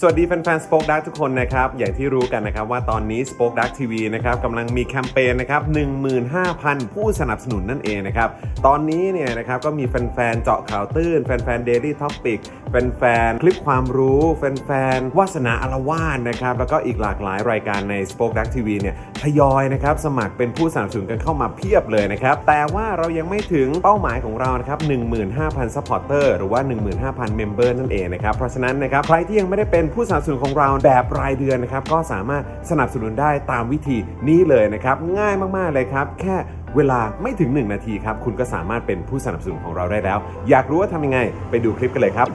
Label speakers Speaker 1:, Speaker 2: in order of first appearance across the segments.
Speaker 1: สวัสดีแฟนๆ Spoke Dark ทุกคนนะครับ อย่างที่รู้กันนะครับว่าตอนนี้ Spoke Dark TV นะครับกำลังมีแคมเปญนะครับ15,000 ผู้สนับสนุนนั่นเองนะครับ ตอนนี้เนี่ยนะครับก็มีแฟนๆ เจาะข่าวตื้น แฟนๆ Daily Topic แฟนๆ คลิปความรู้ แฟนๆ วาสนาอารวาสนะครับ แล้วก็อีกหลากหลายรายการใน Spoke Dark TV เนี่ยทยอยนะครับสมัครเป็นผู้สนับสนุนกันเข้ามาเพียบเลยนะครับ แต่ว่าเรายังไม่ถึงเป้าหมายของเรานะครับ15,000 supporter หรือว่า 15,000 member นั่นเองนะครับ เพราะฉะนั้นนะครับใครที่ยังไม่ได้เป็นผู้สนับสนุนของเราแบบรายเดือนนะครับ ก็สามารถสนับสนุนได้ตามวิธีนี้เลยนะครับ ง่ายมากๆเลยครับ แค่เวลาไม่ถึง 1 นาทีครับ คุณก็สามารถเป็นผู้สนับสนุนของเราได้แล้ว อยากรู้ว่าทำยังไง ไปดูคลิปกันเลยครับ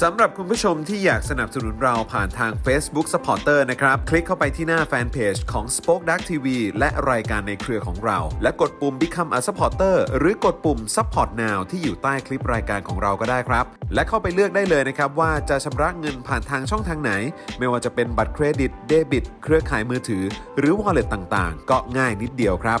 Speaker 1: สำหรับคุณผู้ชมที่อยากสนับสนุนเราผ่านทาง Facebook Supporter นะครับ คลิกเข้าไปที่หน้าแฟนเพจของ Spoke Dark TV และรายการในเครือของเรา และกดปุ่ม Become a Supporter หรือกดปุ่ม Support Now ที่อยู่ใต้คลิปรายการของเราก็ได้ครับ และเข้าไปเลือกได้เลยนะครับว่าจะชำระเงินผ่านทางช่องทางไหน ไม่ว่าจะเป็นบัตรเครดิตเดบิต เครือข่ายมือถือ หรือ Wallet ต่างๆ ก็ง่ายนิดเดียวครับ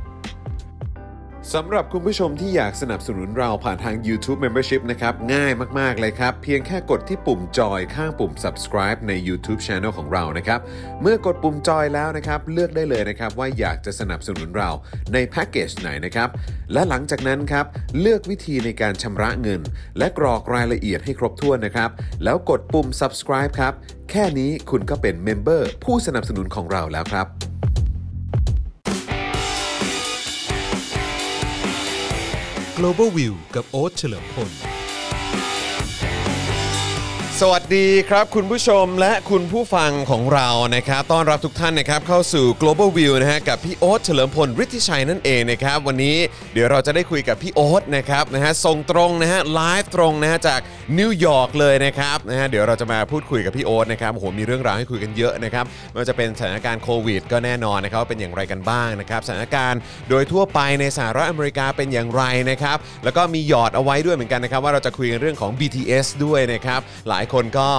Speaker 1: สำหรับคุณผู้ชมที่อยากสนับสนุนเราผ่านทาง YouTube Membership นะครับ ง่ายมาก ๆ เลยครับ เพียงแค่กดที่ปุ่มจอยข้างปุ่ม subscribe ใน YouTube Channel ของเรานะครับ เมื่อกดปุ่มจอยแล้วนะครับ เลือกได้เลยนะครับ ว่าอยากจะสนับสนุนเราในแพ็กเกจไหนนะครับ และหลังจากนั้นครับ เลือกวิธีในการชำระเงิน และกรอกรายละเอียดให้ครบถ้วนนะครับ แล้วกดปุ่ม subscribe ครับ แค่นี้คุณก็เป็นเมมเบอร์ผู้สนับสนุนของเราแล้วครับ
Speaker 2: Global View กับโอ๊ตเฉลิมพล
Speaker 1: สวัสดีครับคุณผู้ชมและคุณผู้ฟังของเรานะครับต้อนรับทุกท่านนะครับเข้าสู่ global view นะฮะกับพี่โอ๊ตเฉลิมพลฤทธิชัยนั่นเองนะครับ วันนี้เดี๋ยวเราจะได้คุยกับพี่โอ๊ตนะครับนะฮะส่งตรงนะฮะไลฟ์ตรงนะฮะจากนิวยอร์กเลยนะครับนะฮะเดี๋ยวเราจะมาพูดคุยกับพี่โอ๊ตนะครับโอ้โหมีเรื่องราวให้คุยกันเยอะนะครับไม่ว่าจะเป็นสถานการณ์โควิดก็แน่นอนนะครับว่าเป็นอย่างไรกันบ้างนะครับสถานการณ์โดยทั่วไปในสหรัฐอเมริกาเป็นอย่างไรนะครับแล้วก็มีหยอดเอาไว้ด้วยเหมือนกันนะครับว่าเราจะคุยกันเรื่องของ BTS ด้วยนะครับหลายคนก็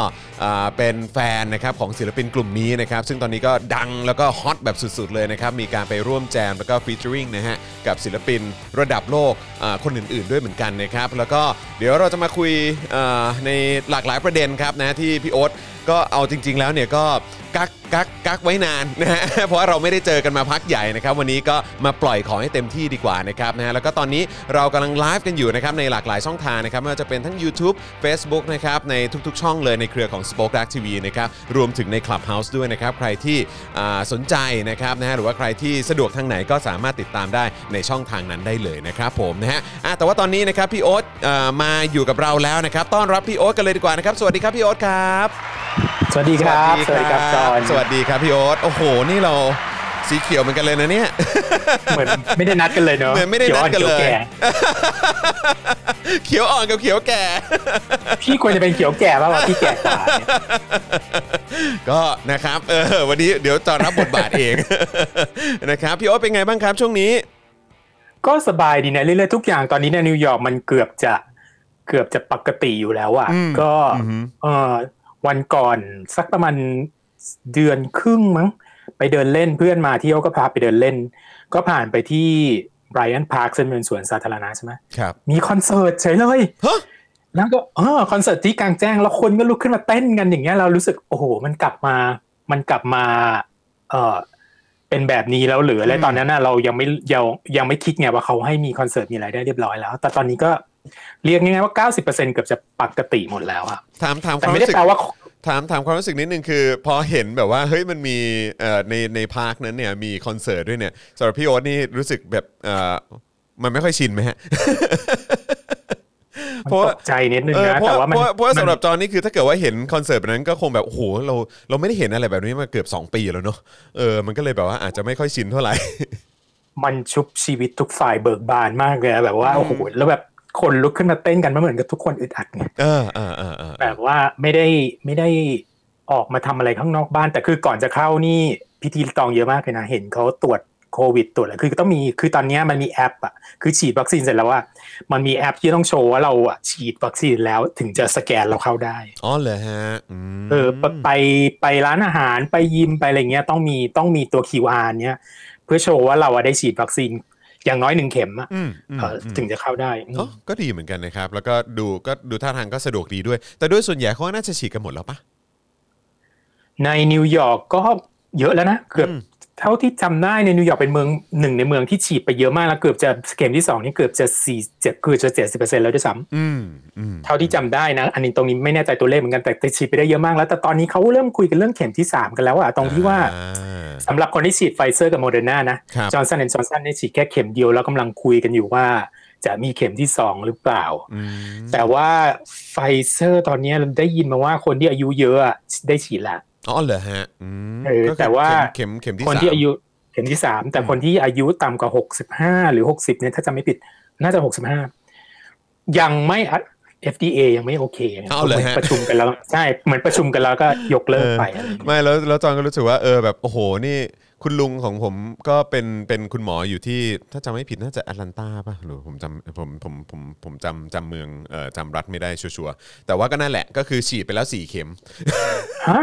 Speaker 1: อ่าเป็นแฟนนะครับของศิลปินกลุ่มนี้นะครับซึ่งตอนนี้ก็ดังแล้วก็ฮอตแบบสุดๆเลยนะครับมีการไปร่วมแจมแล้วก็ฟีเจอริงนะฮะกับศิลปินระดับโลกอ่าคนอื่นๆด้วยเหมือนกันนะครับแล้วก็เดี๋ยวเราจะมาคุยอ่าในหลากหลายประเด็นครับนะที่พี่โอ๊ตก็เอาจริง ๆ แล้วเนี่ยก็กักกักกักไว้นานนะฮ ะ เพราะว่าเราไม่ได้เจอกันมาพักใหญ่นะครับ วันนี้ก็มาปล่อยของให้เต็มที่ดีกว่านะครับนะฮะแล้วก็ตอนนี้เรากำลังไลฟ์กันอยู่นะครับในหลากหลายช่องทางนะครับไม่ว่าจะเป็นทั้ง YouTube Facebook นะครับในทุกๆ ช่องเลยในเครือของ Spoke Dark TV นะครับรวมถึงใน Clubhouse ด้วยนะครับใครที่อ่าสนใจนะครับนะฮะหรือว่าใครที่สะดวกทางไหนก็สามารถติดตามได้ในช่องทางนั้นได้เลยนะครับผมนะฮะอ่ะแต่ว่าตอนนี้นะครับพี่โอ๊ตเอ่อมาอยู่กับเราแล้วนะครับต้อนรับพี่โอ๊ตกันเลยดีกว่านะครับสวัสดีครับพี่โอ๊ตครับ
Speaker 3: สวัสดีครับ
Speaker 1: สวัสดีสวัสดีครับพี่โอ๊ตโอ้โห นี่เราสีเขียวเหมือนกันเลยนะเนี่ย
Speaker 3: เหมือนไม่ได้นัดกันเลยเนอะ
Speaker 1: เหมือนไม่ได้นัดกันเลย
Speaker 3: ขีวอ่อขีวแก่
Speaker 1: เขียวอ่อนกับเขียวแก่
Speaker 3: พี่ควรจะเป็นเขียวแก่ป่าวะพี่แก่กว่าเนี่ย
Speaker 1: ก็นะครับเออวันนี้เดี๋ยวจะรับบทบาทเอง นะครับพี่โอ๊ตเป็นไงบ้างครับช่วงนี้
Speaker 3: ก็สบายดีนะเรื่อยๆทุกอย่างตอนนี้ในนิวยอร์กมันเกือบจะเกือบจะปกติอยู่แล้วอ่ะ
Speaker 1: อืม
Speaker 3: ก็เออวันก่อนสักประมาณเดือนครึ่งมั้ง ไปเดินเล่นเพื่อนมาเที่ยวก็พาไปเดินเล่น ก็ผ่านไปที่ไบรอันพาร์คซึ่งเป็นสวนสาธารณะใช่ไหม
Speaker 1: ครับ
Speaker 3: มีคอนเสิร์ตเฉยเลย
Speaker 1: ฮะ
Speaker 3: แล้วก็เออคอนเสิร์ตที่กลางแจ้งแล้วคนก็ลุกขึ้นมาเต้นกันอย่างเงี้ยเรารู้สึกโอ้โหมันกลับมา มันกลับมาเออเป็นแบบนี้แล้วเหรืออะไรตอนนั้นน่ะเรายังไม่ยังยังไม่คิดไงว่าเขาให้มีคอนเสิร์ตมีอะไรได้เรียบร้อยแล้ว แต่ตอนนี้ก็เรียกง่ายๆว่า 90%เกือบจะปกติหมดแล้วอะ
Speaker 1: ถามถามค
Speaker 3: แต่
Speaker 1: วาม
Speaker 3: ไม่ได้
Speaker 1: รู้สึก
Speaker 3: แปลว่า
Speaker 1: ถามถามความรู้สึกนิดนึงคือ พอเห็นแบบว่าเฮ้ยมันมีเอ่อในในพาร์คนั้นเนี่ยมีคอนเสิร์ตด้วยเนี่ยสำหรับพี่โอ๊ตนี่รู้สึกแบบเอ่อมันไม่ค่อยชินไหมฮะ เพราะว่า
Speaker 3: ตกใจนิดนึง
Speaker 1: เออ
Speaker 3: นะ
Speaker 1: เพราะ
Speaker 3: แต่ว่า
Speaker 1: ว่า
Speaker 3: มัน
Speaker 1: เพราะว่าเพราะว่า
Speaker 3: มัน
Speaker 1: สำหรับจอนี่คือถ้าเกิดว่าเห็นคอนเสิร์ตแบบนั้นก็คงแบบโอ้โหเราเราไม่ได้เห็นอะไรแบบนี้มาเกือบ 2 ปีแล้วเนอะเออมันก็เลยแบบว่าอาจจะไม่ค่อยชินเท่าไหร่
Speaker 3: มันชุบชีวิตทุกฝ่ายเบิกบานมากเลยอะแบบว่าโอ้โหแล้วแบบคนลุกขึ้นมาเต้นกันมันเหมือนกับทุกคนอึดอัดไง
Speaker 1: เออเออเออเออ
Speaker 3: แบบว่าไม่ได้ไม่ได้ออกมาทำอะไรข้างนอกบ้าน แต่คือก่อนจะเข้านี่พิธีตองเยอะมากเลยนะ เห็นเขาตรวจโควิดตรวจอะไรคือต้องมีคือตอนเนี้ยมันมีแอปอะคือฉีดวัคซีนเสร็จแล้วว่า มันมีแอปที่ต้องโชว์ว่าเราอะฉีดวัคซีนแล้วถึงจะสแกนเราเข้าได้
Speaker 1: อ๋อเหรอฮะม
Speaker 3: เออไปไปไปร้านอาหารไปยิมไปอะไรเงี้ยต้องมีต้องมีตัว QR เนี้ยเ พื่อโชว์ว่าเราอะได้ฉีดวัคซีนอย่างน้อยหนึ่งเข็มอะ
Speaker 1: อืมอืม
Speaker 3: เอ่ออ
Speaker 1: อืม
Speaker 3: ถึงจะเข้าได้
Speaker 1: เอ้อก็ดีเหมือนกันนะครับ แล้วก็ดูก็ดูท่าทางก็สะดวกดีด้วย แต่ด้วยส่วนใหญ่เขาก็น่าจะฉีดกันหมดแล้วปะ
Speaker 3: ในนิวยอร์กก็เยอะแล้วนะเกือบ
Speaker 1: อืม
Speaker 3: เท่าที่จำได้ในนิวยอร์กเป็นเมืองหนึ่งในเมืองที่ฉีดไปเยอะมากแล้วเกือบจะเข็มที่สองนี่เกือบจะสี่เจ็ดเกือบจะเจ็ดสิบเปอร์เซ็นต์แล้วด้วยซ้ำ
Speaker 1: อืมอืม
Speaker 3: เท่าที่จำได้นะ อันนี้ตรงนี้ไม่แน่ใจตัวเลขเหมือนกันแต่แต่ฉีดไปได้เยอะมากแล้ว แต่ตอนนี้เขาเริ่มคุยกันเรื่องเข็มที่ 3 กันแล้วอะตรงที่ว่า
Speaker 1: อ่า
Speaker 3: สำหรับคนที่ฉีดไฟเซอร์กับโมเดอร์นานะครับ จอร์นสันแอนจอร์นสันได้ฉีดแค่เข็มเดียวแล้วกำลังคุยกันอยู่ว่า จะมีเข็มที่ 2 หรือเปล่า
Speaker 1: อืม
Speaker 3: แต่ว่าไฟเซอร์ตอนนี้ได้ยินมาว่าคนที่อายุเยอะอะได้ฉีดละ
Speaker 1: อ๋อเหรอฮะอืม
Speaker 3: เออ
Speaker 1: ก็คือ
Speaker 3: แต่ว่า
Speaker 1: เข็มเข็มเข็มที่
Speaker 3: คน
Speaker 1: สาม
Speaker 3: ที่อายุเข็มที่ 3 แต่คนที่อายุต่ำกว่า 65 หรือ 60เนี่ยถ้าจำไม่ผิดน่าจะ 65 ยังไม่ FDA ยังไม่โอเคนะ
Speaker 1: เอาเหรอฮะ
Speaker 3: ประชุมกันแล้วใช่เหมือนประชุมกันแล้วก็ยกเลิกไปอะไรอย่างเงี้ย
Speaker 1: ไม่แล้วแล้วจอนก็รู้สึกว่าเออแบบโอ้โหนี่ คุณลุงของผมก็เป็นเป็นคุณหมออยู่ที่ถ้าจำไม่ผิดน่าจะแอตแลนตาป่ะหรือผมจำผมผมผมผมจำจำเมืองเอ่อจำรัฐไม่ได้ชัวร์ๆแต่ว่าก็นั่นแหละก็คือฉีดไปแล้วสี่เข็ม
Speaker 3: ฮะ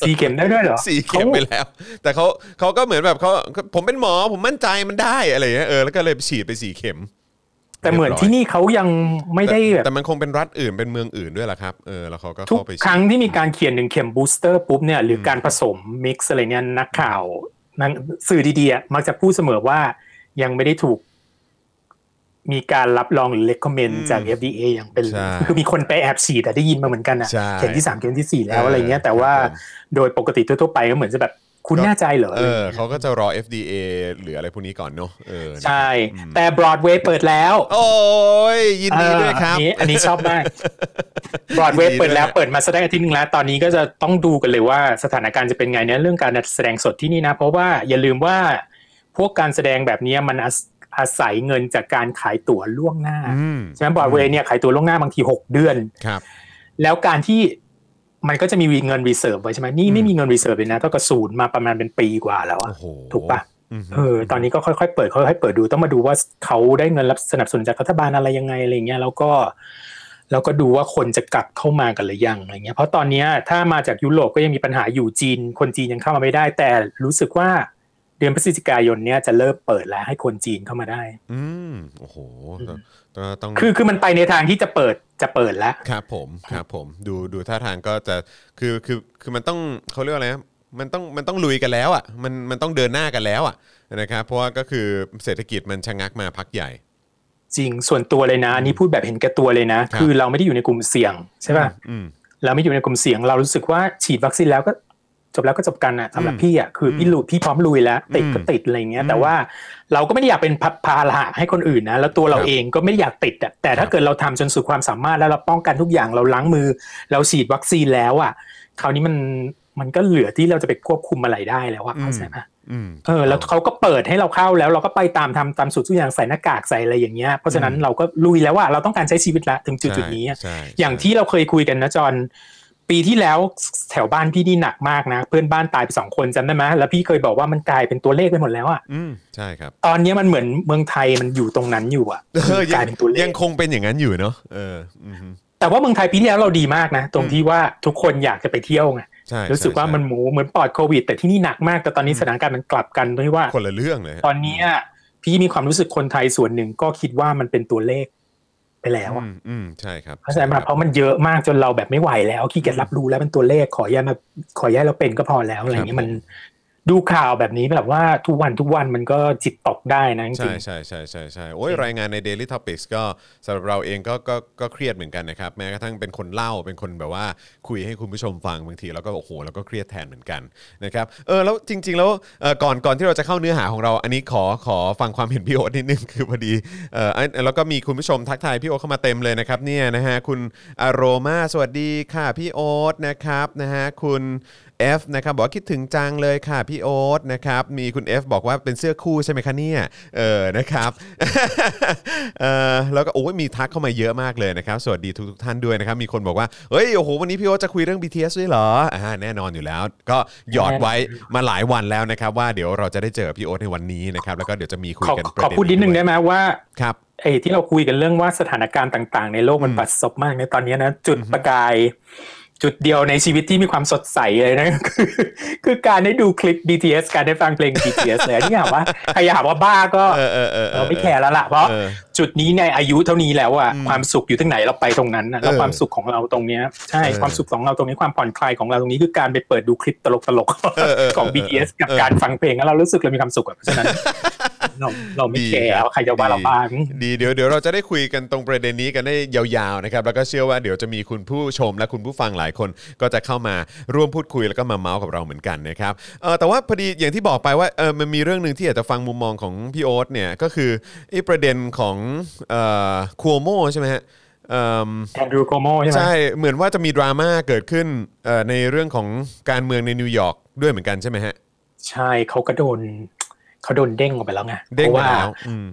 Speaker 3: สี่เข็มได้ด้วยเหรอ
Speaker 1: สี่เข็มไปแล้ว แต่เขาเขาก็เหมือนแบบเขาผมเป็นหมอผมมั่นใจมันได้อะไรอย่างเงี้ยเออแล้วก็เลยฉีดไปสี่เข็ม
Speaker 3: แต่เหมือนที่นี่เขายังไม่ได้แบ
Speaker 1: แต่
Speaker 3: บ
Speaker 1: มันคงเป็นรัฐอื่นเป็นเมืองอื่นด้วยล่ะครับเออแล้วเขาก็
Speaker 3: ทุก
Speaker 1: เข้าไปฉีด
Speaker 3: ครั้งที่มีการเขียนหนึ่งเข็มบูสเตอร์ปุ๊บเนี่ยหรือการผสมมิกซ์อะไรเนี่ยนักข่าวนักสื่อดีๆอะมักจะพูดเสมอว่ายังไม่ได้ถูก มีการรับรองหรือ recommend จาก FDA อย่างเป็น
Speaker 1: ใช่
Speaker 3: คือมีคนไปแอบฉีดแต่ได้ยินมาเหมือนกันนะ
Speaker 1: ใช่
Speaker 3: เข็มที่สามเข็มที่สี่แล้ว
Speaker 1: เอออ
Speaker 3: อะไรเงี้ยแต่ว่าโดยปกติทั่วๆไปก็เหมือนจะแบบคุณ
Speaker 1: ก็
Speaker 3: แน่ใจเหรอ
Speaker 1: เออเขาก็จะรอ FDA หรืออะไรพวกนี้ก่อนเนอะเออ
Speaker 3: ใช่ แต่บรอดเวย์เปิดแล้ว
Speaker 1: โอ้ยยินดีด้วยครับ
Speaker 3: เอออันนี้อันนี้ชอบมากบรอดเวย์
Speaker 1: ยินดีด้วย
Speaker 3: เปิดแล้วเปิดมาแสดงอาทิตย์หนึงแล้ว ตอนนี้ก็จะต้องดูกันเลยว่าสถานการณ์จะเป็นไงเนี่ยเรื่องการแสดงสดที่นี่นะ เพราะว่าอย่าลืมว่าพวกการแสดงแบบเนี้ยมันอาศอาศัยเงินจากการขายตั๋วล่วงหน้า
Speaker 1: อืม
Speaker 3: ใช่ไหมบรอดเวย์เนี่ยขายตัวล่วงหน้าบางที 6 เดือน
Speaker 1: ครับ
Speaker 3: แล้วการที่มันก็จะมีเงินรีเซิร์ฟไว้ใช่ไหมนี่ไม่มีเงินรีเซิร์ฟเลยนะเท่ากับศูนย์มาประมาณเป็นปีกว่าแล้วอะ
Speaker 1: โอ้โห
Speaker 3: ถูกปะ
Speaker 1: อืม
Speaker 3: เออตอนนี้ก็ค่อยๆเปิดค่อยๆเปิดดูต้องมาดูว่าเขาได้เงินรับสนับสนุนจากรัฐบาลอะไรยังไงอะไรเงี้ยแล้วก็แล้วก็ดูว่าคนจะกลับเข้ามากันหรือยังอะไรเงี้ยเพราะตอนเนี้ยถ้ามาจากยุโรปก็ยังมีปัญหาอยู่จีน คนจีนยังเข้ามาไม่ได้ แต่รู้สึกว่าเดือนพฤศจิกายนเนี้ยจะเริ่มเปิดแล้วให้คนจีนเข้ามาได้
Speaker 1: อืมโอ้โหก็ก็ต้อง
Speaker 3: คือคือมันไปในทางที่จะเปิดจะเปิดแล้ว
Speaker 1: ครับผมครับผมดูดูท่าทางก็จะคือคือคือมันต้องเขาเรียกว่าอะไรนะมันต้องมันต้องลุยกันแล้วอ่ะมันมันต้องเดินหน้ากันแล้วอ่ะนะครับเพราะว่าก็คือเศรษฐกิจมันชะงักมาพักใหญ่
Speaker 3: จริงส่วนตัวเลยนะอันนี่พูดแบบเห็นแก่ตัวเลยนะ
Speaker 1: ครับ
Speaker 3: คือเราไม่ได้อยู่ในกลุ่มเสี่ยงใช่ป่ะ
Speaker 1: อืม
Speaker 3: เราไม่อยู่ในกลุ่มเสี่ยงเรารู้สึกว่าฉีดวัคซีนแล้วก็จบแล้วก็จบกันอ่ะสำหรับ
Speaker 1: อืม
Speaker 3: พี่อ่ะคืออ
Speaker 1: ม
Speaker 3: พี่ลุยพี่พร้อมลุยแล้ว ติดก็ติดอะไรเงี้
Speaker 1: อื
Speaker 3: ย
Speaker 1: ม
Speaker 3: แต่ว่าเราก็ไม่ได้อยากเป็นภาภาระให้คนอื่นนะแล้วตัวเรา
Speaker 1: ครับ
Speaker 3: เองก็ไม่ได้อยากติดอ่ะแต่
Speaker 1: ค
Speaker 3: ถ้า
Speaker 1: รับ
Speaker 3: เกิดเราทำจนสุดความสามารถแล้วเราป้องกันทุกอย่างเราล้างมือ เราฉีดวัคซีนแล้วอ่ะคราวนี้มันมันก็เหลือที่เราจะไปควบคุมอะไรได้แล้วอ่ะเข้าใจปะ
Speaker 1: อืม
Speaker 3: เออแล้วเขาก็เปิดให้เราเข้าแล้วเราก็ไปตามทำตามสูตรทุกอย่างใส่หน้ากากใส่อะไรอย่างเงี้ยเพราะฉะนั้นเราก็ลุยแล้วว่าเราต้องการใช้ชีวิตละถึงจุดจุดนี้อะ
Speaker 1: ใช่ใช่
Speaker 3: อย่างที่เราเคยคุยกันนะจอนปีที่แล้วแถวบ้านพี่นี่หนักมากนะ เพื่อนบ้านตายไปสองคนจำได้ไหมแล้วพี่เคยบอกว่ามันกลายเป็นตัวเลขไปหมดแล้วอะ
Speaker 1: อืมใช่ครับ
Speaker 3: ตอนเนี้ยมันเหมือนเมืองไทยมันอยู่ตรงนั้นอยู่อะมันกลายเป็นตัวเล
Speaker 1: ยั
Speaker 3: ข
Speaker 1: งคงเป็นอย่างนั้นอยู่เนาะเอออืม
Speaker 3: แต่ว่าเมืองไทยปีที่แล้วเราดีมากนะ ตรงที่ว่าทุกคนอยากจะไปเที่ยวไง
Speaker 1: ใช่
Speaker 3: รู้สึกว่ามันหมูเหมือนปลอดโควิด แต่ที่นี่หนักมากแต่ตอนนี้สถานการณ์มันกลับกันตรงที่ว่า
Speaker 1: คนละเรื่องเลยฮะ
Speaker 3: ตอนเนี้ยพี่มีความรู้สึกคนไทยส่วนหนึ่งก็คิดว่ามันเป็นตัวเลขไปแล้ว
Speaker 1: อื
Speaker 3: อะ
Speaker 1: มอืมใช่ครับ
Speaker 3: เข้าใจไหมเพราะมันเยอะมากจนเราแบบไม่ไหวแล้วขี้เกียจรับรู้แล้วมันตัวเลขขอย้ายมาขอย้ายเราเป็นก็พอแล้วอะไรอย่างเงี้ยมันดูข่าวแบบนี้แบบว่าทุกวันทุกวันมันก็จิตตกได้นะจ
Speaker 1: ใช่
Speaker 3: ริงๆ
Speaker 1: ใช่ใช่ใช่ใช่โอ้ยรายงานใน Daily Topics ก็สำหรับเราเองก็ก็ก็เครียดเหมือนกันนะครับ แม้กระทั่งเป็นคนเล่าเป็นคนแบบว่าคุยให้คุณผู้ชมฟังบางทีแล้วก็โอ้โหแล้วก็เครียดแทนเหมือนกันนะครับเออแล้วจริง ๆ แล้วเอ่อก่อนก่อนที่เราจะเข้าเนื้อหาของเรา อันนี้ขอขอฟังความเห็นพี่โอ๊ตนิดนึง คือพอดีเอออันแล้วก็มีคุณผู้ชมทักทายพี่โอ๊ตเข้ามาเต็มเลยนะครับเนี่ยนะฮะคุณอโรมาสวัสดีค่ะพี่โอ๊ตนะครับนะฮะคุณ F นะครับบอกว่าคิดถึงจังเลยค่ะพี่โอ๊ตนะครับมีคุณ F บอกว่าเป็นเสื้อคู่ใช่ไหมคะเนี่ยเออนะครับ เออแล้วก็โอ้ยมีทักเข้ามาเยอะมากเลยนะครับ สวัสดีทุกๆท่านด้วยนะครับ มีคนบอกว่าเฮ้ยโอ้โหวันนี้พี่โอ๊ตจะคุยเรื่อง BTS ด้วยเหรออ่าแน่นอนอยู่แล้ว ก็หยอดไว้มาหลายวันแล้วนะครับ ว่าเดี๋ยวเราจะได้เจอพี่โอ๊ตในวันนี้นะครับแล้วก็เดี๋ยวจะมีคุย
Speaker 3: ขอ
Speaker 1: กัน
Speaker 3: ขอพูดนิดนึงได้
Speaker 1: ไหม
Speaker 3: ไหมว่า
Speaker 1: ครับ
Speaker 3: ไอ้ที่เราคุยกันเรื่องว่าสถานการณ์ต่าง ๆ ในโลกมันปัดซบมากในตอนเนี้ยนะจุดประกาย จุดเดียวในชีวิตที่มีความสดใสเลยนะ คือคือการได้ดูคลิป BTS การได้ฟังเพลง BTS เลยอันนี่ถามว่าใครอยากหาว่าบ้าก็
Speaker 1: เออเออเออเอ
Speaker 3: เรา
Speaker 1: อ
Speaker 3: ไม่แคร์แล้วล่ะเพราะ
Speaker 1: เออ
Speaker 3: จุดนี้ในอายุเท่านี้แล้วอะความสุขอยู่ที่ไหนเราไปตรงนั้นนะแล้ว
Speaker 1: เออ
Speaker 3: ความสุขของเราตรงเนี้ยใช่
Speaker 1: เออ
Speaker 3: ความสุขของเราตรงนี้ความผ่อนคลายของเราตรงนี้คือการไปเปิดดูคลิปตลก
Speaker 1: เออเออ
Speaker 3: ๆของ
Speaker 1: เออ
Speaker 3: BTS กับการฟังเพลงแล้วเรารู้สึกเรามีความสุขอะเพราะฉะ นั้น เราเราไม่
Speaker 1: ดี
Speaker 3: แคร์
Speaker 1: ครับ
Speaker 3: ว่าใครจะว่าเราบ้าง
Speaker 1: ดีเดี๋ยวเดี๋ยวเราจะได้คุยกันตรงประเด็นนี้กันได้ยาวๆนะครับแล้วก็เชื่อว่าเดี๋ยวจะมีคุณผู้ชมและคุณผู้ฟังหลายคน ก็จะเข้ามาร่วมพูดคุยแล้วก็มาเมาส์กับเราเหมือนกันนะครับเออแต่ว่าพอดีอย่างที่บอกไปว่าเออมันมีเรื่องหนึ่งที่อยากจะฟังมุมมองของพี่โอ๊ตเนี่ยก็คือไอ้ประเด็นของเอ่อคัวโมใช่ไหมฮะเอิ่ม
Speaker 3: แอนดรูโกโมใช่ไหม
Speaker 1: ใช่เหมือนว่าจะมีดราม่าเกิดขึ้นเอ่อในเรื่องของการเมืองในนิวยอร์กด้วยเหมือนกันใช่ไหมฮะ
Speaker 3: ใช่เขาก็โดนเขาโดนเด้งออกไปแล้วไง
Speaker 1: เด้ง
Speaker 3: พ
Speaker 1: ไป
Speaker 3: ราะว่า
Speaker 1: แล้วอืม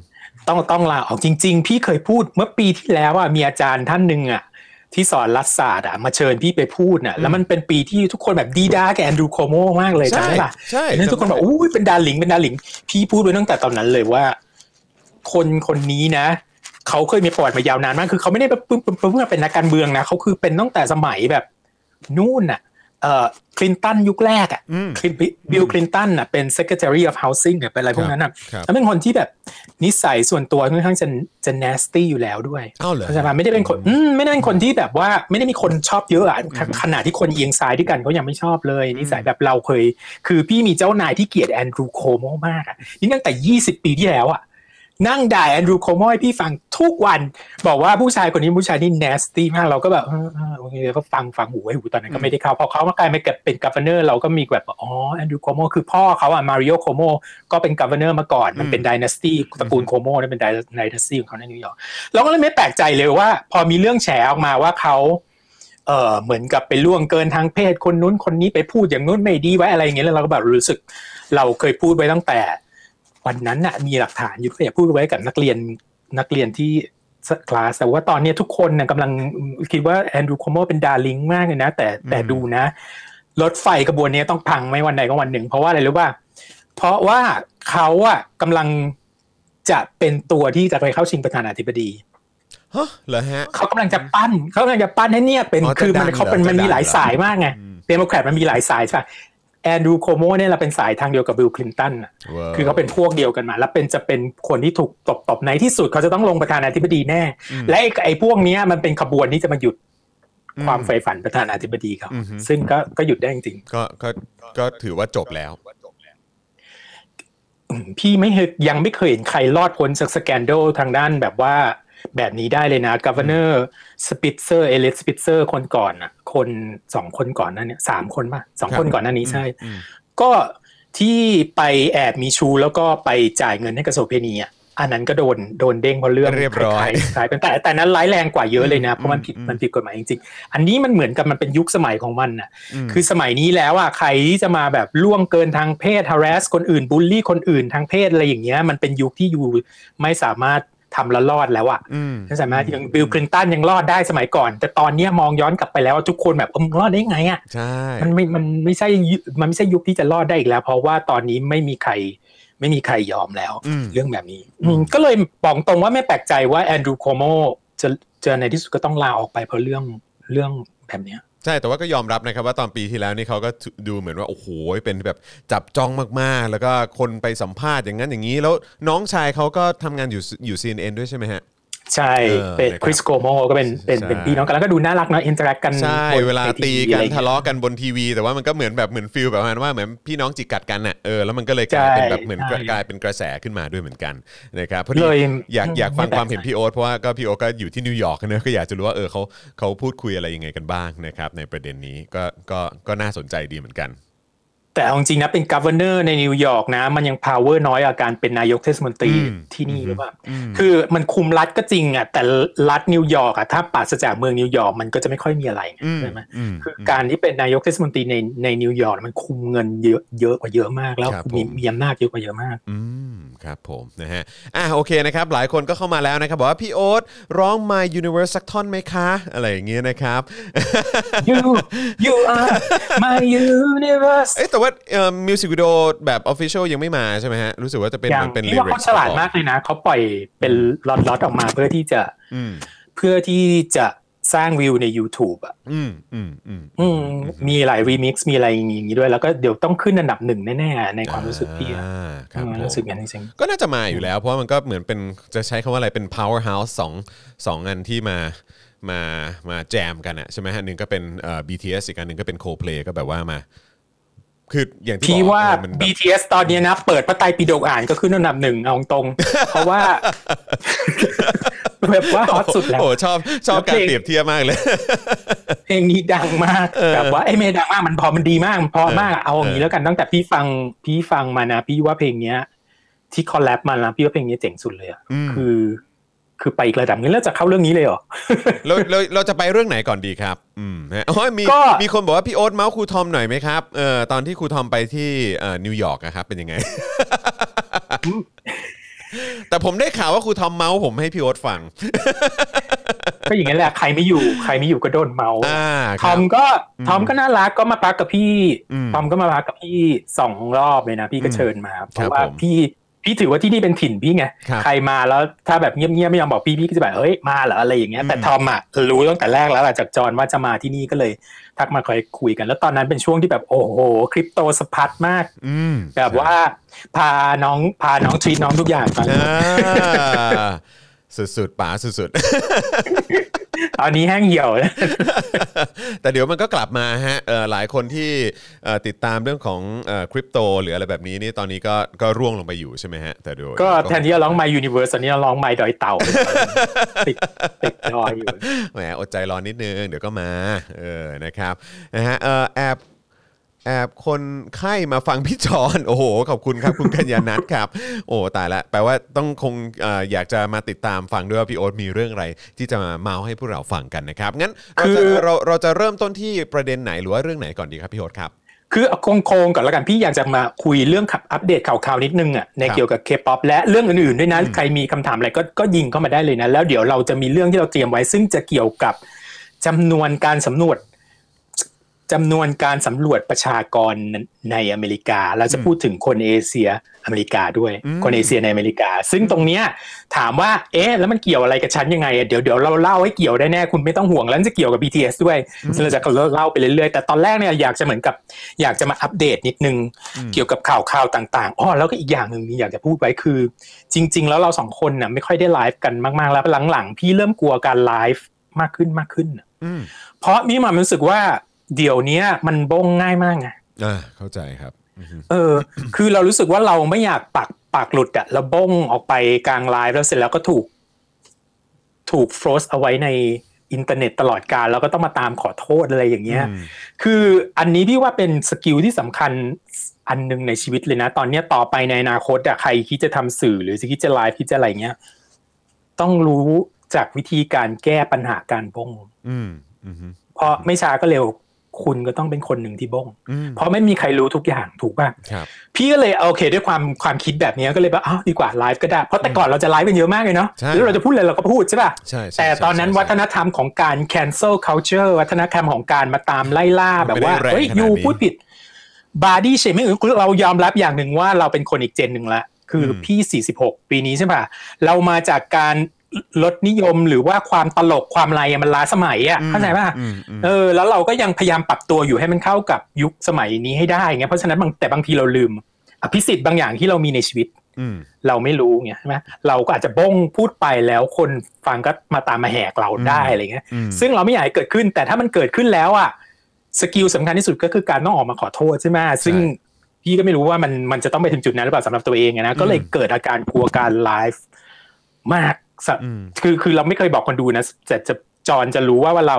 Speaker 3: ต้องต้องลาออกจริง ๆ พี่เคยพูดเมื่อปีที่แล้วอ่ะมีอาจารย์ท่านหนึ่งอ่ะที่สอนรัฐศาสตร์อ่ะมาเชิญพี่ไปพูดน่ะแล้วมันเป็นปีที่ทุกคนแบบดีด้ากับแอนดรูโคโมมากเลย
Speaker 1: ใช่
Speaker 3: จำได้ปะ
Speaker 1: ใช่
Speaker 3: อันนั้นทุกคนบอกอู้ยเป็นดาหลิงเป็นดาหลิง พี่พูดไปตั้งแต่ตอนนั้นเลยว่า คนคนนี้นะเขาเคยมีประวัติมายาวนานมากคือเขาไม่ได้แบบเพิ่งเพิ่งเพิ่งมาเป็นนักการเมืองนะเขาคือเป็นตั้งแต่สมัยแบบนู่นน่ะเอ่อคลินตันยุคแรกอ่ะ
Speaker 1: อืม
Speaker 3: คลินบิลคลินตันน่ะเป็น secretary of housing หรือเป็นอะไรพวกนั้นน่ะ
Speaker 1: ครับ
Speaker 3: แล้วเป็นคนที่แบบนิสัยส่วนตัวค่อนข้างจะจะ nasty อยู่แล้วด้วย
Speaker 1: อ้าวเหรอ
Speaker 3: เข้าใจปะไม่ได้เป็นคนอืมไม่ได้เป็นคนที่แบบว่าไม่ได้มีคนชอบเยอะอ่ะขขนาดที่คนเอียงซ้ายด้วยกันเขายังไม่ชอบเลยนิสัยแบบเราเคย คือพี่มีเจ้านายที่เกลียดแอนดรูโคโมมากอ่ะนี่ตั้งแต่ 20 ปีที่แล้วอ่ะ นั่งด่าแอนดรูโคโมให้พี่ฟังทุกวัน บอกว่าผู้ชายคนนี้ผู้ชายนี่ nasty มากเราก็แบบเออเออโอเคก็ฟังฟังหูไว้หูตอนนั้นก็ไม่ได้เข้าพอเขามากลายมาเก็บเป็นกัฟเนอร์เราก็มีแบบอ๋อแอนดรูโคโมคือพ่อเขาอะมาริโอโคโมก็เป็นกัฟเนอร์มาก่อน มันเป็นด y n น s ตี้ตระกูลโคโมนั่นเป็นด y n น s ตี้ของเขาในนิวยอร์กเราก็เลยไม่แปลกใจเลยว่า พอมีเรื่องแฉออกมาว่าเขาเออเหมือนกับไปล่วงเกินทางเพศคนนู้นคนนี้ไปพูดอย่างนู้นไม่ดีไว้อะไรอย่างเงี้ยแล้วเราก็แบบรู้สึก เราเคยพูดไว้ตั้งแต่ วันนั้นน่ะมีหลักฐานอยู่ก็อย่าพูดไว้กับนักเรียนนักเรียนที่คลาสแต่ว่าตอนเนี้ยทุกคนน่ะกำลังคิดว่าแอนดรูโคโมเป็นดาริงมากเลยนะ แต่แต่ดูนะ รถไฟกระบวนเนี้ยต้องพังไม่วันใดก็วันหนึ่ง เพราะว่าอะไรรู้ป่ะเพราะว่าเขาอะกำลังจะเป็นตัวที่จะไปเข้าชิงประธานาธิบดี
Speaker 1: ฮะเหรอฮะ
Speaker 3: เขากำลังจะปั้นเขากำลังจะปั้นให้เนี่ยเป็น
Speaker 1: อ๋อจะ
Speaker 3: คือ
Speaker 1: ดั
Speaker 3: มัน
Speaker 1: น
Speaker 3: เขาเป็น
Speaker 1: เหรอ
Speaker 3: มันมี
Speaker 1: จะดัน
Speaker 3: หลาย
Speaker 1: เหรอ
Speaker 3: สายมากไง
Speaker 1: อืม
Speaker 3: เดโมแครตมันมีหลายสายใช่ปะแอนดรูโคโมเนี่ยเราเป็นสายทางเดียวกับบิลคลินตันน่ะ
Speaker 1: ว้ว
Speaker 3: คือเขาเป็นพวกเดียวกันมา แล้วเป็นจะเป็นคนที่ถูกตบตบในที่สุดเขาจะต้องลงประธานาธิบดีแน่
Speaker 1: อืม
Speaker 3: และไอ้ไอ้พวกเนี้ยมันเป็นขบวนที่จะมาหยุด
Speaker 1: อืม
Speaker 3: ความใฝ่ฝันประธานาธิบดีเขา
Speaker 1: อือฮึ
Speaker 3: ซึ่งก็ก็หยุดได้จริง
Speaker 1: ก็ก็ก็ถือว่าจบแล้ว
Speaker 3: ๆอืมพี่ไม่เคยยังไม่เคยเห็นใครรอดพ้นจากสแกนโดลทางด้านแบบว่าแบบนี้ได้เลยนะกัฟเนอร์สปิ t เซอร์เอเลสสปิ t เซอร์คนก่อนน่ะ คนสองคนก่อนหนั้นเนี่ยสามคนป่ะสองคน
Speaker 1: ครับ
Speaker 3: ก่อนหน้านี้ใช่
Speaker 1: อืม
Speaker 3: ก็ที่ไปแอบมีชูแล้วก็ไปจ่ายเงินให้กับโสเพณีอ่ะอันนั้นก็โดนโดนเด้งเพราะเรื่อง
Speaker 1: เรียบร้อย
Speaker 3: คล้ายๆกันแต่แต่นั้นร้ายแรงกว่าเยอะเลยนะเพราะมันผิด
Speaker 1: อืม
Speaker 3: มันผิดกฎหมายจริงๆ อันนี้มันเหมือนกับมันเป็นยุคสมัยของมันน่ะ
Speaker 1: ม
Speaker 3: คือสมัยนี้แล้วอ่ะใครที่จะมาแบบล่วงเกินทางเพศ harass คนอื่นบูลลี่คนอื่นทางเพศอะไรอย่างเงี้ยมันเป็นยุคที่อยู่ไม่สามารถทำและรอดแล้วอ่ะ
Speaker 1: อืม
Speaker 3: ถ้าสามารถยังบิลคลินตันยังรอดได้สมัยก่อน แต่ตอนเนี้ยมองย้อนกลับไปแล้วว่าทุกคนแบบเออมงรอดได้ไงอ่ะ
Speaker 1: ใช่
Speaker 3: มันไม่ มันไม่ใช่ยุมันไม่ใช่ยุคที่จะรอดได้อีกแล้ว เพราะว่าตอนนี้ไม่มีใครไม่มีใครยอมแล้ว
Speaker 1: อืม
Speaker 3: เรื่องแบบนี้อืมก็เลยบอกตรงว่าไม่แปลกใจว่าแอนดรูโคโมจะเจอในที่สุดก็ต้องลาออกไปเพราะเรื่องเรื่องแบบเนี้ย
Speaker 1: ใช่แต่ว่าก็ยอมรับนะครับว่าตอนปีที่แล้วนี่เขาก็ดูเหมือนว่า โอ้โห เป็นแบบจับจ้องมากๆ แล้วก็คนไปสัมภาษณ์อย่างนั้นอย่างนี้ แล้วน้องชายเขาก็ทำงานอยู่อยู่ CNN ด้วยใช่ไหมฮะ
Speaker 3: ใช่
Speaker 1: เออ
Speaker 3: เป็น
Speaker 1: นะครับ
Speaker 3: คริสโกโมก็เป็นเป็น
Speaker 1: ใช่
Speaker 3: เป็นพี่น้องกันแล้วก็ดูน่ารักเนอะอินเตอร์แอคกัน
Speaker 1: ใช่
Speaker 3: บน
Speaker 1: เวลา
Speaker 3: ใน
Speaker 1: ตี
Speaker 3: วี
Speaker 1: กั
Speaker 3: อน ไรงี้ย
Speaker 1: ทะเลาะกันบนทีวี แต่ว่ามันก็เหมือนแบบเหมือนฟิลแบบว่าว่าเหมือนพี่น้องจิกกัดกันน่ะเออแล้วมันก็เลยกลายเป็นแบบเหมือน
Speaker 3: ใช่
Speaker 1: กลายเป็นกระแสขึ้นมาด้วยเหมือนกันนะครับพอดี
Speaker 3: เลย
Speaker 1: อยาก
Speaker 3: อืม
Speaker 1: อยากฟัง
Speaker 3: ไม่แปลก
Speaker 1: ความเห็นพี่โอ๊ตเพราะว่าก็พี่โอ๊ตก็อยู่ที่นิวยอร์กเนอะก็อยากจะรู้ว่าเออเขาเขาพูดคุยอะไรยังไงกันบ้างนะครับในประเด็นนี้ก็ก็ก็น่าสนใจดีเหมือนกัน
Speaker 3: แต่เอาจริงๆนะเป็นกัฟเวอร์เนอร์ในนิวยอร์กนะ มันยัง power น้อยกว่าการเป็นนายกเทศมนตรี
Speaker 1: อืม
Speaker 3: ที่นี่หรือเปล่าคือมันคุมรัฐก็จริงอ่ะแต่รัฐนิวยอร์กอ่ะถ้าปราศจากเมืองนิวยอร์กมันก็จะไม่ค่อยมีอะไรไง
Speaker 1: อืม
Speaker 3: ใช่ไหม
Speaker 1: อืม
Speaker 3: คือการที่เป็นนายกเทศมนตรีในในนิวยอร์กมันคุมเงินเยอะเยอะกว่าเยอะมากแล้ว
Speaker 1: ครับ
Speaker 3: มี
Speaker 1: ผม
Speaker 3: มีอำนาจเยอะกว่าเยอะมาก
Speaker 1: อืมครับผมนะฮะอ่ะโอเคนะครับ หลายคนก็เข้ามาแล้วนะครับ บอกว่าพี่โอ๊ตร้อง My Universe สักท่อนไหมคะ อะไรอย่างเงี้ยนะครับ
Speaker 3: you you are my universe
Speaker 1: เอ้ยแต่ว่ามิวสิกวิดีโอแบบออฟฟิเชียลยังไม่มาใช่ไหมฮะ รู้สึกว่าจะเป็น
Speaker 3: อย่า
Speaker 1: มั
Speaker 3: ง
Speaker 1: นเป็น
Speaker 3: ที่ว่าเขาฉลาดมากเลยนะเขาปล่อยเป็นล็อตๆออกมาเพื่อที่จะ
Speaker 1: อืม
Speaker 3: เพื่อที่จะ สร้างวิวใน YouTube อ่ะ
Speaker 1: อืมอืมอืม
Speaker 3: อืมมีหลายรีมิกซ์มีอะไรอย่างนี้ด้วย แล้วก็เดี๋ยวต้องขึ้นอันดับหนึ่งแน่ๆในความรู้สึกพี่อะ
Speaker 1: อ่าครับ
Speaker 3: อืม
Speaker 1: ผม
Speaker 3: รู้สึกอย่างนี้จริง
Speaker 1: ก็น่าจะมาอยู่แล้ว เพราะว่ามันก็เหมือนเป็นจะใช้คำว่าอะไรเป็น powerhouse สองสองอันที่มามามาแจมกันอะใช่ไหมฮะหนึ่งก็เป็นเอ่อ BTS อีกอันหนึ่งก็เป็น Coldplay ก็แบบว่ามา คืออย่างที่
Speaker 3: พี่
Speaker 1: บอก
Speaker 3: ว่า
Speaker 1: มันแบบ
Speaker 3: BTS ตอนเนี้ยนะ เปิดพระไตรปิฎกอ่านก็ขึ้นอันดับหนึ่งเอาตรงๆเพราะว่า แบบว่าฮอตสุดแล้ว
Speaker 1: โอ้โหชอบชอบ
Speaker 3: แล้ว
Speaker 1: กา
Speaker 3: เพ
Speaker 1: ร
Speaker 3: ลง
Speaker 1: เปรียบเทียบมากเลย
Speaker 3: เพลงนี้ดังมากแบบว่าไอ้ยไม่ดังมากมันพอมันดีมากมันเพอมากเอาอย่างนี้แล้วกันตั้งแต่พี่ฟังพี่ฟังมานะ พี่ว่าเพลงเนี้ย ที่คอลแลบมานะพี่ว่าเพลงเนี้ยเจ๋งสุดเลยอะ
Speaker 1: อืม
Speaker 3: คือ คือไปอีกระดับนึงแล้วจะเข้าเรื่องนี้เลยเหรอ
Speaker 1: เราเราเราจะไปเรื่องไหนก่อนดีครับ อืมฮะอ๋อมี
Speaker 3: ก็
Speaker 1: มีคนบอกว่าพี่โอ๊ตเมาส์ครูทอมหน่อยไหมครับเอ่อตอนที่ครูทอมไปที่เอ่อนิวยอร์กอะครับเป็นยังไง แต่ผมได้ข่าวว่าครูทอมเมาส์ผมให้พี่โอ๊ตฟัง
Speaker 3: ก็อย่างนี้นแหละใครไม่อยู่ใครไม่อยู่ก็โดนเมาส์
Speaker 1: อ่าค
Speaker 3: ท
Speaker 1: รั
Speaker 3: อบ มก็
Speaker 1: อืม
Speaker 3: ทอมก็น่ารักก็มาพักกับพี่
Speaker 1: อืม
Speaker 3: ทอมก็มาพักกับพี่สองรอบเลยนะ พี่ก็เชิญมาเพ
Speaker 1: ครับ
Speaker 3: ราะว่า
Speaker 1: ผม
Speaker 3: พี่พี่ถือว่าที่นี่เป็นถิ่นพี่ไง
Speaker 1: ครับ
Speaker 3: ใครมาแล้วถ้าแบบเงียบๆไม่ยอมบอกพี่พี่ก็จะแบบเฮ้ยมาเหรออะไรอย่างเงี้ยแต่ทอมอ่ะรู้ตั้งแต่แรกแล้วล่ะจากจอห์นว่าจะมาที่นี่ก็เลยทักมาคอยคุยกัน แล้วตอนนั้นเป็นช่วงที่แบบโอ้โหคริปโตสะพัดมาก
Speaker 1: อืม
Speaker 3: แบบว่าพาน้องพาน้องทรีตน้องทุกอย่างไป
Speaker 1: อ่าสุดๆป๋าสุด
Speaker 3: ตอนนี้แห้งเหี่ยวนะ
Speaker 1: ๆ แต่เดี๋ยวมันก็กลับมาฮะเอ่อหลายคนที่เอ่อติดตามเรื่องของคริปโตหรืออะไรแบบนี้นี่ตอนนี้ก็ก็ร่วงลงไปอยู่ใช่ไหมฮะ แต่เดี๋ยว
Speaker 3: ก็แทนที่จะร้อง My Universe ตอนนี้เราร้อง My ดอย เต่า ติดติดดอยอยู่
Speaker 1: แหมอดใจรอนิดนึง เดี๋ยวก็มา เออนะครับนะฮะเอ่อแอบแอบคนไข้มาฟังพี่จอน โอ้โห ขอบคุณครับ คุณกัญญานัทครับ โอ้ตายละแปลว่าต้องคงเอ่ออยากจะมาติดตามฟังด้วยว่าพี่โอ๊ตมีเรื่องอะไร ที่จะมาเมาให้พวกเราฟังกันนะครับงั้นเรา
Speaker 3: คื
Speaker 1: จะ
Speaker 3: อ
Speaker 1: เราเราจะเริ่มต้นที่ประเด็นไหนหรือว่าเรื่องไหนก่อนดีครับพี่โอ๊ตครับ
Speaker 3: คือเอาโคงๆก่อนแล้วกันพี่อยากจะมาคุยเรื่องขับอัปเดตข่าวๆนิดนึงอ่ะใน
Speaker 1: ครับ
Speaker 3: เกี่ยวกับเคป๊อปและเรื่องอื่นๆด้วยนะใครมีคำถามอะไรก็ก็ยิงเข้ามาได้เลยนะ แล้วเดี๋ยวเราจะมีเรื่องที่เราเตรียมไว้ ซึ่งจะเกี่ยวกับจำนวนการสำรวจจำนวนการสำรวจประชากรในอเมริกา เราจะพูดถึงคนเอเชียอเมริกาด้วย
Speaker 1: อืม
Speaker 3: คนเอเชียในอเมริกา ซึ่งตรงเนี้ยถามว่าเอ๊ะแล้วมันเกี่ยวอะไรกับฉันยังไงอะเดี๋ยวเดี๋ยวเราเล่าให้เกี่ยวได้แน่คุณไม่ต้องห่วงแล้วจะเกี่ยวกับ BTS ด้วยซึ่งเราจะเล่าไปเรื่อยๆแต่ตอนแรกเนี่ยอยากจะเหมือนกับ อยากจะมาอัปเดตนิดนึง เกี่ยวกับข่าวข่าวต่างๆ อ้อแล้วก็อีกอย่างหนึ่งที่อยากจะพูดไว้คือ จริง ๆ แล้วเราสองคนน่ะไม่ค่อยได้ไลฟ์กันมากๆ แล้วหลังๆ พี่เริ่มกลัวการไลฟ์มากขึ้นมากขึ้นน่ะ
Speaker 1: อืม
Speaker 3: เพราะมีความรู้สึกว่าเดี๋ยวเนี้ยมันบงง่ายมากไง
Speaker 1: อ่าเข้าใจครับอืม
Speaker 3: เออ คือเรารู้สึกว่าเราไม่อยากปากปากหลุดอะแล้วบงออกไปกลางไลฟ์แล้วเสร็จแล้วก็ถูก ถูกฟรอสเอาไว้ในอินเทอร์เน็ตตลอดการแล้วก็ต้องมาตามขอโทษอะไรอย่างเงี้ย
Speaker 1: อืม
Speaker 3: คืออันนี้พี่ว่าเป็นสกิลที่สำคัญอันหนึ่งในชีวิตเลยนะ ตอนเนี้ยต่อไปในอนาคตอะใครคิดจะทำสื่อหรือคิดจะไลฟ์คิดจะอะไรเงี้ยต้องรู้จากวิธีการแก้ปัญหาการบง
Speaker 1: อืมอืมอืม
Speaker 3: เพราะไม่ช้าก็เร็วคุณก็ต้องเป็นคนหนึ่งที่บง
Speaker 1: อืม
Speaker 3: เพราะไม่มีใครรู้ทุกอย่างถูกป่ะ
Speaker 1: ครับ
Speaker 3: พี่ก็เลยโอเค ด้วยความความคิดแบบเนี้ยก็เลยแบบอ้าวดีกว่าไลฟ์ก็ได้ เพราะแต่ก่อนเราจะไลฟ์กันเยอะมากเลยเนาะ
Speaker 1: ใช่
Speaker 3: แล้วเราจะพูดอะไรเราก็พูดใช่ป่ะ
Speaker 1: ใช่ใช่
Speaker 3: แต่ตอนนั้น
Speaker 1: ใช่ใช่
Speaker 3: วัฒนธรรมของการ cancel culture วัฒนธรรมของการมาตามไล่ล่า
Speaker 1: มั
Speaker 3: แบ
Speaker 1: น
Speaker 3: บ
Speaker 1: ไม่ได้
Speaker 3: ว่า
Speaker 1: แรง
Speaker 3: เฮ้ย
Speaker 1: ขนาด
Speaker 3: ยู
Speaker 1: นี้
Speaker 3: พูดผิด body shaming คือเรายอมรับอย่างหนึ่งว่าเราเป็นคนอีกเจนหนึ่งละ คืออ
Speaker 1: ม
Speaker 3: พี่ 46 ปีนี้ใช่ป่ะ เรามาจากการลดนิยมหรือว่าความตลกความอะไรอะมันล้าสมัยอ่ะเข้าใจป่ะ
Speaker 1: อืมอืม
Speaker 3: เออแล้วเราก็ยังพยายามปรับตัวอยู่ให้มันเข้ากับยุคสมัยนี้ให้ได้ไงเพราะฉะนั้นบางแต่บางทีเราลืม อภิสิทธิ์บางอย่างที่เรามีในชีวิต
Speaker 1: อืม
Speaker 3: เราไม่รู้ไงใช่ไหมเราก็อาจจะบ้งพูดไปแล้วคนฟังก็มาตามมาแหกเราได้อะไรเงี้ย
Speaker 1: อืม
Speaker 3: ซึ่งเราไม่อยากให้เกิดขึ้น แต่ถ้ามันเกิดขึ้นแล้วอ่ะสกิลสำคัญที่สุดก็คือการต้องออกมาขอโทษใช่ไหมซึ่งพี่ก็ไม่รู้ว่ามันมันจะต้องไปถึงจุดนั้นหรือเปล่าสำหรับตัวเองอะนะก็เลยเกิดอาการกลัวการไลฟ์มากสัก
Speaker 1: อืม
Speaker 3: คือคือเราไม่เคยบอกคนดูนะแต่จะจอนจะรู้ว่าว่าเรา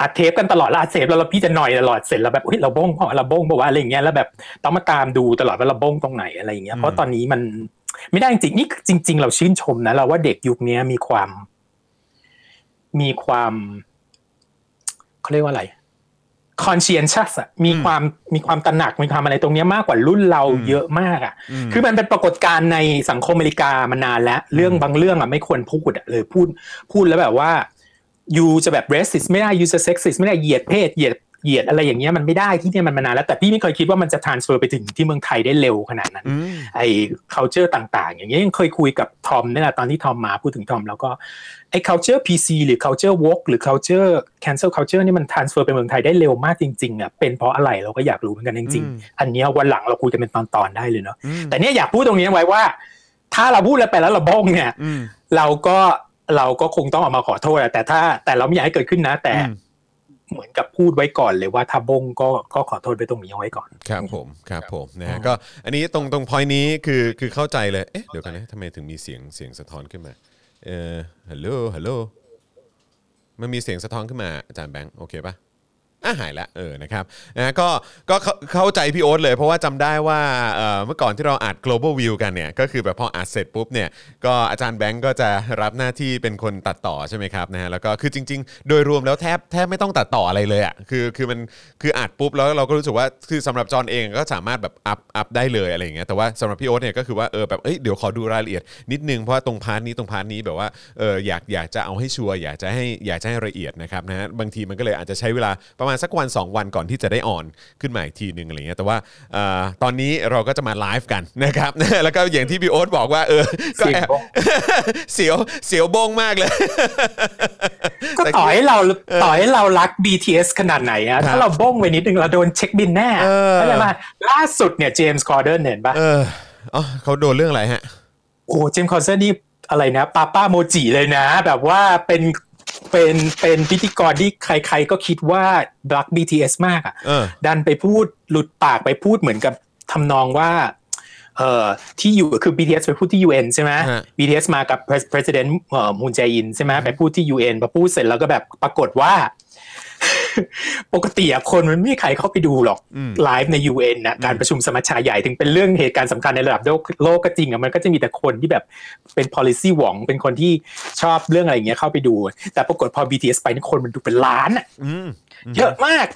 Speaker 3: อัดเทปกันตลอดแล้วอัดเทปแล้วเราพี่จะหน่อยตลอดเสร็จแล้วแบบเฮ้ยเราบ้งเพราะเราบ้งเพราะว่าอะไรอย่างเงี้ยแล้วแบบต้องมาตามดูตลอดว่าเราบ้งตรงไหนอะไรอย่างเงี้ยเพราะตอนนี้มันไม่ได้จริงๆนี่จริง ๆ เราชื่นชมนะเราว่าเด็กยุคเนี้ยมีความ มีความเขาเรียกว่าอะไร conscientious อะมีความมีความตระหนักมีความอะไรตรงเนี้ยมากกว่ารุ่นเราเยอะมากอะคือมันเป็นปรากฏการณ์ในสังคมอเมริกามานานแล้ว เรื่องบางเรื่องอะไม่ควรพูดอะเลยพูดพูดแล้วแบบว่ายูจะแบบ racist ไม่ได้ยูจะ sexist ไม่ได้เหยียดเพศเหยียด เหยียดอะไรอย่างเงี้ยมันไม่ได้ที่เนี่ยมันมานานแล้วแต่พี่ไม่เคยคิดว่ามันจะ transfer ไปถึงที่เมืองไทยได้เร็วขนาดนั้น
Speaker 1: อืม
Speaker 3: ไอ้ culture ต่าง ๆ อย่างเงี้ยยังเคยคุยกับทอมนี่แหละตอนที่ทอมมาพูดถึงทอมแล้วก็ไอ้ culture PC หรือ culture woke หรือ culture cancel culture นี่มัน transfer ไปเมืองไทยได้เร็วมากจริงๆอ่ะเป็นเพราะอะไรเราก็อยากรู้เหมือนกันจริง
Speaker 1: อืม
Speaker 3: ๆ อันเนี้ยวันหลังเราคุยกันเป็นตอนๆได้เลยเนาะ
Speaker 1: อืม
Speaker 3: แต่เนี่ยอยากพูดตรงนี้ไว้ว่า ถ้าเราพูดแล้วไปแล้วเราบ้องเนี่ย
Speaker 1: อืม
Speaker 3: เราก็เราก็คงต้องออกมาขอโทษอะแต่ถ้าแต่เราไม่อยากให้เกิดขึ้นนะ แต่
Speaker 1: อืม
Speaker 3: เหมือนกับพูดไว้ก่อนเลยว่าถ้าบงก็ก็ขอโทษไปตรงนี้เอาไว้ก่อน
Speaker 1: ครับผมครับผมนะ
Speaker 3: อ๋
Speaker 1: ฮะ
Speaker 3: อ
Speaker 1: ก็อันนี้ตรงตรง point นี้คือคือเข้าใจเลยเอ๊ะเดี๋ยวกันนะทำไมถึงมีเสียงเสียงสะท้อนขึ้นมาเออฮัลโหลฮัลโหลมันมีเสียงสะท้อนขึ้นมาอาจารย์แบงค์โอเคปะอ่ะหายละเออนะครับนะก็ก็เข้าเข้าใจพี่โอ๊ตเลยเพราะว่าจำได้ว่าเอ่อเมื่อก่อนที่เราอัด global view กันเนี่ยก็คือแบบพออัดเสร็จปุ๊บเนี่ยก็อาจารย์แบงค์ก็จะรับหน้าที่เป็นคนตัดต่อใช่ไหมครับนะฮะแล้วก็คือจริง ๆ โดยรวมแล้วแทบแทบไม่ต้องตัดต่ออะไรเลยอ่ะคือคือมันคืออัดปุ๊บแล้วเราก็รู้สึกว่าคือสำหรับจอห์นเองก็สามารถแบบอัพอัพได้เลยอะไรอย่างเงี้ยแต่ว่าสำหรับพี่โอ๊ตเนี่ยก็คือว่าเออแบบเอ้ยเดี๋ยวขอดูรายละเอียดนิดนึงเพราะว่าตรงพาร์ทนี้ตรงพาร์ทนี้แบบว่าเอออยากอยากจะเอาให้ชัวร์อยากจะให้อยากจะให้ละเอียดนะครับนะฮะบางทีมันก็เลยอาจจะใช้เวลาประมาณสักวัน 2 วันก่อนที่จะได้ออนขึ้นมาอีกทีหนึ่งอะไรเงี้ยแต่ว่าเอ่อตอนนี้เราก็จะมาไลฟ์กันนะครับ แล้วก็อย่างที่พี่โอ๊ตบอกว่าเออก็
Speaker 3: เสีย
Speaker 1: แอง บ
Speaker 3: บ้อง
Speaker 1: เสียว เสียวบงมากเลย
Speaker 3: ก็ต่อให้เราต่อให้เรารัก BTS ขนาดไหน
Speaker 1: ครั
Speaker 3: อะ
Speaker 1: บ
Speaker 3: ถ้าเราบ้งไปนิดนึงเราโดนเช็คบินแน่
Speaker 1: เออ
Speaker 3: เข้าใจป่ะล่าสุดเนี่ยเจมส์คอร์เดนเห็นป่ะ
Speaker 1: เอออ๋อเขาโดนเรื่องอะไรฮะ
Speaker 3: โอ้เจมส์คอร์เดนนี่อะไรนะป้าป้าโมจิเลยนะ แบบว่าเป็นเป็นเป็นพิธีกรที่ใครๆก็คิดว่ารัก BTS มากอะ
Speaker 1: เออ
Speaker 3: ดันไปพูดหลุดปากไปพูดเหมือนกับทำนองว่าเอ่อที่อยู่คือ BTS ไปพูดที่ UN ใช่ไหม
Speaker 1: ฮะ
Speaker 3: BTS มากับ pres- president เอ่อมูนแจอินใช่ไหมไปพูดที่ UN พอพูดเสร็จแล้วก็แบบปรากฏว่า ปกติอะคนมันไม่มีใครเข้าไปดูหรอก
Speaker 1: อืม
Speaker 3: ไลฟ์ใน UN นะการประชุมสมัชชาใหญ่ถึงเป็นเรื่องเหตุการณ์สำคัญในระดับโลกโลกก็จริงอะมันก็จะมีแต่คนที่แบบเป็น policy หวงเป็นคนที่ชอบเรื่องอะไรอย่างเงี้ยเข้าไปดู แต่ปรากฏพอ BTS ไปนี่คนมันดูเป็นล้านอะ
Speaker 1: อืม
Speaker 3: เยอะมาก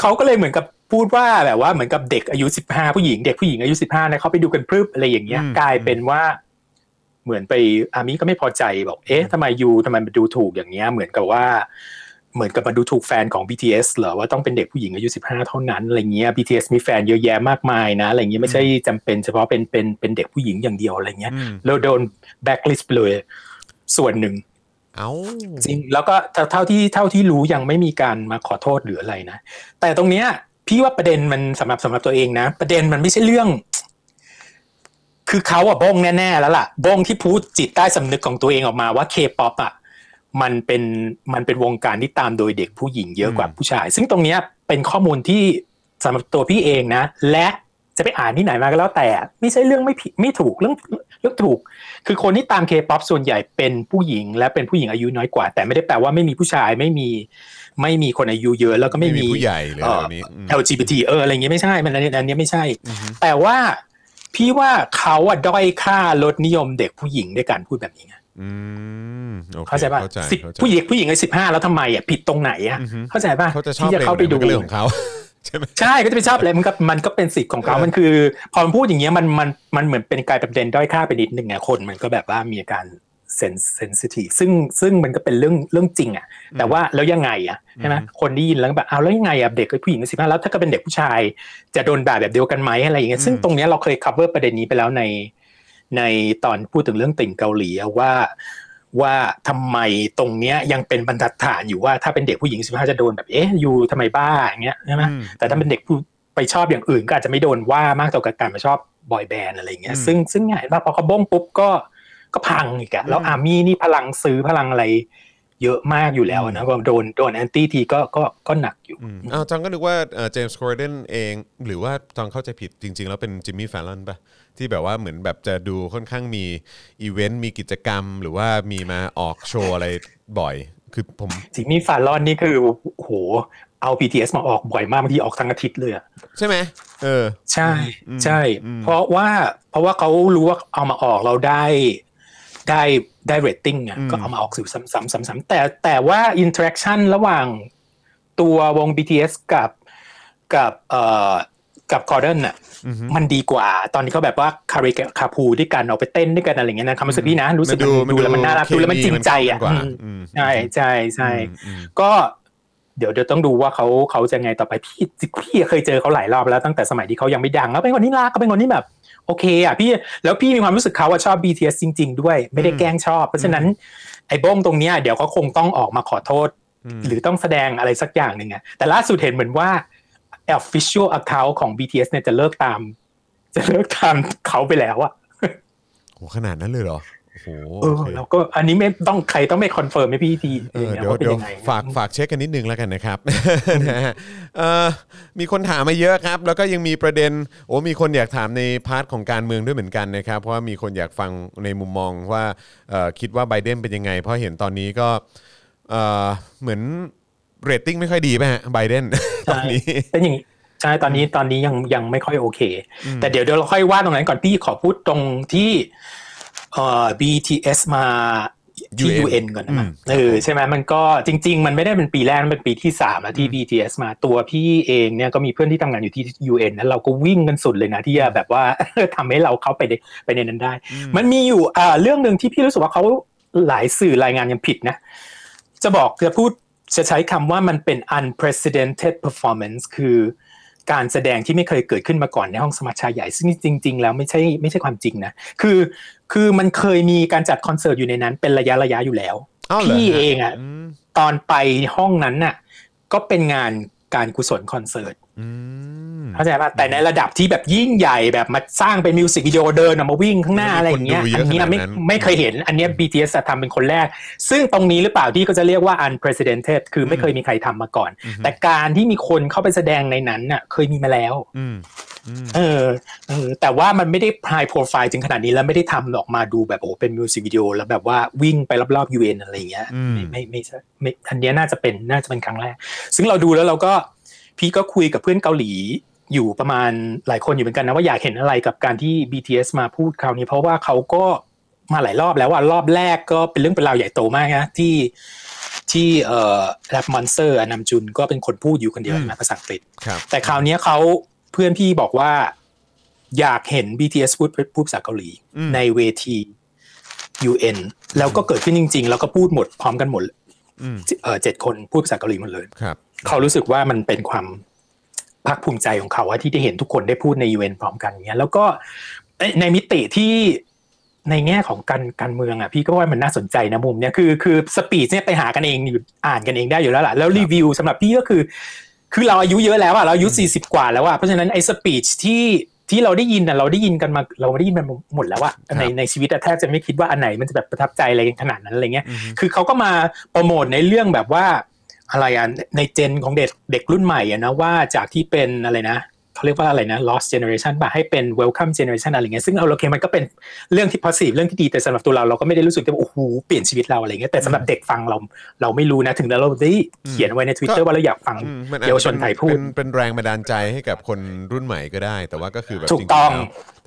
Speaker 3: เขาก็เลยเหมือนกับพูดว่าแบบว่าเหมือนกับเด็กอายุสิบห้าผู้หญิงเด็กผู้หญิงอายุสิบห้านะเขาไปดูกันพรึบอะไรอย่างเงี้ย
Speaker 1: อืม
Speaker 3: กลายเป็นว่า เหมือนไปอามิก็ไม่พอใจบอกเอ๊ะทำไมยูทำไมมาดูถูกอย่างเงี้ยเหมือนกับว่า เหมือนกับมาดูถูกแฟนของ BTS เหรอว่าต้องเป็นเด็กผู้หญิงอายุ 15 เท่านั้นอะไรเงี้ย BTS มีแฟนเยอะแยะมากมายนะอะไรเงี้ยไม่ใช่จำเป็นเฉพาะเป็นเป็นเป็นเด็กผู้หญิงอย่างเดียวอะไรเงี้ย
Speaker 1: อืม
Speaker 3: แล้วโดนแบ็คลิสต์ไปเลยส่วนหนึ่ง
Speaker 1: เอ้า
Speaker 3: จริงแล้วก็เท่าเท่าที่เท่าที่รู้ยังไม่มีการมาขอโทษหรืออะไรนะ แต่ตรงเนี้ย พี่ว่าประเด็นมันสำหรับสำหรับตัวเองนะ ประเด็นมันไม่ใช่เรื่อง คือเขาอะบงแน่ ๆ แล้วล่ะบงที่พูดจิตใต้สำนึกของตัวเองออกมาว่าเคป๊อปอะมันเป็นมันเป็นวงการที่ตามโดยเด็กผู้หญิงเยอะกว่า
Speaker 1: อืม
Speaker 3: ผู้ชาย ซึ่งตรงเนี้ยเป็นข้อมูลที่สำหรับตัวพี่เองนะ และจะไปอ่านที่ไหนมาก็แล้วแต่ ไม่ใช่เรื่องไม่ผิดไม่ถูกเรื่องเรื่องถูก คือคนที่ตามเคป๊อปส่วนใหญ่เป็นผู้หญิงและเป็นผู้หญิงอายุน้อยกว่า แต่ไม่ได้แปลว่าไม่มีผู้ชายไม่มี ไม่มีคนอายุเยอะแล้วก็ไม่มี
Speaker 1: ผู้ใหญ่เลย
Speaker 3: เอ่อ
Speaker 1: แบบนี้อืม
Speaker 3: LGBT เอออะไรอย่างเงี้ยไม่ใช่ มันอันนี้อันนี้ไม่ใช่
Speaker 1: อือฮึ
Speaker 3: แต่ว่าพี่ว่าเขาอะด้อยค่าลดนิยมเด็กผู้หญิงด้วยการพูดแบบนี้ไง
Speaker 1: อืมโอค
Speaker 3: เข้าใจป่ะ
Speaker 1: เข้าใจ
Speaker 3: สิบ
Speaker 1: เข้าใจ
Speaker 3: ผู้หญิงผู้หญิงอายุสิบห้าแล้วทำไมอะผิดตรงไหนอะ
Speaker 1: อือฮึ
Speaker 3: เข้าใจป่ะ
Speaker 1: เขาจะชอบ
Speaker 3: ที่จะเข้าไปดู
Speaker 1: เรื่องของเขา ใช่ไหม
Speaker 3: ใช่ก็จะไปชอบอะไรมันก็มันก็เป็นสิทธิ์ของเขา
Speaker 1: เออ
Speaker 3: มันคือ พอมันพูดอย่างเงี้ยมันมันมันเหมือนเป็นกลายเป็นประเด็นด้อยค่าไปนิดนึงไงคนมันก็แบบว่ามีอาการเซนเซนซิทีฟซึ่งซึ่งมันก็เป็นเรื่องเรื่องจริงอ่ะแต่ว่าแล้วยังไงอ่ะใช่ไหมคนได้ยินแล้วก็แบบเอาวแล้วยังไงอ่ะเด็กผู้หญิงสิบห้าแล้วถ้าเก็เป็นเด็กผู้ชาย จะโดนด่าแบบเดียวกันไหมอะไรอย่างเงี้ยซึ่งตรงเนี้ยเราเคย cover ประเด็นนี้ไปแล้วใน ในตอนพูดถึงเรื่องติ่งเกาหลีอะว่าว่าทำไมตรงเนี้ยยังเป็นบรรทัดฐานอยู่ว่าถ้าเป็นเด็กผู้หญิงสิบห้าจะโดนแบบเอ๊ะอยู่ทำไมบ้าอย่างเงี้ยใช่ไหม
Speaker 1: อืม
Speaker 3: แต่ถ้าเป็นเด็กผู้ไปชอบอย่างอื่นก็อาจจะไม่โดนว่ามากต่อกับการมาชอบบอยแบนด์อะไรอย่างเงี้ย
Speaker 1: อืม
Speaker 3: ซึ่งซึ่งไงว่าพอเขาบ้งปุ๊บก็ก็พังอีกอะแล้ว
Speaker 1: อืม
Speaker 3: อาร์มี่นี่พลังซื้อพลังอะไร เยอะมากอยู่แล้วนะพอโดนโดนแอนตี้ทีก็ก็ก็หนักอยู่
Speaker 1: อืมอ้าวจองก็นึกว่าเจมส์คอร์เดนเอง หรือว่าจองเข้าใจผิดจริง ๆ แล้วเป็นจิมมี่ฟลอนปะที่แบบว่าเหมือนแบบจะดูค่อนข้างมีอีเวนต์มีกิจกรรม หรือว่ามีมาออกโชว์อะไรบ่อย คือผม
Speaker 3: จิมมี่ฟาลอนนี่คือโอ้โหเอา BTS มาออกบ่อยมากบางทีออกทั้งอาทิตย์เลยอะ
Speaker 1: ใช่ไหมเออ
Speaker 3: ใช่
Speaker 1: อืม
Speaker 3: ใช่
Speaker 1: อืม
Speaker 3: เพราะว่าเพราะว่าเขารู้ว่าเอามาออกเราได้ได้ได้เรตติ้งอะก็เอามาออกสื่อซ้ำๆๆๆแต่แต่ว่าอินเทอร์แอคชั่นระหว่าง ตัววง BTS กับกับเอ่อกับคอร์เดนน่ะ
Speaker 1: อือฮึ
Speaker 3: มันดีกว่า ตอนนี้เขาแบบว่าคาริคาพูด้วยกันออกไปเต้นด้วยกันอะไรอย่างเงี้ยนะคำรู้สึกพี่นะ รู้สึก
Speaker 1: มันดู
Speaker 3: มันดูแล้วมันน่ารัก
Speaker 1: เคมี
Speaker 3: ดูแล้วมันจริงใจอ่ะ
Speaker 1: มันกว้างกว่า
Speaker 3: อืม
Speaker 1: อืม
Speaker 3: ใช่ใช่ใช่
Speaker 1: อืมอืม
Speaker 3: ก็ เดี๋ยวเดี๋ยวต้องดูว่าเขาเขาจะไงต่อไปพี่พี่เคยเจอเขาหลายรอบแล้วตั้งแต่สมัยที่เขายังไม่ดังแล้วเป็นคนที่รักก็เป็นคนที่แบบ โอเคอ่ะพี่แล้วพี่มีความรู้สึกเขาว่าชอบ BTS จริง ๆ ด้วยไม่ได้แกล้งชอบ เพราะฉะนั้นไอ้บ้งตรงเนี้ยเดี๋ยวเขาคงต้องออกมาขอโทษ หรือต้องแสดงอะไรสักอย่างหนึ่งอะแต่ล่าสุดเห็นเหมือนว่า official account ของ BTS เนี่ยจะเลิกตาม จะเลิกตามเขาไปแล้วอะ
Speaker 1: โหขนาดนั้นเลยเหรอโอ้โห
Speaker 3: เออ
Speaker 1: โอเค
Speaker 3: แล้วก็อันนี้ไม่ต้องใครต้องไปคอนเฟิร์มให้พี่ที
Speaker 1: เออ
Speaker 3: นะ
Speaker 1: เดี๋ยว
Speaker 3: ว่าเป็น
Speaker 1: เดี๋ยว
Speaker 3: ยังไง
Speaker 1: ฝากฝากเช็คกันนิดนึงแล้วกันนะครับ นะฮะเอ่อมีคนถามมาเยอะครับ แล้วก็ยังมีประเด็นโอ้มีคนอยากถามในพาร์ทของการเมืองด้วยเหมือนกันนะครับ เพราะว่ามีคนอยากฟังในมุมมองว่าเอ่อคิดว่าไบเดนเป็นยังไง เพราะเห็นตอนนี้ก็เอ่อเหมือนเรตติ้งไม่ค่อยดีไหมฮะไบเดน ตอนนี้
Speaker 3: เป็นอย่างใช่ตอนนี้ตอนนี้ยังยังไม่ค่อยโอเค แต่เดี๋ยวเดี๋ยวเราค่อยว่าตรงนั้นก่อนพี่ขอพูดตรงที่เอ่อ BTS มาที่
Speaker 1: UN
Speaker 3: UN ก่อนนะ
Speaker 1: อืม
Speaker 3: เออใช่ไหมมันก็จริง ๆ มันไม่ได้เป็นปีแรกมันเป็นปีที่สามแล้วที่ BTS มาตัวพี่เองเนี่ยก็มีเพื่อนที่ทำงานอยู่ที่ UN แล้วเราก็วิ่งกันสุดเลยนะที่จะแบบว่า ทำให้เราเข้าไปในไปในนั้นได้ มันมีอยู่อ่าเรื่องหนึ่งที่พี่รู้สึกว่าเขาหลายสื่อรายงานยังผิดนะ จะบอกจะพูดจะใช้คำว่ามันเป็น unprecedented performance คือการแสดงที่ไม่เคยเกิดขึ้นมาก่อนในห้องสมัชชาใหญ่ ซึ่งจริง ๆ แล้วไม่ใช่ไม่ใช่ความจริงนะ คือ คือมันเคยมีการจัดคอนเสิร์ตอยู่ในนั้นเป็นระยะระยะอยู่แล้ว
Speaker 1: อ้าวเหรอ
Speaker 3: พี่
Speaker 1: ฮะ
Speaker 3: เองอะ
Speaker 1: ม
Speaker 3: ตอนไปห้องนั้นน่ะก็เป็นงานการกุศลคอนเสิร์ต
Speaker 1: อืม
Speaker 3: เข้าใจป่ะแต่ในระดับที่แบบยิ่งใหญ่แบบมาสร้างเป็นมิวสิกวิดีโอเดินออกมาวิ่งข้างหน้าอะไรอย่างเงี้ยอันเนี้ยไม่ไม่เคยเห็นอันเนี้ย BTS ทำเป็นคนแรก ซึ่งตรงนี้หรือเปล่าที่ก็จะเรียกว่า unprecedented คือไม่เคยมีใครทำมาก่อน แต่การที่มีคนเข้าไปแสดงในนั้นน่ะเคยมีมาแล้ว
Speaker 1: อืมอืม
Speaker 3: เออเออแต่ว่ามันไม่ได้ high profile ถึงขนาดนี้แล้วไม่ได้ทำออกมาดูแบบโอ้โหเป็นมิวสิกวิดีโอแล้วแบบว่าวิ่งไปรอบๆ UN อะไรอย่างเงี้ย
Speaker 1: อืม
Speaker 3: ไม่ไม่ไม่ใช่ไม่อันเนี้ยน่าจะเป็นน่าจะเป็นครั้งแรก ซึ่งเราดูแล้วเราก็พี่ก็คุยกับเพื่อนเกาหลีอยู่ประมาณหลายคนอยู่เหมือนกันนะว่าอยากเห็นอะไรกับการที่ BTS มาพูดคราวนี้ เพราะว่าเขาก็มาหลายรอบแล้วว่ารอบแรกก็เป็นเรื่องเป็นราวใหญ่โตมากนะที่ที่เอ่อแรปมอนสเตอร์นำจุนก็เป็นคนพูดอยู่คนเดียวนะภาษาอังกฤษ
Speaker 1: ครับ
Speaker 3: แต่คราวเนี้ยเขาเพื่อนพี่บอกว่าอยากเห็น BTS พูดพูดภาษาเกาหลี
Speaker 1: อืม
Speaker 3: ในเวที UN แล้วก็เกิดขึ้นจริง ๆ แล้วก็พูดหมดพร้อมกันหมด
Speaker 1: อืม
Speaker 3: เอ่อเจ็ดคนพูดภาษาเกาหลีหมดเลย
Speaker 1: ครับ
Speaker 3: เขารู้สึกว่ามันเป็นความภาคภูมิใจของเขาว่าที่ได้เห็นทุกคนได้พูดใน UN พร้อมกันอย่างเงี้ยแล้วก็ในในมิติที่ในแง่ของการการเมืองอ่ะพี่ก็ว่ามันน่าสนใจนะมุมเนี้ยคือคือสปีดเนี่ยไปหากันเองอยู่อ่านกันเองได้อยู่แล้วล่ะแล้วรีวิวสำหรับพี่ก็คือ คือเราอายุเยอะแล้วอ่ะเราอายุ40 กว่าแล้วอ่ะเพราะฉะนั้นไอ้สปีดที่ที่เราได้ยินอ่ะเราได้ยินกันมาเราได้ยินมันหมดแล้วอ่ะ
Speaker 1: ครับ
Speaker 3: ในในชีวิตอะแทบจะไม่คิดว่าอันไหนมันจะแบบประทับใจอะไรกันขนาดนั้นอะไรเงี้ย
Speaker 1: อืม
Speaker 3: คือเขาก็มาโปรโมทในเรื่องแบบว่าอะไรอ่ะในเจนของเด็กเด็กรุ่นใหม่อ่ะนะว่าจากที่เป็นอะไรนะเขาเรียกว่าอะไรนะ lost generation ป่ะให้เป็น welcome generation อะไรเงี้ยซึ่งเอาโอเคมันก็เป็นเรื่องที่ positive เรื่องที่ดีแต่สำหรับตัวเราเราก็ไม่ได้รู้สึกว่าโอ้โหเปลี่ยนชีวิตเราอะไรเงี้ยแต่สำหรับเด็กฟังเราเราไม่รู้นะถึงแล้วเราได้เขียนไว้ใน Twitter ว่าเราอยากฟัง
Speaker 1: อืมมัอาจจะ
Speaker 3: เยาวชนไทยพูด
Speaker 1: เป็นเป็นแรงบันดาลใจให้กับคนรุ่นใหม่ก็ได้ แต่ว่าก็คือแบบ
Speaker 3: ถูกต้อง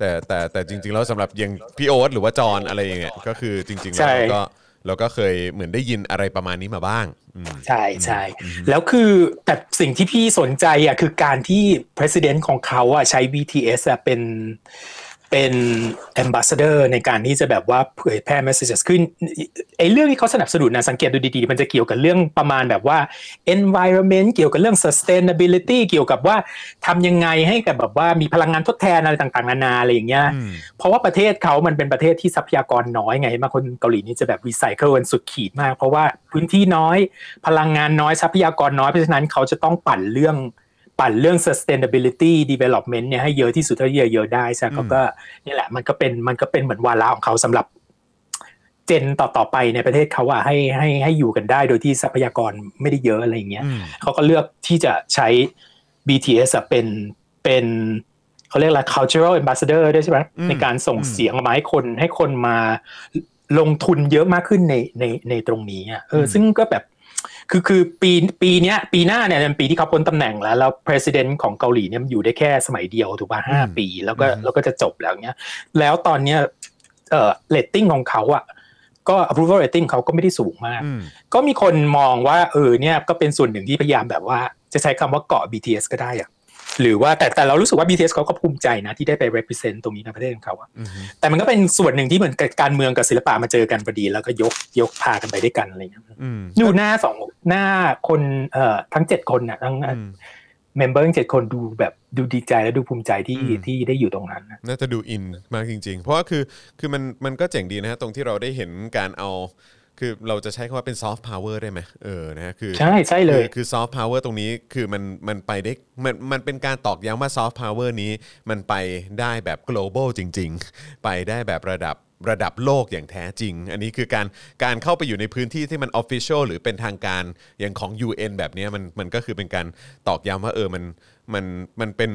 Speaker 1: จริๆแล้วแต่แต่แต่จริง ๆ แล้วสำหรับอย่างพี่โอ๊ตหรือว่าจอนอะไรอย่างเงี้ยก็คือจริง ๆ
Speaker 3: ใช่
Speaker 1: แล้วเราก็เราก็เคยเหมือนได้ยินอะไรประมาณนี้มาบ้างอืม
Speaker 3: ใช่ใช่แล้วคือแต่สิ่งที่พี่สนใจอ่ะคือการที่ president ของเขาอ่ะใช้ BTS อ่ะเป็นเป็น ambassador ในการที่จะแบบว่าเผยแพร่ messages ขึ้นไอ้เรื่องที่เขาสนับสนุนนะสังเกตดูดีๆ มันจะเกี่ยวกับเรื่องประมาณแบบว่า environment เกี่ยวกับเรื่อง sustainability เกี่ยวกับว่าทำยังไงให้กับแบบว่ามีพลังงานทดแทนอะไรต่างๆนานาอะไรอย่างเงี้ย
Speaker 1: อืม
Speaker 3: เพราะว่าประเทศเขามันเป็นประเทศที่ทรัพยากรน้อยไงมางคนเกาหลีนี่จะแบบรีไซเคิลกันสุดขีดมาก เพราะว่าพื้นที่น้อยพลังงานน้อยทรัพยากรน้อยเพราะฉะนั้นเขาจะต้องปั่นเรื่องปั่นเรื่อง sustainability development เนี่ยให้เยอะที่สุดเท่าที่จะเยอะได้ใช่ไหมเขาก็เนี่ยแหละมันก็เป็นมันก็เป็นเหมือนวาระของเขาสำหรับเจนต่อๆไปในประเทศเขาอะให้ให้ให้อยู่กันได้โดยที่ทรัพยากรไม่ได้เยอะอะไรอย่างเงี้ย
Speaker 1: อืม
Speaker 3: เขาก็เลือกที่จะใช้ BTS อะเป็นเป็นเขาเรียกอะไร cultural ambassador ด้วยใช่ไหม
Speaker 1: อืม
Speaker 3: ในการส่งเสียงออกมาให้คนให้คนมาลงทุนเยอะมากขึ้นในในในตรงนี้อะเอออซึ่งก็แบบคือคือปีปีเนี้ยปีหน้าเนี่ยเป็นปีที่เขาพ้นตำแหน่งแล้วแล้ว president ของเกาหลีเนี่ยมันอยู่ได้แค่สมัยเดียวถูกป่ะห้าปี แล้วก็แล้วก็จะจบแล้วเนี้ย แล้วตอนเนี้ยเอ่อ rating ของเขาอะก็ approval rating เขาก็ไม่ได้สูงมาก
Speaker 1: อืม
Speaker 3: ก็มีคนมองว่าเออเนี่ยก็เป็นส่วนหนึ่งที่พยายามแบบว่าจะใช้คำว่าเกาะ BTS ก็ได้อะ หรือว่าแต่แต่เรารู้สึกว่า BTS เขาก็ภูมิใจนะที่ได้ไป represent ตรงนี้ในประเทศของเขาอะ
Speaker 1: อือฮึ
Speaker 3: แต่มันก็เป็นส่วนหนึ่งที่เหมือนกับการเมืองกับศิลปะมาเจอกันพอดี แล้วก็ยกยกพากันไปด้วยกันอะไรเงี้ย
Speaker 1: อืม
Speaker 3: ดูหน้าสองหน้าคนเอ่อทั้งเจ็ดคนน่ะทั้ง
Speaker 1: อืม
Speaker 3: เมมเบอร์ทั้งเจ็ดคนดูแบบดูดีใจและดูภูมิใจที่
Speaker 1: อืม
Speaker 3: ที่ได้อยู่ตรงนั้นนะ
Speaker 1: น่าจะดูอินมากจริง ๆ เพราะว่าคือคือมันมันก็เจ๋งดีนะฮะตรงที่เราได้เห็นการเอา คือเราจะใช้คำว่าเป็นซอฟต์พาวเวอร์ได้ไหมเออนะฮะคือ
Speaker 3: ใช่ใช่เลย
Speaker 1: คือซอฟต์พาวเวอร์ตรงนี้คือมันมันไปได้มันมันเป็นการตอกย้ำว่าซอฟต์พาวเวอร์นี้ มันไปได้แบบ global จริง ๆ ไปได้แบบระดับระดับโลกอย่างแท้จริง อันนี้คือการการเข้าไปอยู่ในพื้นที่ที่มัน official หรือเป็นทางการอย่างของ UN แบบเนี้ยมันมันก็คือเป็นการตอกย้ำว่าเออมันมันมันเป็น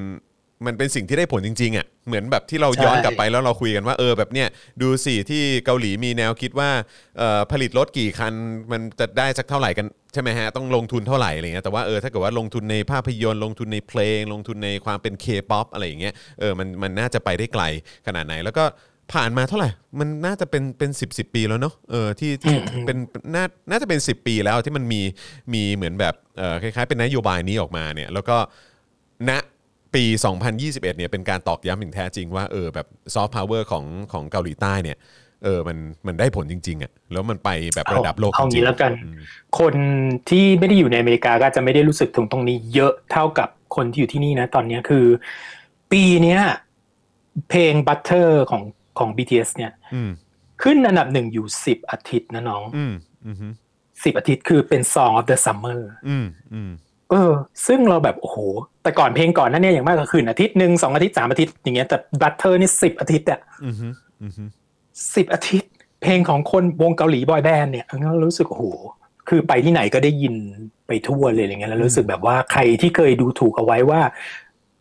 Speaker 1: มันเป็นสิ่งที่ได้ผลจริงๆอ่ะเหมือนแบบที่เราย้อนกลับ
Speaker 3: ใช่
Speaker 1: ไปแล้วเราคุยกันว่าเออแบบเนี้ยดูสิที่เกาหลีมีแนวคิดว่าเอ่อผลิตรถกี่คันมันจะได้สักเท่าไหร่กันใช่ไหมฮะต้องลงทุนเท่าไหร่อะไรเงี้ยแต่ว่าเออถ้าเกิดว่าลงทุนในภาพยนตร์ลงทุนในเพลง ลงทุนในความเป็น K-POP อะไรอย่างเงี้ยเออมันมันน่าจะไปได้ไกลขนาดไหน แล้วก็ผ่านมาเท่าไหร่ มันน่าจะเป็นเป็นสิบสิบปีแล้วเนาะเออที่ที่เป็นน่าน่าจะเป็น 10 ปีแล้วที่มันมีมีเหมือนแบบเออคล้ายๆ เป็นนโยบายนี้ออกมาเนี่ยแล้วก็ ณปี 2021 เนี่ยเป็นการตอกย้ำอย่างแท้จริงว่าเออแบบซอฟต์พาวเวอร์ของของเกาหลีใต้เนี่ยเออมันมันได้ผลจริงๆอ่ะแล้วมันไปแบบระดับโลกจ
Speaker 3: เอา
Speaker 1: ริ
Speaker 3: งี้
Speaker 1: ง
Speaker 3: แล้วกัน คนที่ไม่ได้อยู่ในอเมริกาก็อาจจะไม่ได้รู้สึกถึงตรงนี้เยอะเท่ากับคนที่อยู่ที่นี่นะ ตอนเนี้ยคือ ปีเนี้ยเพลง Butter ของของ BTS เนี่ย
Speaker 1: ๆอืม
Speaker 3: ขึ้นอันดับหนึ่งอยู่สิบอาทิตย์นะน้อง
Speaker 1: อืมอืมอืม
Speaker 3: สิบอาทิตย์คือเป็น Song of the Summer
Speaker 1: อืมอืม
Speaker 3: เออ ซึ่งเราแบบ โอ้โห แต่ก่อนเพลงก่อนหนั่นเนี่ยอย่างมากก็คืนอาทิตย์หนึ่งสองอาทิตย์สามอาทิตย์อย่างเงี้ยแต่ Butter นี่สิบอาทิตย์อะ
Speaker 1: อืมอืมอืมอืม
Speaker 3: สิบอาทิตย์ เพลงของคนวงเกาหลีบอยแบนด์เนี่ยเรารู้สึกโอ้โห คือไปที่ไหนก็ได้ยินไปทั่วเลยอะไรเงี้ยแล้วรู้สึกแบบว่าใครที่เคยดูถูกเอาไว้ว่า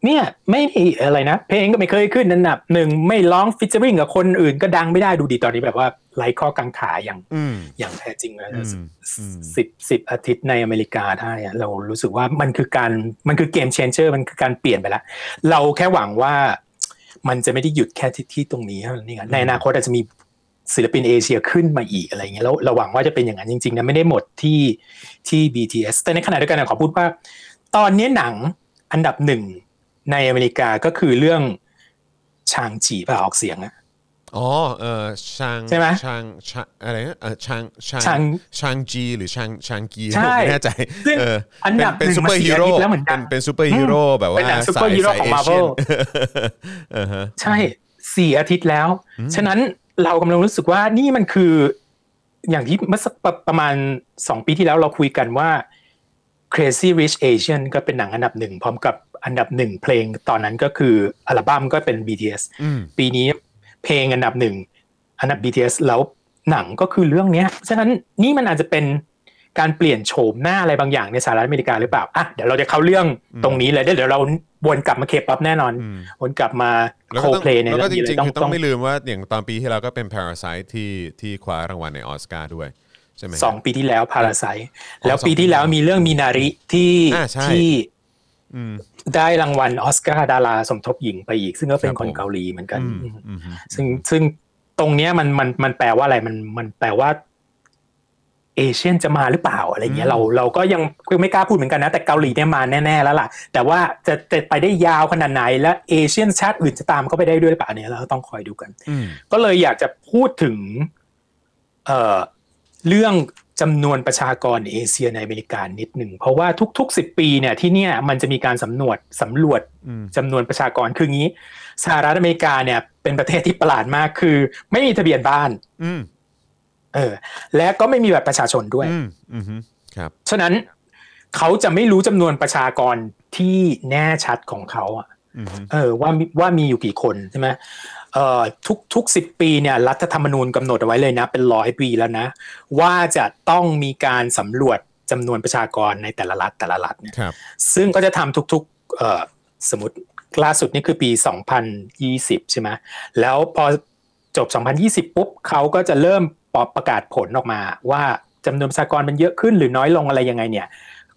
Speaker 3: เนี่ยไม่มีอะไรนะ เพลงก็ไม่เคยขึ้นอันดับหนึ่งไม่ร้องฟิชเชอริงกับคนอื่นก็ดังไม่ได้ดูดีตอนนี้แบบว่าไร้ข้อกังขาอย่าง
Speaker 1: อืม
Speaker 3: อย่างแท้จริงนะ
Speaker 1: อืมอืม
Speaker 3: สิบสิบอาทิตย์ในอเมริกาได้อะเรารู้สึกว่ามันคือการมันคือเกมเชนเจอร์มันคือการเปลี่ยนไปแล้ว เราแค่หวังว่ามันจะไม่ได้หยุดแค่ที่ที่ตรงนี้เท่านั้นเองอะในอนาคตอาจจะมีศิลปินเอเชียขึ้นมาอีกอะไรอย่างเงี้ยแล้วเราหวังว่าจะเป็นอย่างนั้นจริงๆนะไม่ได้หมดที่ที่ BTS แต่ในขณะเดียวกันนะขอพูดว่า ตอนนี้หนังอันดับหนึ่งในอเมริกาก็คือเรื่องชางจีป่ะออกเสียงอะ
Speaker 1: อ๋อเออชาง
Speaker 3: ใช่ไหม
Speaker 1: ชางชางอะไรนะเออชางชาง
Speaker 3: ชาง
Speaker 1: ชางจีหรือชางชางกีผม
Speaker 3: ใช่
Speaker 1: ไม่แน่ใจ
Speaker 3: ซึ่ง
Speaker 1: เอออน
Speaker 3: ดับ
Speaker 1: เป็น
Speaker 3: ห
Speaker 1: เป็น
Speaker 3: นึ่ง
Speaker 1: ซูเปอร์ฮีโร่
Speaker 3: มาสี่อาทิตย์แล้วเหมือนกั
Speaker 1: เป็น นเป็นซูเปอร์ฮีโร่แบบว่า
Speaker 3: เป็นหนังซูเปอร์
Speaker 1: สาย
Speaker 3: ฮีโร่
Speaker 1: สาย
Speaker 3: ของ
Speaker 1: เอเชียน
Speaker 3: Marvel
Speaker 1: เออฮ ะ
Speaker 3: ใช่สี่อาทิตย์แล้ว ฉะนั้นเรากำลังรู้สึกว่านี่มันคือ อย่างที่เมื่อสักประประมาณสองปีที่แล้วเราคุยกันว่า Crazy Rich Asian ก็เป็นหนังอันดับหนึ่งพร้อมกับอันดับหนึ่งเพลงตอนนั้นก็คืออัลบั้มก็เป็น BTS
Speaker 1: อืม
Speaker 3: ปีนี้เพลงอันดับหนึ่งอันดับ BTS แล้วหนังก็คือเรื่องเนี้ยฉะนั้นนี่มันอาจจะเป็นการเปลี่ยนโฉมหน้าอะไรบางอย่างในสหรัฐอเมริกาหรือเปล่าอ่ะเดี๋ยวเราจะเข้าเรื่องตรงนี้เลยเดี๋ยวเราวนกลับมาเคป๊อปแน่นอน
Speaker 1: อืม
Speaker 3: วนกลับมา
Speaker 1: แล้ว
Speaker 3: โค
Speaker 1: ก็ต้อง
Speaker 3: เพลใน
Speaker 1: แล้ว
Speaker 3: เรื่
Speaker 1: ก็
Speaker 3: อง
Speaker 1: จริง
Speaker 3: นี้เลยต้
Speaker 1: ๆคือต้อ
Speaker 3: องต้อง ง
Speaker 1: ไม่ลืมว่าอย่างตอนปีที่แล้วก็เป็น Parasite ที่ที่คว้ารางวัลในออสการ์ด้วย ใช่ไหมฮะ
Speaker 3: สองปีที่แล้วพาราไซ
Speaker 1: อ
Speaker 3: แล้ว
Speaker 1: สองปี
Speaker 3: ปีที่แล้วมีเรื่องมีนาริที่
Speaker 1: อ่าใช่
Speaker 3: ที่
Speaker 1: อืม
Speaker 3: ได้รางวัลออสการ์ดาราสมทบหญิงไปอีก ซึ่งก็เป็
Speaker 1: ครั
Speaker 3: น
Speaker 1: บ
Speaker 3: คน
Speaker 1: ผม
Speaker 3: เกาหลีเหมือนกัน
Speaker 1: อืมอืม
Speaker 3: ซึ่งซึ่งตรงเนี้ยมันมันมันแปลว่าอะไรมันมันแปลว่าเอเชียนจะมาหรือเปล่าอะไรเงี้ยเราเราก็ยังไม่กล้าพูดเหมือนกันนะ แต่เกาหลีเนี่ยมาแน่ๆแล้วล่ะ แต่ว่าจะจะไปได้ยาวขนาดไหนและเอเชียนชาติอื่นจะตามเข้าไปได้ด้วยหรือเปล่าอันเนี่ยเราก็ต้องคอยดูกัน
Speaker 1: อืม
Speaker 3: ก็เลยอยากจะพูดถึงเอ่อเรื่องจำนวนประชากรเอเชียในอเมริกานิดหนึ่ง เพราะว่าทุกๆ 10 ปีเนี่ยที่เนี่ยมันจะมีการสำรวจสำรวจ
Speaker 1: อืม
Speaker 3: จำนวนประชากรคืองี้สหรัฐอเมริกาเนี่ยเป็นประเทศที่ประหลาดมากคือ ไม่มีทะเบียนบ้าน
Speaker 1: อืม
Speaker 3: เออและก็ไม่มีแบบประชาชนด้วย
Speaker 1: อืมอืมอืมครับ
Speaker 3: ฉะนั้นเขาจะไม่รู้จำนวนประชากรที่แน่ชัดของเขาอะ
Speaker 1: อืม
Speaker 3: เออว่ามีว่ามีอยู่กี่คนใช่ไหมเอ่อทุกทุกสิบปีเนี่ยรัฐธรรมนูญกำหนดเอาไว้เลยนะ เป็นร้อยปีแล้วนะ ว่าจะต้องมีการสำรวจจำนวนประชากรในแต่ละรัฐแต่ละรัฐเนี่ย
Speaker 1: ครับ
Speaker 3: ซึ่งก็จะทำทุกๆเอ่อสมมติล่าสุดนี่คือปี 2020 ใช่ไหมแล้วพอจบ 2020 ปุ๊บเขาก็จะเริ่มปอประกาศผลออกมา ว่าจำนวนประชากรมันเยอะขึ้นหรือน้อยลงอะไรยังไงเนี่ย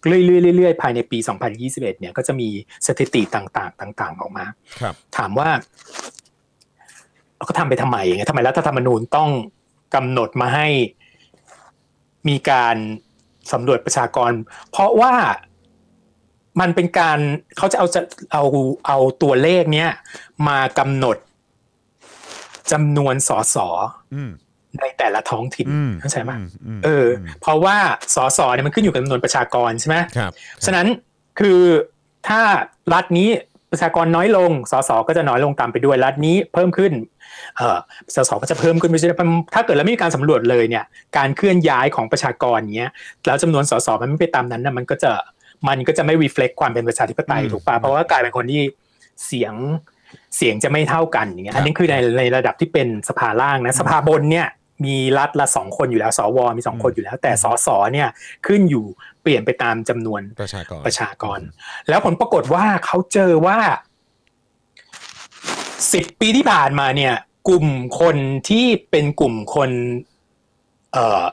Speaker 3: เรื่อยๆเรื่อยๆภายในปี 2021 เนี่ยก็จะมีสถิติต่างๆ ต่าง ๆ ออกมา
Speaker 1: ครับ
Speaker 3: ถามว่าเราก็ทำไปทำไมอย่างเงี้ยทำไมรัฐธรรมนูญต้องกำหนดมาให้มีการสำรวจประชากร เพราะว่า มันเป็นการเขาจะเอาจะเอาเอาตัวเลขเนี้ยมากำหนดจำนวนสส
Speaker 1: อืม
Speaker 3: ในแต่ละท้องถิ่น
Speaker 1: อืม
Speaker 3: เข้าใจไหม
Speaker 1: อืม
Speaker 3: เออ เพราะว่าสสเนี่ยมันขึ้นอยู่กับจำนวนประชากรใช่ไหม
Speaker 1: ครับ
Speaker 3: ฉะนั้นคือถ้ารัฐนี้ประชากรน้อยลง สสก็จะน้อยลงตามไปด้วยรัฐนี้เพิ่มขึ้นเอ่อสสก็จะเพิ่มขึ้นไปด้วยถ้าเกิดแล้วไม่มีการสำรวจเลยเนี่ยการเคลื่อนย้ายของประชากรเนี้ยแล้วจำนวนสสมันไม่ไปตามนั้นนะมันก็จะมันก็จะไม่ reflect ความเป็นประชาธิปไตยถูกปะเพราะว่ากลายเป็นคนที่เสียงเสียงจะไม่เท่ากันอย่างเงี้ยอันนี้คือในในระดับที่เป็นสภาล่างนะสภาบนเนี่ยมีรัฐละสองคนอยู่แล้วสวมีสองคนอยู่แล้ว แต่สสเนี่ยขึ้นอยู่เปลี่ยนไปตามจำนวน
Speaker 1: ประชากร
Speaker 3: ประชากร แล้วผลปรากฏว่าเขาเจอว่าสิบปีที่ผ่านมาเนี่ย กลุ่มคนที่เป็นกลุ่มคน เอ่อ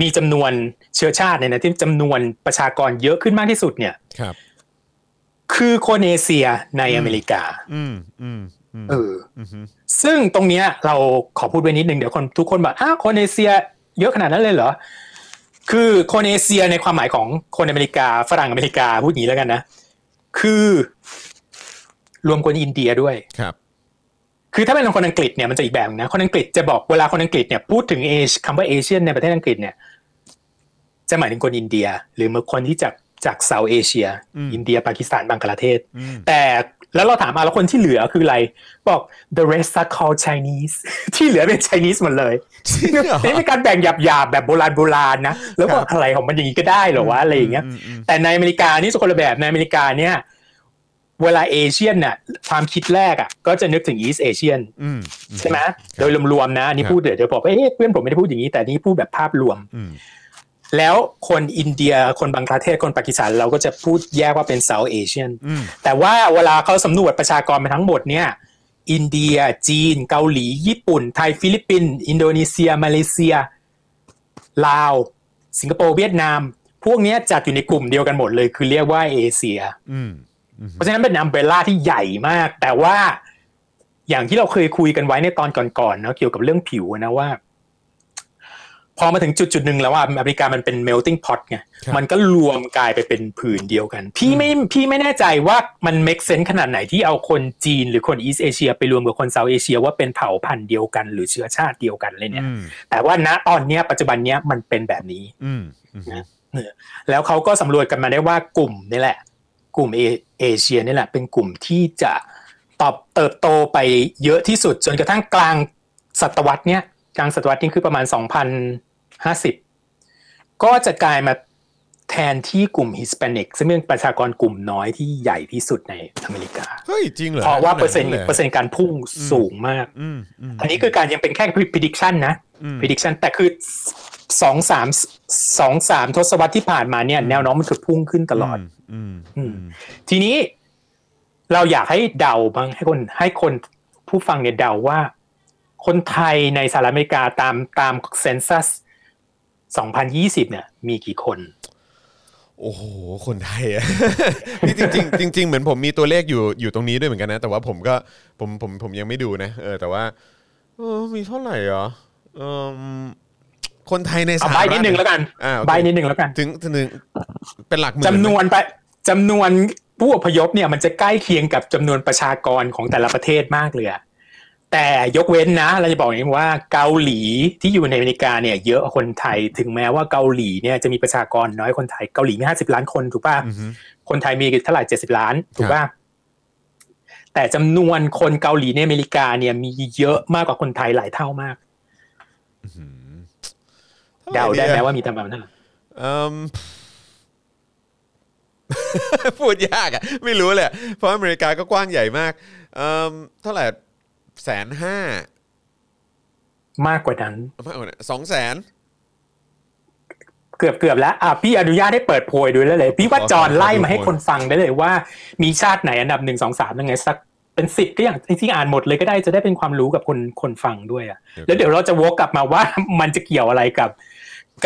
Speaker 3: มีจำนวนเชื้อชาติเนี่ยนะที่จำนวนประชากรเยอะขึ้นมากที่สุดเนี่ย
Speaker 1: ครับ
Speaker 3: คือคนเอเชียในอเมริกา
Speaker 1: อืมอืมอืม
Speaker 3: เออ
Speaker 1: มฮึ
Speaker 3: ซึ่งตรงเนี้ยเราขอพูดไว้นิดนึงเดี๋ยวคนทุกคนบอกอ้าวคนเอเชียเยอะขนาดนั้นเลยเหรอ คือคนเอเชียในความหมายของคนอเมริกา ฝรั่งอเมริกาพูดอย่างนี้แล้วกันนะ คือ รวมคนอินเดียด้วย
Speaker 1: ครับ
Speaker 3: คือถ้าเป็นคนอังกฤษเนี่ยมันจะอีกแบบนึงนะ คนอังกฤษจะบอกเวลาคนอังกฤษเนี่ยพูดถึงเอชคำว่าเอเชียนในประเทศอังกฤษเนี่ยจะหมายถึงคนอินเดีย หรือคนที่จากจากเซาเอเชีย
Speaker 1: อืม
Speaker 3: อินเดียปากีสถานบังกลาเทศ
Speaker 1: อืม
Speaker 3: แต่แล้วเราถามมาแล้วคนที่เหลือคืออะไร บอก the rest are called Chinese ที่เหลือเป็น Chinese หมดเลย
Speaker 1: จริงเหรอ
Speaker 3: นี่เป็นการแบ่งหยาบๆแบบโบราณโบราณนะ แล้วก็
Speaker 1: ครับ
Speaker 3: อะไรของมันอย่างนี้ก็ได้เหรอวะอะไรอย่างเงี้ย
Speaker 1: มม
Speaker 3: แต่ในอเมริกานี่จะคนละแบบในอเมริกาเนี่ย เวลาเอเชียนน่ะความคิดแรกอ่ะก็จะนึกถึง East Asian
Speaker 1: อืมอื
Speaker 3: ใช่ไหมโดยรวมๆนะอันนี่
Speaker 1: ครับ
Speaker 3: พูดเดี๋ยวจะบอกว่าเอ๊ะเพื่อนผมไม่ได้พูดอย่างนี้แต่นี่พูดแบบภาพรวม
Speaker 1: อืม
Speaker 3: แล้วคนอินเดียคนบังกลาเทศคนปากีสถานเราก็จะพูดแยกว่าเป็น South Asian
Speaker 1: อืม
Speaker 3: แต่ว่าเวลาเขาสำรวจประชากรไปทั้งหมดเนี่ย อินเดีย จีน เกาหลี ญี่ปุ่น ไทย ฟิลิปปินส์ อินโดนีเซีย มาเลเซีย ลาว สิงคโปร์ เวียดนาม พวกเนี้ยจัดอยู่ในกลุ่มเดียวกันหมดเลย คือเรียกว่าเอเชีย
Speaker 1: อืมอืม
Speaker 3: เพราะฉะนั้นเป็นอัมเบรลล่าที่ใหญ่มาก แต่ว่าอย่างที่เราเคยคุยกันไว้ในตอนก่อนๆเนาะเกี่ยวกับเรื่องผิวนะว่า พอมาถึงจุดจุดๆหนึ่งแล้วว่าอเมริกามันเป็น melting pot ไงมันก็รวมกลายไปเป็นผืนเดียวกัน พี่ไม่พี่ไม่แน่ใจว่ามัน make sense ขนาดไหนที่เอาคนจีนหรือคน East Asia ไปรวมกับคน South Asia ว่าเป็นเผ่าพันธุ์เดียวกันหรือเชื้อชาติเดียวกันเลยเนี่ย
Speaker 1: อืม
Speaker 3: แต่ว่าณตอนเนี้ยปัจจุบันเนี้ยมันเป็นแบบนี้
Speaker 1: อืมอืม
Speaker 3: แล้วเขาก็สำรวจกันมาได้ว่ากลุ่มนี่แหละ กลุ่มเอเอเชียนี่แหละ เป็นกลุ่มที่จะตอบเติบโตไปเยอะที่สุด จนกระทั่งกลางศตวรรษเนี้ยกลางศตวรรษนี้คือประมาณ 2050 ก็จะกลายมาแทนที่กลุ่มฮิสแปนิกซึ่งเป็นประชากรกลุ่มน้อยที่ใหญ่ที่สุดในอเมริกา
Speaker 1: เฮ้ย จริงเหรอ
Speaker 3: เพราะว่าเปอร์เซ็นต์
Speaker 1: ลย
Speaker 3: เปอร์เซ็นต์การพุ่งสูงมาก
Speaker 1: อืมอืม
Speaker 3: อันนี้คือการยังเป็นแค่ prediction นะ
Speaker 1: ม
Speaker 3: prediction แต่คือสองสามสองสามทศวรรษที่ผ่านมาเนี่ยแนวโน้มมันคือพุ่งขึ้นตลอด
Speaker 1: อืม
Speaker 3: อืม ทีนี้เราอยากให้เดาบ้างให้คนให้คนผู้ฟังเนี่ยเดาว่า คนไทยในสหรัฐอเมริกาตามตามเซนซัส2020 เนี่ย มีกี่คน
Speaker 1: โอ้โห คนไทยอะ นี่จริงๆจริงๆ เหมือนผมมีตัวเลขอยู่อยู่ตรงนี้ด้วยเหมือนกันนะ แต่ว่าผมก็ผมผมผมยังไม่ดูนะ เออแต่ว่าเออมีเท่าไหร่เหรอเออคนไทยในส
Speaker 3: เอา
Speaker 1: ห
Speaker 3: ใบ
Speaker 1: รัฐ
Speaker 3: นิดนึงแล้วกัน
Speaker 1: อ่าโอเค
Speaker 3: ใบนิดนึงแล้วกัน
Speaker 1: ถึงถึงหนึ่งเป็นหลักหมื่น
Speaker 3: จำนวนไปจำนวนผู้อพยพเนี่ยมันจะใกล้เคียงกับจำนวนประชากรของแต่ละประเทศมากเลยอะแต่ยกเว้นนะเราจะบอกอย่างนี้ว่าเกาหลีที่อยู่ในอเมริกาเนี่ยเยอะกว่าคนไทยถึงแม้ว่าเกาหลีเนี่ยจะมีประชากรน้อยคนไทยเกาหลีมีห้าสิบล้านคนถูกป่ะ
Speaker 1: อือฮึ
Speaker 3: คนไทยมีเท่าไหร่เจ็ดสิบล้าน ถูกป่ะ แต่จำนวนคนเกาหลีในอเมริกาเนี่ยมีเยอะมากกว่าคนไทยหลายเท่ามาก
Speaker 1: อื้อหือ
Speaker 3: เดาได้ไหม
Speaker 1: อะ
Speaker 3: ว่ามีจำนวนเท่าไหร่
Speaker 1: เอิ่ม พูดยากอ่ะ ไม่รู้เลยอะเพราะอเมริกาก็กว้างใหญ่มากเอิ่มเท่าไหร่แสนห้าม
Speaker 3: ากกว่านั้น
Speaker 1: มากกว่านั้นสองแสน
Speaker 3: เกือบเกือบแล้วอ่ะพี่อนุญาตให้เปิดโพยดูแล้วเลย พี่ว่าจอนไล่มาให้คนฟังได้เลยว่า มีชาติไหนอันดับหนึ่งสองสามยังไงสักเป็นสิบก็อย่างที่อ่านหมดเลยก็ได้จะได้เป็นความรู้กับคนคนฟังด้วยอ่ะ
Speaker 1: เดี๋ยว
Speaker 3: แล้วเดี๋ยวเราจะวกกลับมาว่า มันจะเกี่ยวอะไรกับ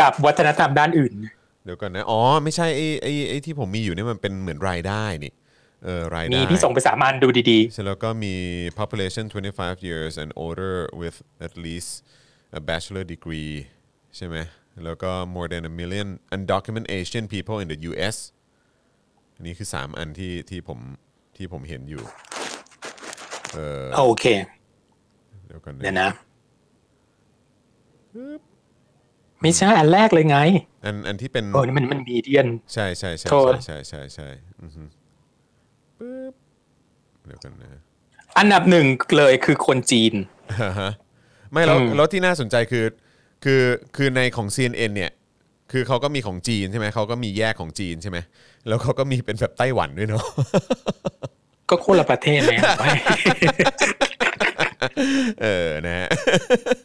Speaker 3: กับวัฒนธรรมด้านอื่น
Speaker 1: เดี๋ยวก่อนนะ อ๋อ ไม่ใช่ไอ้ไอ้ไอ้ที่ผมมีอยู่เนี่ยมันเป็นเหมือนรายได้นี่ เออ รายได้
Speaker 3: มีพี่ส่งไปสามอันดูดี
Speaker 1: เสร็จแล้วก็มี population 25 years and older with at least a bachelor degree ใช่ไหม แล้วก็ more than a million undocumented Asian people in the U.S. อันนี้คือ 3 อันที่ที่ผมที่ผมเห็นอยู่ เออ
Speaker 3: โอเค
Speaker 1: เดี๋ยวก่อน
Speaker 3: เดี๋ยวนะ ไม่ใช่อันแรกเลยไง
Speaker 1: อันอันที่เป็น
Speaker 3: โอ้นี่มันมันมีเดียน
Speaker 1: ใช่ใช่ใช่
Speaker 3: โทษ
Speaker 1: ใช่ใช่ใช่ใช่อือฮึปึ๊บเดี๋ยวกันนะ
Speaker 3: อันดับหนึ่งเลยคือคนจีน
Speaker 1: อ่าฮะไม่แล้ว
Speaker 3: อืม
Speaker 1: แล้วที่น่าสนใจคือ คือคือในของ CNN เนี่ย คือเขาก็มีของจีนใช่ไหมเขาก็มีแยกของจีนใช่ไหมแล้วเขาก็มีเป็นแบบไต้หวันด้วยเนาะ
Speaker 3: ก็คนละประเท ศเลยไม่
Speaker 1: เออนะฮะ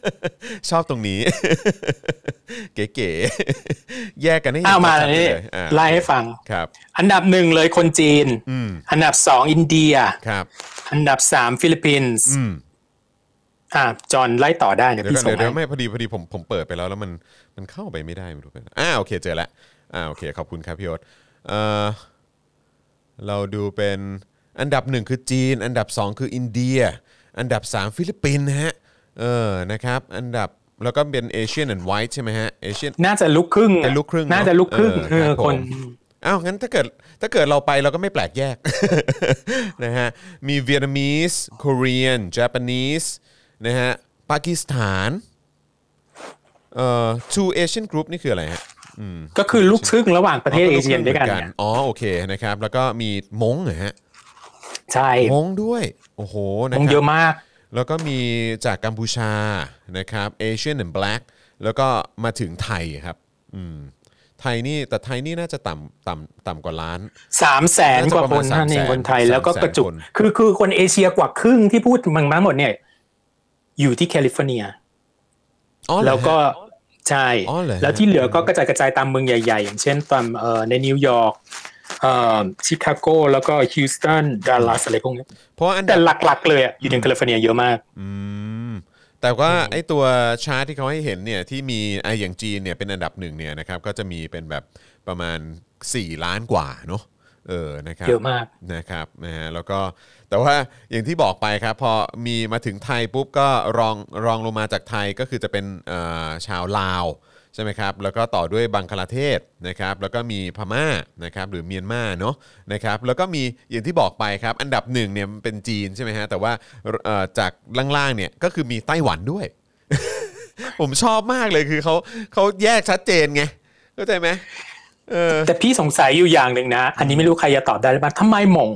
Speaker 1: ชอบตรงนี้ เก๋ๆแยกกันให้เห็น
Speaker 3: อ้าวมา
Speaker 1: ชัดๆ
Speaker 3: นี่
Speaker 1: เลยอ่า
Speaker 3: ไล่ให้ฟัง
Speaker 1: ครับ
Speaker 3: อันดับหนึ่งเลยคนจีน
Speaker 1: อืม
Speaker 3: อันดับสองอินเดีย
Speaker 1: ครับ
Speaker 3: อันดับสามฟิลิปปินส์
Speaker 1: อืม
Speaker 3: อ่าจอห์นไล่ต่อได้เดี๋ยว
Speaker 1: เดี๋ยว
Speaker 3: พี่
Speaker 1: ก่อน
Speaker 3: ส่ง
Speaker 1: เดี๋ยวเดี๋ยว
Speaker 3: ให้
Speaker 1: ไม่พอดีพอดีผมผมเปิดไปแล้วแล้วมันมันเข้าไปไม่ได้ไม่รู้เป็นอ่าโอเคเจอละอ่าโอเคขอบคุณครับพี่โอ๊ตเอ่อเราดูเป็นอันดับหนึ่งคือจีน อันดับสองคืออินเดีย อันดับสามฟิลิปปินส์นะฮะเออนะครับ อันดับแล้วก็เป็นเอเชียนแอนด์ไวท์ใช่ไหมฮะเอเชียน
Speaker 3: น่าจะลุกครึ่งอะ
Speaker 1: เป็นลูกครึ่งเนอะ
Speaker 3: น่าจะลุกครึ่ง
Speaker 1: เอ
Speaker 3: เอ
Speaker 1: อค
Speaker 3: อ
Speaker 1: รับ
Speaker 3: คน
Speaker 1: ผม อ้าวงั้นถ้าเกิดถ้าเกิดเราไปเราก็ไม่แปลกแยก นะฮะมีเวียดนามสเกาหลีญี่ปุ่นนะฮะปากีสถานเอ่อ two Asian group นี่คืออะไรฮะ
Speaker 3: ก็คือลูกครึ่งระหว่างประเทศ
Speaker 1: อ๋
Speaker 3: เอ
Speaker 1: อ
Speaker 3: เชียด้วยกัน
Speaker 1: หมื
Speaker 3: เนี่ย
Speaker 1: อ๋อโอเคนะครับ แล้วก็มีมงเหรอฮะ
Speaker 3: ใช่
Speaker 1: มงด้วย โอ้โหนะ
Speaker 3: มง
Speaker 1: ค
Speaker 3: เย
Speaker 1: รั
Speaker 3: อะมาก
Speaker 1: แล้วก็มีจากกัมพูชานะครับ Asian and Black แล้วก็มาถึงไทยครับอืมไทยนี่แต่ไทยนี่น่าจะต่ำต่ำต่ำกว่าล้าน
Speaker 3: สามแสน
Speaker 1: น่าจะ
Speaker 3: กว่าคน
Speaker 1: ประมาณ
Speaker 3: นั่นเอง
Speaker 1: 300,000
Speaker 3: คนไทยแล้วก็
Speaker 1: 300,000
Speaker 3: กระจุ
Speaker 1: ค
Speaker 3: ก
Speaker 1: น
Speaker 3: คือคือคนเอเชียกว่าครึ่งที่พูดมึงทั้งหมดเนี่ย อยู่ที่แคลิฟอร์เนีย
Speaker 1: อ๋อเหรอ
Speaker 3: แล้วก็
Speaker 1: ฮะ
Speaker 3: ใช่
Speaker 1: อ๋อเหรอฮะ
Speaker 3: แล้วที่เหลือก็กระจายกระจายตามเมืองใหญ่ ๆ อย่างเช่นตามเอ่อในนิวยอร์กเอ่อชิคาโกแล้วก็ฮิวสตันดัลลัสอะไรพวกเนี้ย
Speaker 1: เพราะว่าอันดั
Speaker 3: แต่
Speaker 1: บ
Speaker 3: หลัก ๆ เลยอะอยู่ในแคลิฟอร์เนียเยอะมาก
Speaker 1: อืมแต่ว่าไอ้ตัวชาร์ตที่เขาให้เห็นเนี่ยที่มีไอ้อย่างจีนเนี่ยเป็นอันดับหนึ่งเนี่ยนะครับก็จะมีเป็นแบบประมาณ 4 ล้านกว่าเนาะเออนะครับ
Speaker 3: เยอะมาก
Speaker 1: นะครับนะฮะแล้วก็แต่ว่าอย่างที่บอกไปครับพอมีมาถึงไทยปุ๊บก็รองรองลงมาจากไทยก็คือจะเป็นเอ่อชาวลาวใช่ไหมครับแล้วก็ต่อด้วยบังคลาเทศนะครับแล้วก็มีพม่านะครับหรือเมียนมาเนาะนะครับแล้วก็มีอย่างที่บอกไปครับอันดับหนึ่งเนี่ยมันเป็นจีนใช่ไหมฮะแต่ว่าเอ่อจากล่างๆเนี่ยก็คือมีไต้หวันด้วย ผมชอบมากเลยคือเขาเขาแยกชัดเจนไงเข้าใจไหมเออ
Speaker 3: แต่พี่สงสัยอยู่อย่างหนึ่งนะ อันนี้ไม่รู้ใครจะตอบได้หรือเปล่าทำไมหมง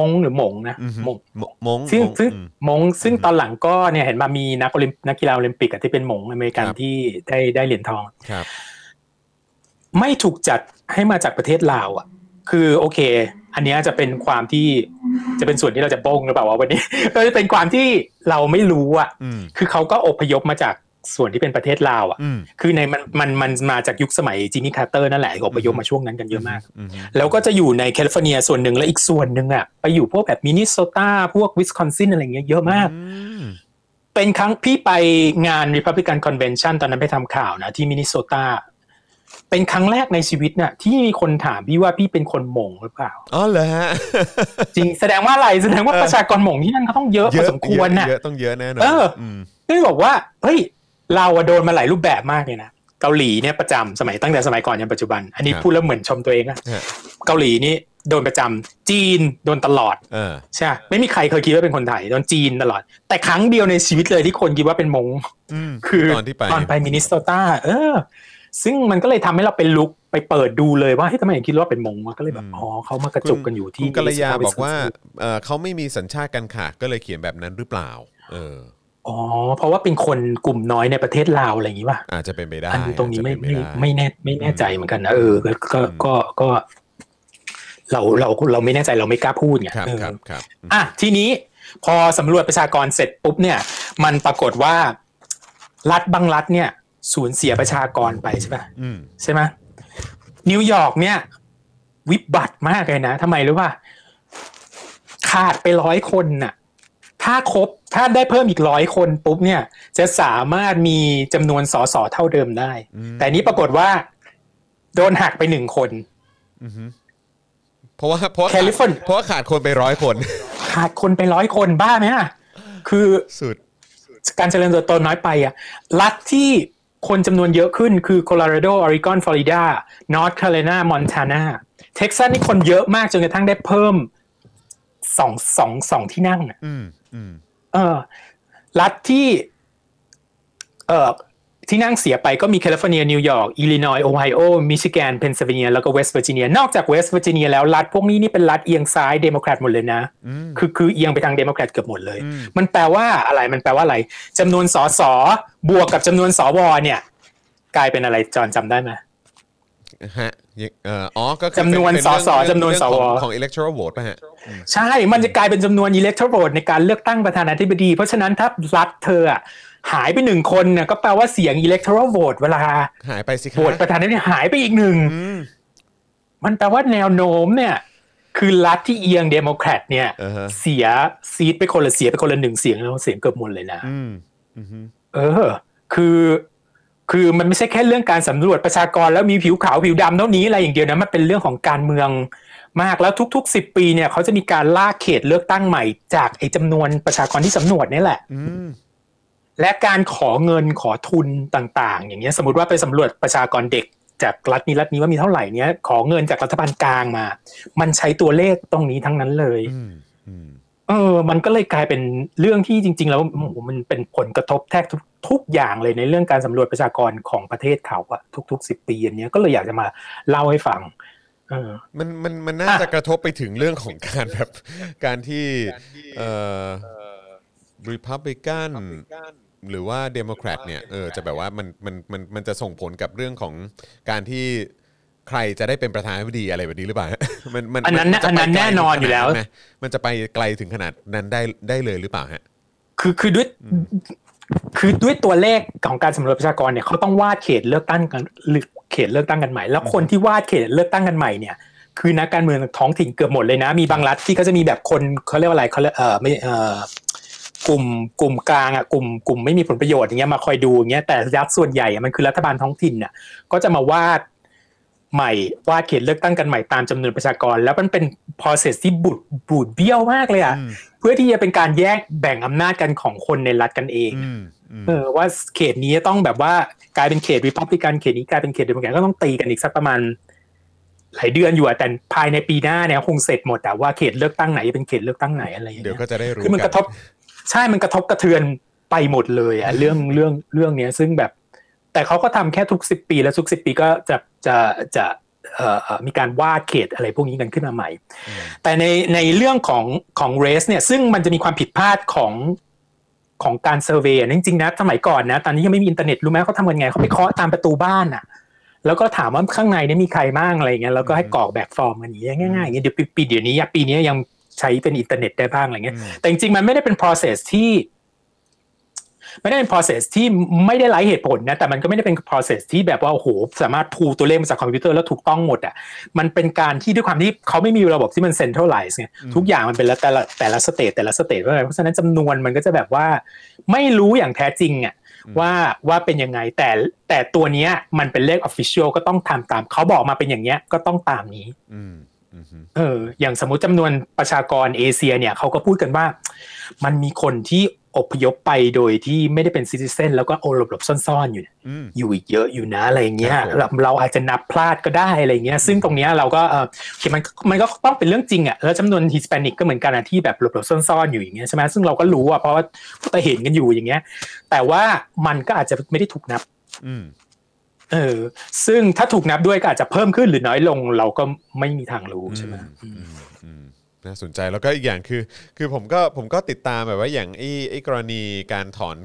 Speaker 3: มงหรือหมงนะ
Speaker 1: อือฮึ
Speaker 3: หมง
Speaker 1: มงมง
Speaker 3: ซึ่งซึ่ง
Speaker 1: อืม
Speaker 3: หมงซึ่งตอนหลังก็เนี่ยเห็นมามีนักโอลิมนักกีฬาโอลิมปิกอะที่เป็นหมงอเมริกัน
Speaker 1: ครับ
Speaker 3: ที่ได้ได้เหรียญทอง
Speaker 1: ครับ
Speaker 3: ไม่ถูกจัดให้มาจากประเทศลาวอ่ะ คือโอเค อันเนี้ยจะเป็นความที่จะเป็นส่วนที่เราจะโป้งหรือเปล่าวะวันนี้ ก็จะเป็นความที่เราไม่รู้อ่ะ
Speaker 1: อืม
Speaker 3: คือเขาก็อพยพมาจากส่วนที่เป็นประเทศลาวอ่ะ
Speaker 1: อืม
Speaker 3: คือในมันมันมันมาจากยุคสมัยจิมมี่คาร์เตอร์นั่นแหละอพยพมาช่วงนั้นกันเยอะมาก
Speaker 1: อืม
Speaker 3: แล้วก็จะอยู่ในแคลิฟอร์เนียส่วนหนึ่งและอีกส่วนหนึ่งอ่ะไปอยู่พวกแบบมินนิโซตาพวกวิสคอนซินอะไรเงี้ยเยอะมาก
Speaker 1: อืม
Speaker 3: เป็นครั้งพี่ไปงาน Republican Convention ตอนนั้นไปทำข่าวนะที่มินนิโซตา เป็นครั้งแรกในชีวิตน่ะที่มีคนถามพี่ว่าพี่เป็นคนหมงหรือเปล่า
Speaker 1: อ๋อเหรอฮะ
Speaker 3: จริงแสดงว่าอะไรแสดงว่า
Speaker 1: เออ
Speaker 3: ประชากรหมงที่นั่นเขาต้องเยอะพอสมควร
Speaker 1: เย
Speaker 3: น่ะ
Speaker 1: เยอะต้องเยอะแน่นอน
Speaker 3: เออ
Speaker 1: ม
Speaker 3: นี่บอกว่าเฮ้ยเราอะโดนมาหลายรูปแบบมากเลยนะเกาหลีเนี่ยประจำสมัยตั้งแต่สมัยก่อนจนปัจจุบัน อันนี้พูดแล้วเหมือนชมตัวเองอะ
Speaker 1: ฮะ
Speaker 3: เกาหลีนี่โดนประจำจีนโดนตลอด
Speaker 1: เออ
Speaker 3: ใช่ไม่มีใครเคยคิดว่าเป็นคนไทยโดนจีนตลอด แต่ครั้งเดียวในชีวิตเลยที่คนคิดว่าเป็นมง
Speaker 1: อืม
Speaker 3: คือ
Speaker 1: ตอนที่ไป
Speaker 3: ตอนไปมินนิสโซตาเออ ซึ่งมันก็เลยทำให้เราไปลุกไปเปิดดูเลยว่าเฮ้ยทำไมถึงคิดว่าเป็นมงวะก็เลยแบบอ๋อเขามากระจุกกันอยู่ที่
Speaker 1: คุณกัลยาบอกว่าเอ่อเขาไม่มีสัญชาติกันค่ะก็เลยเขียนแบบนั้นหรือเปล่า เออ
Speaker 3: อ๋อเพราะว่าเป็นคนกลุ่มน้อยในประเทศลาวอะไรอย่างนี้ป่ะ
Speaker 1: อาจจะเป็นไปได้
Speaker 3: อันตรงนี้ไม่
Speaker 1: อาจจะเป็
Speaker 3: ไม่
Speaker 1: ปด้
Speaker 3: ไม่แน่ไม่แน่ใจเหมือนกันนะเออก็ก็ก็ก็ เราเราเราไม่แน่ใจเราไม่กล้าพูดไง
Speaker 1: ครับ
Speaker 3: เออ
Speaker 1: ครับครับ
Speaker 3: อ่ะทีนี้พอสำรวจประชากรเสร็จปุ๊บเนี่ย มันปรากฏว่า รัฐบางรัฐเนี่ย สูญเสียประชากรไปใช่ปะ
Speaker 1: อืม
Speaker 3: ใช่ไหมนิวยอร์กเนี่ย วิบัติมากเลยนะทำไมรู้ป่ะขาดไปร้อยคนน่ะ ถ้าครบถ้าได้เพิ่มอีกร้อยคนปุ๊บเนี่ย จะสามารถมีจำนวนสสเท่าเดิมได้
Speaker 1: อืม
Speaker 3: แต่นี้ปรากฏว่า โดนหักไปหนึ่งคน
Speaker 1: อือฮึเพราะว่าเพราะว่า
Speaker 3: แคลิฟอร์เนีย
Speaker 1: เพราะว่าขาดคนไปร้อยคน
Speaker 3: ขาดคนไปร้อยคนบ้าไหมอ่ะคือ
Speaker 1: สุด
Speaker 3: การเจริญเติบโตน้อยไปอ่ะรัฐที่ คนจำนวนเยอะขึ้นคือโคโลราโดออริกอนฟลอริดานอร์ทแคโรไลนามอนทานาเท็กซัสนี่คนเยอะมากจนกระทั่งได้เพิ่มสองสองสองที่นั่งอะ
Speaker 1: อืมอืม
Speaker 3: เออรัฐที่เออที่นั่งเสียไปก็มีแคลิฟอร์เนียนิวยอร์กอิลลินอยโอไฮโอมิชิแกนเพนซิลเวเนียแล้วก็เวสต์เวอร์จิเนียนอกจากเวสต์เวอร์จิเนียแล้วรัฐพวกนี้นี่เป็นรัฐเอียงซ้ายเดโมแครตหมดเลยนะ
Speaker 1: อืม
Speaker 3: คือคือเอียงไปทางเดโมแครตเกือบหมดเลย
Speaker 1: อืม
Speaker 3: มันแปลว่าอะไรมันแปลว่าอะไรจำนวนสสบวกกับจำนวนสวเนี่ย กลายเป็นอะไรจอนจำได้ไหม
Speaker 1: ฮะยังเอ่ออ๋อก็คือเป็
Speaker 3: จำนวน
Speaker 1: เป็เรื่อง
Speaker 3: สส
Speaker 1: เรื่อง
Speaker 3: จำนวน
Speaker 1: เรื่องของ
Speaker 3: สว
Speaker 1: ของ electoral vote ป่ะฮะอืม
Speaker 3: ใช่ มันจะกลายเป็นจำนวนอิเล็กโทรโหวตในการเลือกตั้งประธานาธิบดี เพราะฉะนั้นถ้ารัฐเธออะหายไปหนึ่งคนเนี่ยก็แปลว่าเสียงอิเล็กโทรโหวตเวลา
Speaker 1: หายไปสิค
Speaker 3: โหว
Speaker 1: รั
Speaker 3: ตประธานาธิบดีหายไปอีกหนึ่ง
Speaker 1: อืม
Speaker 3: มันแปลว่าแนวโน้มเนี่ย คือรัฐที่เอียงเดโมแครตเนี่ย
Speaker 1: อ่าฮะ
Speaker 3: เสียซีทไปคนละเสียไปคนละหนึ่งเสียงแล้วเสียงเกือบหมดเลยนะ
Speaker 1: อืมอืมฮึ
Speaker 3: เออ คือ คือมันไม่ใช่แค่เรื่องการสำรวจประชากรแล้วมีผิวขาวผิวดำเท่านี้อะไรอย่างเดียวนะมันเป็นเรื่องของการเมืองมากแล้วทุกๆ 10 ปีเนี่ยเขาจะมีการลากเขตเลือกตั้งใหม่จากไอ้จำนวนประชากรที่สำรวจเนี่ยแหละ
Speaker 1: อืม
Speaker 3: และการขอเงินขอทุนต่างๆ อย่างเงี้ยสมมติว่าไปสำรวจประชากรเด็ก จากรัฐนี้รัฐนี้ว่ามีเท่าไหร่เนี้ยขอเงินจากรัฐบาลกลางมา มันใช้ตัวเลขตรงนี้ทั้งนั้นเลย
Speaker 1: อืมอืม
Speaker 3: เออ มันก็เลยกลายเป็นเรื่องที่จริง ๆ แล้วโอ้โหมันเป็นผลกระทบแทบทุกทุกอย่างเลยในเรื่องการสำรวจประชากรของประเทศเขาอะทุกๆสิบปีอันเนี้ยก็เลยอยากจะมาเล่าให้ฟัง เออ
Speaker 1: มันมันมันน่า
Speaker 3: อ่ะ
Speaker 1: จะกระทบไปถึงเรื่องของการ แบบการที่เอ่อ Republican หรือว่า Democrat เนี่ยเออจะแบบว่ามันมันมันมันจะส่งผลกับเรื่องของการที่ใครจะได้เป็นประธานาธิบดีอะไรแบบนี้ห รือเปล่า มันมัน
Speaker 3: อันนั้น
Speaker 1: มัจะ
Speaker 3: อันนั้น
Speaker 1: ไปไก
Speaker 3: แน่นอนอยู่แล้ว
Speaker 1: ไหมมันจะไปไกลถึงขนาดนั้นได้ได้เลยหรือเปล่าฮะ
Speaker 3: คือคือด้วยคือด้วยตัวเลขของการสำรวจประชากรเนี่ยเขาต้องวาดเขตเลือกตั้งกันหรือเขตเลือกตั้งกันใหม่ แล้วคนที่วาดเขตเลือกตั้งกันใหม่เนี่ย คือนักการเมืองท้องถิ่นเกือบหมดเลยนะ มีบางรัฐที่เขาจะมีแบบคนเขาเรียกว่าอะไรเขาเรียกเออไม่เออกลุ่มกลุ่มกลางอ่ะกลุ่มกลุ่มไม่มีผลประโยชน์อย่างเงี้ยมาคอยดูอย่างเงี้ยแต่ยักษ์ส่วนใหญ่อะมันคือรัฐบาลท้องถิ่นน่ะก็จะมาวาดใหม่วาดเขตเลือกตั้งกันใหม่ตามจำนวนประชากร แล้วมันเป็น process ที่บุดบูดเบี้ยวมากเลยอ่ะ เพื่อที่จะเป็นการแยกแบ่งอำนาจกันของคนในรัฐกันเอง
Speaker 1: อืมอืม
Speaker 3: เออว่าเขตนี้ต้องแบบว่ากลายเป็นเขตริพับลิกันเขตนี้กลายเป็นเขตเดโมแครตก็ต้องตีกันอีกสักประมาณหลายเดือนอยู่อะแต่ภายในปีหน้าเนี่ยคงเสร็จหมดแต่ว่าเขตเลือกตั้งไหนเป็นเขตเลือกตั้งไหนอะไรอย่าง
Speaker 1: เดี๋ยว
Speaker 3: เงี้ย
Speaker 1: ก็จะได้รู้
Speaker 3: คือมันกระทบ ใช่มันกระทบกระเทือนไปหมดเลยอะเรื่องเรื่องเรื่องเนี้ย ซึ่งแบบ แต่เขาก็ทำแค่ทุกสิบปี แล้วทุกสิบปีก็จะจะจะเอ่อเอ่อมีการวาดเขตอะไรพวกนี้กันขึ้นมาใหม่ แต่ในในเรื่องของของเรสเนี่ยซึ่งมันจะมีความผิดพลาดของของการเซอร์เวย์อะจริงๆนะสมัยก่อนนะ ตอนนี้ยังไม่มีอินเทอร์เน็ตรู้ไหมเขาทำกันไงเขาไปเคาะตามประตูบ้านอะแล้วก็ถามว่าข้างในเนี่ยมีใครบ้างอะไรอย่างเงี้ยแล้วก็ให้กรอกแบบฟอร์มกันอย่างเงี้ยง่ายๆอย่างเงี้ยเดี๋ยวปีปีเดี๋ยวนี้อะปีนี้ยังใช้เป็นอินเทอร์เน็ตได้บ้างอะไรเงี้ย แต่จริงๆ มันไม่ได้เป็น process ที่ ไม่ได้เป็น process ที่ไม่ได้ไร้เหตุผลนะ แต่มันก็ไม่ได้เป็น process ที่แบบว่า โอ้โห สามารถพูลตัวเลขมาจากคอมพิวเตอร์แล้วถูกต้องหมดอ่ะ มันเป็นการที่ด้วยความที่เขาไม่มีระบบที่มัน centralize ไงทุกอย่างมันเป็นละแต่ละแต่ละสเตจแต่ละสเตจเพราะฉะนั้นจำนวนมันก็จะแบบว่า ไม่รู้อย่างแท้จริงอ่ะว่าว่าเป็นยังไงแต่แต่ตัวเนี้ยมันเป็นเลข official ก็ต้องทำตามเขาบอกมาเป็นอย่างเงี้ยก็ต้องตามนี้
Speaker 1: อืมอืมอืม
Speaker 3: เอออย่างสมมติจำนวนประชากรเอเชียเนี่ยเขาก็พูดกันว่า มันมีคนที่อพยพไปโดยที่ไม่ได้เป็นซิติเซนแล้วก็โอหลบหลบๆซ่อน ๆ อยู่เนี่ย
Speaker 1: อืม
Speaker 3: อยู่อีกเยอะอยู่นะอะไรเงี้ย
Speaker 1: ครับผม
Speaker 3: เราเราอาจจะนับพลาดก็ได้อะไรเงี้ยซึ่งตรงเนี้ยเราก็เออโอเคมันมันก็ต้องเป็นเรื่องจริงอะ่ะแล้วจำนวนฮิสแปนิกก็เหมือนกันอะที่แบบหลบหลบๆซ่อนๆอยู่อย่างเงี้ยใช่ไหมซึ่งเราก็รู้อะ่ะเพราะว่าเราเห็นกันอยู่อย่างเงี้ย แต่ว่ามันก็อาจจะไม่ได้ถูกนับ
Speaker 1: อืม
Speaker 3: เออ ซึ่งถ้าถูกนับด้วยก็อาจจะเพิ่มขึ้นหรือน้อยลงเราก็ไม่มีทางรู้ใช่ไหม
Speaker 1: อืมอืมน่าสนใจแล้วก็อีกอย่างคือ คือผมก็ผมก็ติดตามแบบว่าอย่างไอ้ไอ้กรณีการถอน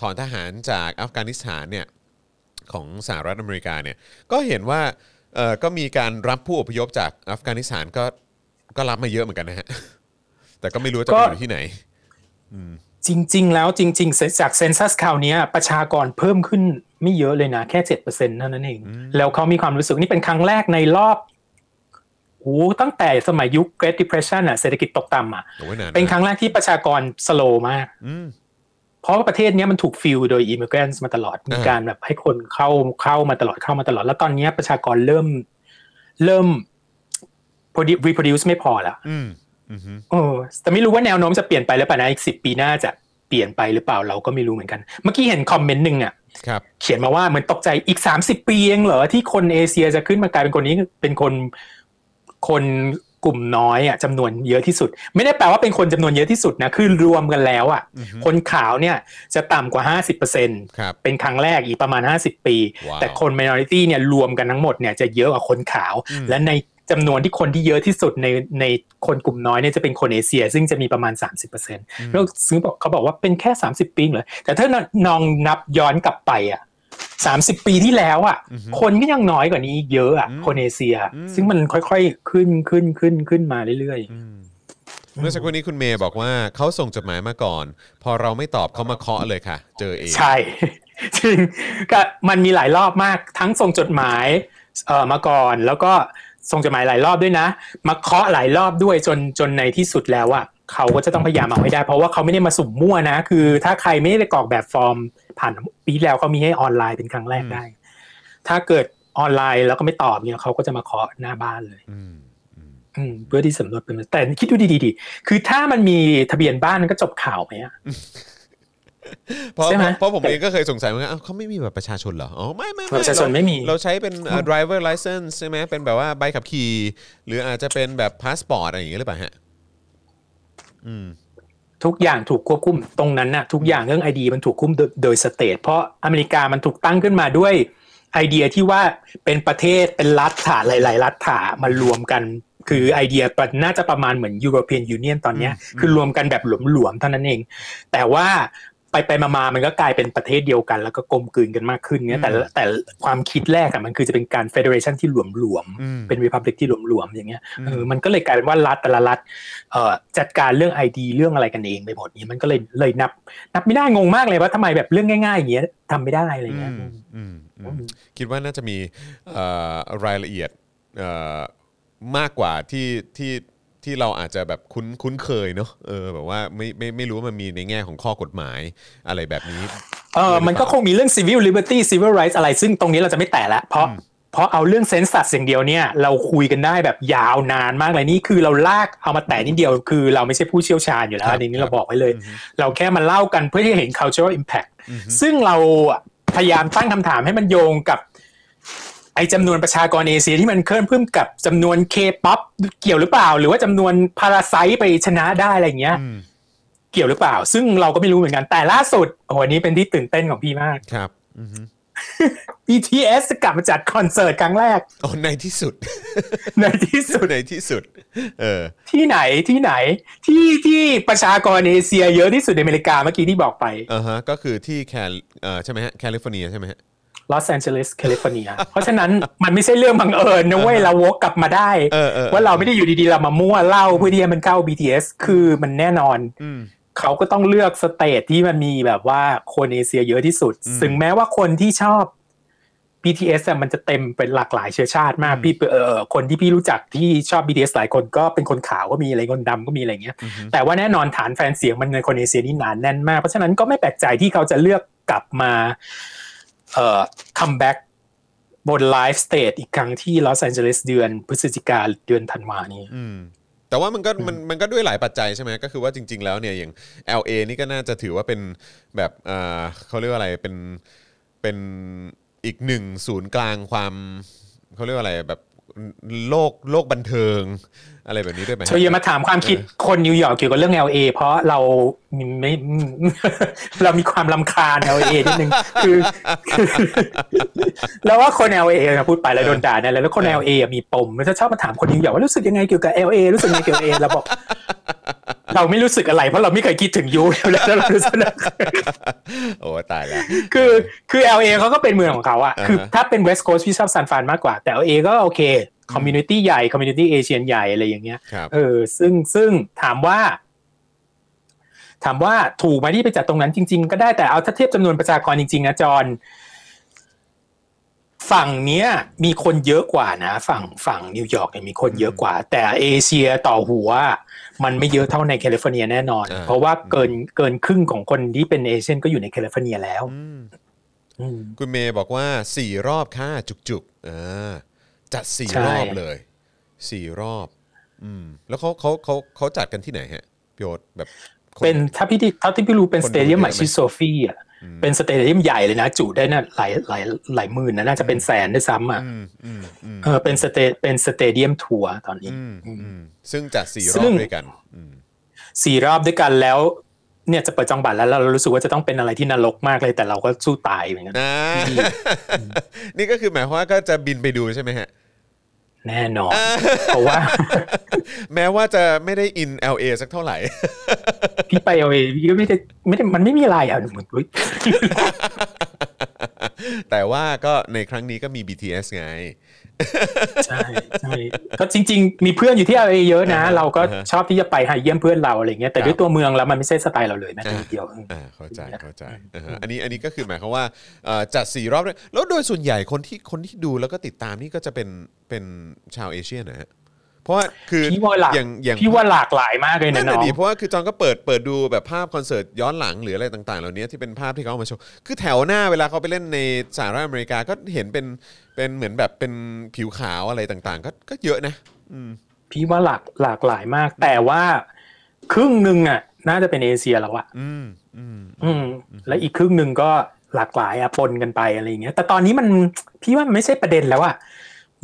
Speaker 1: ถอนทหารจากอัฟกานิสถานเนี่ย ของสหรัฐอเมริกาเนี่ย ก็เห็นว่าเออก็มีการรับผู้อพยพจากอัฟกานิสถานก็ก็รับมาเยอะเหมือนกันนะฮะ แต่ก็ไม่รู้ว่าจะไป
Speaker 3: ก็
Speaker 1: อยู่ที่ไหน
Speaker 3: จริง ๆ แล้วจริง ๆ จากเซนซัสคราวเนี้ยประชากรเพิ่มขึ้นไม่เยอะเลยนะ แค่เจ็ดเปอร์เซ็นต์เท่านั้นเอง แล้วเขามีความรู้สึกนี่เป็นครั้งแรกในรอบโอ้ตั้งแต่สมัยยุค Great Depression อะเศรษฐกิจตกต่ำอะ
Speaker 1: โอ้ยนาน
Speaker 3: เป็นครั้งแรกที่ประชากรสโลว์มาก
Speaker 1: อืม
Speaker 3: เพราะว่าประเทศเนี้ยมันถูกฟิลโดยอิมเมอร์เกนมาตลอด มี
Speaker 1: อ่า
Speaker 3: การแบบให้คนเข้าเข้ามาตลอดเข้ามาตลอด แล้วตอนเนี้ยประชากรเริ่มเริ่ม produ- reproduce ไม่พอละ
Speaker 1: อืมอืมฮึ
Speaker 3: โอ้แต่ไม่รู้ว่าแนวโน้มจะเปลี่ยนไปหรือเปล่านะอีกสิบปีหน้าจะเปลี่ยนไปหรือเปล่าเราก็ไม่รู้เหมือนกัน เมื่อกี้เห็นคอมเมนต์หนึ่งอ่ะ
Speaker 1: ครับ
Speaker 3: เขียนมาว่าเหมือนตกใจอีก 30 ปีเองเหรอ ที่คนเอเชียจะขึ้นมากลายเป็นคนนี้เป็นคนคนกลุ่มน้อยอ่ะจำนวนเยอะที่สุด ไม่ได้แปลว่าเป็นคนจำนวนเยอะที่สุดนะคือรวมกันแล้วอ่ะ
Speaker 1: อือฮึ
Speaker 3: คนขาวเนี่ยจะต่ำกว่า 50%
Speaker 1: ครับ
Speaker 3: เป็นครั้งแรกอีกประมาณ 50 ปี
Speaker 1: ว้าว
Speaker 3: แต่คน minority เนี่ยรวมกันทั้งหมดเนี่ยจะเยอะกว่าคนขาว
Speaker 1: อืม
Speaker 3: และในจำนวนที่คนที่เยอะที่สุดในในคนกลุ่มน้อยเนี่ยจะเป็นคนเอเชีย ซึ่งจะมีประมาณ 30%เแล้วซื้อบอกเขาบอกว่าเป็นแค่ 30 ปีเหรอแต่ถ้านองนับย้อนกลับไปอ่ะ30 ปีที่แล้วอ่ะ
Speaker 1: อือฮึ
Speaker 3: คนก็ยังน้อยกว่านี้เยอะอ่ะ
Speaker 1: อืม
Speaker 3: คนเอเชีย
Speaker 1: อืม
Speaker 3: ซึ่งมันค่อยๆขึ้นขึ้นขึ้นขึ้นมาเรื่อย
Speaker 1: อืมเมื่อสักครู่นี้คุณเมย์บอกว่าเขาส่งจดหมายมาก่อน พอเราไม่ตอบเขามาเคาะเลยค่ะ เจอเอง
Speaker 3: ๆ ใช่ จริงก็มันมีหลายรอบมากทั้งส่งจดหมายเอ่อมาก่อน แล้วก็ส่งจดหมายหลายรอบด้วยนะ มาเคาะหลายรอบด้วยจนจนในที่สุดแล้วอ่ะเขาก็จะต้องพยายามเอาให้ได้ เพราะว่าเขาไม่ได้มาสุ่มมั่วนะ คือ ถ้าใครไม่ได้กรอกแบบฟอร์ม ผ่านปีที่แล้วเขามีให้ออนไลน์เป็นครั้งแรกได้ ถ้าเกิดออนไลน์แล้วก็ไม่ตอบเนี่ยเขาก็จะมาเคาะหน้าบ้านเลย
Speaker 1: อืมอืม
Speaker 3: อืมเพื่อที่สำรวจเป็นแต่คิดดูดีๆดิคือถ้ามันมีทะเบียนบ้านมันก็จบข่าวไหมอะ
Speaker 1: เพราะ
Speaker 3: ใช่ไหม
Speaker 1: เพราะผมเองก็เคยสงสัยเหมือนกันอ้าวเขาไม่มีแบบประชาชนเหรอ อ๋อ ไม่ไม่
Speaker 3: ประชาชน
Speaker 1: เ
Speaker 3: ไม่มี
Speaker 1: เราใช้เป็นเอ่อ driver license ใช่ไหมเป็นแบบว่าใบขับขี่ หรืออาจจะเป็นแบบพาสปอร์ตอะไรอย่างเงี้ยหรือเปล่าฮะ อืม
Speaker 3: ทุกอย่างถูกควบคุมตรงนั้นน่ะทุกอย่างเรื่องไอดีมันถูกคุมโดยโดยสเตทเพราะอเมริกามันถูกตั้งขึ้นมาด้วยไอเดียที่ว่าเป็นประเทศเป็นรัฐถาหลาย ๆ รัฐถามารวมกัน คือไอเดียน่าจะประมาณเหมือนยูโรเปียนยูเนียนตอนเนี้ย
Speaker 1: อืม
Speaker 3: คือรวมกันแบบหลวมๆเท่านั้นเอง แต่ว่าไปไปๆมาๆมันก็กลายเป็นประเทศเดียวกัน แล้วก็กลมกลืนกันมากขึ้นเนี่ยแต่ละแต่ความคิดแรกอะมันคือจะเป็นการเฟเดเรชันที่หลวมๆ
Speaker 1: อืม
Speaker 3: เป็นรีพับลิกที่หลวมๆอย่างเงี้ย
Speaker 1: อืม
Speaker 3: เออมันก็เลยกลายเป็นว่ารัฐแต่ละรัฐเอ่อจัดการเรื่องไอดีเรื่องอะไรกันเองไปหมดนี้มันก็เลยเลยนับ นับไม่ได้งงมากเลยว่าทำไมแบบเรื่องง่ายๆอย่างเงี้ยทำไม่ได้อะไรเงี้ย
Speaker 1: อืมอืมอื
Speaker 3: อื
Speaker 1: ม
Speaker 3: ม
Speaker 1: คิดว่าน่าจะมีเอ่อรายละเอียดเอ่อมากกว่าที่ที่ที่เราอาจจะแบบคุ้นคุ้นเคยเนอะเออแบบว่าไม่ไม่ไม่รู้ว่ามันมีในแง่ของข้อกฎหมายอะไรแบบนี้
Speaker 3: เออมันก็คงมีเรื่อง civil liberty civil rights อะไร ซึ่งตรงนี้เราจะไม่แตะละ เพราะ เพราะเอาเรื่องเซนสัตอย่างเดียวเนี่ย เราคุยกันได้แบบยาวนานมากเลยนี่คือเราลากเอามาแตะนิดเดียว คือเราไม่ใช่ผู้เชี่ยวชาญอยู่แล้
Speaker 1: คว รับ
Speaker 3: อันนี้เราบอกไว้เลย เราแค่มาเล่ากันเพื่อที่จะเห็น cultural impact
Speaker 1: อือฮึ
Speaker 3: ซึ่งเราอะพยายามตั้งคำถามให้มันโยงกับไอ้จำนวนประชากรเอเชียที่มันเคลื่อนเพิ่มกับจำนวน K-POP เกี่ยวหรือเปล่า หรือว่าจำนวนพาราไซไปชนะได้อะไรอย่างเงี้ย
Speaker 1: อืม
Speaker 3: เกี่ยวหรือเปล่า ซึ่งเราก็ไม่รู้เหมือนกัน แต่ล่าสุดโอ้โหอันนี้เป็นที่ตื่นเต้นของพี่มาก
Speaker 1: ครับอือฮึ
Speaker 3: BTS กลับมาจัดคอนเสิร์ตครั้งแรก
Speaker 1: อ๋อในที่สุด
Speaker 3: ในที่สุด
Speaker 1: ในที่สุด เออ
Speaker 3: ที่ไหนที่ไหน ที่ที่ประชากรเอเชียเยอะที่สุดในอเมริกาเมื่อกี้ที่บอกไป
Speaker 1: อ่าฮะก็คือที่แคลเอ่อใช่ไหมฮะแคลิฟอร์เนียใช่ไหมฮะ
Speaker 3: ลอสแอนเจลิสแคลิฟอร์เนียเพราะฉะนั้นมันไม่ใช่เรื่องบังเอิญ นะเว้ยเราวกกลับมาได้
Speaker 1: เออเออเออ
Speaker 3: ว่าเราไม่ได้อยู่ดีๆ เรามามั่วเล่าเพื่อที่ให้มันเข้า BTS คือมันแน่นอน
Speaker 1: อืม
Speaker 3: เขาก็ต้องเลือกสเตทที่มันมีแบบว่าคนเอเชียเยอะที่สุด
Speaker 1: อืม
Speaker 3: ถึงแม้ว่าคนที่ชอบ BTS อะมันจะเต็มเป็นหลากหลายเชื้อชาติมาก
Speaker 1: อืม
Speaker 3: พี่เอ่อคนที่พี่รู้จักที่ชอบ BTS หลายคนก็เป็นคนขาวก็มีอะไรคนดำก็มีอะไรเงี้ย
Speaker 1: อือฮึ
Speaker 3: แต่ว่าแน่นอนฐานแฟนเสียงมันในคนเอเชียนี่หนานแน่นมาก เพราะฉะนั้นก็ไม่แปลกใจที่เขาจะเลือกกลับมาเอ่อคัมแบ็กบนไลฟ์สเตทอีกครั้งที่ลอสแอนเจลิสเดือนพฤศจิกาเดือนธันวานี้
Speaker 1: อืมแต่ว่ามันก็มันมันก็ด้วยหลายปัจจัยใช่ไหมก็คือว่าจริง ๆ แล้วเนี่ยอย่าง LA นี่ก็น่าจะถือว่าเป็นแบบเอ่อเขาเรียกว่าอะไรเป็นเป็นอีกหนึ่งศูนย์กลางความเขาเรียกว่าอะไรแบบโลกโลกบันเทิง อะไรแบบนี้ด้วยไหมฮะ
Speaker 3: เธออย่ามาถามความคิดคนนิวยอร์กเกี่ยวกับเรื่อง LA เพราะเราไม่ เรามีความลำคาญ LA นิดนึงคือ แล้วว่าคน LA นะพูดไปแล้วโดนด่าแน่เลยแล้วคน LA อะมีปมมันจะชอบมาถามคนนิวยอร์กว่ารู้สึกยังไงเกี่ยวกับ LA รู้สึกยังไงเกี่ยวกับ LA เราบอก เราไม่รู้สึกอะไรเพราะเราไม่เคยคิดถึงยูแล้วเรารู้สึก
Speaker 1: โอ้ตายแล้ว
Speaker 3: คือคือ LA เขาก็เป็นเมืองของเขาอะ
Speaker 1: อ่าฮะ
Speaker 3: คือถ้าเป็น West Coast พี่ชอบซานฟรานมากกว่า แต่ LA ก็โอเคคอมมูนิตี้ใหญ่คอมมูนิตี้เอเชียใหญ่อะไรอย่างเงี้ย
Speaker 1: ครับ
Speaker 3: เออซึ่งซึ่งถามว่า ถามว่าถูกไหมที่ไปจัดตรงนั้นจริง ๆ ก็ได้แต่เอาถ้าเทียบจำนวนประชากรจริง ๆ นะจอนฝั่งเนี้ย มีคนเยอะกว่านะ ฝั่งฝั่งนิวยอร์กเนี่ยมีคนเยอะกว่า แต่เอเชียต่อหัว มันไม่เยอะเท่าในแคลิฟอร์เนียแน่นอน
Speaker 1: อ่า
Speaker 3: เพราะว่าเกินเกินครึ่งของคนที่เป็นเอเชียนก็อยู่ในแคลิฟอร์เนียแล้ว
Speaker 1: อืม
Speaker 3: อืม
Speaker 1: คุณเมย์บอกว่าสี่รอบค่ะจุกๆอ่าจัดสี่
Speaker 3: ใช่
Speaker 1: รอบเลยสี่รอบ อืม แล้วเขาเขาเขาเขาจัดกันที่ไหนฮะพี่โอ๊ตแบบค
Speaker 3: เป็นถ้าพี่ที่เท่าที่พี่รู้เป็น
Speaker 1: คน
Speaker 3: สเตเดียม
Speaker 1: ดูเยอะไหม
Speaker 3: ใหม่ชื่อโซฟีอ่ะ เป็นสเตเดียมใหญ่เลยนะ จุได้น่ะหลายหลายหลายหมื่นนะน่าจะเป็นแสนด้วยซ้ำอ่ะ
Speaker 1: อืมอืมอืม
Speaker 3: เออเป็นสเตเป็นสเตเดียมทัวร์ตอนนี้
Speaker 1: อืมอืมซึ่งจัดสี่ร
Speaker 3: ซึ่
Speaker 1: อบ
Speaker 3: ง
Speaker 1: ด้วยกันอืม
Speaker 3: สี่รอบด้วยกันแล้ว เนี่ยจะเปิดจองบัตรแล้วแล้วเรารู้สึกว่าจะต้องเป็นอะไรที่นรกมากเลยแต่เราก็สู้ตายเหมือนกัน
Speaker 1: นะ นี่ก็คือหมายความว่าก็จะบินไปดูใช่ไหมฮะ
Speaker 3: แน่นอน เพราะว่า
Speaker 1: แม้ว่าจะไม่ได้อิน LA สักเท่า ไหร่
Speaker 3: พี่ไปเอาเองพี่ก็ไม่ได้ไม่ได้มันไม่มีอะไรอ่ ะเหมือนอุ๊ย
Speaker 1: แต่ว่าก็ในครั้งนี้ก็มี BTS ไง
Speaker 3: ใช่ใช่ก็จริง ๆ มีเพื่อนอยู่ที่ LA เยอะนะ
Speaker 1: อ่าฮะ
Speaker 3: เราก็
Speaker 1: อ่าฮะ
Speaker 3: ชอบที่จะไปหาเยี่ยมเพื่อนเราอะไรเงี้ยแต่ด้ว
Speaker 1: ค
Speaker 3: ย
Speaker 1: รับ
Speaker 3: ตัวเมืองแล้วมันไม่ใช่สไตล์เราเลยแม้แต่นิดเดียว
Speaker 1: อ่าเข้าใจเข้าใจอ่าฮะอันนี้อันนี้ก็คือหมายความว่าเอ่อจัดสี่รอบด้วยแล้วโดยส่วนใหญ่คนที่คนที่ดูแล้วก็ติดตามนี่ก็จะเป็นเป็นชาวเอเชียนะฮะเพราะว่าคือ
Speaker 3: พี่ว่าหลัก
Speaker 1: อย่างอย่าง
Speaker 3: พี่ว่าหลากหลายมากเลยนะ
Speaker 1: นั่น
Speaker 3: น้
Speaker 1: แหะ
Speaker 3: อง
Speaker 1: ดิเพราะว่าคือจองก็เปิดเปิดดูแบบภาพคอนเสิร์ตย้อนหลังหรืออะไรต่างๆ เหล่านี้ที่เป็นภาพที่เขาเอามาโชว์คือแถวหน้าเวลาเขาไปเล่นในสหรัฐอเมริกาก็เห็นเป็นเป็นเหมือนแบบเป็นผิวขาวอะไรต่างๆ ก็ก็เยอะนะ อืม
Speaker 3: พี่ว่าหลากหลากหลายมาก แต่ว่าครึ่งหนึ่งอ่ะ น่าจะเป็นเอเชียแล้วอ่ะ
Speaker 1: อืมอืม
Speaker 3: อืม และอีกครึ่งหนึ่งก็หลากหลายอ่ะปนกันไปอะไรอย่างเงี้ย แต่ตอนนี้มันพี่ว่ามันไม่ใช่ประเด็นแล้วอ่ะ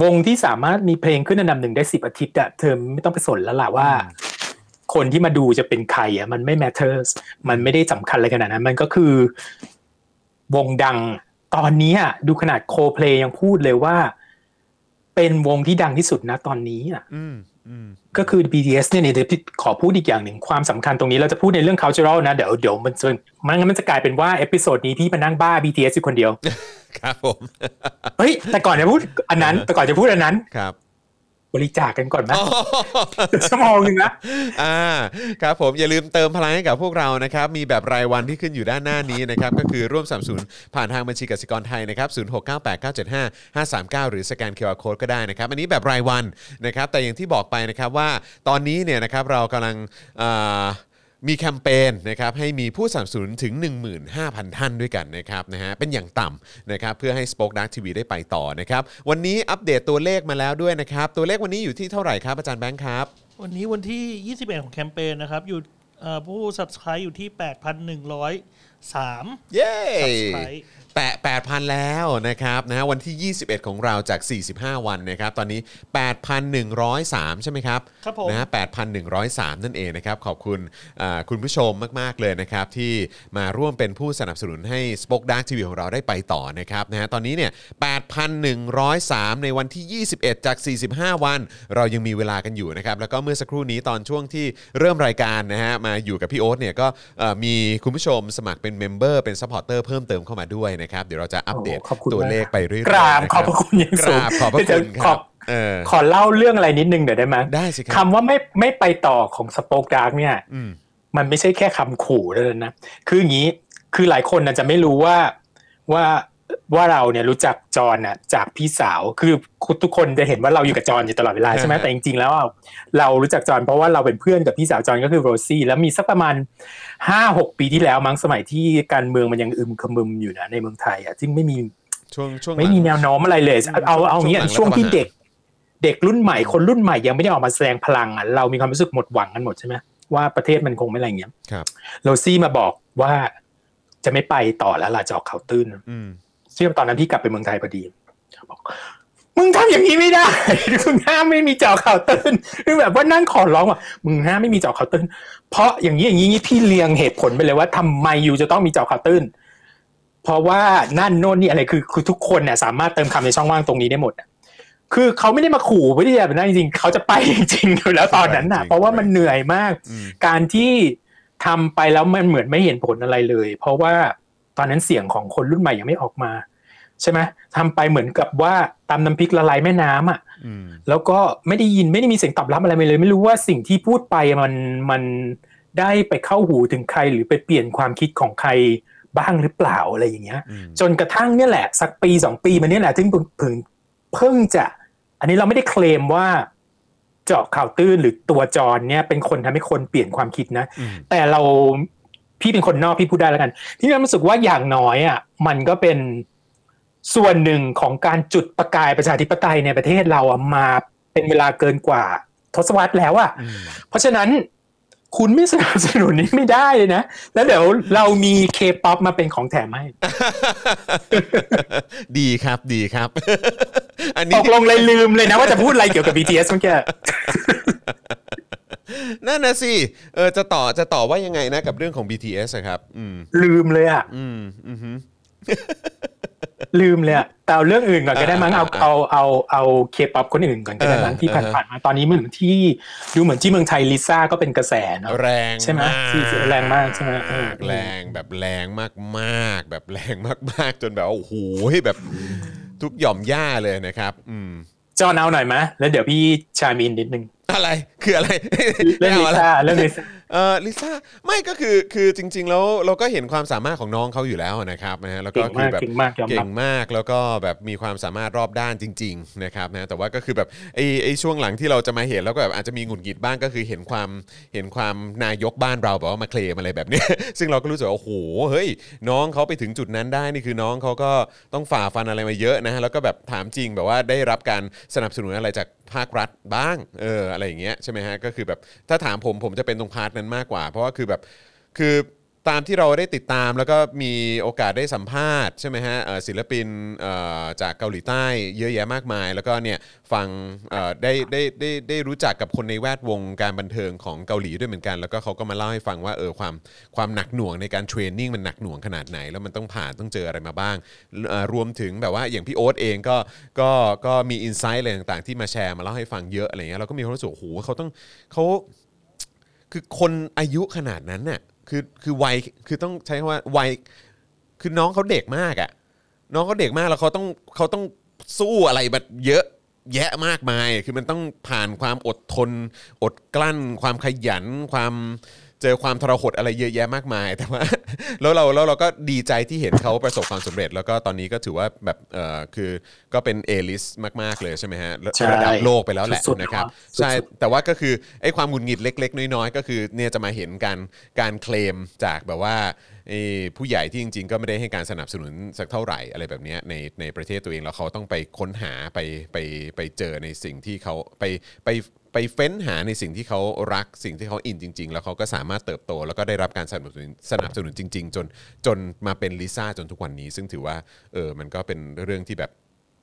Speaker 3: วงที่สามารถมีเพลงขึ้นอันดับหนึ่งได้สิบอาทิตย์อ่ะเธอไม่ต้องไปสนแล้วล่ะว่า คนที่มาดูจะเป็นใครอ่ะมันไม่ matters มันไม่ได้สำคัญอะไรขนาดนั้น มันก็คือ วงดังตอนนี้อ่ะดูขนาดโคเพลยังพูดเลยว่า เป็นวงที่ดังที่สุดนะตอนนี้อ่ะ
Speaker 1: อืมอืม
Speaker 3: ก็คือ BTS เนี่ยเดี๋ยวพี่ขอพูดอีกอย่างหนึ่งความสำคัญตรงนี้เราจะพูดในเรื่อง cultural นะ เดี๋ยวเดี๋ยวมันจะมันงั้นมันจะกลายเป็นว่า เอพิโซดนี้พี่มานั่งบ้า BTS อยู่คนเดียว
Speaker 1: ครับผม
Speaker 3: เฮ้ย แต่ก่อนจะพูดอันนั้น แต่ก่อนจะพูดอันนั้น
Speaker 1: ครับ
Speaker 3: บริจาคกันก่อนไหม
Speaker 1: อ๋อ
Speaker 3: ชั่วโมงหนึงนะ
Speaker 1: อ่าครับผมอย่าลืมเติมพลังให้กับพวกเรานะครับ มีแบบรายวันที่ขึ้นอยู่ด้านหน้านี้นะครับ ก็คือร่วมสนับสนุนผ่านทางบัญชีกสิกรไทยนะครับ0698975539 หรือสแกน QR Code ก็ได้นะครับ อันนี้แบบรายวันนะครับ แต่อย่างที่บอกไปนะครับว่าตอนนี้เนี่ยนะครับเรากำลังเอ่อ มีแคมเปญนะครับให้มีผู้สนับสนุนถึง 15,000 ท่านด้วยกันนะครับนะฮะเป็นอย่างต่ำนะครับเพื่อให้ Spoke Dark TV ได้ไปต่อนะครับ วันนี้อัปเดตตัวเลขมาแล้วด้วยนะครับ ตัวเลขวันนี้อยู่ที่เท่าไหร่ครับอาจารย์แบงค์ครับ
Speaker 4: วันนี้วันที่ 21 ของแคมเปญนะครับ อยู่เอ่อผู้ subscribe อยู่ที่ 8,103
Speaker 1: เย้
Speaker 4: Subscribe
Speaker 1: แตะ8,000 แล้วนะครับนะฮะวันที่ 21 ของเราจาก 45 วันนะครับ ตอนนี้ 8,103 ใช่ไหมครับ
Speaker 4: ครับผม
Speaker 1: นะฮะ 8,103 นั่นเองนะครับ ขอบคุณอ่าคุณผู้ชมมาก ๆ เลยนะครับ ที่มาร่วมเป็นผู้สนับสนุนให้ Spoke Dark TV ของเราได้ไปต่อนะครับนะฮะตอนนี้เนี่ย 8,103 ในวันที่ 21 จาก 45 วัน เรายังมีเวลากันอยู่นะครับ แล้วก็เมื่อสักครู่นี้ตอนช่วงที่เริ่มรายการนะฮะมาอยู่กับพี่โอ๊ตเนี่ยก็เอ่อมีคุณผู้ชมสมัครเป็นเมมเบอร์เป็นซัพพอร์เตอร์เพิ่มเติมเข้ามาด้วยนะครับ เดี๋ยวเราจะอัปเดต
Speaker 3: โอ้ขอบคุณมาก
Speaker 1: ตัวเลขไปเรื่อยๆ
Speaker 3: กราบ
Speaker 1: นะ
Speaker 3: ขอบพระคุณอย่าง
Speaker 1: ก
Speaker 3: สูง
Speaker 1: ราบขอบพระ
Speaker 3: เดี๋ยว
Speaker 1: คุณค
Speaker 3: ขอ
Speaker 1: รับเออ
Speaker 3: ขอเล่าเรื่องอะไรนิดนึงเดี๋ยวได้ไหม
Speaker 1: ได้สิครับ
Speaker 3: คำว่าไม่ไม่ไปต่อของสป็อคดาร์กเนี่ย
Speaker 1: อืม
Speaker 3: มันไม่ใช่แค่คำขู่แล้วนะ คืออย่างนี้ คือหลายคนนะจะไม่รู้ว่าว่าว่าเราเนี่ยรู้จักจอนน่ะจากพี่สาว คือทุกคนจะเห็นว่าเราอยู่กับจอนอยู่ตลอดเวลาใช่ไหมแต่จริงๆแล้วอ่ะเรารู้จักจอนเพราะว่าเราเป็นเพื่อนกับพี่สาวจอนก็คือโรซี่ แล้วมีสักประมาณห้าหกปีที่แล้วมั้งสมัยที่การเมืองมันยังอึมครึมอยู่นะในเมืองไทยอ่ะซึ่งไม่มี
Speaker 1: ช่วงช่วงหลัง
Speaker 3: ไม่มีแนวโน้มอะไรเลย เอาเอาเอาอย่างเงี้ย
Speaker 1: ช่
Speaker 3: ช่
Speaker 1: ว
Speaker 3: ว
Speaker 1: งห
Speaker 3: ง
Speaker 1: ลัง
Speaker 3: ที่
Speaker 1: รัฐประหาร
Speaker 3: เด็ก เด็กรุ่นใหม่คนรุ่นใหม่ยังไม่ได้ออกมาแสดงพลังอ่ะเรามีความรู้สึกหมดหวังกันหมดใช่ไหมว่าประเทศมันคงไม่อะไรอย่างเงี้ย
Speaker 1: ครับ
Speaker 3: โรซี่มาบอกว่าจะไม่ไปต่อแล้วล่ะจะออกเขาตื้น
Speaker 1: อืม
Speaker 3: ซึ่งตอนนั้นพี่กลับไปเมืองไทยพอดีบอกมึงทำอย่างนี้ไม่ได้ มึงห้ามไม่มีเจอข่าวตื้นคือแบบว่านั่งขอร้องว่ามึงห้ามไม่มีเจอข่าวตื้น เพราะอย่างนี้อย่างนี้พี่เลียงเหตุผลไปเลยว่าทำไมอยู่จะต้องมีเจอข่าวตื้น เพราะว่านั่นโน่นนี่อะไรคือคือทุกคนเนี่ยสามารถเติมคำในช่องว่างตรงนี้ได้หมดอะคือเขาไม่ได้มาขู่ไม่ได้แบบนั้นจริงๆเขาจะไปจริงๆอยู่แล้วตอนนั้นน่ะ เพราะว่ามันเหนื่อยมาก
Speaker 1: อืม
Speaker 3: การที่ทำไปแล้วมันเหมือนไม่เห็นผลอะไรเลย เพราะว่าตอนนั้นเสียงของคนรุ่นใหม่ยังไม่ออกมา ใช่ไหมทำไปเหมือนกับว่าตำน้ำพริกละลายแม่น้ำอ่ะ
Speaker 1: อืม
Speaker 3: แล้วก็ไม่ได้ยินไม่ได้มีเสียงตอบรับอะไรมาเลย ไม่รู้ว่าสิ่งที่พูดไปมันมันได้ไปเข้าหูถึงใคร หรือไปเปลี่ยนความคิดของใครบ้างหรือเปล่าอะไรอย่างเงี้ย
Speaker 1: อืม
Speaker 3: จนกระทั่งเนี่ยแหละ สักปีสองปีมาเนี่ยแหละถึงเพิ่งเพิ่งจะ อันนี้เราไม่ได้เคลมว่าเจาะข่าวตื้นหรือตัวจรเนี่ยเป็นคนทำให้คนเปลี่ยนความคิดนะ
Speaker 1: อืม
Speaker 3: แต่เราพี่เป็นคนนอกพี่พูดได้แล้วกัน ที่เรารู้สึกว่าอย่างน้อยอ่ะมันก็เป็นส่วนหนึ่งของการจุดประกายประชาธิปไตยในประเทศเราอ่ะมาเป็นเวลาเกินกว่าทศวรรษแล้วอ่ะ
Speaker 1: อืม
Speaker 3: เพราะฉะนั้น คุณไม่สนับสนุนนี้ไม่ได้เลยนะ แล้วเดี๋ยวเรามีเคป๊อปมาเป็นของแถมให้
Speaker 1: ดีครับดีครับ อัน
Speaker 3: ต
Speaker 1: นี้
Speaker 3: กลงเลยลืมเลยนะว่าจะพูดอะไรเกี่ยวกับ BTS เมื่อกี้
Speaker 1: นั่นนะสิเออจะต่อจะต่อว่ายังไงนะกับเรื่องของ BTS อะครับ อืม
Speaker 3: ลืมเลยอ่ะ
Speaker 1: อืมอืมฮึ
Speaker 3: ลืมเลยอะแต่เอาเรื่องอื่นก่อนก็ได้มั้งเอา
Speaker 1: อ่า
Speaker 3: เอาเอาเอาเคป๊อปคนอื่นก่อนก็ได้มั้ง
Speaker 1: เออ
Speaker 3: ที่
Speaker 1: เออ
Speaker 3: ผ่านๆมาตอนนี้เหมือนที่ดูเหมือนที่เมืองไทยลิซ่าก็เป็นกระแสเนาะ
Speaker 1: แรง
Speaker 3: ใช่ไหม
Speaker 1: าก
Speaker 3: ที่แรงมากใช่ไหมเออ
Speaker 1: แรงแบบแรงมากๆ แบบแรงมากๆ จนแบบว่าโอ้โหแบบทุกหย่อมหญ้าเลยนะครับ อืม
Speaker 3: จอห์นเอาหน่อยไหมแล้วเดี๋ยวพี่ชามินนิดนึง
Speaker 1: อะไรคืออะไร
Speaker 3: เรื่องลิ
Speaker 1: ไม่าะไร
Speaker 3: ซ่าเรื่องลิซ่า
Speaker 1: เออลิซ่าไม่ก็คือคือจริง ๆ แล้วเราก็เห็นความสามารถของน้องเขาอยู่แล้วนะครับนะฮะแล้วก็
Speaker 3: เก่ง
Speaker 1: คื
Speaker 3: มาก
Speaker 1: แบบ
Speaker 3: เก่งมากยอมรับ
Speaker 1: เก่งมากแล้วก็แบบมีความสามารถรอบด้านจริง ๆ นะครับนะแต่ว่าก็คือแบบไอ้ไอ้ช่วงหลังที่เราจะมาเห็นแล้วก็แบบอาจจะมีหงุดหงิดบ้างก็คือเห็นความเห็นความนายกบ้านเราแบบว่ามาเคลมอะไรแบบเนี้ย ซึ่งเราก็รู้สึกว่าโอ้โหเฮ้ยน้องเขาไปถึงจุดนั้นได้นี่คือน้องเขาก็ต้องฝ่าฟันอะไรมาเยอะนะฮะแล้วก็แบบถามจริงแบบว่าได้รับการสนับสนุนอะไรจาก ภาครัฐบ้างเอออะไรอย่างเงี้ยใช่ไหมฮะก็คือแบบถ้าถามผมผมจะเป็นตรงพาร์ทนั้นมากกว่า เพราะว่าคือแบบคือตามที่เราได้ติดตามแล้วก็มีโอกาสได้สัมภาษณ์ใช่ไหมฮะเอ่อศิลปินเอ่อจากเกาหลีใต้เยอะแยะมากมาย แล้วก็เนี่ยฟังเอ่อได้ได้ได้ได้รู้จักกับคนในแวดวงการบันเทิงของเกาหลีด้วยเหมือนกัน แล้วก็เขาก็มาเล่าให้ฟังว่าเออความความหนักหน่วงในการเทรนนิ่งมันหนักหน่วงขนาดไหน แล้วมันต้องผ่านต้องเจออะไรมาบ้างเอ่อรวมถึงแบบว่าอย่างพี่โอ๊ตเองก็ก็ก็มีอินไซต์อะไรต่างๆ ที่มาแชร์มาเล่าให้ฟังเยอะอะไรเงี้ยเราก็มีความรู้สึกว่าโอ้โหเขาต้องเขา คือคนอายุขนาดนั้นน่ะคือคือวัยคือต้องใช้คำว่าวัยคือน้องเขาเด็กมากอะ่ะ น้องเขาเด็กมากแล้วเขาต้องเขาต้องสู้อะไรแบบเยอะแยะมากมาย คือมันต้องผ่านความอดทน อดกลั้น ความขยัน ความเจอความทรหดอะไรเยอะแยะมากมาย แต่ว่า แล้วเราแล้วเราก็ดีใจที่เห็นเขาประสบความสำเร็จ แล้วก็ตอนนี้ก็ถือว่าแบบเออคือก็เป็นเอลิสมากๆเลยใช่ไหมฮะ
Speaker 3: ใช่
Speaker 1: ระดับโลกไปแล้วแหละ
Speaker 3: สุดๆ
Speaker 1: นะครับ
Speaker 3: สุดๆ
Speaker 1: ใช่ แต่ว่าก็คือไอ้ความหงุดหงิดเล็ก ๆ น้อยๆก็คือเนี่ยจะมาเห็นการการเคลมจากแบบว่าไอ้ผู้ใหญ่ที่จริง ๆ ก็ไม่ได้ให้การสนับสนุนสักเท่าไหร่อะไรแบบเนี้ยในในประเทศตัวเองแล้วเขาต้องไปค้นหาไปไปไปเจอในสิ่งที่เขาไปไปไปเฟ้นหาในสิ่งที่เขารักสิ่งที่เขาอินจริง ๆ แล้วเขาก็สามารถเติบโต แล้วก็ได้รับการสนับสนุนสนับสนุนจริง ๆ จนจนมาเป็นลิซ่าจนทุกวันนี้ ซึ่งถือว่าเออมันก็เป็นเรื่องที่แบบ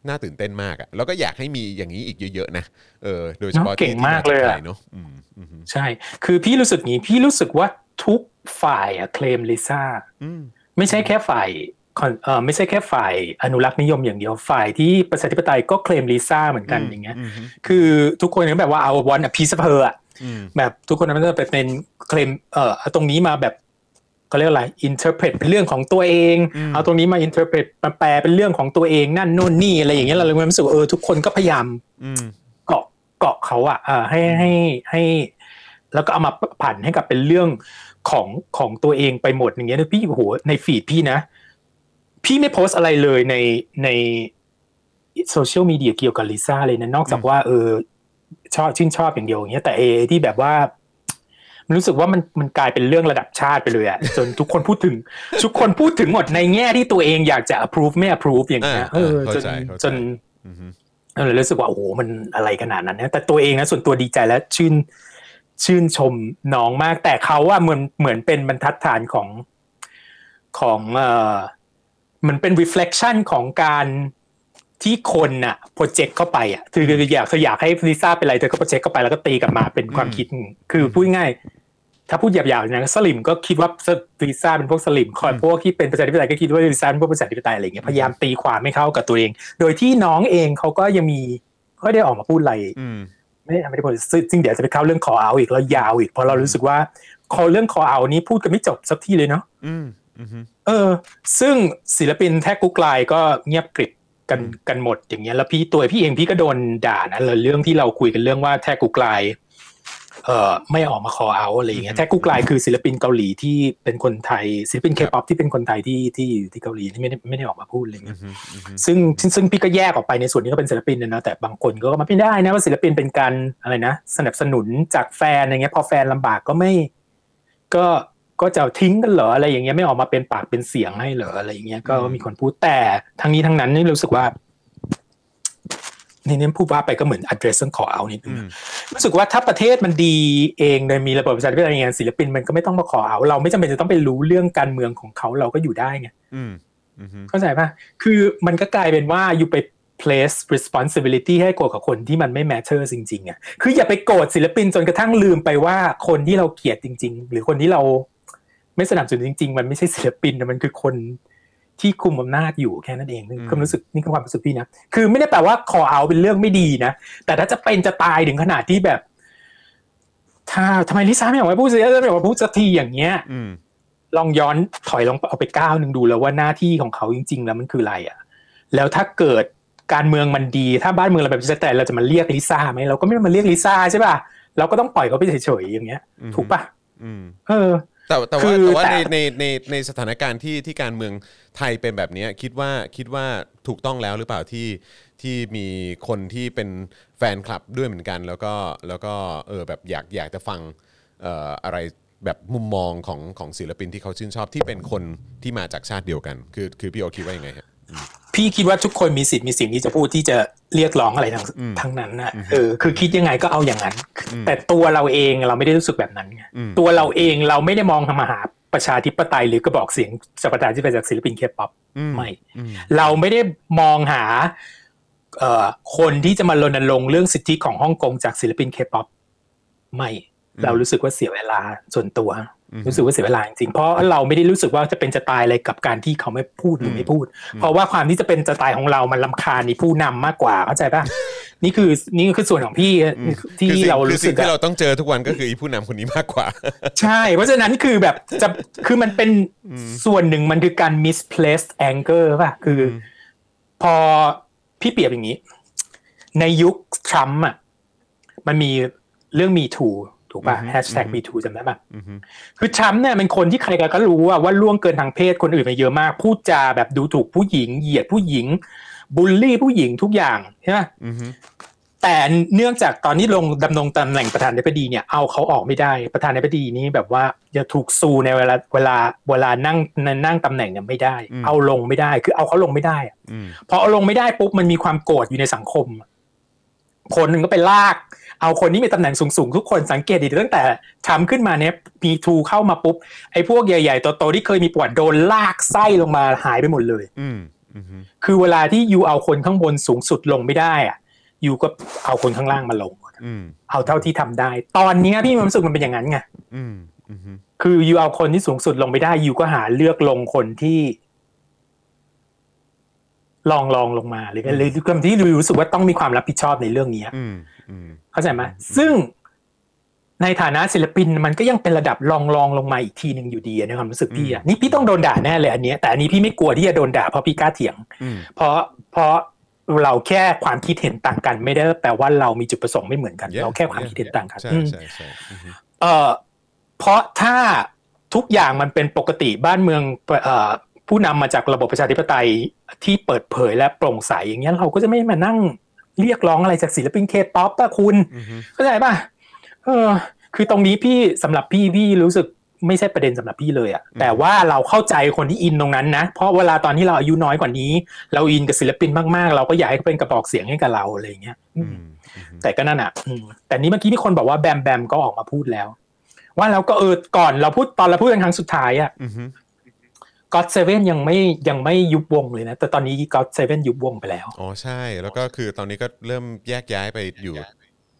Speaker 1: น่าตื่นเต้นมากอะแล้วก็อยากให้มีอย่างนี้อีกเยอะๆนะเออโดยเฉพาะ
Speaker 3: เนอะเก่งมากเลยอะ
Speaker 1: ที่จไทเนอะอืมอืมฮึ
Speaker 3: ใช่ คือพี่รู้สึกงี้พี่รู้สึกว่าทุกฝ่ายอะเคลมลิซ่า
Speaker 1: อืม
Speaker 3: ไม่ใช่แค่ฝ่ายคอนเอ่อไม่ใช่แค่ฝ่ายอนุรักษ์นิยมอย่างเดียวฝ่ายที่ประชาธิปไตยก็เคลมลิซ่าเหมือนกันอย่างเงี้ย คือทุกคนก็แบบว่าเอาวันอพีสเพออะแบบทุกคนมันจะไปเป็นเคลมเอ่อเอาตรงนี้มาแบบเขาเรียกอะไรอินเทอร์เพตเป็นเรื่องของตัวเอง เอาตรงนี้มาอินเทอร์เพตมาแปลเป็นเรื่องของตัวเองนั่นนู่นนี่อะไรอย่างเงี้ยเราเลยมีความรู้สึกว่าเออทุกคนก็พยายาม
Speaker 1: อืม
Speaker 3: เกาะเกาะเขาอะเอ่อให้ให้ให้ แล้วก็เอามาผันให้กับเป็นเรื่องของของตัวเองไปหมดอย่างเงี้ยนะพี่โอ้โหในฟีดพี่นะ พี่ไม่โพสต์อะไรเลยในในโซเชียลมีเดียเกี่ยวกับลิซ่าเลยนะ นอกจากว่าเออชอบชื่นชอบอย่างเดียวอย่างเงี้ยแต่เอที่แบบว่า มันรู้สึกว่ามันมันกลายเป็นเรื่องระดับชาติไปเลยอะจนทุกคนพูดถึง ทุกคนพูดถึงหมดในแง่ที่ตัวเองอยากจะ approve ไม่ approve อย่างเงี้ย
Speaker 1: อ่า
Speaker 3: เออจน
Speaker 1: เข้าใจเข้าใจ
Speaker 3: จน
Speaker 1: อืมฮึ
Speaker 3: เราเลยรู้สึกว่าโอ้โหมันอะไรขนาดนั้นนะแต่ตัวเองนะส่วนตัวดีใจและชื่นชื่นชมน้องมาก แต่เขาว่าเหมือนเหมือนเป็นบรรทัดฐานของของเออเหมือนเป็น reflection ของการที่คนน่ะโปรเจกต์เข้าไปอ่ะคือคืออยากเธออยากให้ลิซ่าเป็นอะไรเธอก็โปรเจกต์เข้าไปแล้วก็ตีกลับมาเป็นความคิด คือพูดง่ายๆถ้าพูดหยาบๆนะสลิมก็คิดว่าลิซ่าเป็นพวกสลิมคอยพวกที่เป็นประชาธิปไตยก็คิดว่าลิซ่าเป็นพวกประชาธิปไตยอะไรอย่างเงี้ยพยายามตีความให้เข้ากับตัวเอง โดยที่น้องเองเขาก็ยังมีก็ได้ออกมาพูดอะไร
Speaker 1: อืม
Speaker 3: ไม่ได้ไม่ได้พูดซึ่งซึ่งเดี๋ยวจะไปเข้าเรื่องคอเอาอีกแล้วยาวอีกเพราะเรารู้สึกว่าคอเรื่องคอเอานี้พูดกันไม่จบสักทีเลยเนาะ
Speaker 1: อืมอืมฮึ
Speaker 3: เออ ซึ่งศิลปินแท็กกุ๊กไลน์ก็เงียบกริบกันกันหมดอย่างเงี้ยแล้วพี่ตัวพี่เองพี่ก็โดนด่านะเลยเรื่องที่เราคุยกันเรื่องว่าแท็กกุ๊กไลน์เอ่อไม่ออกมาคอเอาอะไรอย่างเงี้ยแท็กกุ๊กไลน์คือศิลปินเกาหลีที่เป็นคนไทยศิลปินเคป๊อปที่เป็นคนไทยที่ที่อยู่ที่เกาหลีนี่ไม่ได้ไม่ได้ออกมาพูดอะไรเงี้ย
Speaker 1: อืมฮึอืมฮึ
Speaker 3: ซึ่งซึ่งซึ่งพี่ก็แยกออกไปในส่วนนี้ก็เป็นศิลปินนะนะแต่บางคนก็มาไม่ได้นะว่าศิลปินเป็นการอะไรนะสนับสนุนจากแฟนอย่างเงี้ยพอแฟนลำบากก็ไม่ ก็ก็จะทิ้งกันเหรออะไรอย่างเงี้ยไม่ออกมาเป็นปากเป็นเสียงให้เหรออะไรอย่างเงี้ยก็มีคนพูดแต่ทั้งนี้ทั้งนั้นนี่รู้สึกว่า นี่นี่พูดว่าไปก็เหมือน address เรื่องขอเอานิดนึ
Speaker 1: อื
Speaker 3: ง
Speaker 1: ม
Speaker 3: รู้สึกว่าถ้าประเทศมันดีเองโดยมีระบบประชาธิปไตยอะไรเงี้ยศิลปินมันก็ไม่ต้องมาขอเอา เราไม่จำเป็นจะต้องไปรู้เรื่องการเมืองของเขาเราก็อยู่ได้ไง
Speaker 1: อืมอืมฮึ
Speaker 3: เข้าใจป่ะ คือมันก็กลายเป็นว่าอยู่ไป place responsibility ให้กดกับคนที่มันไม่ matter จริงๆอ่ะ คืออย่าไปโกรธศิลปินจนกระทั่งลืมไปว่าคนที่เราเกลียดจริง ๆ หรือคนที่เราไม่สนับสนุนจริง ๆ มันไม่ใช่ศิลปินนะมันคือคนที่คุมอำนาจอยู่แค่นั้นเองนี่คือความรู้สึกนี่คือความรู้สึกพี่นะ คือไม่ได้แปลว่าขอเอาเป็นเรื่องไม่ดีนะ แต่ถ้าจะเป็นจะตายถึงขนาดที่แบบ ถ้าทำไมลิซ่าไม่ออกมาพูดสิไม่ออกมาพูดสักทีอย่างเงี้ย
Speaker 1: อืม
Speaker 3: ลองย้อนถอยลองเอาไปก้าวหนึ่งดูแล้วว่าหน้าที่ของเขาจริง ๆ แล้วมันคืออะไรอะ่ะ แล้วถ้าเกิดการเมืองมันดี ถ้าบ้านเมืองเราแบบจะแต่เราจะมาเรียกลิซ่าไหมเราก็ไม่ได้มาเรียกลิซ่าใช่ป่ะเราก็ต้องปล่อยเขาไปเฉยๆอย่างเงี้ย
Speaker 1: อืม
Speaker 3: ถูกป่ะ
Speaker 1: อืม
Speaker 3: เออ
Speaker 1: แต่แต่
Speaker 3: คื
Speaker 1: ว่า
Speaker 3: อ
Speaker 1: แต่ว่า
Speaker 3: แต่
Speaker 1: ในในในในสถานการณ์ที่ที่การเมืองไทยเป็นแบบเนี้ยคิดว่าคิดว่าถูกต้องแล้วหรือเปล่าที่ที่มีคนที่เป็นแฟนคลับด้วยเหมือนกัน แล้วก็แล้วก็เออแบบอยากอยากจะฟังเอ่ออะไรแบบมุมมองของของศิลปินที่เขาชื่นชอบที่เป็นคนที่มาจากชาติเดียวกัน คือคือพี่โอคิดว่ายังไงฮะ
Speaker 3: พี่คิดว่าทุกคนมีสิทธิ์มีเสิ่งที่จะพูดที่จะเรียกร้องอะไรทั้ง
Speaker 1: อืม
Speaker 3: ทั้งนั้นนะเออคือคิดยังไงก็เอาอย่างนั้น แต่ตัวเราเองเราไม่ได้รู้สึกแบบนั้นไง
Speaker 1: อืม
Speaker 3: ตัวเราเองเราไม่ได้มองมาหาประชาธิปไตยหรือกระบอกเสียงสัประชาธิปไตยจากศิลปินเคป๊อปไม่
Speaker 1: อืม
Speaker 3: เราไม่ได้มองหาเอ่อคนที่จะมารณรงค์เรื่องสิทธิของฮ่องกงจากศิลปินเคป๊อปไม่ เรารู้สึกว่าเสียเวลาส่วนตัว รู้สึกว่าเสียเวลาจริงๆเพราะเราไม่ได้รู้สึกว่าจะเป็นจะตายอะไรกับการที่เขาไม่พูดหรือไม่พูด เพราะว่าความที่จะเป็นจะตายของเรามันลำคาญในผู้นำมากกว่าเข้าใจป่ะ นี่คือนี่คือส่วนของพี่ที่
Speaker 1: คือสิ่ง
Speaker 3: เรา
Speaker 1: คือ
Speaker 3: รู้สึ
Speaker 1: สิ่
Speaker 3: ก
Speaker 1: งที่
Speaker 3: อะ
Speaker 1: เราต้องเจอทุกวันก็คืออีผู้นำคนนี้มากกว่า
Speaker 3: ใช่ เพราะฉะนั้นคือแบบจะคือมันเป็นส่วนหนึ่งมันคือการ misplaced anger ป่ะ คืออพอพี่เปรียบอย่างนี้ ในยุคทรัมป์อ่ะมันมีเรื่อง me too ถูกป่ะ hashtag me too จำได้ป่ะ คือทรัมป์เนี่ยเป็นคนที่ใครๆก็รู้ว่าว่าล่วงเกินทางเพศคนอื่นมาเยอะมาก พูดจาแบบดูถูกผู้หญิง เหยียดผู้หญิง บูลลี่ผู้หญิงทุกอย่างใช่ไหม
Speaker 1: อืมฮึ
Speaker 3: แต่เนื่องจากตอนนี้ลงดำรงตำแหน่งประธานาธิบดีเนี่ยเอาเขาออกไม่ได้ประธานาธิบดีนี้แบบว่าจะถูกซูในเวลาเวลาเวลานั่งนั่งตำแหน่งเนี่ยไม่ได้ เอาลงไม่ได้คือเอาเขาลงไม่ได้อะ
Speaker 1: อืม
Speaker 3: พอเอาลงไม่ได้ปุ๊บมันมีความโกรธอยู่ในสังคม คนหนึ่งก็ไปลาก เอาคนที่มีตำแหน่งสูงๆ ทุกคนสังเกตดีตั้งแต่ทำขึ้นมาเนี่ยมีทูเข้ามาปุ๊บไอ้พวกใหญ่ๆโตๆที่เคยมีประวัติโดนลากไส้ลงมาหายไปหมดเลย
Speaker 1: อืมอืมฮึ
Speaker 3: คือเวลาที่อยู่เอาคนข้างบนสูงสุดลงไม่ได้อะอยู่ก็เอาคนข้างล่างมาลง
Speaker 1: อืม
Speaker 3: เอาเท่าที่ทำได้ ตอนเนี้ยพี่มีความรู้สึกมันเป็นอย่างนั้นไง
Speaker 1: อืมอืมฮึ
Speaker 3: คืออยู่เอาคนที่สูงสุดลงไม่ได้ อยู่ก็หาเลือกลงคนที่ ลองลองลงมาหรือหรือคนที่รู้สึกว่าต้องมีความรับผิดชอบในเรื่องเนี้ย
Speaker 1: อืมอืม
Speaker 3: เข้าใจไหมซึ่งในฐานะศิลปินมันก็ยังเป็นระดับรองรองลงมาอีกทีหนึ่งอยู่ดีอะในความรู้สึกพี่อะนี่พี่ต้องโดนด่าแน่เลยอันเนี้ยแต่อันนี้พี่ไม่กลัวที่จะโดนด่าเพราะพี่กล้าเถียง
Speaker 1: อืม
Speaker 3: เพราะเพราะเราแค่ความคิดเห็นต่างกัน ไม่ได้แปลว่าเรามีจุดประสงค์ไม่เหมือนกัน
Speaker 1: Yeah,
Speaker 3: เราแค่ความคิดเห็น
Speaker 1: yeah,
Speaker 3: ต่างกัน
Speaker 1: ใช่
Speaker 3: อืม
Speaker 1: ใช่ใช่อือฮึ
Speaker 3: เอ่อเพราะถ้าทุกอย่างมันเป็นปกติบ้านเมืองเอ่อผู้นำมาจากระบบประชาธิปไตยที่เปิดเผยและโปร่งใสอย่างเงี้ยเราก็จะไม่มานั่งเรียกร้องอะไรจากศิลปินเคป๊อปป่ะคุณ
Speaker 1: อือฮึ
Speaker 3: เข้าใจป่ะเออ คือตรงนี้พี่สำหรับพี่พี่รู้สึกไม่ใช่ประเด็นสำหรับพี่เลยอะแต่ว่าเราเข้าใจคนที่อินตรงนั้นนะ เพราะเวลาตอนที่เราอายุน้อยกว่านี้ เราอินกับศิลปินมากๆ เราก็อยากให้เขาเป็นกระบอกเสียงให้กับเราอะไรอย่างเงี้ยอื
Speaker 1: อื
Speaker 3: ม
Speaker 1: มอือฮึ
Speaker 3: แต่ก็นั่นอ่ะอืมแต่นี้เมื่อกี้มีคนบอกว่าแบมแบมก็ออกมาพูดแล้ว ว่าแล้วก็เออก่อนเราพูดตอนเราพูดกันครั้งสุดท้ายอ่ะ
Speaker 1: อือฮึ
Speaker 3: ก็อตเซเว่นยังไม่ยังไม่ยุบวงเลยนะ แต่ตอนนี้ก็อตเซเว่นยุบวงไปแล้ว
Speaker 1: อ๋อใช่แล้วก็คือตอนนี้ก็เริ่มแยกย้ายไปอยู่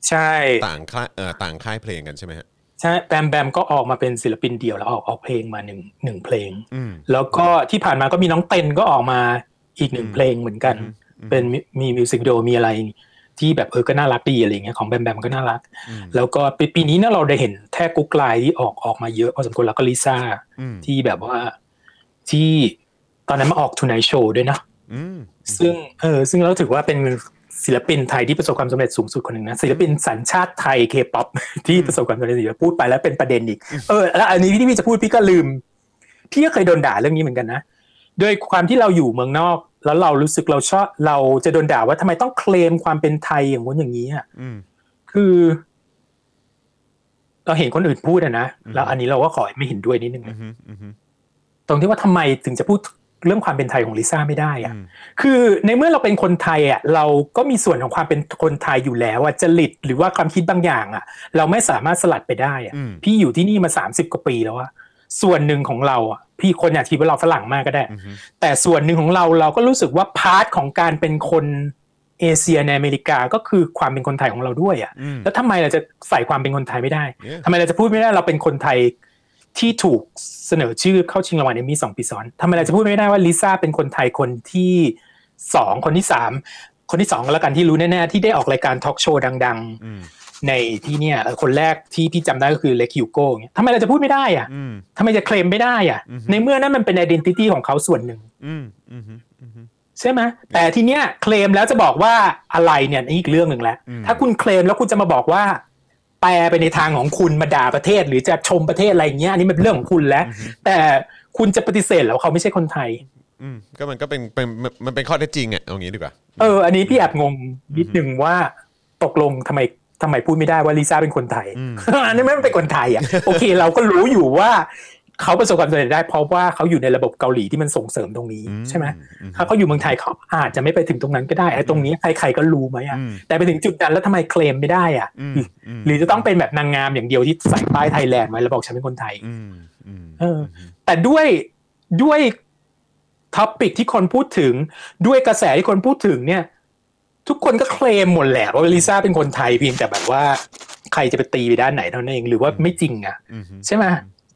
Speaker 3: ใช่
Speaker 1: ต่างค่ายเอ่อต่างค่ายเพลงกันใช่ไหมฮะ
Speaker 3: ใช่แบมแบมก็ออกมาเป็นศิลปินเดี่ยวแล้วออกออกเพลงมาหนึ่งหนึ่งเพลง
Speaker 1: อืม
Speaker 3: แล้วก็ที่ผ่านมาก็มีน้องเต้นก็ออกมาอีกหนึ่งเพลงเหมือนกัน
Speaker 1: อืมอืม
Speaker 3: เป็นมีมีมิวสิกวิดีโอมีอะไรที่แบบเออก็น่ารักดีอะไรอย่างเงี้ยของแบมแบมก็น่ารัก
Speaker 1: อืม
Speaker 3: แล้วก็ปีปีนี้เนี่ยเราได้เห็นแท้กุ๊กไลน์ที่ออกออกมาเยอะพอสมควรแล้วก็ลิซ่า
Speaker 1: อืม
Speaker 3: ที่แบบว่าที่ตอนนั้นมาออก Tonight Show ด้วยนะ
Speaker 1: อืม
Speaker 3: ซึ่งเออซึ่งเราถือว่าเป็นศิลปินไทยที่ประสบความสำเร็จสูงสุดคนหนึ่งนะศิลปินสัญชาติไทยเคป๊อป ที่ประสบความสำเร็จเดี๋ยวพูดไปแล้วเป็นประเด็นอีกเออแล้วอันนี้ที่พี่จะพูดพี่ก็ลืม พี่ก็เคยโดนด่าเรื่องนี้เหมือนกันนะโดวยความที่เราอยู่เมืองนอก แล้วเรารู้สึกเราชอบเราจะโดนด่าว่าทำไมต้องเคลมความเป็นไทยอย่างนู้นอย่างนี้อะ
Speaker 1: อืม
Speaker 3: คือ เราเห็นคนอื่นพูดอะนะ แล้วอันนี้เราก็ขอไม่เห็นด้วยนิดนึง
Speaker 1: อื
Speaker 3: นะ
Speaker 1: มอืม
Speaker 3: ตรงที่ว่าทำไมถึงจะพูด เรื่องความเป็นไทยของลิซ่าไม่ได้อะคือในเมื่อเราเป็นคนไทยอ่ะเราก็มีส่วนของความเป็นคนไทยอยู่แล้วอ่ะจริตหรือว่าความคิดบางอย่างอ่ะ เราไม่สามารถสลัดไปได้อ่ะ
Speaker 1: อืม
Speaker 3: พี่อยู่ที่นี่มา 30 กว่าปีแล้วอ่ะส่วนหนึ่งของเราอ่ะพี่คนอยากคิดว่าเราฝรั่งมากก็ได้
Speaker 1: อือฮึ
Speaker 3: แต่ส่วนหนึ่งของเราเราก็รู้สึกว่าพาร์ทของการเป็นคนเอเชียในอเมริกาก็คือความเป็นคนไทยของเราด้วยอ่ะ
Speaker 1: อืม
Speaker 3: แล้วทำไมเราจะใส่ความเป็นคนไทยไม่ได้
Speaker 1: เนี่ย
Speaker 3: ทำไมเราจะพูดไม่ได้เราเป็นคนไทยที่ถูกเสนอชื่อเข้าชิงรางวัลเอมมี่สองปีซ้อนทำไมเราจะพูดไม่ได้ว่าลิซ่าเป็นคนไทยคนที่สองคนที่สามคนที่สองก็แล้วกันที่รู้แน่ๆ ที่ได้ออกรายการทอล์กโชว์ดัง
Speaker 1: อืม
Speaker 3: ๆ ในที่เนี่ยเอ่อคนแรกที่พี่จำได้ก็คือเล็กฮิวโก้เงี้ยทำไมเราจะพูดไม่ได้อะ
Speaker 1: อืม
Speaker 3: ทำไมจะเคลมไม่ได้อะ
Speaker 1: อือฮึ
Speaker 3: ในเมื่อนั้นมันเป็น i d ด n ติตี้ของเขาส่วนหนึ่ง
Speaker 1: อืมอืมอืม
Speaker 3: ใช่ไหมแต่ทีเนี้ยเคลมแล้วจะบอกว่าอะไรเนี่ยนี่อีกเรื่องหนึ่งแล้ว
Speaker 1: อืม
Speaker 3: ถ้าคุณเคลมแล้วคุณจะมาบอกว่า แปลไปในทางของคุณมาด่าประเทศ หรือจะชมประเทศอะไรอย่างเงี้ยอันนี้มันเป็นเรื่องของคุณแล้ว แต่คุณจะปฏิเสธแล้วาเขาไม่ใช่คนไทย
Speaker 1: อืมก็มันก็เป็นเป็นมันมันเป็นข้อเท็จจริงอ่ะเอางี้ดีกว่า
Speaker 3: เออ อันนี้พี่แอบงงนิดนึงว่าตกลงทำไมทำไมพูดไม่ได้ว่าลิซ่าเป็นคนไทย
Speaker 1: อืม
Speaker 3: อันนี้ไม่เป็นคนไทยอ่ะ โอเค เราก็รู้อยู่ว่าเขาประสบความสำเร็จได้เพราะว่าเขาอยู่ในระบบเกาหลีที่มันส่งเสริมตรงนี้
Speaker 1: อื
Speaker 3: ใช่ไหม
Speaker 1: อื
Speaker 3: ถ้าเขาอยู่เมืองไทยเขาอาจจะไม่ไปถึงตรงนั้นก็ได้ไอ้ตรงนี้ใครๆก็รู้ไหมอ่ะ
Speaker 1: อืม
Speaker 3: แต่ไปถึงจุดนั้นแล้วทำไมเคลมไม่ได้อ่ะ
Speaker 1: อืมม
Speaker 3: หรือจะต้องเป็นแบบนางงามอย่างเดียวที่ใส่ป้ายไทยแลนด์ไว้แล้วบอกฉันเป็นคนไทย
Speaker 1: อืมอืม
Speaker 3: เออ แต่ด้วยด้วยท็อปิกที่คนพูดถึง ด้วยกระแสที่คนพูดถึงเนี่ย ทุกคนก็เคลมหมดแหละว่าลิซ่าเป็นคนไทยเพียงแต่แบบว่าใครจะไปตีไปด้านไหนเท่านั้นเองหรือว่าไม่จริงอ่ะ
Speaker 1: อืม
Speaker 3: ใช่ไหม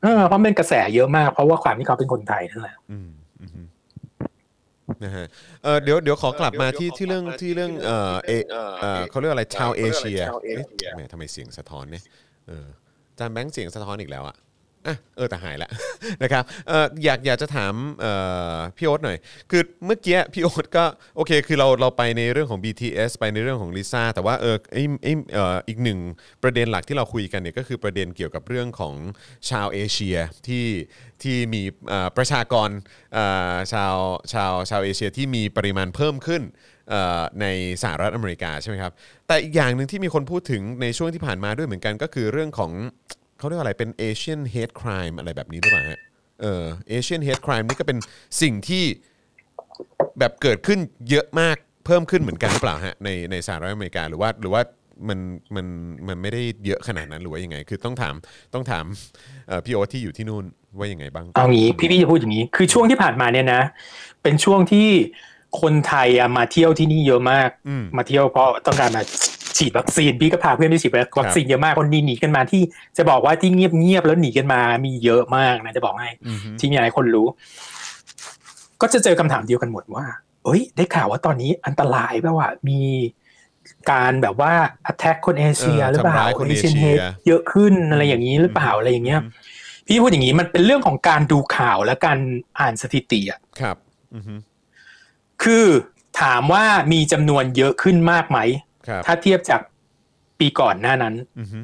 Speaker 3: เออเพราะมันเป็นกระแสเยอะมากเพราะว่าความที่เขาเป็นคนไทยนั่นแหละ
Speaker 1: อืมอืมนะฮะเออเดี๋ยวเดี๋ยวขอกลับมาที่ที่เรื่องที่เรื่องเออเอเออเขาเรียกอะไรชาวเอเชียเอ๊ะแหมทำไมเสียงสะท้อนเนี่ยเอออาจานแบงค์เสียงสะท้อนอีกแล้วอ่ะอ่ะเออแต่หายละ นะครับเอออยากอยากจะถามเอ่อพี่โอ๊ตหน่อย คือเมื่อกี้พี่โอ๊ตก็โอเค คือเราเราไปในเรื่องของ BTS ไปในเรื่องของลิซ่าแต่ว่าเออไอไอเอ่ออีกหนึ่งประเด็นหลักที่เราคุยกันเนี่ยก็คือประเด็นเกี่ยวกับเรื่องของชาวเอเชียที่ที่มีเอ่อประชากรเอ่อชาวชาวชาวเอเชียที่มีปริมาณเพิ่มขึ้นเอ่อในสหรัฐอเมริกาใช่ไหมครับ แต่อีกอย่างหนึ่งที่มีคนพูดถึงในช่วงที่ผ่านมาด้วยเหมือนกันก็คือเรื่องของเขาเรียกว่าอะไรเป็น Asian hate crime อะไรแบบนี้หรือเปล่าฮะ เออเอเชียนเฮดครามนี่ก็เป็นสิ่งที่แบบเกิดขึ้นเยอะมากเพิ่มขึ้นเหมือนกันหรือเปล่าฮะในในสหรัฐอเมริกาหรือว่าหรือว่ามันมันมันไม่ได้เยอะขนาดนั้นหรือว่ายังไง คือต้องถามต้องถามเอ่อพี่โอ๊ตที่อยู่ที่นู่นว่ายังไงบ้าง
Speaker 3: เอางี้พี่พี่จะพูดอย่างนี้คือช่วงที่ผ่านมาเนี่ยนะ เป็นช่วงที่คนไทยอะมาเที่ยวที่นี่เยอะมาก
Speaker 1: อืม
Speaker 3: เที่ยวเพราะต้องการมาฉีดวัคซีนพี่ก็พาเพื่อนไปฉีดวัคซีนเยอะมากคนนี้หนีกันมาที่จะบอกว่าที่เงียบเงียบๆแล้วหนีกันมามีเยอะมากนะจะบอกให้
Speaker 1: อือฮึ
Speaker 3: ที่มีหลายคนรู้ ก็จะเจอคำถามเดียวกันหมดว่าเอ้ย ได้ข่าวว่าตอนนี้อันตรายแปล่าวะมีการแบบว่า attack คนเอเชีย
Speaker 1: เออ
Speaker 3: หรือเป
Speaker 1: ทำ
Speaker 3: ล่า
Speaker 1: ร้ายคน
Speaker 3: เอเชีย
Speaker 1: เอเชี
Speaker 3: เฮ
Speaker 1: ย
Speaker 3: ดเยอะขึ้นอะไรอย่างนี้หรือเปล่าอะไรอย่างเงี้ย พี่พูดอย่างนี้มันเป็นเรื่องของการดูข่าวและการอ่านสถิติอ่ะ
Speaker 1: ครับอือฮึ
Speaker 3: คือถามว่ามีจำนวนเยอะขึ้นมากไหม
Speaker 1: ครับ
Speaker 3: ถ้าเทียบจากปีก่อนหน้านั้น
Speaker 1: อือฮึ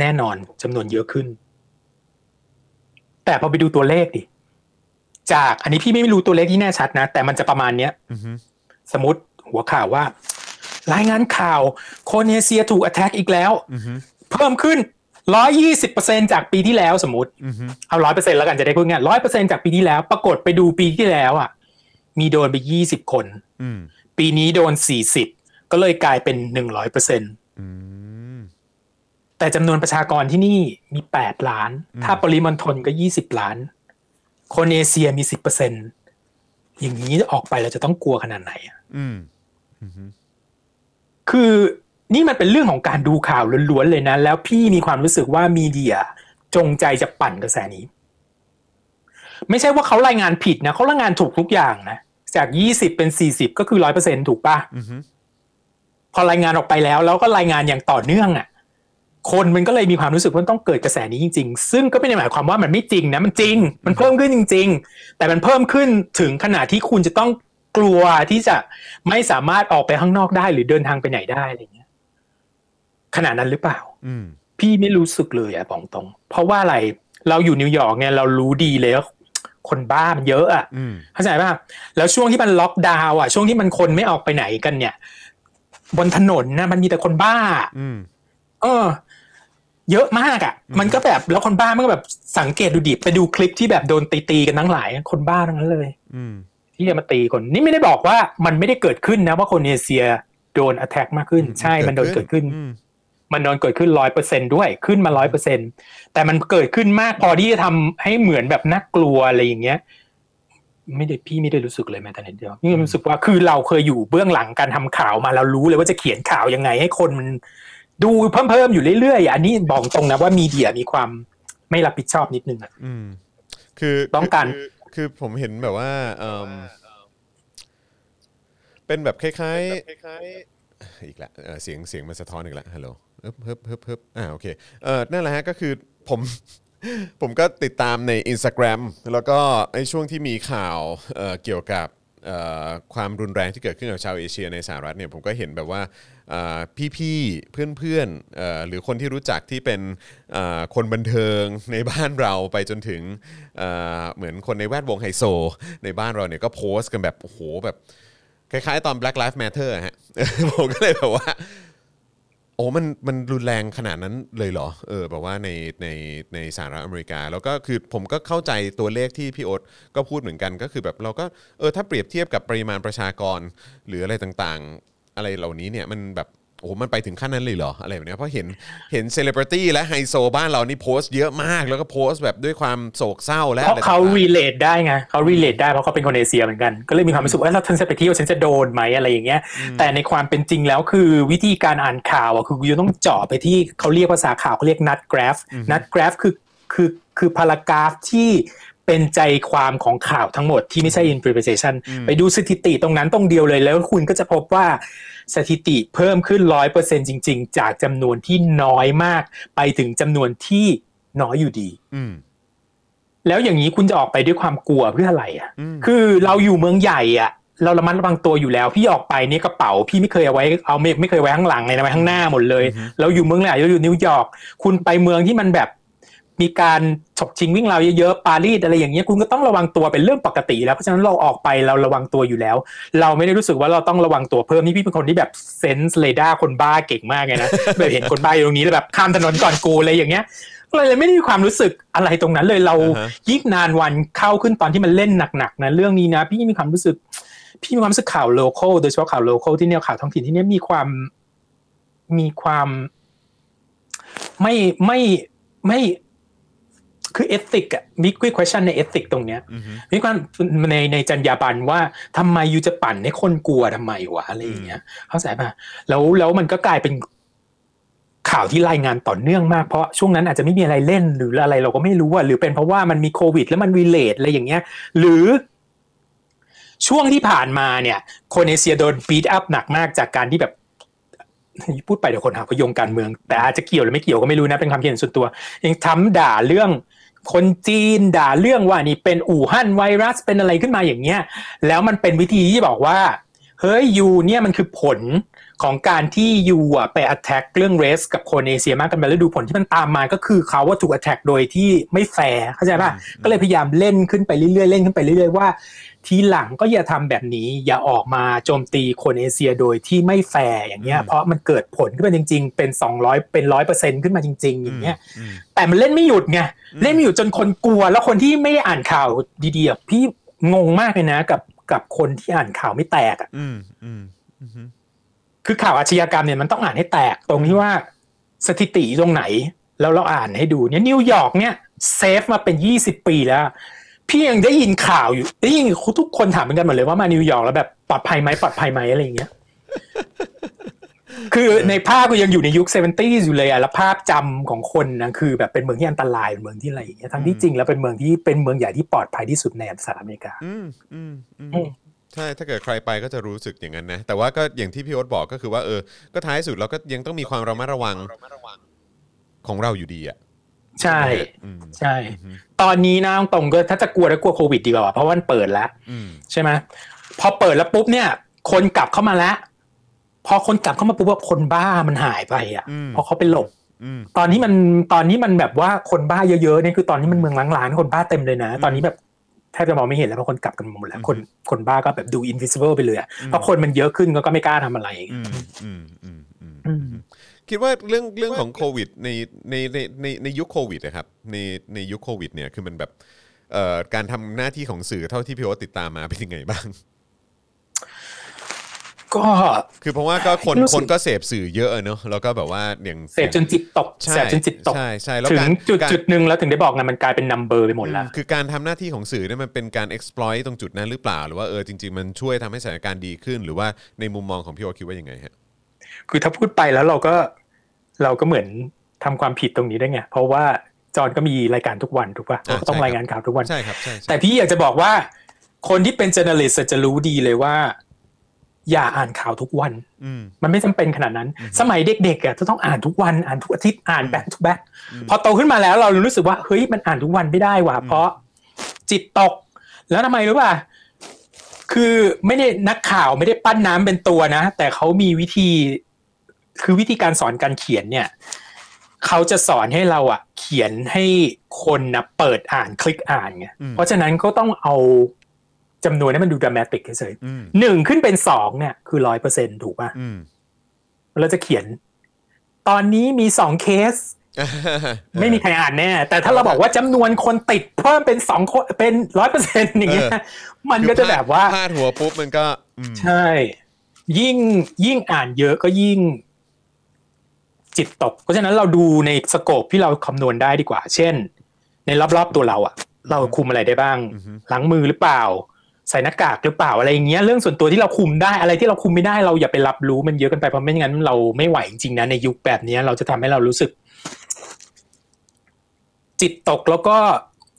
Speaker 3: แน่นอนจำนวนเยอะขึ้น แต่พอไปดูตัวเลขดิ จากอันนี้พี่ไม่รู้ตัวเลขที่แน่ชัดนะ แต่มันจะประมาณเนี้ย
Speaker 1: อือฮึ
Speaker 3: สมมติหัวข่าวว่า รายงานข่าวคนเอเชียถูก a t t a c k อีกแล้ว
Speaker 1: อือฮึ
Speaker 3: เพิ่มขึ้น 120%จากปีที่แล้วสมมติ
Speaker 1: อือฮึ
Speaker 3: เอาร้อยเปอร์เซ็นแล้วกันจะได้พูดง่ายร้อยเปอร์เซ็นจากปีที่แล้ว ปรากฏไปดูปีที่แล้วอ่ะ มีโดนไปยี่สิบคน
Speaker 1: อืม
Speaker 3: ปีนี้โดนสี่สิบก็เลยกลายเป็นหนึ่งร้อยเปอร์เซ็น
Speaker 1: อืม
Speaker 3: แต่จำนวนประชากรที่นี่มีแปดล้าน
Speaker 1: อืม
Speaker 3: ถ้าปริมณฑลก็ยี่สิบล้าน คนเอเชียมีสิบเปอร์เซ็นอย่างนี้ออกไปเราจะต้องกลัวขนาดไหนอะ
Speaker 1: อืมอือฮึ
Speaker 3: คือนี่มันเป็นเรื่องของการดูข่าวล้วนๆเลยนะ แล้วพี่มีความรู้สึกว่ามีเดียจงใจจะปั่นกระแสนี้ ไม่ใช่ว่าเขารายงานผิดนะเขารายงานถูกทุกอย่างนะจาก 20 เป็น 40 ก็คือ 100%ถูกปะ
Speaker 1: อือฮึ
Speaker 3: พอรายงานออกไปแล้วแล้วก็รายงานอย่างต่อเนื่องอะ่ะคนมันก็เลยมีความรู้สึกว่าต้องเกิดกระแสนี้จริง ๆ ซึ่งก็ไม่ได้หมายความว่ามันไม่จริงนะมันจริง มันเพิ่มขึ้นจริง ๆ แต่มันเพิ่มขึ้นถึงขนาดที่คุณจะต้องกลัวที่จะไม่สามารถออกไปข้างนอกได้หรือเดินทางไปไหนได้อะไรอย่างเงี้ยขนาดนั้นหรือเปล่า
Speaker 1: อืม
Speaker 3: พี่ไม่รู้สึกเลยอะบอกตรง เพราะว่าอะไรเราอยู่นิวยอร์กเนี่ยเรารู้ดีเลยว่าคนบ้ามันเยอะอะ
Speaker 1: อืม
Speaker 3: เข้าใจป่ะ แล้วช่วงที่มันล็อกดาวน์อ่ะ ช่วงที่มันคนไม่ออกไปไหนกันเนี่ย บนถนนนะมันมีแต่คนบ้า
Speaker 1: อืม
Speaker 3: เออ เยอะมากอ่ะ มันก็แบบแล้วคนบ้ามันก็แบบสังเกตดูดิไปดูคลิปที่แบบโดนตีตีๆกันทั้งหลายคนบ้าทั้งนั้นเลย
Speaker 1: อืม
Speaker 3: ที่จะมาตีคนนี่ไม่ได้บอกว่ามันไม่ได้เกิดขึ้นนะว่าคนเอเชียโดน attack มากขึ้น ใช่มันโดนเกิดขึ้น
Speaker 1: อืม
Speaker 3: มันโดนเกิดขึ้นร้อยเปอร์เซด้วยขึ้นมาร้อยเปอร์เซแต่มันเกิดขึ้นมากพอที่จะทำให้เหมือนแบบน่ากลัวอะไรอย่างเงี้ย ไม่ได้พี่ไม่ได้รู้สึกเลยแม้แต่นิดเดียวนี่รู้สึกว่าคือเราเคยอยู่เบื้องหลังการทำข่าวมาเรารู้เลยว่าจะเขียนข่าวยังไง ให้คนมันดูเพิ่มเพิ่มๆอยู่เรื่อยๆอันนี้บอกตรงนะว่ามีเดียมีความไม่รับผิดชอบนิดนึงอะ
Speaker 1: อืมคือ
Speaker 3: ต้องการ
Speaker 1: คืคือผมเห็นแบบว่าเอิ่มเป็นแบบคล้ายๆ อีกแล้วเอ่อเสียงเสียงมันสะท้อนอีกแล้วฮัลโหลฮึบฮึบฮึบฮึบอ่าโอเคเออนั่นแหละฮะก็คือผม ผมก็ติดตามใน Instagram แล้วก็ไอ้ช่วงที่มีข่าวเอ่อเกี่ยวกับเอ่อความรุนแรงที่เกิดขึ้นกับชาวเอเชียในสหรัฐเนี่ยผมก็เห็นแบบว่าเอ่อพี่ๆเพื่อนๆเอ่อหรือคนที่รู้จักที่เป็นเอ่อคนบันเทิงในบ้านเราไปจนถึงเอ่อเหมือนคนในแวดวงไฮโซ ในบ้านเราเนี่ยก็โพสต์กันแบบโอ้โหแบบ คล้ายๆตอน Black Lives Matter อะฮะ ผมก็เลยแบบว่า โอ้มันมันรุนแรงขนาดนั้นเลยเหรอ เออแบบว่าในในในสหรัฐอเมริกา แล้วก็คือผมก็เข้าใจตัวเลขที่พี่โอ๊ตก็พูดเหมือนกันก็คือแบบเราก็เออถ้าเปรียบเทียบกับปริมาณประชากร หรืออะไรต่างๆ อะไรเหล่านี้เนี่ยมันแบบโอ้โหมันไปถึงขั้นนั้นเลยเหรออะไรแบบเนี้ยเพราะเห็นเห็นเซเลบริตี้และไฮโซบ้านเรานี่โพสต์เยอะมาก แล้วก็โพสต์แบบด้วยความโศกเศร้าและ
Speaker 3: เพ
Speaker 1: อะ
Speaker 3: ราะ
Speaker 1: ไร
Speaker 3: เขา
Speaker 1: ต่างๆ
Speaker 3: relate ได้ไงเขา relate ได้เพราะเขาเป็นคนเอเชียเหมือนกัน ก็เลยมีความรู้สึกว่าเอ้ยแล้วฉันจะไปเที่ยวฉันจะโดนไหมอะไรอย่างเงี้ย แต่ในความเป็นจริงแล้วคือวิธีการอ่านข่าวอ่ะคือคุณต้องเจาะไปที่เขาเรียกภาษาข่าวเขาเรียกนัดกราฟนัดกราฟคือคือคือพารากราฟที่เป็นใจความของข่าวทั้งหมดที่ไม่ใช่ interpretation ไปดูสถิติตรงนั้นตรงเดียวเลยแล้วคุณก็จะพบว่าสถิติเพิ่มขึ้นร้อยเปอร์เซ็นจริง ๆ จากจำนวนที่น้อยมาก ไปถึงจำนวนที่น้อยอยู่ดี
Speaker 1: อืม
Speaker 3: แล้วอย่างนี้คุณจะออกไปด้วยความกลัวเพื่ออะไรอ่ะ
Speaker 1: อืม
Speaker 3: คือเราอยู่เมืองใหญ่อ่ะ เราระมัดระวังตัวอยู่แล้ว พี่ออกไปเนี่ยกระเป๋า พี่ไม่เคยเอาไว้ เอาไม่ไม่เคยไว้ข้างหลังเลยนะไว้ข้างหน้าหมดเลย เราอยู่เมืองใหญ่เราอยู่นิวยอร์ก คุณไปเมืองที่มันแบบ มีการฉกชิงวิ่งเราวเยอะๆ ปารีสอะไรอย่างเงี้ย คุณก็ต้องระวังตัวเป็นเรื่องปกติ แล้ว เพราะฉะนั้นเราออกไปเราระวังตัวอยู่แล้ว เราไม่ได้รู้สึกว่าเราต้องระวังตัวเพิ่มนี่พี่เป็นคนที่แบบเซนส์เรดาร์คนบ้าเก่งมากเลยนะ แบบเห็นคนบ้าอยู่ตรงนี้แล้วแบบข้ามถนนก่อนกูอะไรอย่างเงี้ยเราเลยไม่ได้มีความรู้สึกอะไรตรงนั้นเลยเรา
Speaker 1: อ่าฮะ
Speaker 3: ยิ่งนานวันเข้าขึ้นตอนที่มันเล่นหนักๆนะเรื่องนี้นะ พี่มีความรู้สึก พี่มีความรู้สึกข่าวโลโก้โดยเฉพาะข่าวโลโก้ที่เนี่ยข่าวท้องถิ่นที่เนี่ยมีความมีความ ไม่ไม่ไม่คือเอติกอะมีคุย question ในเอติกตรงเนี้ย
Speaker 1: อืมฮึ
Speaker 3: มีความในในจรรยาบรรณว่าทำไมอยู่จะปั่นให้คนกลัวทำไมวะอะไรอย่างเงี้ยเข้าใจป่ะแล้วแล้วมันก็กลายเป็นข่าวที่รายงานต่อเนื่องมากเพราะช่วงนั้นอาจจะไม่มีอะไรเล่นหรืออะไรเราก็ไม่รู้อะหรือเป็นเพราะว่ามันมีโควิด แล้วมันวีเลทอะไรอย่างเงี้ย หรือ ช่วงที่ผ่านมาเนี่ย คนเอเชียโดนบีทอัพหนักมากจากการที่แบบ พูดไปเดี๋ยวคนหาพยงการเมือง แต่อาจจะเกี่ยวหรือไม่เกี่ยวก็ไม่รู้นะเป็นความคิดเห็นส่วนตัว ยังทำด่าเรื่องคนจีนด่าเรื่องว่านี่เป็นอู่ฮั่นไวรัสเป็นอะไรขึ้นมาอย่างเงี้ย แล้วมันเป็นวิธีที่บอกว่า เฮ้ยยูเนี่ยมันคือผลของการที่ยูอะไป attack เรื่องเรสกับคนเอเชียมากกันไปแล้วดูผลที่มันตามมาก็คือเขาว่าถูก attack โดยที่ไม่แฟร์เข้าใจป่ะ ก็เลยพยายามเล่นขึ้นไปเรื่อยๆเล่นขึ้นไปเรื่อยๆว่า ทีหลังก็อย่าทำแบบนี้ อย่าออกมาโจมตีคนเอเชียโดยที่ไม่แฟร์อย่างเงี้ย เพราะมันเกิดผลขึ้นมาจริง ๆ เป็น 200 เป็นร้อยเปอร์เซ็นต์ขึ้นมาจริง ๆ อย่างเงี้ย แต่มันเล่นไม่หยุดไงเล่นไม่หยุดจนคนกลัว แล้วคนที่ไม่ได้อ่านข่าวดีๆอะพี่งงมากเลยนะกับกับคนที่อ่านข่าวไม่แตกอะ
Speaker 1: อืมอืมอืมฮึ
Speaker 3: คือข่าวอาชญากรรมเนี่ยมันต้องอ่านให้แตกตรงที่ว่าสถิติตรงไหน แล้วเราอ่านให้ดูเนี่ยนิวยอร์กเนี่ยเซฟมาเป็น 20 ปีแล้ว พี่ยังได้ยินข่าวอยู่ได้ยินทุกคนถามเหมือนกันหมดเลยว่ามานิวยอร์กแล้วแบบปลอดภัยไหมปลอดภัยไหมอะไรอย่างเงี้ ย คือในภาพก็ยังอยู่ในยุคเซเวนตี้อยู่เลยอะแล้วภาพจำของคนนะคือแบบเป็นเมืองที่อันตรายเป็นเมืองที่อะไรอย่างเงี้ยทั้งที่จริงแล้วเป็นเมืองที่เป็นเมืองใหญ่ที่ปลอดภัยที่สุดในสหรัฐอเมริกา
Speaker 1: อืมอืมอืม
Speaker 3: อืม
Speaker 1: ใช่ถ้าเกิดใครไปก็จะรู้สึกอย่างนั้นนะ แต่ว่าก็อย่างที่พี่โอ๊ตบอกก็คือว่าเออ ก็ท้ายสุดเราก็ยังต้องมีความระมัดระวังของเราอยู่ดีอ่ะ
Speaker 3: ใช่
Speaker 1: อืม
Speaker 3: ใช่ ตอนนี้นะตรงๆก็ถ้าจะกลัวแล้วกลัวโควิดดีกว่าเพราะว่ามันเปิดแล้ว
Speaker 1: อืม
Speaker 3: ใช่ไหมพอเปิดแล้วปุ๊บเนี่ย คนกลับเข้ามาแล้ว พอคนกลับเข้ามาปุ๊บว่าคนบ้ามันหายไปอ่ะเพราะเขาไปหลบ
Speaker 1: อืม
Speaker 3: ตอนนี้มันตอนนี้มันแบบว่าคนบ้าเยอะๆเนี่ยคือตอนนี้มันเมืองล้างๆคนบ้าเต็มเลยนะ ตอนนี้แบบแทบจะมองไม่เห็นแล้วเพราะคนกลับกันหมดแล้วคนคนบ้าก็แบบดู invisible ไปเลยอะเพราะคนมันเยอะขึ้นก็ก็ไม่กล้าทำอะไร
Speaker 1: อืมอืมอืมอืม
Speaker 3: อืม
Speaker 1: คิดว่าเรื่องเรื่องของโควิดในในในในในยุคโควิดนะครับในในยุคโควิดเนี่ยคือมันแบบเอ่อการทำหน้าที่ของสื่อเท่าที่พี่โอ๊ตติดตามมาเป็นยังไงบ้าง
Speaker 3: ก็
Speaker 1: คือเพราะว่าก็คน
Speaker 3: รู้สึก
Speaker 1: คนก็เสพสื่อเยอะอะเนอะแล้วก็แบบว่าอย่าง
Speaker 3: เสพจนจิตตก
Speaker 1: ใช่
Speaker 3: เสพจนจิตตก
Speaker 1: ใช่ใช่แล้ว
Speaker 3: ถึง
Speaker 1: การ
Speaker 3: จุด
Speaker 1: การ
Speaker 3: จุดหนึ่งแล้วถึงได้บอกไงมันกลายเป็นนัมเบอร์ไปหมดแล้ว
Speaker 1: อืคือการทำหน้าที่ของสื่อเนี่ยมันเป็นการ exploit ตรงจุดนั้นหรือเปล่า หรือว่าเออจริง ๆ มันช่วยทำให้สถานการณ์ดีขึ้น หรือว่าในมุมมองของพี่โอคิดว่ายังไงฮะ
Speaker 3: คือถ้าพูดไปแล้วเราก็เราก็เหมือนทำความผิดตรงนี้ได้ไง เพราะว่าจอห์นก็มีรายการทุกวันถูกป่ะเขาก็ต้องรายงานข่าวทุกวัน
Speaker 1: ใช่ครับใช่ใช่
Speaker 3: แต่พี่อยากจะบอกว่า คนที่เป็นเจเนอเรตจะรู้ดีเลยว่า อย่าอ่านข่าวทุกวัน
Speaker 1: อืม
Speaker 3: มันไม่จำเป็นขนาดนั้น สมัยเด็กๆอ่ะจะต้องอ่านทุกวันอ่านทุกอาทิตย์อ่านแบ็คทุกแบ็คพอโตขึ้นมาแล้วเรารู้สึกว่าเฮ้ยมันอ่านทุกวันไม่ได้ว่ะเพราะจิตตก แล้วทำไมรู้ป่ะคือไม่ได้นักข่าวไม่ได้ปั้นน้ำเป็นตัวนะ แต่เขามีวิธี คือวิธีการสอนการเขียนเนี่ยเขาจะสอนให้เราอ่ะ เขียนให้คนนะเปิดอ่านคลิกอ่านไง
Speaker 1: อืม
Speaker 3: เพราะฉะนั้นก็ต้องเอาจำนวนให้มันดูดรามาติกเฉย
Speaker 1: อืม
Speaker 3: ๆหนึ่งขึ้นเป็นสองเนี่ย คือร้อยเปอร์เซ็นถูกป่ะ
Speaker 1: อืม
Speaker 3: เราจะเขียน ตอนนี้มีสองเคส ไม่ มีใครอ่านแน่ แต่ถ้าเราบอกว่าจำนวนคนติดเพิ่มเป็นสองคนเป็นร้อยเปอร์เซ็นต์อย่างเงี้ยมันก็จะแบบว่า
Speaker 1: พลาดหัวปุ๊บมันก็อืม
Speaker 3: ใช่ ยิ่งยิ่งอ่านเยอะก็ยิ่ง จิตตก เพราะฉะนั้นเราดูในสโคปที่เราคำนวณได้ดีกว่า เช่น ในรอบๆตัวเราอะเราคุมอะไรได้บ้างล้างมือหรือเปล่า ใส่หน้ากากหรือเปล่าอะไรอย่างเงี้ยเรื่องส่วนตัวที่เราคุมได้อะไรที่เราคุมไม่ได้เราอย่าไปรับรู้มันเยอะเกันไปเพราะไม่งั้นเราไม่ไหวจริงๆนะในยุคแบบเนี้ยเราจะทำให้เรารู้สึก จิตตกแล้วก็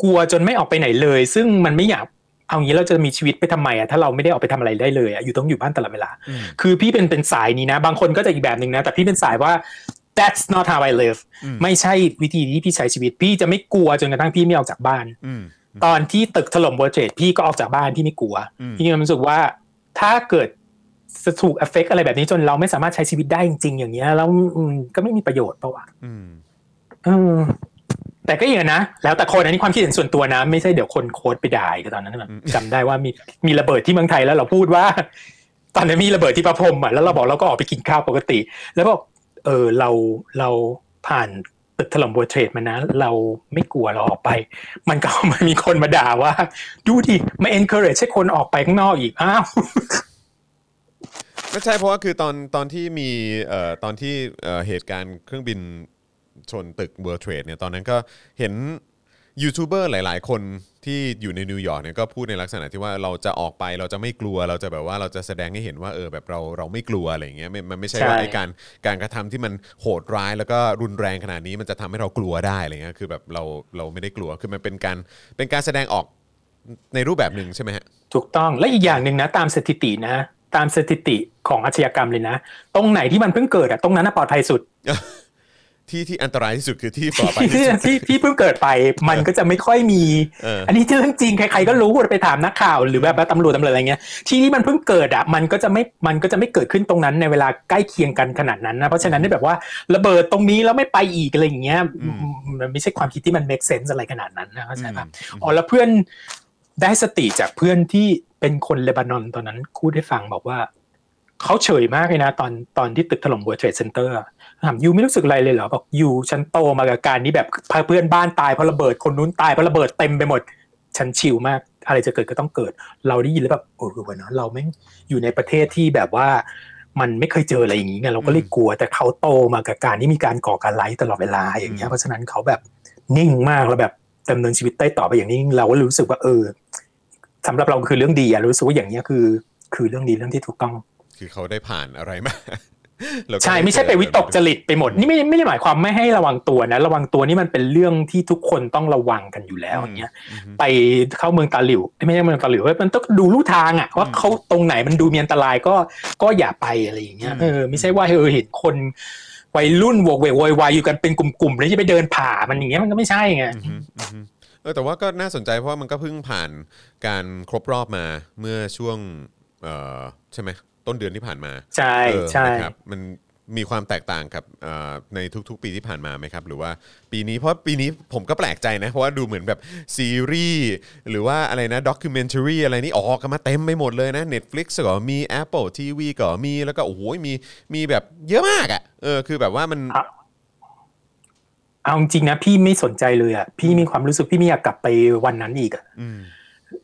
Speaker 3: กลัวจนไม่ออกไปไหนเลย ซึ่งมันไม่อยาก เอางี้เราจะมีชีวิตไปทำไมอะถ้าเราไม่ได้ออกไปทำอะไรได้เลยอะอยู่ต้องอยู่บ้านตลอดเวลา คือพี่เป็นเป็นสายนี้นะ บางคนก็จะอีกแบบหนึ่งนะ แต่พี่เป็นสายว่า that's not how I live ไม่ใช่วิธีที่พี่ใช้ชีวิต พี่จะไม่กลัวจนกระทั่งพี่ไม่ออกจากบ้าน
Speaker 1: อืม
Speaker 3: ตอนที่ตึกถล่ม World Trade พี่ก็ออกจากบ้านพี่ไม่กลัว
Speaker 1: อืม
Speaker 3: พี่มีความรู้สึกว่าถ้าเกิดจะถูก affect อะไรแบบนี้จนเราไม่สามารถใช้ชีวิตได้จริงๆอย่างเงี้ยแล้วอืมก็ไม่มีประโยชน์เปล่าวะ
Speaker 1: อืม
Speaker 3: เออแต่ก็อย่างนั้นนะ แล้วแต่คนอันนี้ความคิดเห็นส่วนตัวนะ ไม่ใช่เดี๋ยวคนโค้ดไปด่าอีกตอนนั้นนะจำได้ว่ามีมีระเบิดที่เมืองไทยแล้วเราพูดว่า ตอนนั้นมีระเบิดที่ประพรมอ่ะแล้วเราบอกเราก็ออกไปกินข้าวปกติ แล้วบอกเออเราเราผ่านตึกถล่มบัวเทรดมานะ เราไม่กลัวเราออกไป มันก็ มันมีคนมาด่าว่า ดูดิไม่ encourage ให้คนออกไปข้างนอกอีกอ้าว
Speaker 1: ไม่ใช่เพราะว่าคือตอนตอนที่มีเอ่อตอนที่เอ่อเหตุการณ์เครื่องบินชนตึก World Trade เนี่ยตอนนั้นก็เห็นยูทูบเบอร์หลาย ๆ คนที่อยู่ในนิวยอร์กเนี่ยก็พูดในลักษณะที่ว่าเราจะออกไปเราจะไม่กลัวเราจะแบบว่าเราจะแสดงให้เห็นว่าเออแบบเราเราไม่กลัวอะไรอย่างเงี้ยไม่มันไม่ใช่ว่า
Speaker 3: ใช่
Speaker 1: ไอ้การการกระทำที่มันโหดร้ายแล้วก็รุนแรงขนาดนี้มันจะทำให้เรากลัวได้อะไรเงี้ยคือแบบเราเราไม่ได้กลัวคือมันเป็นการเป็นการแสดงออกในรูปแบบหนึ่งใช่ไหมฮะ
Speaker 3: ถูกต้องและอีกอย่างหนึ่งนะ ตามสถิตินะ ตามสถิติของอาชญากรรมเลยนะ ตรงไหนที่มันเพิ่งเกิดอะตรงนั้นน่ะปลอดภัยสุด
Speaker 1: ที่ที่อันตรายที่สุดคือที่ปลอดภัย
Speaker 3: ที่
Speaker 1: ที่สุด
Speaker 3: ที่ที่เพิ่งเกิดไปมันก็จะไม่ค่อยมี
Speaker 1: เอออั
Speaker 3: อันนี้เรื่องจริงใครๆก็รู้ไปถามนักข่าวหรือแบบว่าตำรวจตำรวจอะไรเงี้ยที่นี่มันเพิ่งเกิดอ่ะมันก็จะไม่มันก็จะไม่เกิดขึ้นตรงนั้นในเวลาใกล้เคียงกันขนาดนั้นนะเพราะฉะนั้นเนี่ยแบบว่าระเบิดตรงนี้แล้วไม่ไปอีกอะไรอย่างเงี้ยมันไม่ใช่ความคิดที่มัน make sense อะไรขนาดนั้นนะเข้าใจปะอ๋อแล้วเพื่อนได้สติจากเพื่อนที่เป็นคนเลบานอนตอนนั้นคูดให้ฟังบอกว่า เขาเฉยมากเลยนะ ตอนตอนที่ตึกถล่ม World Trade Center อะถามยูไม่รู้สึกอะไรเลยเหรอบอกยูฉันโตมากับการนี้แบบพาเพื่อนบ้านตายเพราะระเบิดคนนู้นตายเพราะระเบิดเต็มไปหมด ฉันชิลมาก อะไรจะเกิดก็ต้องเกิด เราได้ยินแล้วแบบเออวันนั้นเราไม่งอยู่ในประเทศที่แบบว่า มันไม่เคยเจออะไรอย่างนี้ไงเราก็เลยกลัว แต่เขาโตมากับการที่มีการก่อการร้ายตลอดเวลาอย่างเงี้ยเพราะฉะนั้นเขาแบบนิ่งมากแล้วแบบดำเนินชีวิตได้ต่อไปอย่างนิ่งเราก็รู้สึกว่าเออสำหรับเราคือเรื่องดีอะรู้สึกว่าอย่างเงี้ยคือ คือเรื่องดีเรื่องที่ถูกต้อง
Speaker 1: คือเขาได้ผ่านอะไรมา แล้วก็
Speaker 3: ใช่ไม่ใช่ไปวิตกจริตไปหมดนี่ไม่ไม่ได้หมายความไม่ให้ระวังตัวนะ ระวังตัวนี่มันเป็นเรื่องที่ทุกคนต้องระวังกันอยู่แล้วอย่างเงี้ยไปเข้าเมืองตาหลิวไม่ใช่เมืองตาหลิวมันต้องดูลู่ทางอะว่าเขาตรงไหนมันดูมีอันตรายก็ก็อย่าไปอะไรอย่างเงี้ยเออไม่ใช่ว่าเออเห็นคนวัยรุ่นโวกเวกโวยวายอยู่กันเป็นกลุ่มๆแล้วจะไปเดินผ่ามันอย่างเงี้ยมันก็ไม่ใช่ไง
Speaker 1: อืมอืมเออแต่ว่าก็น่าสนใจเพราะว่ามันก็เพิ่งผ่านการครบรอบมาเมื่อช่วงเออใช่ไหมต้นเดือนที่ผ่านมา
Speaker 3: ใช่
Speaker 1: เออ
Speaker 3: ใช่
Speaker 1: นะครับมัน มีความแตกต่างกับเอ่อในทุกๆ ปีที่ผ่านมาไหมครับ หรือว่าปีนี้เพราะปีนี้ผมก็แปลกใจนะเพราะว่าดูเหมือนแบบซีรีส์หรือว่าอะไรนะด็อกิเมนทรีอะไรนี่ออกกันมาเต็มไปหมดเลยนะ Netflix ก็มี Apple TV ก็มีแล้วก็โอ้โหมีมีแบบเยอะมากอะ่ะเออคือแบบว่ามัน
Speaker 3: ครับ เอาจริงๆนะพี่ไม่สนใจเลยอ่ะพี่มีความรู้สึกพี่ไม่อยากกลับไปวันนั้นอีกอ่ะ
Speaker 1: อืม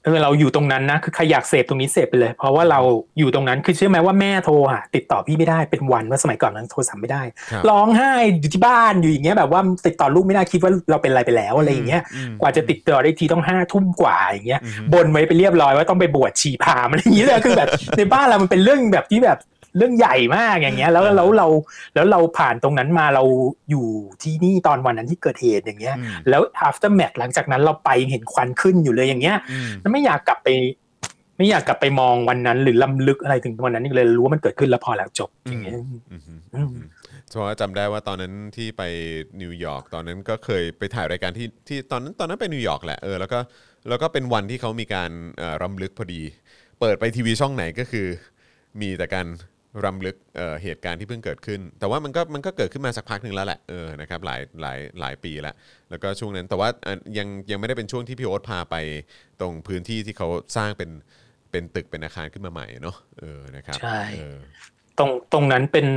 Speaker 3: เออเราอยู่ตรงนั้นนะคือใครอยากเสพตรงนี้เสพไปเลย เพราะว่าเราอยู่ตรงนั้นคือเชื่อไหมว่าแม่โทรหาติดต่อพี่ไม่ได้เป็นวันว่าสมัยก่อนนั้นโทรสั่ไม่ได้
Speaker 1: ครับ
Speaker 3: ร้องไห้อยู่ที่บ้านอยู่อย่างเงี้ยแบบว่าติดต่อลูกไม่ได้คิดว่าเราเป็นอะไรไปแล้วอะไรอย่างเงี้ย
Speaker 1: ม
Speaker 3: กว่าจะติดต่อได้ทีต้องห้าทุ่มกว่าอย่างเงี้ย
Speaker 1: อือฮึ
Speaker 3: บนไว้ไปเรียบร้อยว่าต้องไปบวชชีพรามอะไรอย่างเงี้ยเลยคือแบบ ในบ้านเรามันเป็นเรื่องแบบที่แบบเรื่องใหญ่มากอย่างเงี้ย แล้วแล้วเราแล้วเราผ่านตรงนั้นมาเราอยู่ที่นี่ตอนวันนั้นที่เกิดเหตุอย่างเงี้ย
Speaker 1: อืม
Speaker 3: แล้ว after match หลังจากนั้นเราไปยังเห็นควันขึ้นอยู่เลยอย่างเงี้ย
Speaker 1: อืม
Speaker 3: แล้วไม่อยากกลับไป ไม่อยากกลับไปมองวันนั้น หรือล้ำลึกอะไรถึงวันนั้นอีกเลยรู้ว่ามันเกิดขึ้นแล้วพอแล้วจบอย่างเงี้ย
Speaker 1: อือหือ
Speaker 3: อืม
Speaker 1: เพราะว่าจำได้ว่าตอนนั้นที่ไปนิวยอร์กตอนนั้นก็เคยไปถ่ายรายการที่ที่ตอนนั้นตอนนั้นไปนิวยอร์กแหละเออแล้วก็แล้วก็เป็นวันที่เขามีการเอ่อรำลึกพอดี เปิดไปทีวีช่องไหนก็คือ มีแต่การรำลึกเอ่อเหตุการณ์ที่เพิ่งเกิดขึ้น แต่ว่ามันก็มันก็เกิดขึ้นมาสักพักหนึ่งแล้วแหละเออนะครับหลายหลายหลายปีละแล้วก็ช่วงนั้นแต่ว่าอ่ะยังยังไม่ได้เป็นช่วงที่พี่โอ๊ตพาไปตรงพื้นที่ที่เขาสร้างเป็นเป็นตึกเป็นอาคารขึ้นมาใหม่เนาะเออนะครับ
Speaker 3: ใช่
Speaker 1: เออ
Speaker 3: ตรงตรงนั้นเป็น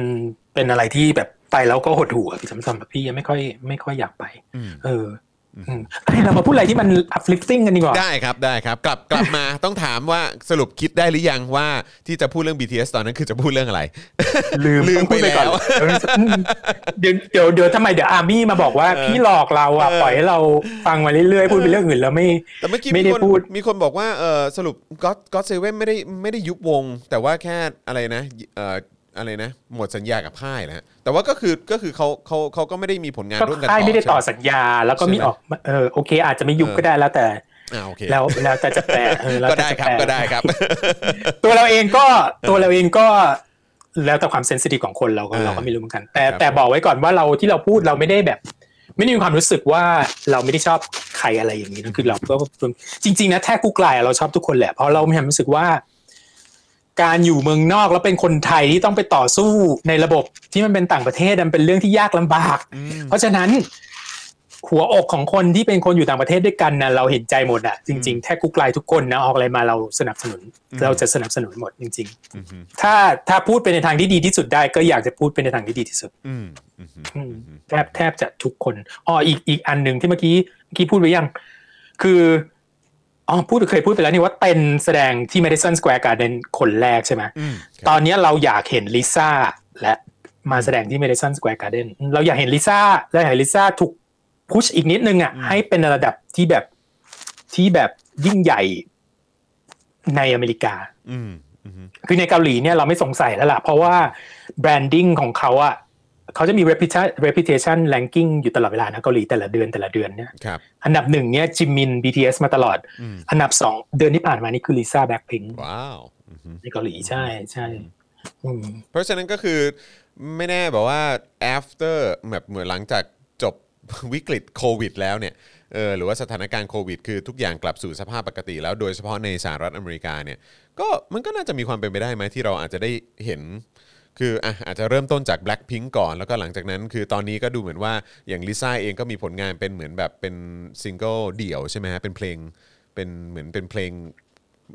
Speaker 3: เป็นอะไรที่แบบไปแล้วก็หดหู่อะพี่สำสำหรับพี่ยังไม่ค่อยไม่ค่อยอยากไป
Speaker 1: อืม
Speaker 3: เอออืมเอ้ยเรามาพูดอะไรที่มัน uplifting กันดีกว่า
Speaker 1: ได้ครับได้ครับกลับกลับมา ต้องถามว่าสรุปคิดได้หรือยังว่าที่จะพูดเรื่อง BTS ตอนนั้นคือจะพูดเรื่องอะไร
Speaker 3: ลืม
Speaker 1: ลืม
Speaker 3: ต้องพูด
Speaker 1: ไป
Speaker 3: ไปก่อน
Speaker 1: แล้ว
Speaker 3: เดี๋ยวเดี๋ยวเดี๋ยวทำไมเดี๋ยวอาร์มี่มาบอกว่าพี่หลอกเราอ่ะ
Speaker 1: เออ
Speaker 3: ปล่อยให้เราฟังมาเรื่อยๆพูดไปเรื่องอื่นแล้วไม่
Speaker 1: แต่เมื่อกี้
Speaker 3: ไม่ได้
Speaker 1: มีคน
Speaker 3: พูด
Speaker 1: มีคนบอกว่าเออสรุปก็ก็เซเว่นไม่ได้ไม่ได้ยุบวง แต่ว่าแค่อะไรนะเอออะไรนะ หมดสัญญากับค่ายนะฮะแต่ว่าก็คือก็คือเขาเขาเขาก็ไม่ได้มีผลงาน
Speaker 3: ก็
Speaker 1: ร่วมกัน
Speaker 3: ค่ายไม่ได้ต่อ
Speaker 1: ใช่ห
Speaker 3: สัญญา แล้วก็
Speaker 1: ใช่ไหม
Speaker 3: มีออกเออโอเค อาจจะไม่ยุบก็ได้แล้วแต่
Speaker 1: อ่าโอเค
Speaker 3: แล้วแล้วแต่จะ แปลเออแล้ว
Speaker 1: ก็
Speaker 3: แต่
Speaker 1: ได้
Speaker 3: จะ
Speaker 1: ครั
Speaker 3: แป
Speaker 1: บ
Speaker 3: ล
Speaker 1: ก็ได้ครับ
Speaker 3: ตัวเราเองก็ตัวเราเองก็แล้วแต่ความเซนซิทีฟของคนเราก็
Speaker 1: อ่า
Speaker 3: เราก็ไม่รู้เหมือนกัน แต่
Speaker 1: ครับ
Speaker 3: แต่บอกไว้ก่อนว่าเราที่เราพูดเราไม่ได้แบบ ไม่ได้มีความรู้สึกว่าเราไม่ได้ชอบใครอะไรอย่างนี้นะคือเราก็จริง ๆ นะแท้กูกลายเราชอบทุกคนแหละเพราะเราไม่ความรู้สึกว่า การอยู่เมืองนอกแล้วเป็นคนไทยที่ต้องไปต่อสู้ในระบบที่มันเป็นต่างประเทศมันเป็นเรื่องที่ยากลำบาก
Speaker 1: อืม
Speaker 3: เพราะฉะนั้นหัวอกของคนที่เป็นคนอยู่ต่างประเทศด้วยกันนะเราเห็นใจหมดอะจริง ๆ แท้กุกไลทุกคนนะออกอะไรมาเราสนับสนุน
Speaker 1: อืม
Speaker 3: เราจะสนับสนุนหมดจริง
Speaker 1: อืมฮึ
Speaker 3: ๆ ถ้าถ้าพูดไปในทางที่ดีที่สุดได้ก็อยากจะพูดไปในทางที่ดีที่สุด
Speaker 1: อืมอืมฮึ
Speaker 3: อืมแทบแทบจะทุกคนอ๋ออีกอีกอันหนึ่งที่เมื่อกี้เมื่อกี้พูดไปยัง คืออ๋อพูดเคยพูดไปแล้วนี่ว่าเต็นแสดงที่ Madison Square Garden คนแรกใช่ไหม
Speaker 1: อืมครับ
Speaker 3: ตอนเนี้ยเราอยากเห็นลิซ่าและมาแสดงที่ Madison Square Garden เราอยากเห็นลิซ่าเราอยากเห็นลิซ่าถูกพุชอีกนิดนึงอ่ะให้เป็นระดับที่แบบที่แบบยิ่งใหญ่ในอเมริกา
Speaker 1: อืมอืมฮึ
Speaker 3: คือในเกาหลีเนี่ยเราไม่สงสัยแล้วล่ะ เพราะว่าแบรนดิ้งของเขาอ่ะเขาจะมี reputation reputation ranking อยู่ตลอดเวลานะเกาหลีแต่ละเดือนแต่ละเดือนเนี่ย
Speaker 1: ครับ
Speaker 3: อันดับหนึ่งเนี่ยจิมมิน BTS มาตลอด
Speaker 1: อืม
Speaker 3: อันดับสองเดือนที่ผ่านมานี่คือลิซ่าแบ็คพิง
Speaker 1: ว้าวอืมฮึ
Speaker 3: ในเกาหลีใช่ใช่อืม
Speaker 1: เพราะฉะนั้นก็คือไม่แน่แบบว่า after แบบเหมือนหลังจากจบ วิกฤตโควิดแล้วเนี่ยเออหรือว่าสถานการณ์โควิด คือทุกอย่างกลับสู่สภาพปกติแล้วโดยเฉพาะในสหรัฐอเมริกาเนี่ยก็มันก็น่าจะมีความเป็นไปได้ไหมที่เราอาจจะได้เห็น คืออ่ะอาจจะเริ่มต้นจาก Blackpink ก่อน แล้วก็หลังจากนั้น คือตอนนี้ก็ดูเหมือนว่าอย่างลิซ่าเองก็มีผลงานเป็นเหมือนแบบเป็นซิงเกิลเดี่ยวใช่ไหมฮะเป็นเพลงเป็นเหมือนเป็นเพลง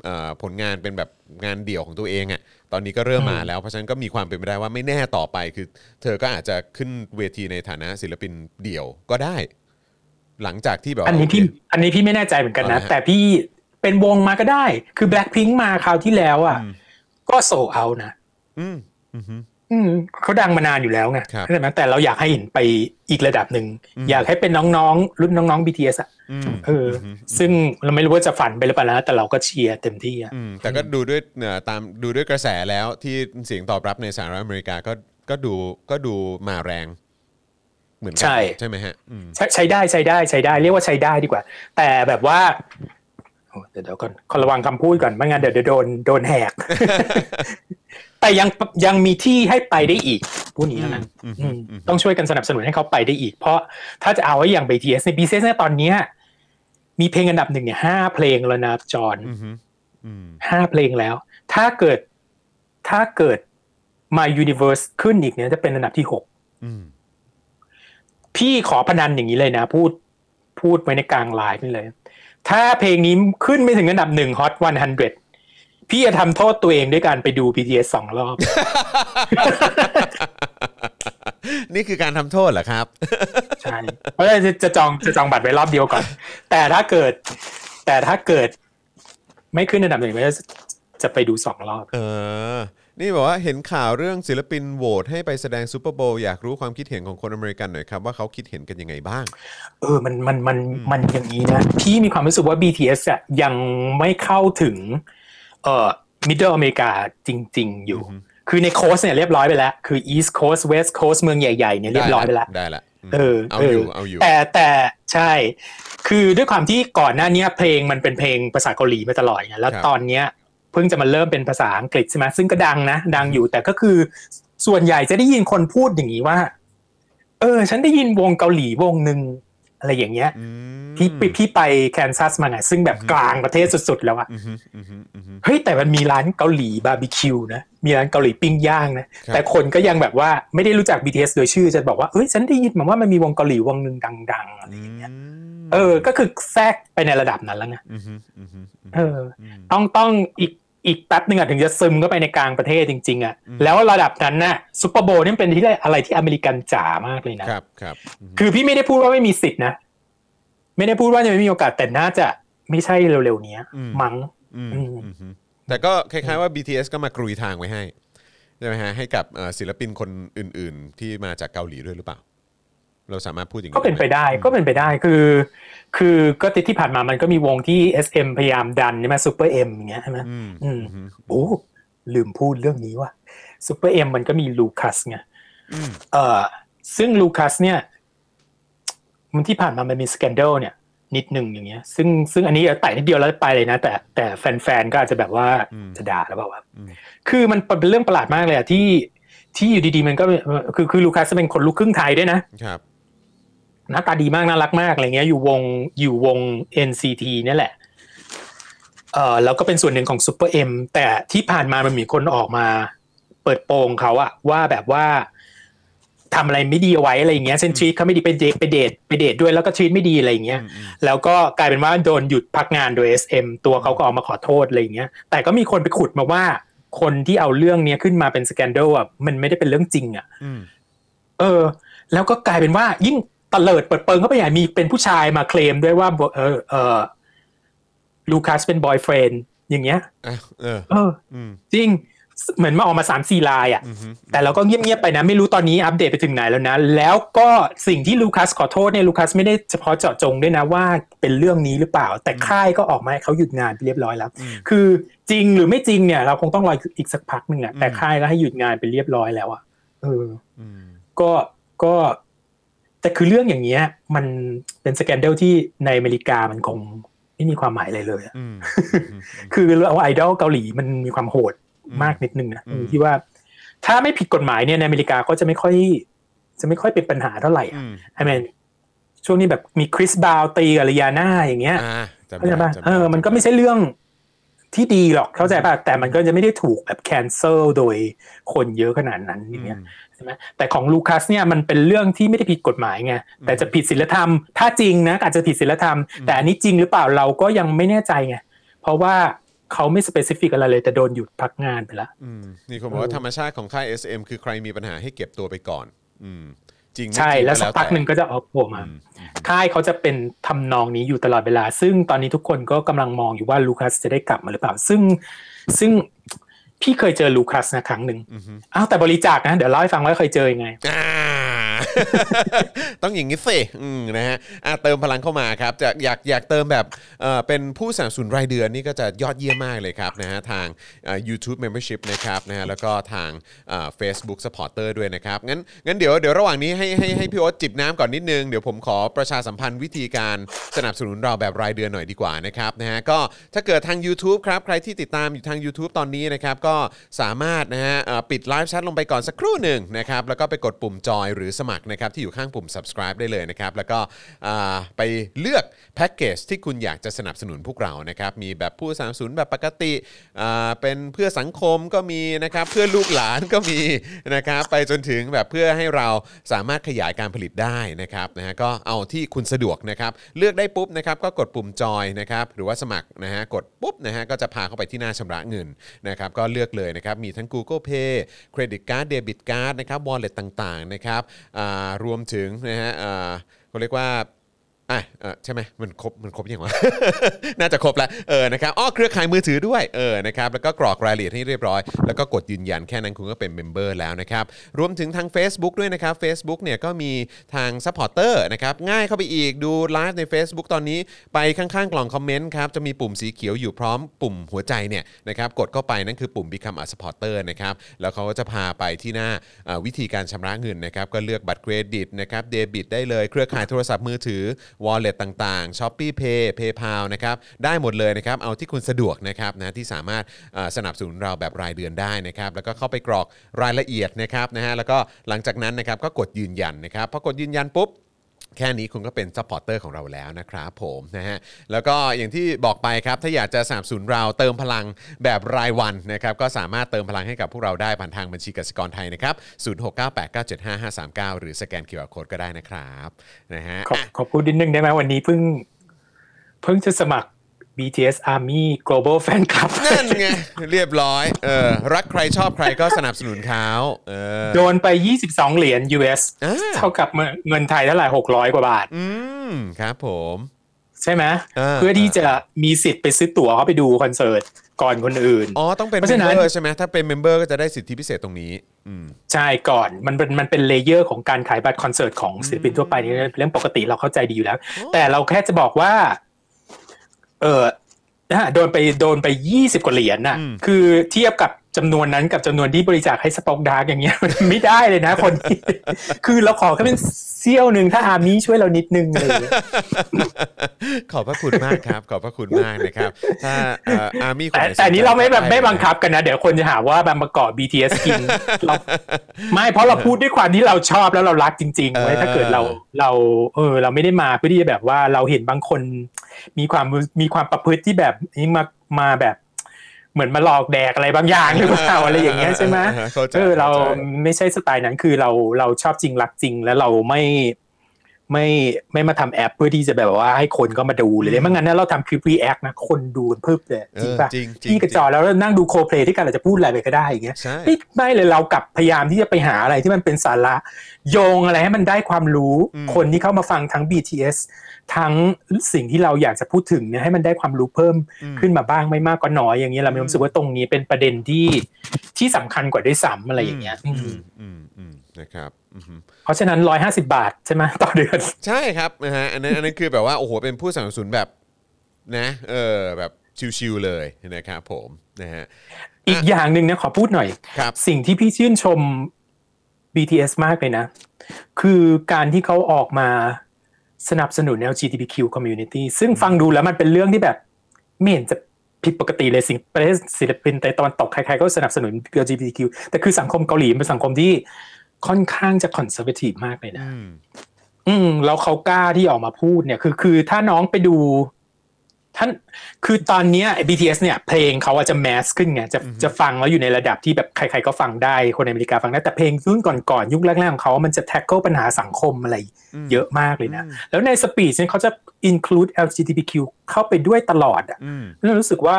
Speaker 1: เอ่อผลงานเป็นแบบงานเดี่ยวของตัวเองอะ่ะตอนนี้ก็เริ่มมาแล้ว เพราะฉะนั้นก็มีความเป็นไปได้ว่าไม่แน่ต่อไปคือ เธอก็อาจจะขึ้นเวทีในฐานะศิลปินเดี่ยวก็ได้ หลังจากที่แบบว่า
Speaker 3: อันนี้พี่
Speaker 1: โเค
Speaker 3: อันนี้พี่ไม่แน่ใจเหมือนกันนะ
Speaker 1: อ่าฮะ
Speaker 3: แต่พี่เป็นวงมาก็ได้ คือ Blackpink มาคราวที่แล้วอ่ะ ก็โซเอานะ
Speaker 1: อืมอืมฮึ
Speaker 3: อืมเขาดังมานานอยู่แล้วไง
Speaker 1: ครับ
Speaker 3: เข้าใจไหมแต่เราอยากให้เห็นไปอีกระดับหนึ่ง
Speaker 1: อืม
Speaker 3: อยากให้เป็นน้องๆ รุ่นน้องๆ BTS อ่ะ
Speaker 1: อืม
Speaker 3: เอออซึ่งเราไม่รู้ว่าจะฝันไปหรือเปล่านะแต่เราก็เชียร์เต็มที่อ่ะ
Speaker 1: อืมแต่ก็ดูด้วยเอ่อตามดูด้วยกระแสแล้วที่เสียงตอบรับในสหรัฐอเมริกาก็ก็ดูก็ดูมาแรง เหมือนกัน
Speaker 3: ใช่
Speaker 1: ใช่ไหมฮะอืม
Speaker 3: ใช้ใช้ได้ใช้ได้ใช้ได้เรียกว่าใช้ได้ดีกว่า แต่แบบว่าโอ้เดี๋ยวเดี๋ยวก่อนขอระวังคำพูดก่อนไม่งั้นเดี๋ยวเดี๋ยวโดนโดนแหก แต่ยังยังมีที่ให้ไปได้อีกพูดอย่างนี้แล้วกัน
Speaker 1: อืม
Speaker 3: อืม
Speaker 1: อืม
Speaker 3: ต้องช่วยกันสนับสนุนให้เขาไปได้อีก เพราะถ้าจะเอาไว้อย่าง BTS ใน BTS เนี่ยตอนเนี้ยมีเพลงอันดับหนึ่งเนี่ยห้าเพลงแล้วนะจอห์น
Speaker 1: อืมฮึอืม
Speaker 3: ห้าเพลงแล้ว ถ้าเกิดถ้าเกิด My Universe ขึ้นอีกเนี่ยจะเป็นอันดับที่หก
Speaker 1: อืม
Speaker 3: พี่ขอพนันอย่างนี้เลยนะ พูดพูดไว้ในกลางไลน์นี่เลย ถ้าเพลงนี้ขึ้นไม่ถึงอันดับหนึ่งฮอตวันฮันเดรพี่จะทำโทษตัวเองด้วยการไปดู BTS สองรอบ
Speaker 1: นี่คือการทำโทษเหรอครับ
Speaker 3: ใช่เพราะฉะนั้นจะจะจองจะจองบัตรไว้รอบเดียวก่อน แต่ถ้าเกิด แต่ถ้าเกิด ไม่ขึ้นอันดับหนึ่งก็จะจะไปดูสองรอบ
Speaker 1: เออ นี่บอกว่าเห็นข่าวเรื่องศิลปินโหวตให้ไปแสดงซูเปอร์โบว์อยากรู้ความคิดเห็นของคนอเมริกันหน่อยครับ ว่าเขาคิดเห็นกันยังไงบ้าง
Speaker 3: เออ มัน มัน มัน มันอย่างนี้นะ พี่มีความรู้สึกว่า BTS อะยังไม่เข้าถึง เอ่อ Middle อเมริกาจริง ๆ อยู่ คือในโคสเนี่ยเรียบร้อยไปแล้ว คือ East Coast West Coast เมืองใหญ่ ๆ เนี่ยเรียบร้อยไปแล้ว
Speaker 1: ได้ละม
Speaker 3: เออ
Speaker 1: เอาอยู่
Speaker 3: เ
Speaker 1: เอาอยู่
Speaker 3: แต่แต่ใช่ คือด้วยความที่ก่อนหน้าเนี้ยเพลงมันเป็นเพลงภาษาเกาหลีมาตลอดไงแล้ว
Speaker 1: ครับ
Speaker 3: ตอนเนี้ยเพิ่งจะมาเริ่มเป็นภาษาอังกฤษใช่ไหมซึ่งก็ดังนะ ดังอยู่แต่ก็คือส่วนใหญ่จะได้ยินคนพูดอย่างนี้ว่า เออ ฉันได้ยินวงเกาหลีวงหนึ่งอะไรอย่างเงี้ย
Speaker 1: อืม
Speaker 3: พี่พี่พี่ไปแคนซัสมาไงซึ่งแบบกลางประเทศสุดๆ แล้วอะ
Speaker 1: อือฮึอือฮึอือฮึ
Speaker 3: เฮ้ยแต่มันมีร้านเกาหลีบาร์บีคิวนะ มีร้านเกาหลีปิ้งย่างนะ
Speaker 1: ครับ
Speaker 3: แต่คนก็ยังแบบว่าไม่ได้รู้จัก BTS โดยชื่อจะบอกว่าเอ้ยฉันได้ยินมาว่ามันมีวงเกาหลีวงหนึ่งดังๆอะไรอย่างเงี้ยเออ ก็คือแทรกไปในระดับนั้นแล้วไง
Speaker 1: อือฮึอือฮึอือ
Speaker 3: เอ
Speaker 1: ฮึม
Speaker 3: อต้องต้องอีกอีกแป๊บหนึ่งอะถึงจะซึมเข้าไปในกลางประเทศจริง ๆอะ
Speaker 1: อืม
Speaker 3: แล้วระดับนั้นน่ะซูเปอร์โบว์นี่มันเป็นที่อะไรที่อเมริกันจ๋ามากเลยนะ
Speaker 1: ครับครับอือฮึ
Speaker 3: คือพี่ไม่ได้พูดว่าไม่มีสิทธินะ ไม่ได้พูดว่าจะไม่มีโอกาสแต่น่าจะไม่ใช่เร็วๆเนี้ยมั้ง
Speaker 1: อืม
Speaker 3: อืม
Speaker 1: อือฮึแต่ก็คล้ายๆว่า BTS ก็มากรุยทางไว้ให้ ใช่ไหมฮะ ให้กับเอ่อศิลปินคนอื่น ๆ ที่มาจากเกาหลีด้วยหรือเปล่า เราสามารถพูดอย่าง
Speaker 3: ก็เป็นไป
Speaker 1: ด้หม
Speaker 3: ได้ก็เป็นไปได้คือ คือก็ติดที่ผ่านมามันก็มีวงที่ SM พยายามดันใช่ไหมซูเปอร์เอ็มอย่างเงี้ยใช่ไหม
Speaker 1: อืม
Speaker 3: อืม
Speaker 1: อืม
Speaker 3: โอ้ลืมพูดเรื่องนี้ว่ะซูเปอร์เอ็มมันก็มีลูคัสไง
Speaker 1: อืม
Speaker 3: เออซึ่งลูคัสเนี่ยมันที่ผ่านมามันมีสแกนเดลเนี่ย นิดหนึ่งอย่างเงี้ย ซึ่งซึ่งอันนี้ไต่นิดเดียวแล้วไปเลยนะ แต่แต่แฟนๆก็อาจจะแบบว่าจะด่าหรือเปล่าวะ
Speaker 1: อืม
Speaker 3: คือมันเป็นเรื่องประหลาดมากเลยอะที่ที่อยู่ดีๆมันก็เอ่อคือคือลูคัสเป็นคนลูกครึ่งไทยด้วยนะครับ หน้าตาดีมากน่ารักมากอะไรเงี้ยอยู่วงอยู่วง NCT เนี่ยแหละเออแล้วก็เป็นส่วนหนึ่งของซูเปอร์เอ็มแต่ที่ผ่านมามันมีคนออกมาเปิดโปงเขาอะว่าแบบว่าทำอะไรไม่ดีเอาไว้อะไรอย่างเงี้ยเช่นทรีตเขาไม่ดีไปเดทไปเดทไปเดทด้วยแล้วก็ทรีตไม่ดีอะไรอย่างเงี้ย
Speaker 1: อืม
Speaker 3: แล้วก็กลายเป็นว่าโดนหยุดพักงานโดย SM ตัวเขาก็ออกมาขอโทษอะไรอย่างเงี้ย แต่ก็มีคนไปขุดมาว่า คนที่เอาเรื่องเนี้ยขึ้นมาเป็นสแกนเดลอ่ะมันไม่ได้เป็นเรื่องจริงอ่ะ
Speaker 1: อืม
Speaker 3: เออ แล้วก็กลายเป็นว่ายิ่งตะเลิดเปิดเปิงเข้าไปใหญ่มีเป็นผู้ชายมาเคลมด้วยว่าเออเออลูคัสเป็นบอยเฟรนด์อย่างเงี้ย
Speaker 1: อ่ะเออ
Speaker 3: เออ
Speaker 1: อืม
Speaker 3: จริงเหมือนมาออกมาสามสี่ลายอ่ะ
Speaker 1: อืมฮึ
Speaker 3: แต่เราก็เงียบๆไปนะ ไม่รู้ตอนนี้อัปเดตไปถึงไหนแล้วนะ แล้วก็สิ่งที่ลูคัสขอโทษเนี่ยลูคัสไม่ได้เฉพาะเจาะจงด้วยนะว่าเป็นเรื่องนี้หรือเปล่า แต่ค่ายก็ออกมาให้เขาหยุดงานไปเรียบร้อยแล้ว คือจริงหรือไม่จริงเนี่ย เราคงต้องรออีกสักพักหนึ่งอะแต่ค่ายก็ให้หยุดงานไปเรียบร้อยแล้วอะเออ
Speaker 1: อืม
Speaker 3: ก็ก็แต่คือเรื่องอย่างเงี้ย มันเป็นสแกนเดลที่ในอเมริกามันคงไม่มีความหมายอะไรเลยอะ
Speaker 1: อืม
Speaker 3: คือเอาไอดอลเกาหลีมันมีความโหดมากนิดนึงนะ
Speaker 1: อืม
Speaker 3: ที่ว่า ถ้าไม่ผิดกฎหมายเนี่ยในอเมริกาก็จะไม่ค่อย จะไม่ค่อยเป็นปัญหาเท่าไหร่
Speaker 1: อืม
Speaker 3: ไอแมนช่วงนี้แบบมีคริสบาวตีกับริยาน่าอย่างเงี้ย
Speaker 1: อ่าจำ
Speaker 3: เข้าใจ
Speaker 1: ได้
Speaker 3: ป่ะ
Speaker 1: จำได้
Speaker 3: เออมันก็ไม่ใช่เรื่องที่ดีหรอกเข้าใจป่ะแต่มันก็จะไม่ได้ถูกแบบแคนเซิลโดยคนเยอะขนาดนั้นอย่างเงี้ยใช่ไหมแต่ของลูคัสเนี่ยมันเป็นเรื่องที่ไม่ได้ผิดกฎหมายไงแต่จะผิดศีลธรรม ถ้าจริงนะอาจจะผิดศีลธรรม แต่อันนี้จริงหรือเปล่าเราก็ยังไม่แน่ใจไง เพราะว่าเขาไม่สเปซิฟิกอะไรเลยแต่โดนหยุดพักงานไปแล้ว
Speaker 1: อืมนี่คนบอกว่าธรรมชาติของค่าย SM คือใครมีปัญหาให้เก็บตัวไปก่อน อืมจริงไม่
Speaker 3: ใช่
Speaker 1: จริง
Speaker 3: แล้วสักพักหนึ่งก็จะเอาโผล่มา
Speaker 1: อืมอืม
Speaker 3: ค่ายเขาจะเป็นทำนองนี้อยู่ตลอดเวลา ซึ่งตอนนี้ทุกคนก็กำลังมองอยู่ว่าลูคัสจะได้กลับมาหรือเปล่า ซึ่งซึ่งพี่เคยเจอลูคัสนะครั้งหนึ่ง
Speaker 1: อืมฮึ
Speaker 3: อ้าวแต่บริจาคนะ เดี๋ยวเล่าให้ฟังว่าเคยเจอยังไง
Speaker 1: อ่า ต้องอย่างนี้สิอืมนะฮะอ่ะเติมพลังเข้ามาครับจะอยากอยากเติมแบบเอ่อเป็นผู้สนับสนุนรายเดือนนี่ก็จะยอดเยี่ยมมากเลยครับนะฮะทางเอ่อ YouTube Membership นะครับนะฮะแล้วก็ทางเอ่อ Facebook Supporter ด้วยนะครับ งั้นงั้นเดี๋ยวเดี๋ยวระหว่างนี้ให้ให้ให้พี่โอ๊ตจิบน้ำก่อนนิดนึง เดี๋ยวผมขอประชาสัมพันธ์วิธีการสนับสนุนเราแบบรายเดือนหน่อยดีกว่านะครับนะฮะก็ถ้าเกิดทาง YouTube ครับ ใครที่ติดตามอยู่ทาง YouTube ตอนนี้นะครับก็สามารถนะฮะเอ่อปิดไลฟ์แชทลงไปก่อนสักครู่หนึ่งนะครับแล้วก็ไปกดปุ่มจอยหรือสมัคร มัครนะครับที่อยู่ข้างปุ่ม subscribe ได้เลยนะครับ แล้วก็อ่าไปเลือกแพ็กเกจที่คุณอยากจะสนับสนุนพวกเรานะครับ มีแบบผู้สนับสนุนแบบปกติอ่าเป็นเพื่อสังคมก็มีนะครับ เพื่อลูกหลานก็มีนะครับ ไปจนถึงแบบเพื่อให้เราสามารถขยายการผลิตได้นะครับนะฮะก็เอาที่คุณสะดวกนะครับ เลือกได้ปุ๊บนะครับก็กดปุ่มจอยนะครับหรือว่าสมัครนะฮะกดปุ๊บนะฮะก็จะพาเข้าไปที่หน้าชำระเงินนะครับก็เลือกเลยนะครับมีทั้ง Google Pay เครดิตการ์ดเดบิตการ์ดนะครับวอลเล็ตต่างๆนะครับอ่ารวมถึงนะฮะอ่าเขาเรียกว่า อ่ะเอ่อใช่ไหมมันครบมันครบยังวะ น่าจะครบละเออนะครับอ้อเครือข่ายมือถือด้วยเออนะครับแล้วก็กรอกรายละเอียดให้เรียบร้อย แล้วก็กดยืนยันแค่นั้นคุณก็เป็นเมมเบอร์แล้วนะครับรวมถึงทาง Facebook ด้วยนะครับ a c e b o o k เนี่ยก็มีทางซัพพอร์เตอร์นะครับง่ายเข้าไปอีกดูไลฟ์ใน Facebook ตอนนี้ไปข้างๆกล่องคอมเมนต์ครับจะมีปุ่มสีเขียวอยู่พร้อมปุ่มหัวใจเนี่ยนะครับกดเข้าไปนั่นคือปุ่ม Become a supporter นะครับแล้วเขาก็จะพาไปที่หน้าเอ่อวิธีการชำระเงินนะครับก็เลือกบัตรเครดิตนะครับเดบิตได้เลยเครือข่ายโทรศัพท์มือถือ วอลเล็ตต่างๆ s h o p e e Pay PayPal นะครับได้หมดเลยนะครับ เอาที่คุณสะดวกนะครับนะที่สามารถเอ่อสนับสนุนเราแบบรายเดือนได้นะครับ แล้วก็เข้าไปกรอกรายละเอียดนะครับนะฮะแล้วก็หลังจากนั้นนะครับก็กดยืนยันนะครับพอกดยืนยันปุ๊บ แค่นี้คุณก็เป็นซัพพอร์เตอร์ของเราแล้วนะครับผมนะฮะแล้วก็อย่างที่บอกไปครับ ถ้าอยากจะสนับสนุนเราเติมพลังแบบรายวันนะครับก็สามารถเติมพลังให้กับพวกเราได้ผ่านทางบัญชีกสิกรไทยนะครับ0698975539 หรือสแกน QR Code ก็ได้นะครับนะฮะ
Speaker 3: ขอขอพูดนิดนึงได้ไหมวันนี้เพิ่ง เพิ่งจะสมัคร BTS Army Global Fan Club
Speaker 1: นั่นไง เรียบร้อยเออรักใครชอบใครก็สนับสนุนเขาเออ
Speaker 3: โดนไป 22 เหรียญ US
Speaker 1: อ่า
Speaker 3: เท่ากับเงินไทยเท่าไหร่600 กว่าบาท
Speaker 1: อืมครับผม
Speaker 3: ใช่ไหม
Speaker 1: อ่า
Speaker 3: เพื่อที่จะมีสิทธิ์ไปซื้อตั๋วเข้าไปดูคอนเสิร์ตก่อนคนอื่น
Speaker 1: อ๋อต้องเป็น
Speaker 3: เพ
Speaker 1: เม
Speaker 3: ราะฉะ
Speaker 1: ม
Speaker 3: นั้น
Speaker 1: เบอร์ใช่ไหมถ้าเป็นเมมเบอร์ก็จะได้สิทธิพิเศษตรงนี้ อืม
Speaker 3: ใช่ก่อนมันเป็นมันเป็นเลเยอร์ของการขายบัตรคอนเสิร์ตของศิลปินทั่วไปนี่เรื่องปกติเราเข้าใจดีอยู่แล้ว แต่เราแค่จะบอกว่า เออนะฮะโดนไปโดนไปยี่สิบกว่าเหรียญน่ะ
Speaker 1: อืม
Speaker 3: คือเทียบกับจำนวนนั้นกับจำนวนที่บริจาคให้สป็อกดาร์กอย่างเงี้ย มันไม่ ได้เลยนะคนนี้ คือเราขอแค่เป็นเซี่ยวหนึ่งถ้าอามีช่วยเรานิดนึงเลย
Speaker 1: ขอบพระคุณมากครับ ขอบพระคุณมากนะครับ ถ้าอาร์มี่อ Army คน
Speaker 3: แต่
Speaker 1: ไหน
Speaker 3: แต่อันนี้เราไม่แบบไม่บังคับ
Speaker 1: ได้
Speaker 3: กันนะ เดี๋ยวคนจะหาว่าแบบประกอบ BTS กิน เราไม่เพราะเราพูดด้วยความที่เราชอบแล้วเรารักจริงๆเว้ยถ้าเกิดเราเราเออเราไม่ได้มาเพื่อที่จะแบบว่าเราเห็นบางคน มีความมีความประพฤติที่แบบนี้มามาแบบ เหมือนมาหลอกแดกอะไรบางอย่างหรือเปล่าอะไรอย่างเงี้ยใช่ไหม
Speaker 1: เข้าใจ
Speaker 3: เออเรา
Speaker 1: ข้ใจ
Speaker 3: ไม่ใช่สไตล์นั้นคือเราเราชอบจริงรักจริง แล้วเราไม่ไม่ไม่มาทำแอปเพื่อที่จะแบบว่าให้คนก็มาดูเลยไม่งั้นนะเราทำคลิปรีแอคนะคนดูกันเพิ่มเลยจริงป่ะ
Speaker 1: เออจริงจริง
Speaker 3: ที่กระจอแล้วนั่งดูโคเพลที่กันเราจะพูดอะไรไปก็ได้อย่างเงี้ย
Speaker 1: ใช่
Speaker 3: ไม่ไม่เลยเรากลับพยายามที่จะไปหาอะไรที่มันเป็นสาระโยงอะไรให้มันได้ความรู้
Speaker 1: อืม
Speaker 3: คนที่เข้ามาฟังทั้ง BTS ทั้งสิ่งที่เราอยากจะพูดถึงเนี่ยให้มันได้ความรู้เพิ่ม
Speaker 1: อืม
Speaker 3: ขึ้นมาบ้างไม่มากก็น้อยอย่างเงี้ยเรามี
Speaker 1: อืม
Speaker 3: ความรู้สึกว่าตรงนี้เป็นประเด็นที่ที่สำคัญกว่าด้วยซ้ำอะไรอย่างเงี้ย
Speaker 1: ม
Speaker 3: อืม
Speaker 1: อืมอืมนะครับอือฮึ
Speaker 3: เพราะฉะนั้น 150 บาทใช่ไหมต่อเดือน
Speaker 1: ใช่ครับนะฮะอันนั้นอันนั้นคือแบบว่า โอ้โห เป็นผู้สนับสนุนแบบนะเออแบบชิวๆเลยนะครับผมนะฮะ
Speaker 3: อีกอย่างหนึ่งนะขอพูดหน่อย
Speaker 1: ครับ
Speaker 3: สิ่งที่พี่ชื่นชม BTS มากเลยนะ คือการที่เขาออกมาสนับสนุน LGBTQ community ซึ่งฟังดูแล้วมันเป็นเรื่องที่แบบไม่เห็นจะผิดปกติเลยสิ่งประเทศศิลปินในตะวันตกใครๆก็สนับสนุน LGBTQ แต่คือสังคมเกาหลีเป็นสังคมที่ค่อนข้างจะ conservative มากเลยนะ
Speaker 1: อืม
Speaker 3: อืมแล้วเขากล้าที่ออกมาพูดเนี่ยคือคือถ้าน้องไปดูท่านคือตอนเนี้ย BTS เนี่ยเพลงเขาอาจจะแมสขึ้นไงจะจะฟังแล้วอยู่ในระดับที่แบบใคร ๆ ก็ฟังได้คนในอเมริกาฟังได้แต่เพลงรุ่นก่อนๆยุคแรกๆของเขา มันจะแท็กเกิลปัญหาสังคมอะไร
Speaker 1: ม
Speaker 3: เยอะมากเลยนะ
Speaker 1: อืม
Speaker 3: แล้วในสปีชเนี่ยเขาจะ include LGBTQ เข้าไปด้วยตลอดอ่ะ
Speaker 1: อืม
Speaker 3: เรารู้สึกว่า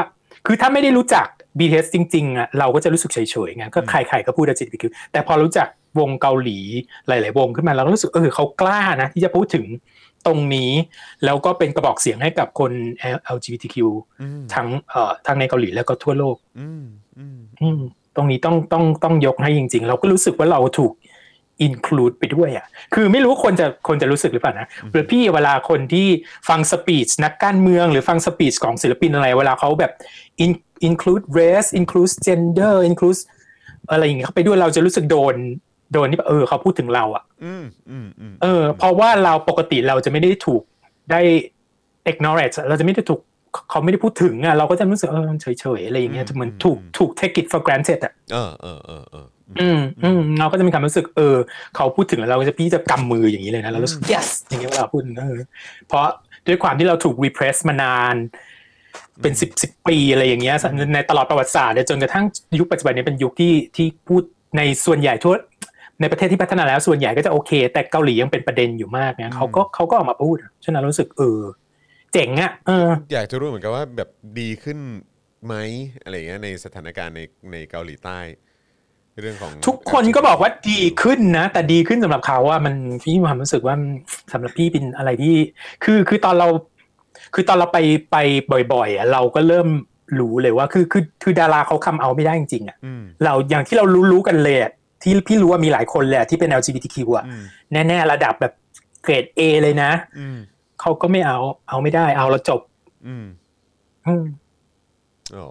Speaker 3: คือถ้าไม่ได้รู้จัก BTS จริงๆอ่ะเราก็จะรู้สึกเฉยๆไงก็ใครๆก็พูด LGBTQ แต่พอรู้จักวงเกาหลีหลาย ๆ วงขึ้นมาเราก็รู้สึกเออเขากล้านะ ที่จะพูดถึงตรงนี้ แล้วก็เป็นกระบอกเสียงให้กับคน LGBTQ
Speaker 1: อืม
Speaker 3: ทั้งเอ่อทั้งในเกาหลีแล้วก็ทั่วโลก
Speaker 1: อืมอืม
Speaker 3: อืมตรงนี้ต้องต้องต้องยกให้จริง ๆ เราก็รู้สึกว่าเราถูก include ไปด้วยอ่ะ คือไม่รู้คนจะคนจะรู้สึกหรือเปล่านะหรือพี่เวลาคนที่ฟังสปีชนักการเมือง หรือฟังสปีชของศิลปินอะไร เวลาเขาแบบ in- include race include gender include อะไรอย่างเงี้ยเข้าไปด้วยเราจะรู้สึกโดนโดนที่แบบเออเขาพูดถึงเราอ่ะ
Speaker 1: อืมอืมอืม
Speaker 3: เออเพราะว่าเราปกติเราจะไม่ได้ถูกได้ acknowledge เราจะไม่ได้ถูกเขาไม่ได้พูดถึงอ่ะเราก็จะรู้สึกเออเฉยๆอะไรอย่างเงี้ยเหมือนถูกถูก take it for granted อ่ะ
Speaker 1: เออเออเออเออ
Speaker 3: อืมอืมเราก็จะมีความรู้สึกเออ เขาพูดถึงแล้วเราก็จะพี่จะกำมืออย่างนี้เลยนะเรารู้สึก yes อย่างนี้เวลาพูดเออเพราะด้วยความที่เราถูก repress มานาน เป็นสิบสิบปีอะไรอย่างเงี้ยในตลอดประวัติศาสตร์เนี่ยจนกระทั่งยุคปัจจุบันเนี้เป็นยุคที่ที่พูดในส่วนใหญ่ทั่วในประเทศที่พัฒนาแล้วส่วนใหญ่ก็จะโอเค แต่เกาหลียังเป็นประเด็นอยู่มากเนี่ยเขาก็เขาก็ออกมาพูดอะฉะนั้นเรารู้สึกเออเจ๋งอ่ะเออ
Speaker 1: อยากจะรู้เหมือนกันว่าแบบดีขึ้นไหมอะไรเงี้ยในสถานการณ์ในในเกาหลีใต้ เรื่องของ
Speaker 3: ทุกคนก็บอกว่าดีขึ้นนะ แต่ดีขึ้นสำหรับเขาอะมันพี่มีความรู้สึกว่ามันสำหรับพี่เป็นอะไรที่ คือคือตอนเรา คือตอนเราไปไปบ่อยๆอะเราก็เริ่มรู้เลยว่าคือคือคือดาราเขาคำเอาไม่ได้จริงๆอะ
Speaker 1: อืม
Speaker 3: เราอย่างที่เรารู้รู้กันเลยอะที่พี่รู้ว่ามีหลายคนแหละที่เป็น LGBTQ อะ
Speaker 1: อืม
Speaker 3: แน่ๆระดับแบบเกรด A เลยนะ
Speaker 1: อืม
Speaker 3: เขาก็ไม่เอาเอาไม่ได้เอาแล้วจบ
Speaker 1: อืม
Speaker 3: อืม
Speaker 1: อ๋ อ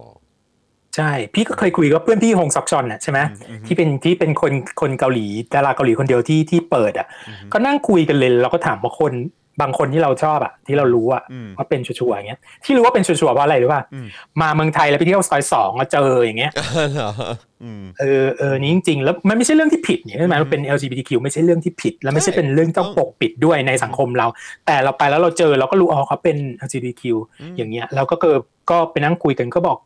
Speaker 3: ใช่ พี่ก็เคยคุยกับเพื่อนพี่ฮงซอกชอนน่ะใช่ไหมที่เป็นที่เป็นคนคนเกาหลีดาราเกาหลีคนเดียวที่ที่เปิดอ่ะก็นั่งคุยกันเลยเราก็ถามว่าคนบางคนที่เราชอบอ่ะ ที่เรารู้อ่ะ
Speaker 1: อืม
Speaker 3: ว่าเป็นชัวร์ๆอย่างเงี้ยที่รู้ว่าเป็นชัวร์ๆเพราะอะไรรู้ป่ะ
Speaker 1: อืม
Speaker 3: มาเมืองไทยแล้วไปเที่ยวซอยสองมาเจออย่างเงี้ย
Speaker 1: เหรออืม
Speaker 3: เออเออนี่จริงๆแล้วมันไม่ใช่เรื่องที่ผิดเนี่ยใช่ไหมมันเป็น LGBTQ ไม่ใช่เรื่องที่ผิด และไม่ใช่เป็นเรื่องต้องปกปิดด้วยในสังคมเรา แต่เราไปแล้วเราเจอเราก็รู้อ๋อเขาเป็น LGBTQ อย่างเงี้ยเราก็เกิดก็ไปนั่งคุยกันก็บอก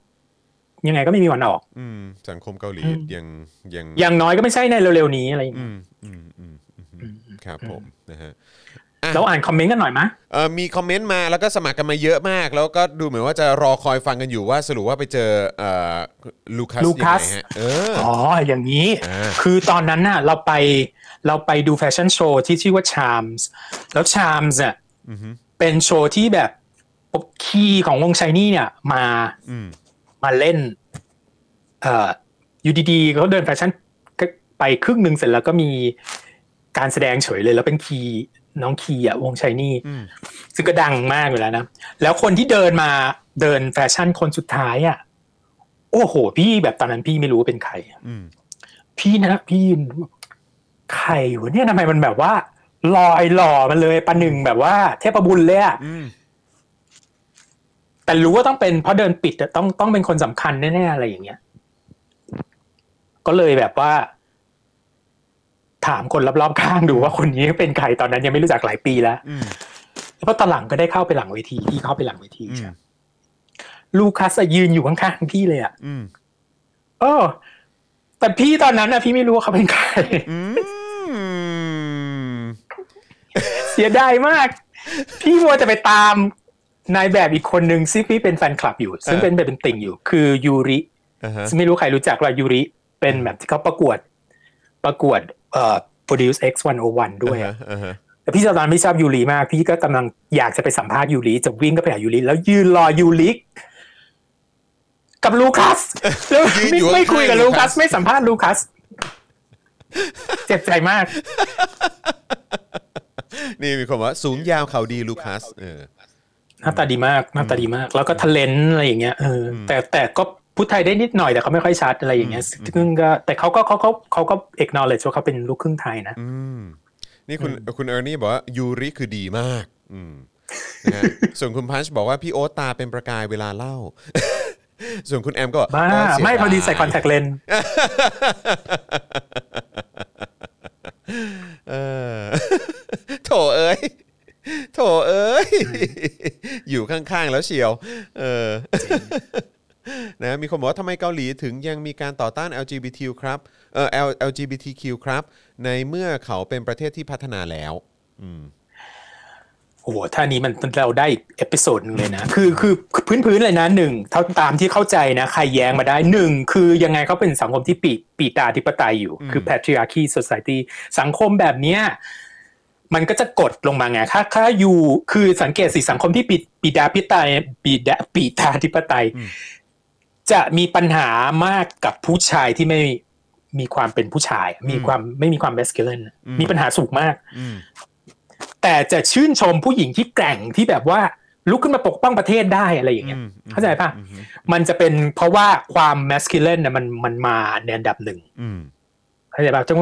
Speaker 3: ยังไงก็ไม่มีวันออก
Speaker 1: อืมสังคมเกาหลี
Speaker 3: อืม
Speaker 1: ยังยัง
Speaker 3: อย่างน้อยก็ไม่ใช่ในเร็วๆนี้อะไรอย่าง
Speaker 1: อื
Speaker 3: เงี้
Speaker 1: ม
Speaker 3: ย
Speaker 1: อืมอืมอืมครับผมนะฮะ
Speaker 3: เราอ่านคอมเมนต์กันหน่อยมะ
Speaker 1: เอ่อมีคอมเมนต์มาแล้วก็สมัครกันมาเยอะมาก แล้วก็ดูเหมือนว่าจะรอคอยฟังกันอยู่ว่าสรุปว่าไปเจอเอ่อลูคัส
Speaker 3: ลู
Speaker 1: ยัง
Speaker 3: คัส
Speaker 1: ไงฮะเอออ
Speaker 3: อ๋อ อย่างนี้
Speaker 1: อ่า
Speaker 3: คือตอนนั้นน่ะเราไปเราไปดูแฟชั่นโชว์ที่ชื่อว่าชามส์แล้วชามส์เนี่ย
Speaker 1: อืม
Speaker 3: เป็นโชว์ที่แบบคีย์ของวงชายนี่เนี่ยมา
Speaker 1: อืม
Speaker 3: มาเล่นเอ่ออยู่ดีๆเขาเดินแฟชั่นก็ไปครึ่งหนึ่งเสร็จแล้วก็มีการแสดงเฉยเลย แล้วเป็นคีย์น้องคีย์อ่ะวงชายนี่
Speaker 1: อืม
Speaker 3: ซึ่งก็ดังมากอยู่แล้วนะ แล้วคนที่เดินมาเดินแฟชั่นคนสุดท้ายอะ่ะ โอ้โห พี่แบบตอนนั้นพี่ไม่รู้ว่าเป็นใคร
Speaker 1: อืม
Speaker 3: พี่นะพี่ยืนดูแบบใครวะเนี่ยทำไมมันแบบว่าลอยหล่อมันเลยประหนึ่งแบบว่า เทพบุญเลยอะ
Speaker 1: อืม
Speaker 3: แต่รู้ว่าต้องเป็นเพราะเดินปิดอะต้องต้องเป็นคนสำคัญแน่ๆอะไรอย่างเงี้ย ก็เลยแบบว่า ถามคนรอบๆข้างดูว่าคนนี้เป็นใครตอนนั้นยังไม่รู้จักหลายปีแล้ว
Speaker 1: อืม
Speaker 3: แล้วพอตอนหลังก็ได้เข้าไปหลังเวทีพี่เข้าไปหลังเวที
Speaker 1: อื
Speaker 3: ใช่
Speaker 1: ม
Speaker 3: ไหม ลูคัสอะยืนอยู่ข้างๆพี่เลยอ่ะ
Speaker 1: อืม
Speaker 3: เออ แต่พี่ตอนนั้นอะพี่ไม่รู้ว่าเขาเป็นใคร
Speaker 1: อืม
Speaker 3: เสียดายมาก พี่มัวจะไปตามนายแบบอีกคนนึงซึ่งพี่เป็นแฟนคลับอยู่ ซึ่งเป็นแบบเป็นติ่งอยู่ คือยูริ
Speaker 1: อ่าฮะ
Speaker 3: ซึ่งไม่รู้ใครรู้จักว่ายูริเป็นแบบที่เขาประกวด ประกวดเอ่อ produce x 101ด้วย
Speaker 1: อ่า
Speaker 3: อะ
Speaker 1: ฮะอ่าฮะ
Speaker 3: แต่พี่ตอนนั้นไม่ชอบยูริมาก พี่ก็กำลังอยากจะไปสัมภาษณ์ยูริจะวิ่งก็ไปหายูริแล้วยืนรอยูริกับลูคั สแล้วไม่ไม่คุยกับลูคัส ไม่สัมภาษณ์ลูคัส เจ็บใจมาก
Speaker 1: นี่มีคนว่าสูงยาวเขาดีลูคัสเออ
Speaker 3: หน้าตาดีมากหน้าตาดีมาก แล้วก็ทะเลนอะไรอย่างเงี้ยเอออแต่แต่ก็พูดไทยได้นิดหน่อยแต่เขาไม่ค่อยชัดอะไรอย่างเงี้ยซึ่งก็แต่เขาก็เขาเขาเขาก็เอกนอเลจว่าเขาเป็นลูกครึ่งไทยนะ
Speaker 1: อืมนี่คุณคุณเออร์นี่บอกว่ายูริคือดีมากอืมนะฮะ ส่วนคุณพันช์บอกว่าพี่โอ๊ตตาเป็นประกายเวลาเล่า ส่วนคุณแอมก็บอก
Speaker 3: บ้า
Speaker 1: โอ๊ยเสีย
Speaker 3: ไม่พอดี
Speaker 1: าย
Speaker 3: ใส่คอนแทคเลน
Speaker 1: เออ โถเอ้ยโถเอ้ย อยู่ข้างๆแล้วเชียว เออ นะมีคนบอกว่าทำไมเกาหลีถึงยังมีการต่อต้าน LGBTQ ครับเออ L LGBTQ ครับ ในเมื่อเขาเป็นประเทศที่พัฒนาแล้ว อืม
Speaker 3: โอ้โหท่านี้มันเราได้อีกเอพิโซดหนึ่งเลยนะ คือคือพื้นพื้นๆเลยนะหนึ่งเท่าตามที่เข้าใจนะ ใครแย้งมาได้หนึ่งคือยังไงเขาเป็นสังคมที่ปีปีตาธิปไตยอยู่ คือ patriarchy society สังคมแบบเนี้ย มันก็จะกดลงมาไงถ้าถ้าอยู่คือสังเกตสิสังคมที่ปิดปิดาพิไตยปิดาปิดาธิปไตย จะมีปัญหามากกับผู้ชายที่ไม่มีความเป็นผู้ชาย มีความไม่มีความเบสกิลเลนมีปัญหาสูงมาก
Speaker 1: อืม
Speaker 3: แต่จะชื่นชมผู้หญิงที่แกร่งที่แบบว่าลุกขึ้นมาปกป้องประเทศได้อะไรอย่างเงี้ย
Speaker 1: อืมอืม
Speaker 3: เข้าใจป่ะ มันจะเป็นเพราะว่าความแมสคิลเลนเนี่ยมันมันมาในอันดับหนึ่ง
Speaker 1: อืม
Speaker 3: เข้าใจป่ะจะ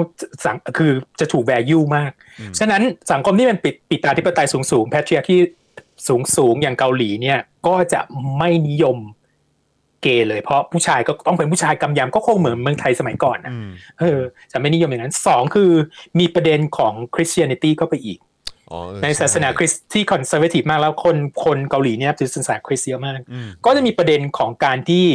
Speaker 3: สังคือจะถูกแวลูมาก ฉะนั้นสังคมที่เป็นปิดปิดตาธิปไตยสูงสูงแพทริอาคีสูงสูงอย่างเกาหลีเนี่ย ก็จะไม่นิยมเ เกย์เลยเพราะผู้ชายก็ต้องเป็นผู้ชายกำยำก็คงเหมือนเมืองไทยสมัยก่อนนะ
Speaker 1: อืม
Speaker 3: เออจะไม่นิยมอย่างนั้นสองคือมีประเด็นของคริสเตียนิตี้เข้าไปอีก
Speaker 1: อ๋อเออ
Speaker 3: ในศาสนาคริสต์ที่คอนเซอร์เวทีฟมากแล้วคนคนเกาหลีเนี่ยถือศาสนาคริสต์เยอะมาก
Speaker 1: อืม
Speaker 3: ก็จะมีประเด็นของการที่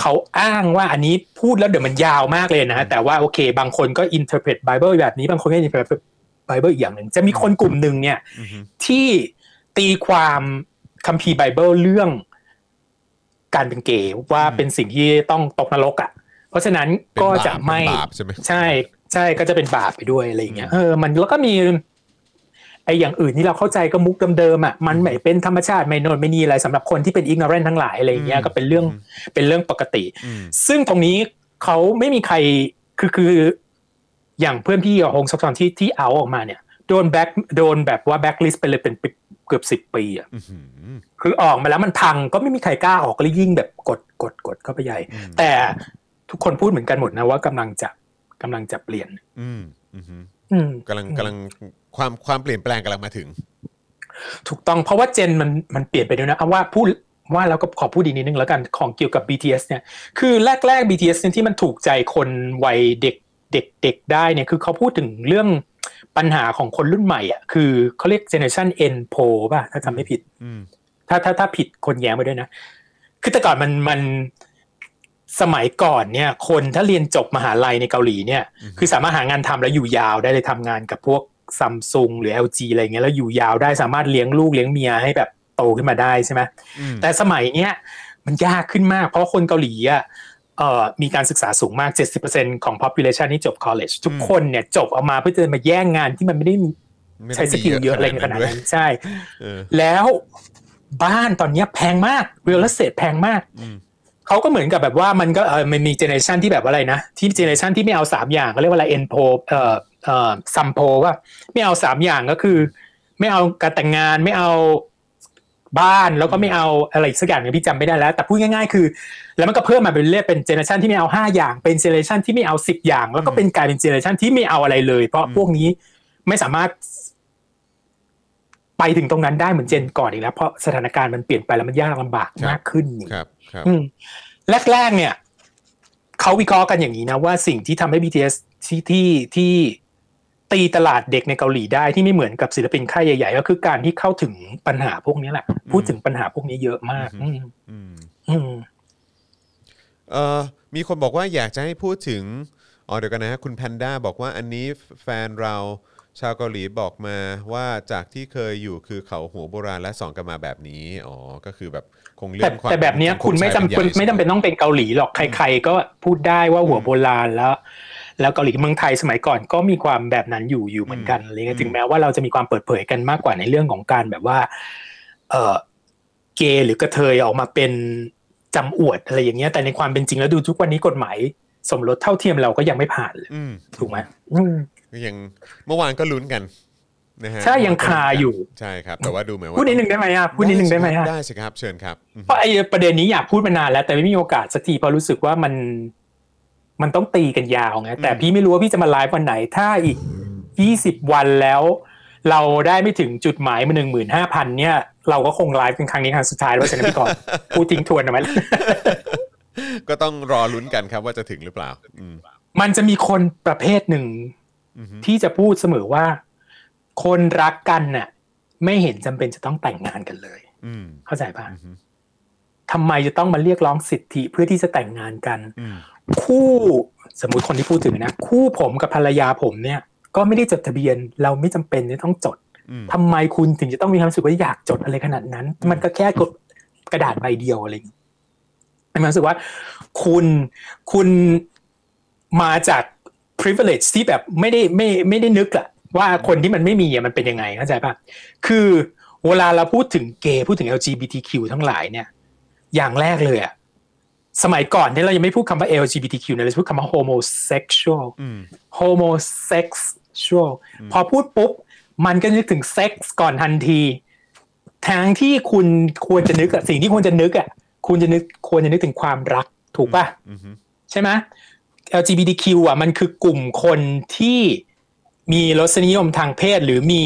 Speaker 3: เขาอ้างว่าอันนี้พูดแล้วเดี๋ยวมันยาวมากเลยนะ แต่ว่าโอเค บางคนก็ interpret Bible แบบนี้ บางคนก็ interpret Bible อีกอย่างหนึ่ง จะมีคนกลุ่มหนึ่งเนี่ย
Speaker 1: อืม
Speaker 3: ที่ตีความคัมภีร์ Bible เรื่องการเป็นเกย์ว่าเป็นสิ่งที่ต้องตกนรกอ่ะ เพราะฉะนั้น
Speaker 1: เป็น
Speaker 3: ก็
Speaker 1: บาป
Speaker 3: จะไม่
Speaker 1: เป็นบาปใช่ไหม
Speaker 3: ใช่ใช่ก็จะเป็นบาปไปด้วยอะไรอย่างเงี้ยเออมันแล้วก็มีไออย่างอื่นที่เราเข้าใจก็มุกเดิมๆอ่ะมันไม่เป็นธรรมชาติไม่โนนไม่นี่อะไรสำหรับคนที่เป็นอิกนอเรนทั้งหลายอะไรอย่างเงี้ยก็เป็นเรื่องเป็นเรื่องปกติ
Speaker 1: อืม
Speaker 3: ซึ่งตรงนี้เขาไม่มีใครคือคืออย่างเพื่อนพี่ของฮงซับซอนที่ที่เอาออกมาเนี่ยโดนแบ็คโดนแบบว่าแบ็คลิสต์ไปเลยเป็นปีเกือบสิบปีอ่ะ
Speaker 1: อืมอืม
Speaker 3: คือออกมาแล้วมันพังก็ไม่มีใครกล้าออกก็เลยยิ่งแบบกดกดกดเข้าไปใหญ่ แต่ทุกคนพูดเหมือนกันหมดนะว่ากำลังจะกำลังจะเปลี่ยน
Speaker 1: อืมอืม
Speaker 3: อืม
Speaker 1: กำลังกำลังความความเปลี่ยนแปลงกำลังมาถึง
Speaker 3: ถูกต้องเพราะว่าเจนมันมันเปลี่ยนไปด้วยนะเอาว่าพูดว่าแล้วก็ขอพูดดีนิดนึงแล้วกันของเกี่ยวกับ BTS เนี่ยคือแรก ๆ BTS เนี่ยที่มันถูกใจคนวัยเด็กเด็กเด็กได้เนี่ยคือเขาพูดถึงเรื่องปัญหาของคนรุ่นใหม่อ่ะคือเขาเรียก Generation N p o ป่ะ ถ้าจำไม่ผิด
Speaker 1: อืม
Speaker 3: ถ้าถ้าถ้าผิดคนแย้งไปด้วยนะ คือแต่ก่อนมันมันสมัยก่อนเนี่ย คนถ้าเรียนจบมหาลัยในเกาหลีเนี่ย คือสามารถหางานทำแล้วอยู่ยาวได้เลยทำงานกับพวกซัมซุงหรือ LG อะไรเงี้ยแล้วอยู่ยาวได้สามารถเลี้ยงลูกเลี้ยงเมียให้แบบโตขึ้นมาได้ใช่ไหม
Speaker 1: อืม
Speaker 3: แต่สมัยเนี้ยมันยากขึ้นมาก เพราะคนเกาหลีอ่ะเอ่อมีการศึกษาสูงมาก 70%ของ population ที่จบ college ทุกคนเนี่ยจบออกมาเพื่อจะมาแย่งงานที่มันไม่ได้
Speaker 1: ไม่ต้
Speaker 3: ใช้
Speaker 1: ง
Speaker 3: สกิลเยอะอะไรขนาด
Speaker 1: ด้ว
Speaker 3: นั้นใช่
Speaker 1: เออ
Speaker 3: แล้วบ้านตอนเนี้ยแพงมากเรียลเ t ตแพงมาก
Speaker 1: อืม
Speaker 3: เขาก็เหมือนกับแบบว่ามันก็เออมันมีเจเนอเรชันที่แบบว่าอะไรนะ ที่เจเนอเรชันที่ไม่เอาสามอย่างเขาเรียกว่าอะไรเอ็นโพเอ่อเอ่อซัมโพว่าไม่เอาสามอย่างก็คือ ไม่เอาการแต่งงานไม่เอาบ้านแล้วก็ไม่เอาอะไรอีกสักอย่างหนึงพี่จำไม่ได้แล้ว แต่พูดง่ายๆ คือ แล้วมันก็เพิ่มมาเป็นเรื่อยเป็นเจเนอเรชันที่ไม่เอาห้าอย่างเป็นเจเนอเรชันที่ไม่เอาสิบอย่าง แล้วก็เป็นกลายเป็นเจเนอเรชันที่ไม่เอาอะไรเลย เพราะพวกนี้ไม่สามารถ ไปถึงตรงนั้นได้เหมือนเจนก่อนอีกแล้วเพราะสถานการณ์มันเปลี่ยนไปแล้วมันยากลำบากมากขึ้นอย่างเงี้ย
Speaker 1: ครับครับ
Speaker 3: อืมแรกๆเนี่ยเขาวิเคราะห์กันอย่างนี้นะว่าสิ่งที่ทำให้ BTS ที่ที่ที่ตีตลาดเด็กในเกาหลีได้ที่ไม่เหมือนกับศิลปินค่ายใหญ่ๆ ก็คือการที่เข้าถึงปัญหาพวกนี้แหละ พูดถึงปัญหาพวกนี้เยอะมากอืม
Speaker 1: อืม
Speaker 3: อืม
Speaker 1: เอ่อมีคนบอกว่าอยากจะให้พูดถึงอ๋อเดี๋ยวกันนะฮะคุณแพนด้าบอกว่าอันนี้แฟนเราชาวเกาหลีบอกมาว่าจากที่เคยอยู่คือเขาหัวโบราณและสอนกันมาแบบนี้อ๋อก็คือแบบคงเรื่
Speaker 3: แต่
Speaker 1: องความ
Speaker 3: แต่แบบเนี้ยคุณไม่จำเป็น
Speaker 1: ใหญ่
Speaker 3: ไม่จำเป็นต้องเป็นเกาหลีหรอกใคร ๆ ก็พูดได้ว่าหัวโบราณแล้ว แล้วเกาหลีเมืองไทยสมัยก่อนก็มีความแบบนั้นอยู่อยู่เหมือนกันอะไรเลยถึงแม้ว่าเราจะมีความเปิดเผยกันมากกว่าในเรื่องของการแบบว่า เออเกย์หรือกระเทยออกมาเป็นจำอวดอะไรอย่างเงี้ยแต่ในความเป็นจริงแล้วดูทุกวันนี้กฎหมายสมรสเท่าเทียมเราก็ยังไม่ผ่านเลย
Speaker 1: อืม
Speaker 3: ถูกไหมอืม
Speaker 1: ก็ยังเมื่อวานก็ลุ้นกันนะฮะ
Speaker 3: ใช่ยังคาอยู่
Speaker 1: ใช่ครับ แต่ว่าดูเหมือนว่า
Speaker 3: พูดนิดนึงได้ไหมอ่ะพูดนิดนึงได้ไหมอ่ะ
Speaker 1: ได้สิครับเชิญครับอืม
Speaker 3: เพราะไอ้ประเด็นนี้อยากพูดมานานแล้ว แต่ไม่มีโอกาสสักทีเพราะรู้สึกว่ามันมันต้องตีกันยาวไงแต่พี่ไม่รู้ว่าพี่จะมาไลฟ์วันไหน ถ้าอีกยี่สิบวันแล้ว เราได้ไม่ถึงจุดหมายมาหนึ่งหมื่นห้าพันเนี่ย เราก็คงไลฟ์เป็นครั้งนี้ครั้งสุดท้ายแล้วเพราะฉะนั้นพี่ ก่อน พูดทิ้งทวนเอาไหม
Speaker 1: ก็ต้องรอลุ้นกันครับว่าจะถึงหรือเปล่าอืม
Speaker 3: มันจะมีคนประเภทหนึ่ง
Speaker 1: อืม
Speaker 3: ที่จะพูดเสมอว่า คนรักกันน่ะ ไม่เห็นจำเป็นจะต้องแต่งงานกันเลย
Speaker 1: อืม
Speaker 3: เข้าใจปะ
Speaker 1: อืม
Speaker 3: ทำไมจะต้องมาเรียกร้องสิทธิเพื่อที่จะแต่งงานกัน
Speaker 1: อืม
Speaker 3: คู่สมมุติคนที่พูดถึงนะ คู่ผมกับภรรยาผมเนี่ย ก็ไม่ได้จดทะเบียน เราไม่จำเป็นที่ต้องจด
Speaker 1: อืม
Speaker 3: ทำไมคุณถึงจะต้องมีความรู้สึกว่าอยากจดอะไรขนาดนั้น มันก็แค่กดกระดาษใบเดียวอะไรอย่างเงี้ยมันรู้สึกว่า คุณคุณมาจาก privilege ที่แบบไม่ได้ไม่ไม่ได้นึกอะว่าคนที่มันไม่มีอะมันเป็นยังไงเข้าใจปะคือเวลาเราพูดถึงเกย์พูดถึง LGBTQ ทั้งหลายเนี่ย อย่างแรกเลยอะ สมัยก่อนเนี่ยเรายังไม่พูดคำว่า LGBTQ นะเราจะพูดคำว่า homosexual
Speaker 1: อืม
Speaker 3: homosexual พอพูดปุ๊บ มันก็นึกถึงเซ็กส์ก่อนทันทีทางที่คุณควรจะนึกอะสิ่งที่ควรจะนึกอะคุณจะนึกควรจะนึกถึงความรักถูกป่ะ
Speaker 1: อืม
Speaker 3: ใช่ไหม LGBTQ อ่ะมันคือกลุ่มคนที่มีรสนิยมทางเพศ หรือมี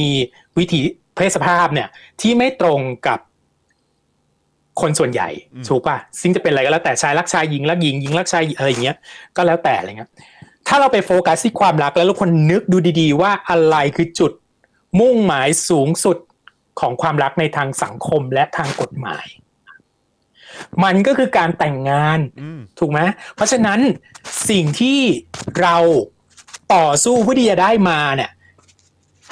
Speaker 3: วิถีเพศสภาพเนี่ย ที่ไม่ตรงกับ คนส่วนใหญ่ถูกป่ะซึ่งจะเป็นอะไรก็แล้วแต่ชายรักชายหญิงรักหญิงหญิงรักชายอะไรอย่างเงี้ยก็แล้วแต่อะไรเงี้ยถ้าเราไปโฟกัสที่ความรักแล้วเราคนนึกดูดีๆ ว่าอะไรคือจุดมุ่งหมายสูงสุดของความรักในทางสังคมและทางกฎหมาย มันก็คือการแต่งงาน
Speaker 1: อืม
Speaker 3: ถูกไหมเพราะฉะนั้นสิ่งที่เราต่อสู้เพื่อที่จะได้มาเนี่ย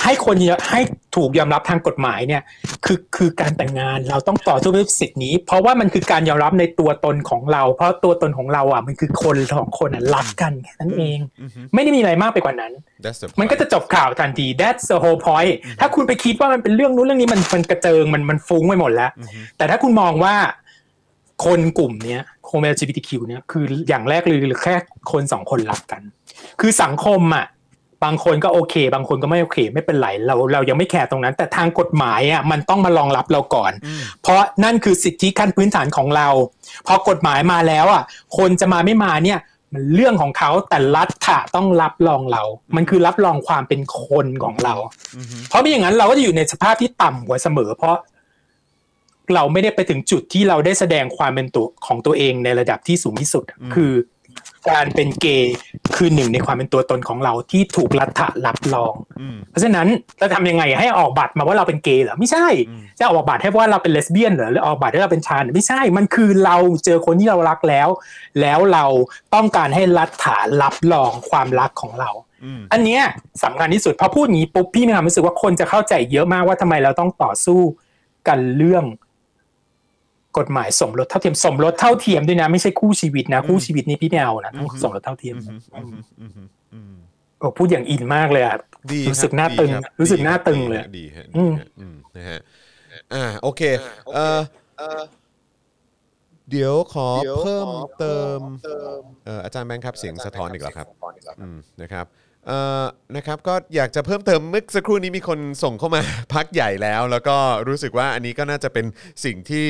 Speaker 3: ให้คนยอมให้ถูกยอมรับทางกฎหมายเนี่ยคือคือการแต่งงานเราต้องต่อสู้เพื่อสิทธินี้ เพราะว่ามันคือการยอมรับในตัวตนของเรา เพราะตัวตนของเราอ่ะมันคือคนสองคนอ่ะรักกันแค่นั้นเอง
Speaker 1: อืม
Speaker 3: ไม่ได้มีอะไรมากไปกว่านั้น
Speaker 1: That's the
Speaker 3: มันก็จะจบข่าวทันที that's the whole point ถ้าคุณไปคิดว่ามันเป็นเรื่องนู้นเรื่องนี้มันมันกระเจิงมันมันฟุ้งไปหมดแล้ว
Speaker 1: อือฮึ
Speaker 3: แต่ถ้าคุณมองว่าคนกลุ่มเนี้ยคน LGBTQ เนี่ยคืออย่างแรกเลยหรือแค่คนสองคนรักกัน คือสังคมอ่ะบางคนก็โอเค บางคนก็ไม่โอเค ไม่เป็นไรเราเรายังไม่แคร์ตรงนั้น แต่ทางกฎหมายอ่ะมันต้องมารองรับเราก่อน เพราะนั่นคือสิทธิขั้นพื้นฐานของเรา พอกฎหมายมาแล้วอ่ะ คนจะมาไม่มาเนี่ย มันเรื่องของเขาแต่รัฐะต้องรับรองเรา มันคือรับรองความเป็นคนของเรา
Speaker 1: อืม
Speaker 3: เพราะไม่อย่างนั้นเราก็จะอยู่ในสภาพที่ต่ำกว่าเสมอ เพราะเราไม่ได้ไปถึงจุดที่เราได้แสดงความเป็นตัวของตัวเองในระดับที่สูงที่สุดอะคือการเป็นเกย์คือหนึ่งในความเป็นตัวตนของเราที่ถูกรัฐะรับรอง
Speaker 1: อืม
Speaker 3: เพราะฉะนั้นเราทำยังไงให้ออกบัตรมาว่าเราเป็นเกย์เหรอไม่ใช่
Speaker 1: อืม
Speaker 3: จะออกบัตรให้ว่าเราเป็นเลสเบี้ยนเหรอหรือออกบัตรให้เราเป็นชายเหรอไม่ใช่ มันคือเราเจอคนที่เรารักแล้ว แล้วเราต้องการให้รัฐฐานรับรองความรักของเรา
Speaker 1: อืม
Speaker 3: อันเนี้ยสำคัญที่สุดพอพูดอย่างนี้ปุ๊บพี่มีความรู้สึกว่าคนจะเข้าใจเยอะมากว่าทำไมเราต้องต่อสู้กันเรื่อง กฎหมายสมรสเท่าเทียมสมรสเท่าเทียมด้วยนะ ไม่ใช่คู่ชีวิตนะ คู่ชีวิตนี่พี่ไม่เอานะต้องสมรสเท่าเทียม
Speaker 1: อืมอืมอืมอืม
Speaker 3: โอ้พูดอย่างอินมากเลยอะ
Speaker 1: ดี
Speaker 3: รู้สึกหน้า
Speaker 1: ดี
Speaker 3: ตึง
Speaker 1: คบ
Speaker 3: รู้สึก
Speaker 1: ดี
Speaker 3: หน้า
Speaker 1: ครับ
Speaker 3: ตึง
Speaker 1: ดี
Speaker 3: เลย
Speaker 1: ฮะดีฮะ
Speaker 3: อื
Speaker 1: ดี
Speaker 3: ม
Speaker 1: ฮะอืมนะฮะอ่าโอเคเอ่อเดี๋ยวขอเพิ่มเติมเอ่ออาจารย์แบงค์ครับเสียงสะท้อนอีกแล้วครับ อืมนะครับเอ่อนะครับก็อยากจะเพิ่มเติมเมื่อสักครู่นี้มีคนส่งเข้ามา พักใหญ่แล้ว แล้วก็รู้สึกว่าอันนี้ก็น่าจะเป็นสิ่งที่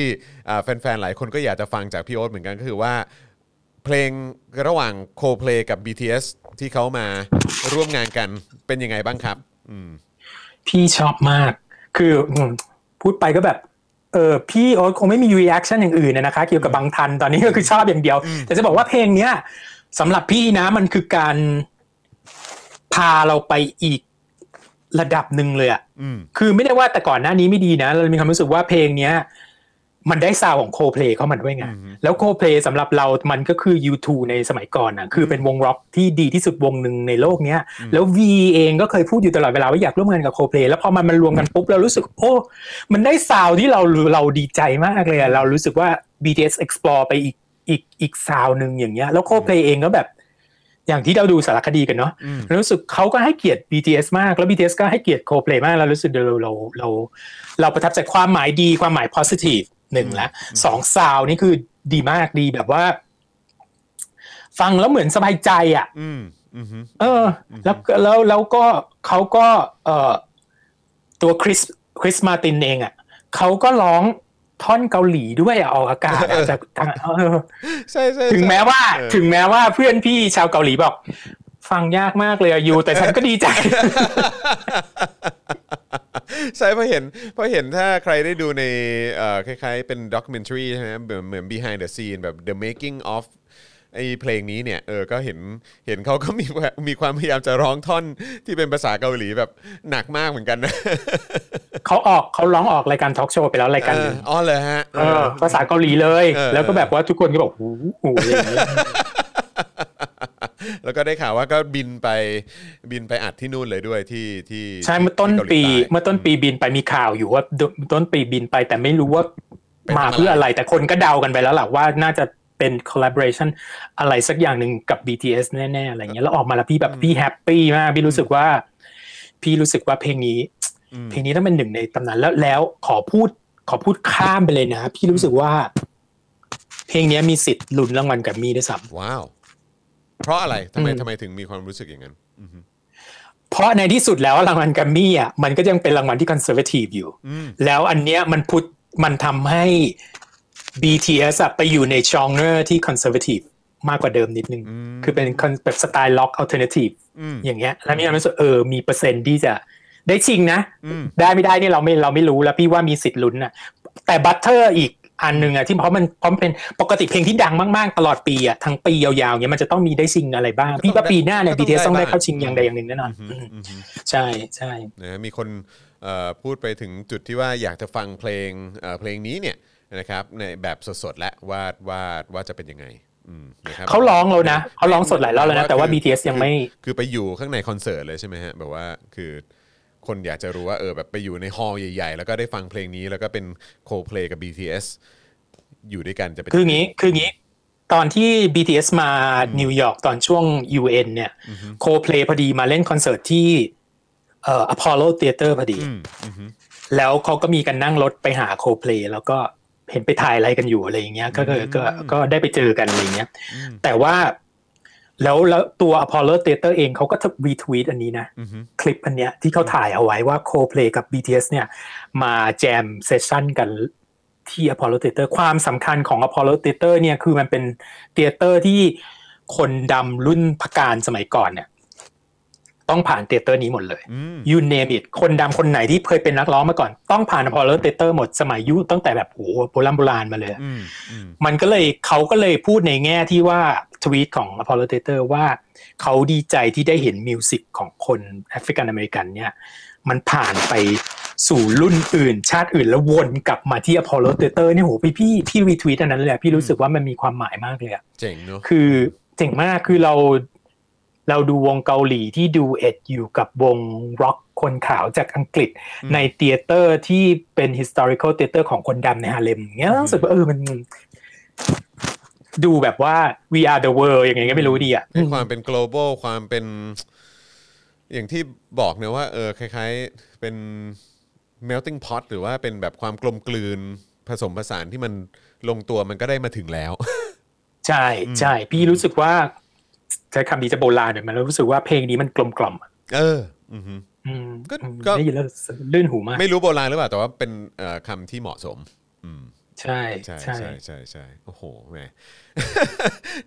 Speaker 1: อ่าแฟนๆ หลายคนก็อยากจะฟังจากพี่โอ๊ตเหมือนกันก็คือว่า เพลงระหว่าง Coldplay กับ BTS ที่เขามาร่วมงานกันเป็นยังไงบ้างครับ อืม
Speaker 3: พี่ชอบมาก คืออืมพูดไปก็แบบ เออพี่โอ๊ตคงไม่มี reaction อย่างอื่นนะนะคะ เกี่ยวกับบางทันตอนนี้ก็คือชอบอย่างเดียว แต่จะบอกว่าเพลงเนี้ยสำหรับพี่นะมันคือการพาเราไปอีกระดับหนึ่งเลยอะ
Speaker 1: อืม
Speaker 3: คือไม่ได้ว่าแต่ก่อนหน้านี้ไม่ดีนะ เรามีความรู้สึกว่าเพลงเนี้ย มันได้ซาวของโคเพลเข้ามาด้วยไง
Speaker 1: อือฮึ
Speaker 3: แล้วโคเพลสำหรับเรามันก็คือ U2 ในสมัยก่อนนะคือเป็นวงร็อกที่ดีที่สุดวงหนึ่งในโลกเนี้ย แล้ว V เองก็เคยพูดอยู่ตลอดเวลาว่าอยากร่วมงานกับโคเพลแล้วพอมันมันรวมกันปุ๊บ เรารู้สึก โอ้ มันได้ซาวที่เราเราดีใจมากเลยอะเรารู้สึกว่า BTS Explore ไปอีกอีกอีกซาวหนึ่งอย่างเงี้ย แล้วโคเพลเองก็แบบ อย่างที่เราดูสารคดีกันเนาะ
Speaker 1: อืม
Speaker 3: รู้สึกเขาก็ให้เกียรติ BTS มาก แล้ว BTS ก็ให้เกียรติ Coldplay มาก แล้วรู้สึกเราเราเราเราประทับใจความหมายดีความหมาย positive หนึ่งละสองซาวนี่คือดีมากดีแบบว่า ฟังแล้วเหมือนสบายใจอ่ะ
Speaker 1: อืมอืมฮึ
Speaker 3: เออแล้วก็แล้วแล้วก็เขาก็เอ่อตัวคริสคริสมาตินเองอ่ะเขาก็ร้องท่อนเกาหลีด้วยอะออกอากาศอะจากทางเออ
Speaker 1: ใช่ใช่
Speaker 3: ถึงแม้ว่า
Speaker 1: เออ
Speaker 3: ถึงแม้ว่าเพื่อนพี่ชาวเกาหลีบอก ฟังยากมากเลยอะยูแต่ฉันก็ดี ใจ
Speaker 1: ใช่เพราะเห็นเพราะเห็นถ้าใครได้ดูในเอ่อคล้ายๆ เป็นด็อกิเมนทรีใช่ไหมเหมือนเหมือน behind the scene แบบ the making of ไอ้เพลงนี้เนี่ยเออก็เห็นเห็นเขาก็มีมีความพยายามจะร้องท่อนที่เป็นภาษาเกาหลีแบบหนักมากเหมือนกันนะ
Speaker 3: เขาออกเขาร้องออกรายการทอล์กโชว์ไปแล้วร ายการหนึ่ง
Speaker 1: เอออ๋อเลยฮะเอ
Speaker 3: เอ
Speaker 1: อ
Speaker 3: อภาษาเกาหลีเลย
Speaker 1: เออ
Speaker 3: แล้วก็แบบว่าทุกคนก็บอกโอ้โหอะไรอย่างเงี้ย
Speaker 1: แล้วก็ได้ข่าวว่าก็บินไปบินไปอัดที่นู่นเลยด้วยที่ที่
Speaker 3: ใช่เมื่อต้นปี
Speaker 1: ที่กาหลีใ
Speaker 3: เมื่อต้นปีบินไปมีข่าวอยู่ว่าต้นปีบินไปแต่ไม่รู้ว่า
Speaker 1: เป็น
Speaker 3: มา
Speaker 1: อะไร
Speaker 3: เพื่ออะไร แต่คนก็เดากันไปแล้วแหละว่าน่าจะเป็น collaboration อะไรสักอย่างหนึ่งกับ BTS แน่ๆอะไรเงี้ยแล้วออกมาแล้วพี่แบบพี่แฮปปี้มากพี่รู้สึกว่า พี่รู้สึกว่าเพลงนี้
Speaker 1: อืม
Speaker 3: เพลงนี้ต้องเป็นหนึ่งในตำนานแล้วแล้วขอพูดขอพูดข้ามไปเลยนะ พี่รู้สึกว่า เพลงนี้มีสิทธิ์ลุ้นรางวัลแกับมีด้วยซ้
Speaker 1: ว้าว เพราะอะไรทำไมทำไมถึงมีความรู้สึกอย่างนั้น อืมฮึ
Speaker 3: ำเพราะในที่สุดแล้วรางวัลแกับมีอ่ะมันก็ยังเป็นรางวัลที่คอนเซอร์เวทีฟอยู่
Speaker 1: อืม
Speaker 3: แล้วอันเนี้ยมันพุทมันทำให้ BTS อะไปอยู่ในชองเนอร์ที่คอนเซอร์เวทีฟมากกว่าเดิมนิดนึง
Speaker 1: อืม
Speaker 3: คือเป็น con- แบบสไตล์ล็อกอัลเทอร์เนทีฟ
Speaker 1: อืม
Speaker 3: อย่างเงี้ยแล้วมีความรู้สึกเออมีเปอร์เซ็นต์ที่จะได้ชิงนะ
Speaker 1: อืม
Speaker 3: ได้ไม่ได้เนี่ยเราไม่เราไม่รู้แล้วพี่ว่ามีสิทธิ์ลุ้นนะแต่บัตเทอร์อีก อันหนึ่งอ่ะที่เพราะมันเพราะมันเป็นปกติเพลงที่ดังมากๆ ตลอดปีอ่ะทั้งปียาวๆเนี้ยมันจะต้องมีได้ชิงอะไรบ้าง พี่ว่าปีหน้าเนี่ย
Speaker 1: ก็
Speaker 3: บี
Speaker 1: ต้
Speaker 3: เท
Speaker 1: องได้
Speaker 3: ต้องได้
Speaker 1: บ้าง
Speaker 3: เข้าชิงอย่างใดอย่างหนึ่งแน่นอน
Speaker 1: อืมอืมอืม
Speaker 3: ใช่ใช่
Speaker 1: นะฮะมีคนเอ่อพูดไปถึงจุดที่ว่าอยากจะฟังเพลงเอ่อเพลงนี้เนี่ยนะครับในแบบสดๆและว่าว่าว่าจะเป็นยังไงอืมนะครับ
Speaker 3: เขาร้องแล้วนะเขาร้องสดหลายรอบแล้วนะแต่ว่า BTS ยังไม่
Speaker 1: คือคือไปอยู่ข้างในคอนเสิร์ตเลยใช่ไหมฮะแบบว่าคือคนอยากจะรู้ว่าเออแบบไปอยู่ในฮอลล์ใหญ่ ๆ แล้วก็ได้ฟังเพลงนี้แล้วก็เป็นโคเพลงกับ BTS อยู่ด้วยกันจะเป็น
Speaker 3: คืองี้คืองี้ ตอนที่ BTS มานิวยอร์กตอนช่วง UN เนี่ยโคเพลพอดีมาเล่นคอนเสิร์ตที่เอ่ออพอลโลเทเตอร์พอดี
Speaker 1: อืมอืมฮึ
Speaker 3: แล้วเขาก็มีกันนั่งรถไปหาโคเพลแล้วก็เห็นไปถ่ายอะไรกันอยู่อะไรอย่างเงี้ยก็ก็ก็ก็ได้ไปเจอกันอะไรอย่างเงี้ยแต่ว่าแล้วแล้วตัวอพอลโลเทเตอร์เองเขาก็วีทวีตอันนี้นะ
Speaker 1: อืมฮึ
Speaker 3: คลิปอันเนี้ยที่เขาถ่ายเอาไว้ว่าโคเพลกับ BTS เนี่ยมาแจมเซสชั่นกันที่ Apollo Theater ความสำคัญของ Apollo Theater เนี่ยคือมันเป็นเทเตอร์ที่คนดำรุ่นพกการสมัยก่อนเนี่ยต้องผ่านเทเตอร์นี้หมดเลย
Speaker 1: อืม
Speaker 3: you name it คนดำคนไหนที่เคยเป็นนักร้องมาก่อน ต้องผ่าน Apollo Theater หมดสมัยยุคตั้งแต่แบบโอ้โหโบราณโบราณมาเลย
Speaker 1: อืมอืม
Speaker 3: มันก็เลยเขาก็เลยพูดในแง่ที่ว่าทวีตของ Apollo t h e a t e r ว่าเขาดีใจที่ได้เห็นมิวสิกของคนแอฟริกันอเมริกันเนี่ยมันผ่านไปสู่รุ่นอื่น ชาติอื่นแล้ววนกลับมาที่ Apollo t h e a t e r นี่โหพี่พี่พี่รีทวีตอันนั้นเลยอะพี่รู้สึกว่ามันมีความหมายมากเลยอะ
Speaker 1: เจ๋งเนอะ
Speaker 3: คือเจ๋งมากคือเราเราดูวงเกาหลีที่ดูเอ็ดอยู่กับวงร็อกคนขาวจากอังกฤษ
Speaker 1: อืม
Speaker 3: ในเตียเตอร์ที่เป็น historical เตียเตอร์ของคนดำในฮาเลมเงี้ยรู้สึกว่าเออมัน ดูแบบว่า we are the world อย่างไงก็ไม่รู้ดีอ่ะ
Speaker 1: ในความเป็น global ความเป็น อย่างที่บอกเนี่ยว่า เออคล้ายๆ เป็น melting pot หรือว่าเป็นแบบความกลมกลืนผสมผสานที่มันลงตัวมันก็ได้มาถึงแล้ว
Speaker 3: ใช่ใช่พี่รู้สึกว่าใช้คำดีจะโบราณหน่อยมันรู้สึกว่าเพลงนี้มันกลมกล่อมอะ
Speaker 1: เออ อือฮึ
Speaker 3: อืม
Speaker 1: ก็
Speaker 3: อืม
Speaker 1: ก็
Speaker 3: ได้ยินแล้วลื่นหูมาก
Speaker 1: ไม่รู้โบราณหรือเปล่า แต่ว่าเป็นเอ่อคำที่เหมาะสม อืม
Speaker 3: ใช่
Speaker 1: ใช่
Speaker 3: ใช่
Speaker 1: ใช่ใช่ใช่โอ้โหแหม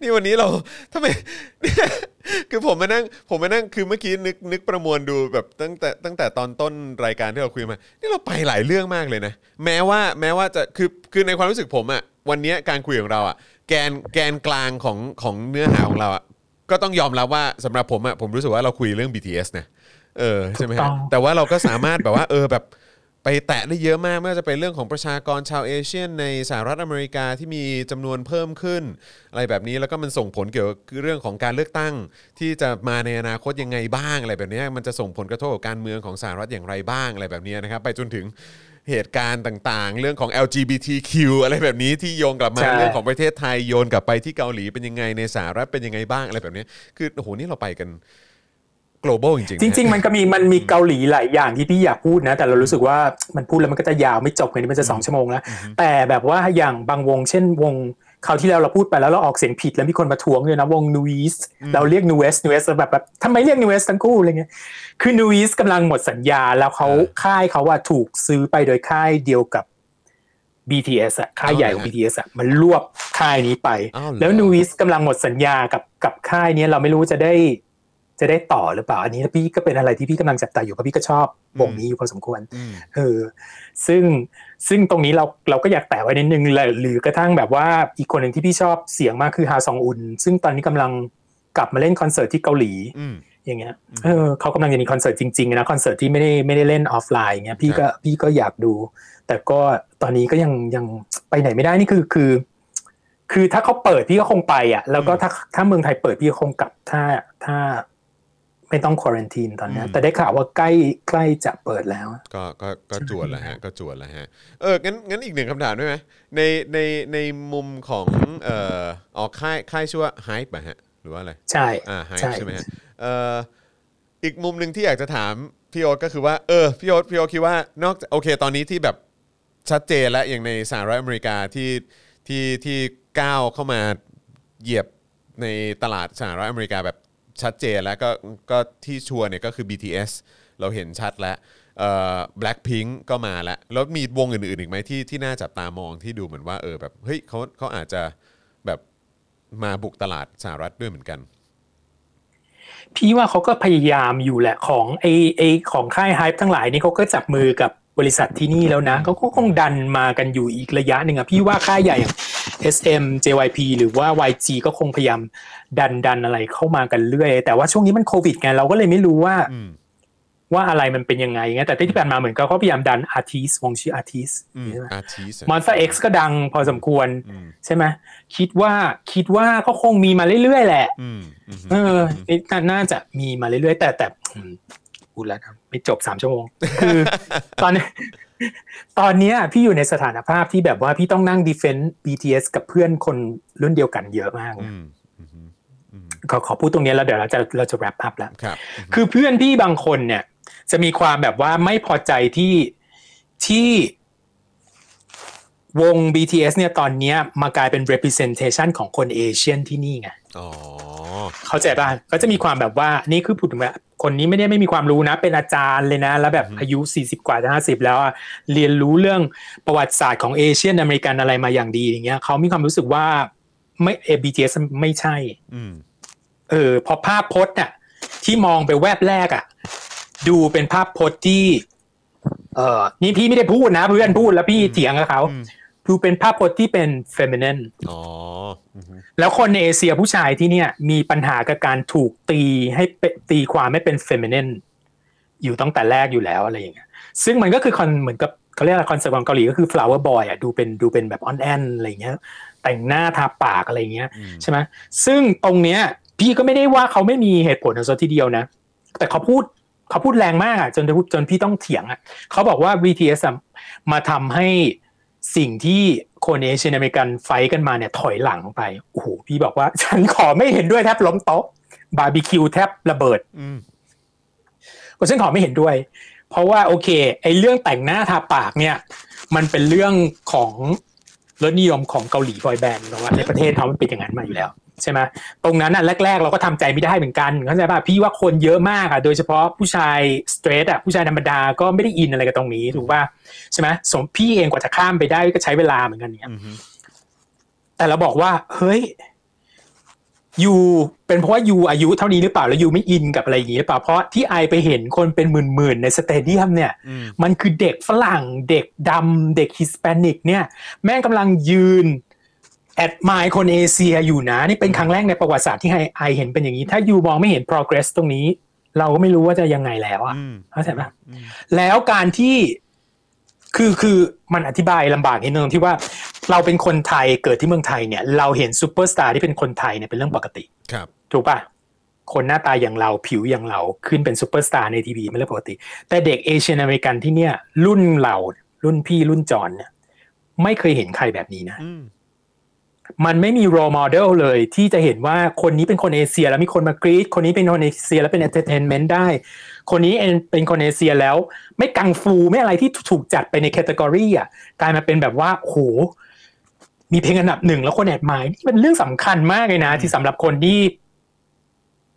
Speaker 1: นี่วันนี้เราทำไม คือผมมานั่ง ผมมานั่งคือเมื่อกี้นึกนึกประมวลดูแบบตั้งแต่ตั้งแต่ตอนต้นรายการที่เราคุยมา นี่เราไปหลายเรื่องมากเลยนะ แม้ว่าแม้ว่าจะคือคือในความรู้สึกผมอะวันเนี้ยการคุยของเราอะแกนแกนกลางของของเนื้อหาของเราอะก็ต้องยอมรับว่าสำหรับผมอะผมรู้สึกว่าเราคุยเรื่อง BTS นะเออใช่ไหมฮะแต่ว่าเราก็สามารถแบบว่าเออแบบ ไปแตะได้เยอะมากไม่ว่าจะเป็นเรื่องของประชากรชาวเอเชียนในสหรัฐอเมริกาที่มีจำนวนเพิ่มขึ้น อะไรแบบนี้แล้วก็มันส่งผลเกี่ยวกับเรื่องของการเลือกตั้ง ที่จะมาในอนาคตยังไงบ้างอะไรแบบนี้มันจะส่งผลกระทบกับการเมืองของสหรัฐอย่างไรบ้างอะไรแบบนี้นะครับ ไปจนถึงเหตุการณ์ต่างๆ เรื่องของ LGBTQ อะไรแบบนี้ที่โยงกลับมาเรื่องของประเทศไทยโยนกลับไปที่เกาหลีเป็นยังไงในสหรัฐเป็นยังไงบ้างอะไรแบบนี้คือโอ้โหนี่เราไปกัน global จริงๆ
Speaker 3: จ
Speaker 1: นะ
Speaker 3: ริง ๆ มันก็มีมันมีเกาหลีหลายอย่างที่พี่อยากพูดนะ แต่เรารู้สึกว่ามันพูดแล้วมันก็จะยาวไม่จบไงนี่มันจะสองชั่วโมงแล้ว แต่แบบว่าอย่างบางวง เช่นวงคราวที่แล้วเราพูดไปแล้วเราออกเสียงผิดแล้วมีคนมาทวงเลยนะวงนูอิสเราเรียกนูเอสนูเอสแบบแบบทำไมเรียกนูเอสทั้งคู่อะไรเงี้ยคือนูอิสกำลังหมดสัญญาแล้วเขา
Speaker 1: เออ
Speaker 3: ค่ายเขาว่าถูกซื้อไปโดยค่ายเดียวกับ BTS อะค่ายใหญ่ของ
Speaker 1: เอาเหรอ
Speaker 3: BTS อะมันรวบค่ายนี้ไป
Speaker 1: เอาเหรอ
Speaker 3: แล้วนูอิสกำลังหมดสัญญากับกับค่ายเนี้ยเราไม่รู้จะได้ จะได้ต่อหรือเปล่า อันนี้พี่ก็เป็นอะไรที่พี่กำลังจับตาอยู่เพราะพี่ก็ชอบวงนี้อยู่พอสมควร
Speaker 1: อืม
Speaker 3: เออซึ่งซึ่งตรงนี้เราเราก็อยากแตะไว้นิดนึงเลยหรือกระทั่งแบบว่าอีกคนหนึ่งที่พี่ชอบเสียงมากคือฮาซองอุนซึ่งตอนนี้กำลังกลับมาเล่นคอนเสิร์ตที่เกาหลี
Speaker 1: อืม
Speaker 3: อย่างเงี้ยเออเขากำลังจะมีคอนเสิร์ตจริงๆนะคอนเสิร์ตที่ไม่ได้ไม่ได้เล่นออฟไลน์อย่างเงี้ยพี่ก็พี่ก็อยากดู แต่ก็ตอนนี้ก็ยังยังไปไหนไม่ได้นี่คือคือ คือถ้าเขาเปิดพี่ก็คงไปอ่ะ แล้วก็ถ้าถ้าเมืองไทยเปิดพี่ก็คงกลับถ้าถ้า ไม่ต้องควอรันทีนตอนนี้
Speaker 1: อืม
Speaker 3: แต่ได้ข่าวว่าใกล้ใกล้จะเปิดแล้ว
Speaker 1: ก็ก็ก็จวนแล้วฮะก็จวนแล้วฮะเอองั้นงั้นอีกหนึ่งคำถามได้ไหมในในในมุมของเอ่อออกค่ายค่ายชื่อว่า Hype ป่ะฮะหรือว่าอะไร
Speaker 3: ใช่
Speaker 1: อ่า Hype
Speaker 3: ใช่
Speaker 1: ใช่ไหมฮะเอ่ออีกมุมหนึ่งที่อยากจะถามพี่โอ๊ตก็คือว่าเออพี่โอ๊ตพี่โอ๊ตคิดว่านอกจากโอเคตอนนี้ที่แบบชัดเจนแล้วอย่างในสหรัฐอเมริกาที่ที่ที่ก้าวเข้ามาเหยียบในตลาดสหรัฐอเมริกาแบบชัดเจนแล้วก็ก็ที่ชัวร์เนี่ยก็คือ BTS เราเห็นชัดแล้ว เอ่อ Blackpink ก็มาแล้ว แล้วมีวงอื่นๆอีกไหมที่ที่น่าจับตามองที่ดูเหมือนว่าเออแบบเฮ้ยเขาเขาอาจจะแบบมาบุกตลาดสหรัฐด้วยเหมือนกัน
Speaker 3: พี่ว่าเขาก็พยายามอยู่แหละของไอไอของค่ายไฮป์ทั้งหลายนี่เขาก็จับมือกับ บริษัทที่นี่แล้วนะเขาก็คงดันมากันอยู่อีกระยะหนึ่งอะพี่ว่าค่ายใหญ่อย่าง SM JYP หรือว่า YG ก็คงพยายามดันดันอะไรเข้ามากันเรื่อย แต่ว่าช่วงนี้มันโควิดไงเราก็เลยไม่รู้ว่า
Speaker 1: อืม
Speaker 3: ว่าอะไรมันเป็นยังไงเงี้ยแต่ที่ผ่านมาเหมือนก็เขาพยายามดันอาร์ติสวงชื่ออาร์ติส
Speaker 1: อืมอาร์ติส
Speaker 3: มอนสเตอร์เอ็กซ์ก็ดังพอสมควร
Speaker 1: อืม
Speaker 3: ใช่ไหมคิดว่าคิดว่าก็คงมีมาเรื่อยๆแหละ
Speaker 1: อืมอืม
Speaker 3: เออนี่น่าน่าจะมีมาเรื่อยๆ แต่แต่อืมพูดแล้วนะไม่จบสามชั่วโมง คือ ตอนนี้ตอนเนี้ยพี่อยู่ในสถานภาพที่แบบว่าพี่ต้องนั่งดีเฟนต์ BTS กับเพื่อนคนรุ่นเดียวกันเยอะมาก
Speaker 1: อืมอืมอืม
Speaker 3: ขอขอพูดตรงเนี้ยแล้วเดี๋ยวเราจะเราจะแรปอัพแล้ว
Speaker 1: ครับ
Speaker 3: คือเพื่อนพี่บางคนเนี่ย จะมีความแบบว่าไม่พอใจที่ที่วง BTS เนี่ยตอนเนี้ยมากลายเป็น representation ของคนเอเชียนที่นี่ไง
Speaker 1: อ๋อ
Speaker 3: เข้าใจป่ะก็จะมีความแบบว่านี่คือพูดถึงแบบคนนี้ไม่ได้ไม่มีความรู้นะ เป็นอาจารย์เลยนะ แล้วแบบอายุ 40 กว่าจะ50 แล้วอะเรียนรู้เรื่องประวัติศาสตร์ของเอเชียนอเมริกันอะไรมาอย่างดีอย่างเงี้ยเขามีความรู้สึกว่าไม่เอ BTS ไม่ใช่
Speaker 1: อืม
Speaker 3: เออพอภาพพจน์น่ะที่มองไปแวบแรกอ่ะ ดูเป็นภาพพจน์ที่ เออนี่พี่ไม่ได้พูดนะ เพื่อนพูดแล้วพี่เถียงกับเขา
Speaker 1: อืม
Speaker 3: ดูเป็นภาพพจน์ที่เป็นเฟมิน n น
Speaker 1: อ๋ออืม
Speaker 3: แล้วคนในเอเชียผู้ชายที่เนี่ย มีปัญหากับการถูกตีให้เป็นตีความไม่เป็นเฟมิน n นอยู่ตั้งแต่แรกอยู่แล้วอะไรอย่างเงี้ยซึ่งมันก็คือคอนเหมือนกับเขาเรียกอะไรคอนเซ็ปต์ของเกาหลีก็คือ flower boy อ่ะดูเป็นดูเป็นแบบออนแอนอะไรอย่างเงี้ย แต่งหน้าทาปากอะไรอย่างเงี้ย
Speaker 1: อืม
Speaker 3: ใช่ไหมซึ่งตรงเนี้ย พี่ก็ไม่ได้ว่าเขาไม่มีเหตุผลซะทีเดียวนะ แต่เขาพูดเขาพูดแรงมากอะจนจนพี่ต้องเถียงอะเขาบอกว่า BTS อะมาทำให้สิ่งที่คนเอเชียนอเมริกันไฟท์กันมาเนี่ยถอยหลังไปโอ้โหพี่บอกว่า ฉันขอไม่เห็นด้วยแทบล้มโต๊ะบาร์บีคิวแทบระเบิด
Speaker 1: อืม
Speaker 3: ก็ฉันขอไม่เห็นด้วย เพราะว่าโอเคไอ้เรื่องแต่งหน้าทาปากเนี่ย มันเป็นเรื่องของรสนิยมของเกาหลีบอยแบนด์เนาะในประเทศเขามันเป็นอย่างนั้นมาอยู่แล้ว ใช่ไหมตรงนั้นอ่ะแรก ๆ เราก็ทำใจไม่ได้เหมือนกันเข้าใจป่ะพี่ว่าคนเยอะมากอ่ะโดยเฉพาะผู้ชายสเตรทอ่ะผู้ชายธรรมดาก็ไม่ได้อินอะไรกับตรงนี้ถูกป่ะใช่ไหมสมพี่เองกว่าจะข้ามไปได้ก็ใช้เวลาเหมือนกันเนี่ย
Speaker 1: อืม
Speaker 3: แต่เราบอกว่าเฮ้ยยูเป็นเพราะว่ายูอายุเท่านี้หรือเปล่าแล้วยูไม่อินกับอะไรอย่างนี้หรือเปล่าเพราะที่ไอไปเห็นคนเป็นหมื่นๆในสเตเดียมเนี่ย
Speaker 1: อืม
Speaker 3: มันคือเด็กฝรั่งเด็กดำเด็กฮิสแปนิกเนี่ยแม่งกำลังยืน แอดมายคนเอเชียอยู่นะ นี่เป็นครั้งแรกในประวัติศาสตร์ที่ไอไอเห็นเป็นอย่างนี้ ถ้ายูมองไม่เห็น progress ตรงนี้ เราก็ไม่รู้ว่าจะยังไงแล้วอะ
Speaker 1: อืม
Speaker 3: เข้าใจปะ แล้วการที่คือคือมันอธิบายลำบากนิดนึงตรงที่ว่าเราเป็นคนไทยเกิดที่เมืองไทยเนี่ย เราเห็นซูเปอร์สตาร์ที่เป็นคนไทยเนี่ยเป็นเรื่องปกติ
Speaker 1: ครับ
Speaker 3: ถูกปะคนหน้าตาอย่างเราผิวอย่างเราขึ้นเป็นซูเปอร์สตาร์ในทีวีไม่เรื่องปกติ แต่เด็กเอเชียนอเมริกันที่เนี่ย รุ่นเรารุ่นพี่รุ่นจอนเนี่ยไม่เคยเห็นใครแบบนี้นะ
Speaker 1: อืม
Speaker 3: มันไม่มี role model เลยที่จะเห็นว่าคนนี้เป็นคนเอเชียแล้วมีคนมากรีดคนนี้เป็นคนเอเชียแล้วเป็น entertainment ได้ คนนี้เป็นคนเอเชียแล้วไม่กังฟูไม่อะไรที่ถูกจัดไปในแคตตากรีอ่ะกลายมาเป็นแบบว่าโหมีเพลงอันดับหนึ่งแล้วคนแอดหมายนี่เป็นเรื่องสำคัญมากเลยนะ ที่สำหรับคนที่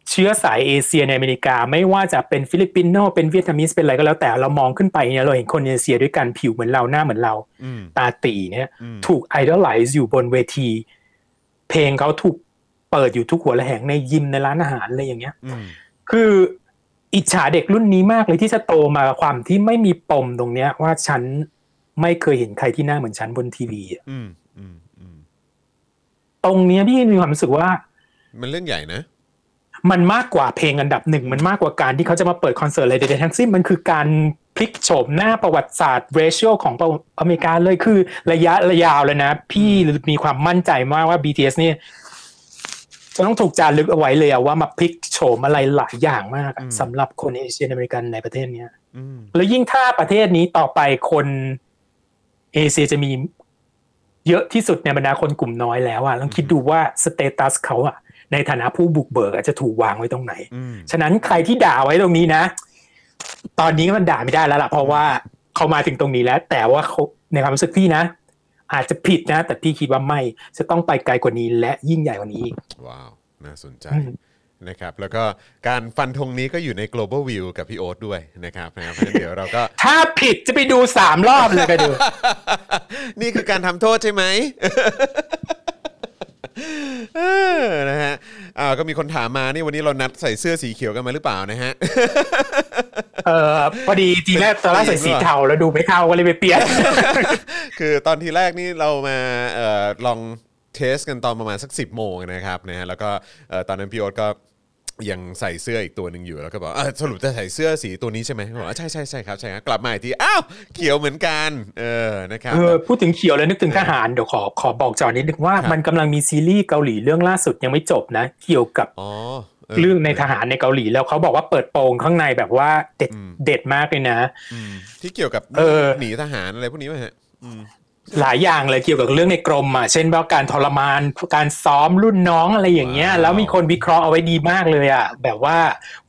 Speaker 3: เชื้อสายเอเชียในอเมริกา ไม่ว่าจะเป็นฟิลิปปินโนเป็นเวียดนามิสเป็นอะไรก็แล้วแต่เรามองขึ้นไปเนี่ยเราเห็นคนเอเชียด้วยกันผิวเหมือนเราหน้าเหมือนเรา
Speaker 1: อืม
Speaker 3: ตาตีเนี่ย
Speaker 1: อืม
Speaker 3: ถูกไอดอลไลซ์อยู่บนเวที เพลงเขาถูกเปิดอยู่ทุกหัวระแหงในยิมในร้านอาหารอะไรอย่างเงี้ย
Speaker 1: อืม
Speaker 3: คืออิจฉาเด็กรุ่นนี้มากเลยที่จะโตมากับความที่ไม่มีปมตรงเนี้ย ว่าฉันไม่เคยเห็นใครที่หน้าเหมือนฉันบนทีวีอะ
Speaker 1: อืมอืมอืม
Speaker 3: ตรงเนี้ยพี่มีความรู้สึกว่า
Speaker 1: มันเรื่องใหญ่นะ
Speaker 3: มันมากกว่าเพลงอันดับหนึ่งมันมากกว่าการที่เขาจะมาเปิดคอนเสิร์ตอะไรใดๆทั้งสิ้นมันคือการพลิกโฉมหน้าประวัติศาสตร์เรเชลของประอเมริกาเลยคือระยะระยาวเลยนะ พี่มีความมั่นใจมากว่า BTS เนี่ยจะต้องถูกจารึกเอาไว้เลยอะว่ามาพลิกโฉมอะไรหลายอย่างมากอะ
Speaker 1: อืม
Speaker 3: สำหรับคนเอเชียนอเมริกันในประเทศเนี้ย
Speaker 1: อืม
Speaker 3: แล้วยิ่งถ้าประเทศนี้ต่อไปคนเอเชียจะมีเยอะที่สุดในบรรดาคนกลุ่มน้อยแล้วอะลองคิดดูว่าสเตตัสเขาอะในฐานะผู้บุกเบิกอะจะถูกวางไว้ตรงไหน
Speaker 1: อืม
Speaker 3: ฉะนั้นใครที่ด่าไว้ตรงนี้นะ ตอนนี้มันด่าไม่ได้แล้วล่ะเพราะว่าเขามาถึงตรงนี้แล้ว แต่ว่าเขาในความรู้สึกพี่นะ อาจจะผิดนะ แต่พี่คิดว่าไม่จะต้องไปไกลกว่านี้และยิ่งใหญ่กว่านี้อีก
Speaker 1: ว้าวน่าสนใจ
Speaker 3: อืม
Speaker 1: นะครับแล้วก็การฟันธงนี้ก็อยู่ใน global view กับพี่โอ๊ตด้วยนะครับนะครับ เพราะฉะนั้นเดี๋ยวเราก็
Speaker 3: ถ้าผิดจะไปดูสามรอบเลยไปดู
Speaker 1: นี่คือการทำโทษใช่ไหม เออนะฮะอ่าก็มีคนถามมานี่วันนี้เรานัดใส่เสื้อสีเขียวกันมาหรือเปล่านะฮะ
Speaker 3: เออพอดีทีแรกตอนแรกใส่สีเทาแล้วดูไม่เข้าก็เลยไปเปลี่ยน
Speaker 1: คือตอนทีแรกนี่เรามาเอ่อลองเทสกันตอนประมาณสัก 10 โมงนะครับนะฮะแล้วก็เอ่อตอนนั้นพี่โอ๊ตก็ยังใส่เสื้ออีกตัวหนึ่งอยู่แล้วก็บอกเอ้าสรุปจะใส่เสื้อสีตัวนี้ใช่ไหมเขาบอกว่าใช่ใช่ใช่ครับใช่ครับกลับมาอีกทีอ้าวเขียวเหมือนกันเออนะครับ
Speaker 3: เออพูดถึงเขียวแล้วนึกถึงทหารเดี๋ยวขอขอบอกจอนิดนึงว่า
Speaker 1: ครับ
Speaker 3: มันกำลังมีซีรีส์เกาหลีเรื่องล่าสุดยังไม่จบนะ เกี่ยวกับ
Speaker 1: อ๋อเออ
Speaker 3: เรื่องในทหารในเกาหลีแล้วเขาบอกว่าเปิดโปงข้างในแบบว่าเด็ด
Speaker 1: อืม
Speaker 3: เด็ดมากเลยนะ
Speaker 1: อืมที่เกี่ยวกับ
Speaker 3: เออ
Speaker 1: หนีทหารอะไรพวกนี้ไหมฮะอืม
Speaker 3: หลายอย่างเลยเกี่ยวกับเรื่องในกรมอ่ะเช่นว่าการทรมานการซ้อมรุ่นน้องอะไรอย่างเงี้ย
Speaker 1: ว้าว
Speaker 3: แล้วมีคนวิเคราะห์เอาไว้ดีมากเลยอ่ะแบบว่า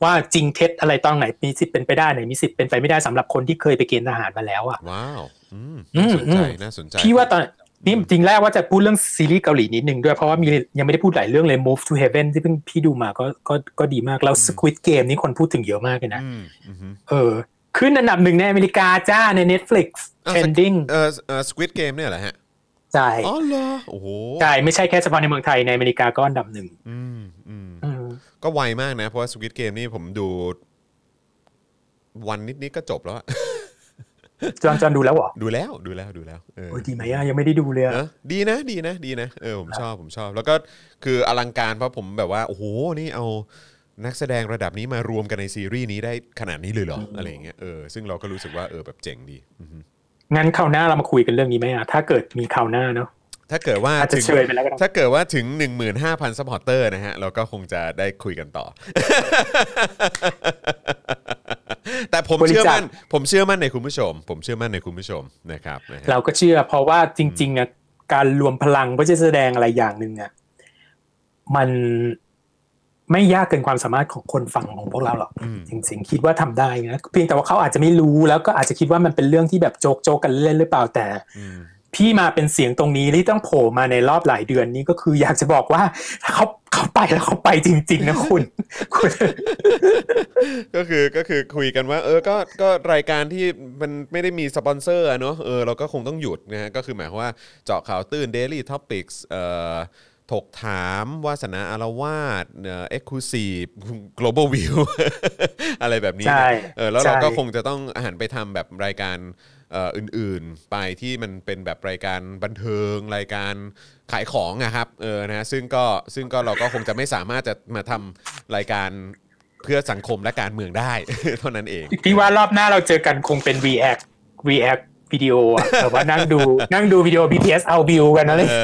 Speaker 3: ว่าจริงเท็จอะไรตอนไหนมีสิทธิ์เป็นไปได้ไหนมีสิทธิ์เป็นไปไม่ได้สำหรับคนที่เคยไปเกณฑ์ทหารมาแล้วอ่ะ
Speaker 1: ว้าวอืม
Speaker 3: อื
Speaker 1: น่าม สนใจ
Speaker 3: อืม
Speaker 1: น่าสนใจ
Speaker 3: พี่ว่าตอนนี่จริงแรกว่าจะพูดเรื่องซีรีส์เกาหลีนิดนึงด้วย เพราะว่ามียังไม่ได้พูดหลายเรื่องเลย Move to Heaven ที่เพิ่งพี่ดูมาก็ก็ก็ดีมาก แล้ว Squid Game นี่คนพูดถึงเยอะมากเลยนะ
Speaker 1: อืมอืมฮึ
Speaker 3: เออ ขึ้นอันดับหนึ่งในอเมริกาจ้าใน Netflix
Speaker 1: อ้าว
Speaker 3: Trending
Speaker 1: เออเออสควิดเกมเนี่ยเหรอฮะ
Speaker 3: ใช่
Speaker 1: อ๋อเหรอโอ้โห
Speaker 3: ใช่ไม่ใช่แค่เฉพาะในเมืองไทยในอเมริกาก็อันดับหนึ่ง
Speaker 1: อืมอืม
Speaker 3: อืม
Speaker 1: ก็ไวมากนะ เพราะว่าสวิตเกมนี่ผมดู วันนิดนิดๆก็จบแล้วอะ
Speaker 3: จอนจอนดูแล้วเหรอ
Speaker 1: ดูแล้วดูแล้วดูแล้วเออ
Speaker 3: โอ้ยดีไหมอ่ะยังไม่ได้ดูเลยอะ
Speaker 1: นะดีนะดีนะดีนะเออผมชอบผมชอบ แล้วก็คืออลังการเพราะผมแบบว่า โอ้โห นี่เอานักแสดงระดับนี้มารวมกันในซีรีส์นี้ได้ขนาดนี้เลยเหรอ อะไรอย่างเงี้ยเออซึ่งเราก็รู้สึกว่าเออแบบเจ๋งดีอือฮึ
Speaker 3: งั้นคราวหน้าเรามาคุยกันเรื่องนี้ไหมอ่ะถ้าเกิดมีคราวหน้าเนาะ
Speaker 1: ถ้าเกิดว่า
Speaker 3: อาจจะ
Speaker 1: ถึง
Speaker 3: เชิญไปแล้วก็ได้
Speaker 1: ถ้าเกิดว่าถึง 15,000ซัพพอร์เตอร์นะฮะ เราก็คงจะได้คุยกันต่อ แต่ผมเชื่อมั่นผมเชื่อมั่นในคุณผู้ชม ผมเชื่อมั่นในคุณผู้ชมนะครับนะฮะ
Speaker 3: เราก็เชื่อ เพราะว่าจริงๆอ่ะการรวมพลังเพื่อจะแสดงอะไรอย่างหนึ่งอ่ะมันไม่ยากเกินความสามารถของคนฟังของพวกเราหรอก
Speaker 1: อืม
Speaker 3: จริงๆคิดว่าทำได้นะเพียงแต่ว่าเขาอาจจะไม่รู้แล้วก็อาจจะคิดว่ามันเป็นเรื่องที่แบบโจกโจกๆกันเล่นๆหรือเปล่าแต่
Speaker 1: อืม
Speaker 3: พี่มาเป็นเสียงตรงนี้ที่ต้องโผล่มาในรอบหลายเดือนนี้ก็คืออยากจะบอกว่าเขาเขาไปแล้วเขาไปจริง ๆ นะคุณ คุณ
Speaker 1: ก็คือก็คือคุยกันว่า เออก็ก็รายการที่มันไม่ได้มีสปอนเซอร์อะเนอะเออเราก็คงต้องหยุดนะฮะก็คือหมายความว่าเจาะข่าวตื่น Daily Topics เอ่อถกถามวาสนาอารวาสเอ็กซ์คลูซีฟ global view อะไรแบบนี้นะ
Speaker 3: ใช่
Speaker 1: เออแล้วเรา
Speaker 3: ใช่
Speaker 1: ก็คงจะต้องหันไปทำแบบรายการเอ่ออื่นๆ ไปที่มันเป็นแบบรายการบันเทิงรายการขายของนะครับเออนะฮะซึ่งก็ซึ่งก็เราก็คงจะไม่สามารถจะมาทำรายการ เพื่อสังคมและการเมืองได้ เท่านั้นเอง
Speaker 3: พี่ว่ารอบหน้าเราเจอกันคงเป็น react react วิดีโออะ แบบว่านั่งดูนั่งดูวิดีโอ BTS เอาบิวกันอะไร
Speaker 1: เออ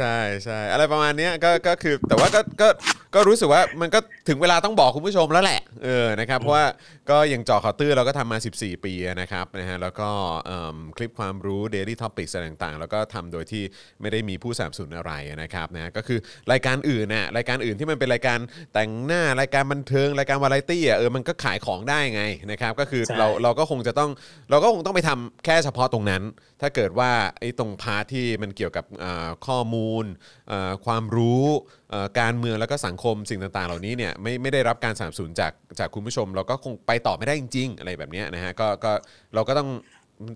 Speaker 1: ใช่ใช่อะไรประมาณเนี้ยก็ก็คือแต่ว่าก็ก็ก็รู้สึกว่ามันก็ถึงเวลาต้องบอกคุณผู้ชมแล้วแหละเออนะครับเพราะว่าก็อย่างเจอข่าวตื้อเราก็ทำมา 14 ปีนะครับนะฮะแล้วก็เอิ่มคลิปความรู้ Daily Topics อะไรต่างๆ แล้วก็ทำโดยที่ไม่ได้มีผู้สนับสนุนอะไรนะครับนะฮะก็คือรายการอื่นน่ะรายการอื่นที่มันเป็นรายการแต่งหน้ารายการบันเทิงรายการวาไรตี้อ่ะเออมันก็ขายของได้ไงนะครับก็คือ
Speaker 3: ใช่
Speaker 1: เรา เราก็คงจะต้องเราก็คงต้องไปทำแค่เฉพาะตรงนั้น ถ้าเกิดว่าไอ้ตรงพาร์ทที่มันเกี่ยวกับเอ่อข้อมูลเอ่อความรู้เอ่อการเมืองแล้วก็สังคมสิ่งต่างๆ เหล่านี้เนี่ยไม่ไม่ได้รับการสนับสนุนจากจากคุณผู้ชม เราก็คงไปต่อไม่ได้จริง ๆ อะไรแบบเนี้ยนะฮะก็ก็เราก็ต้อง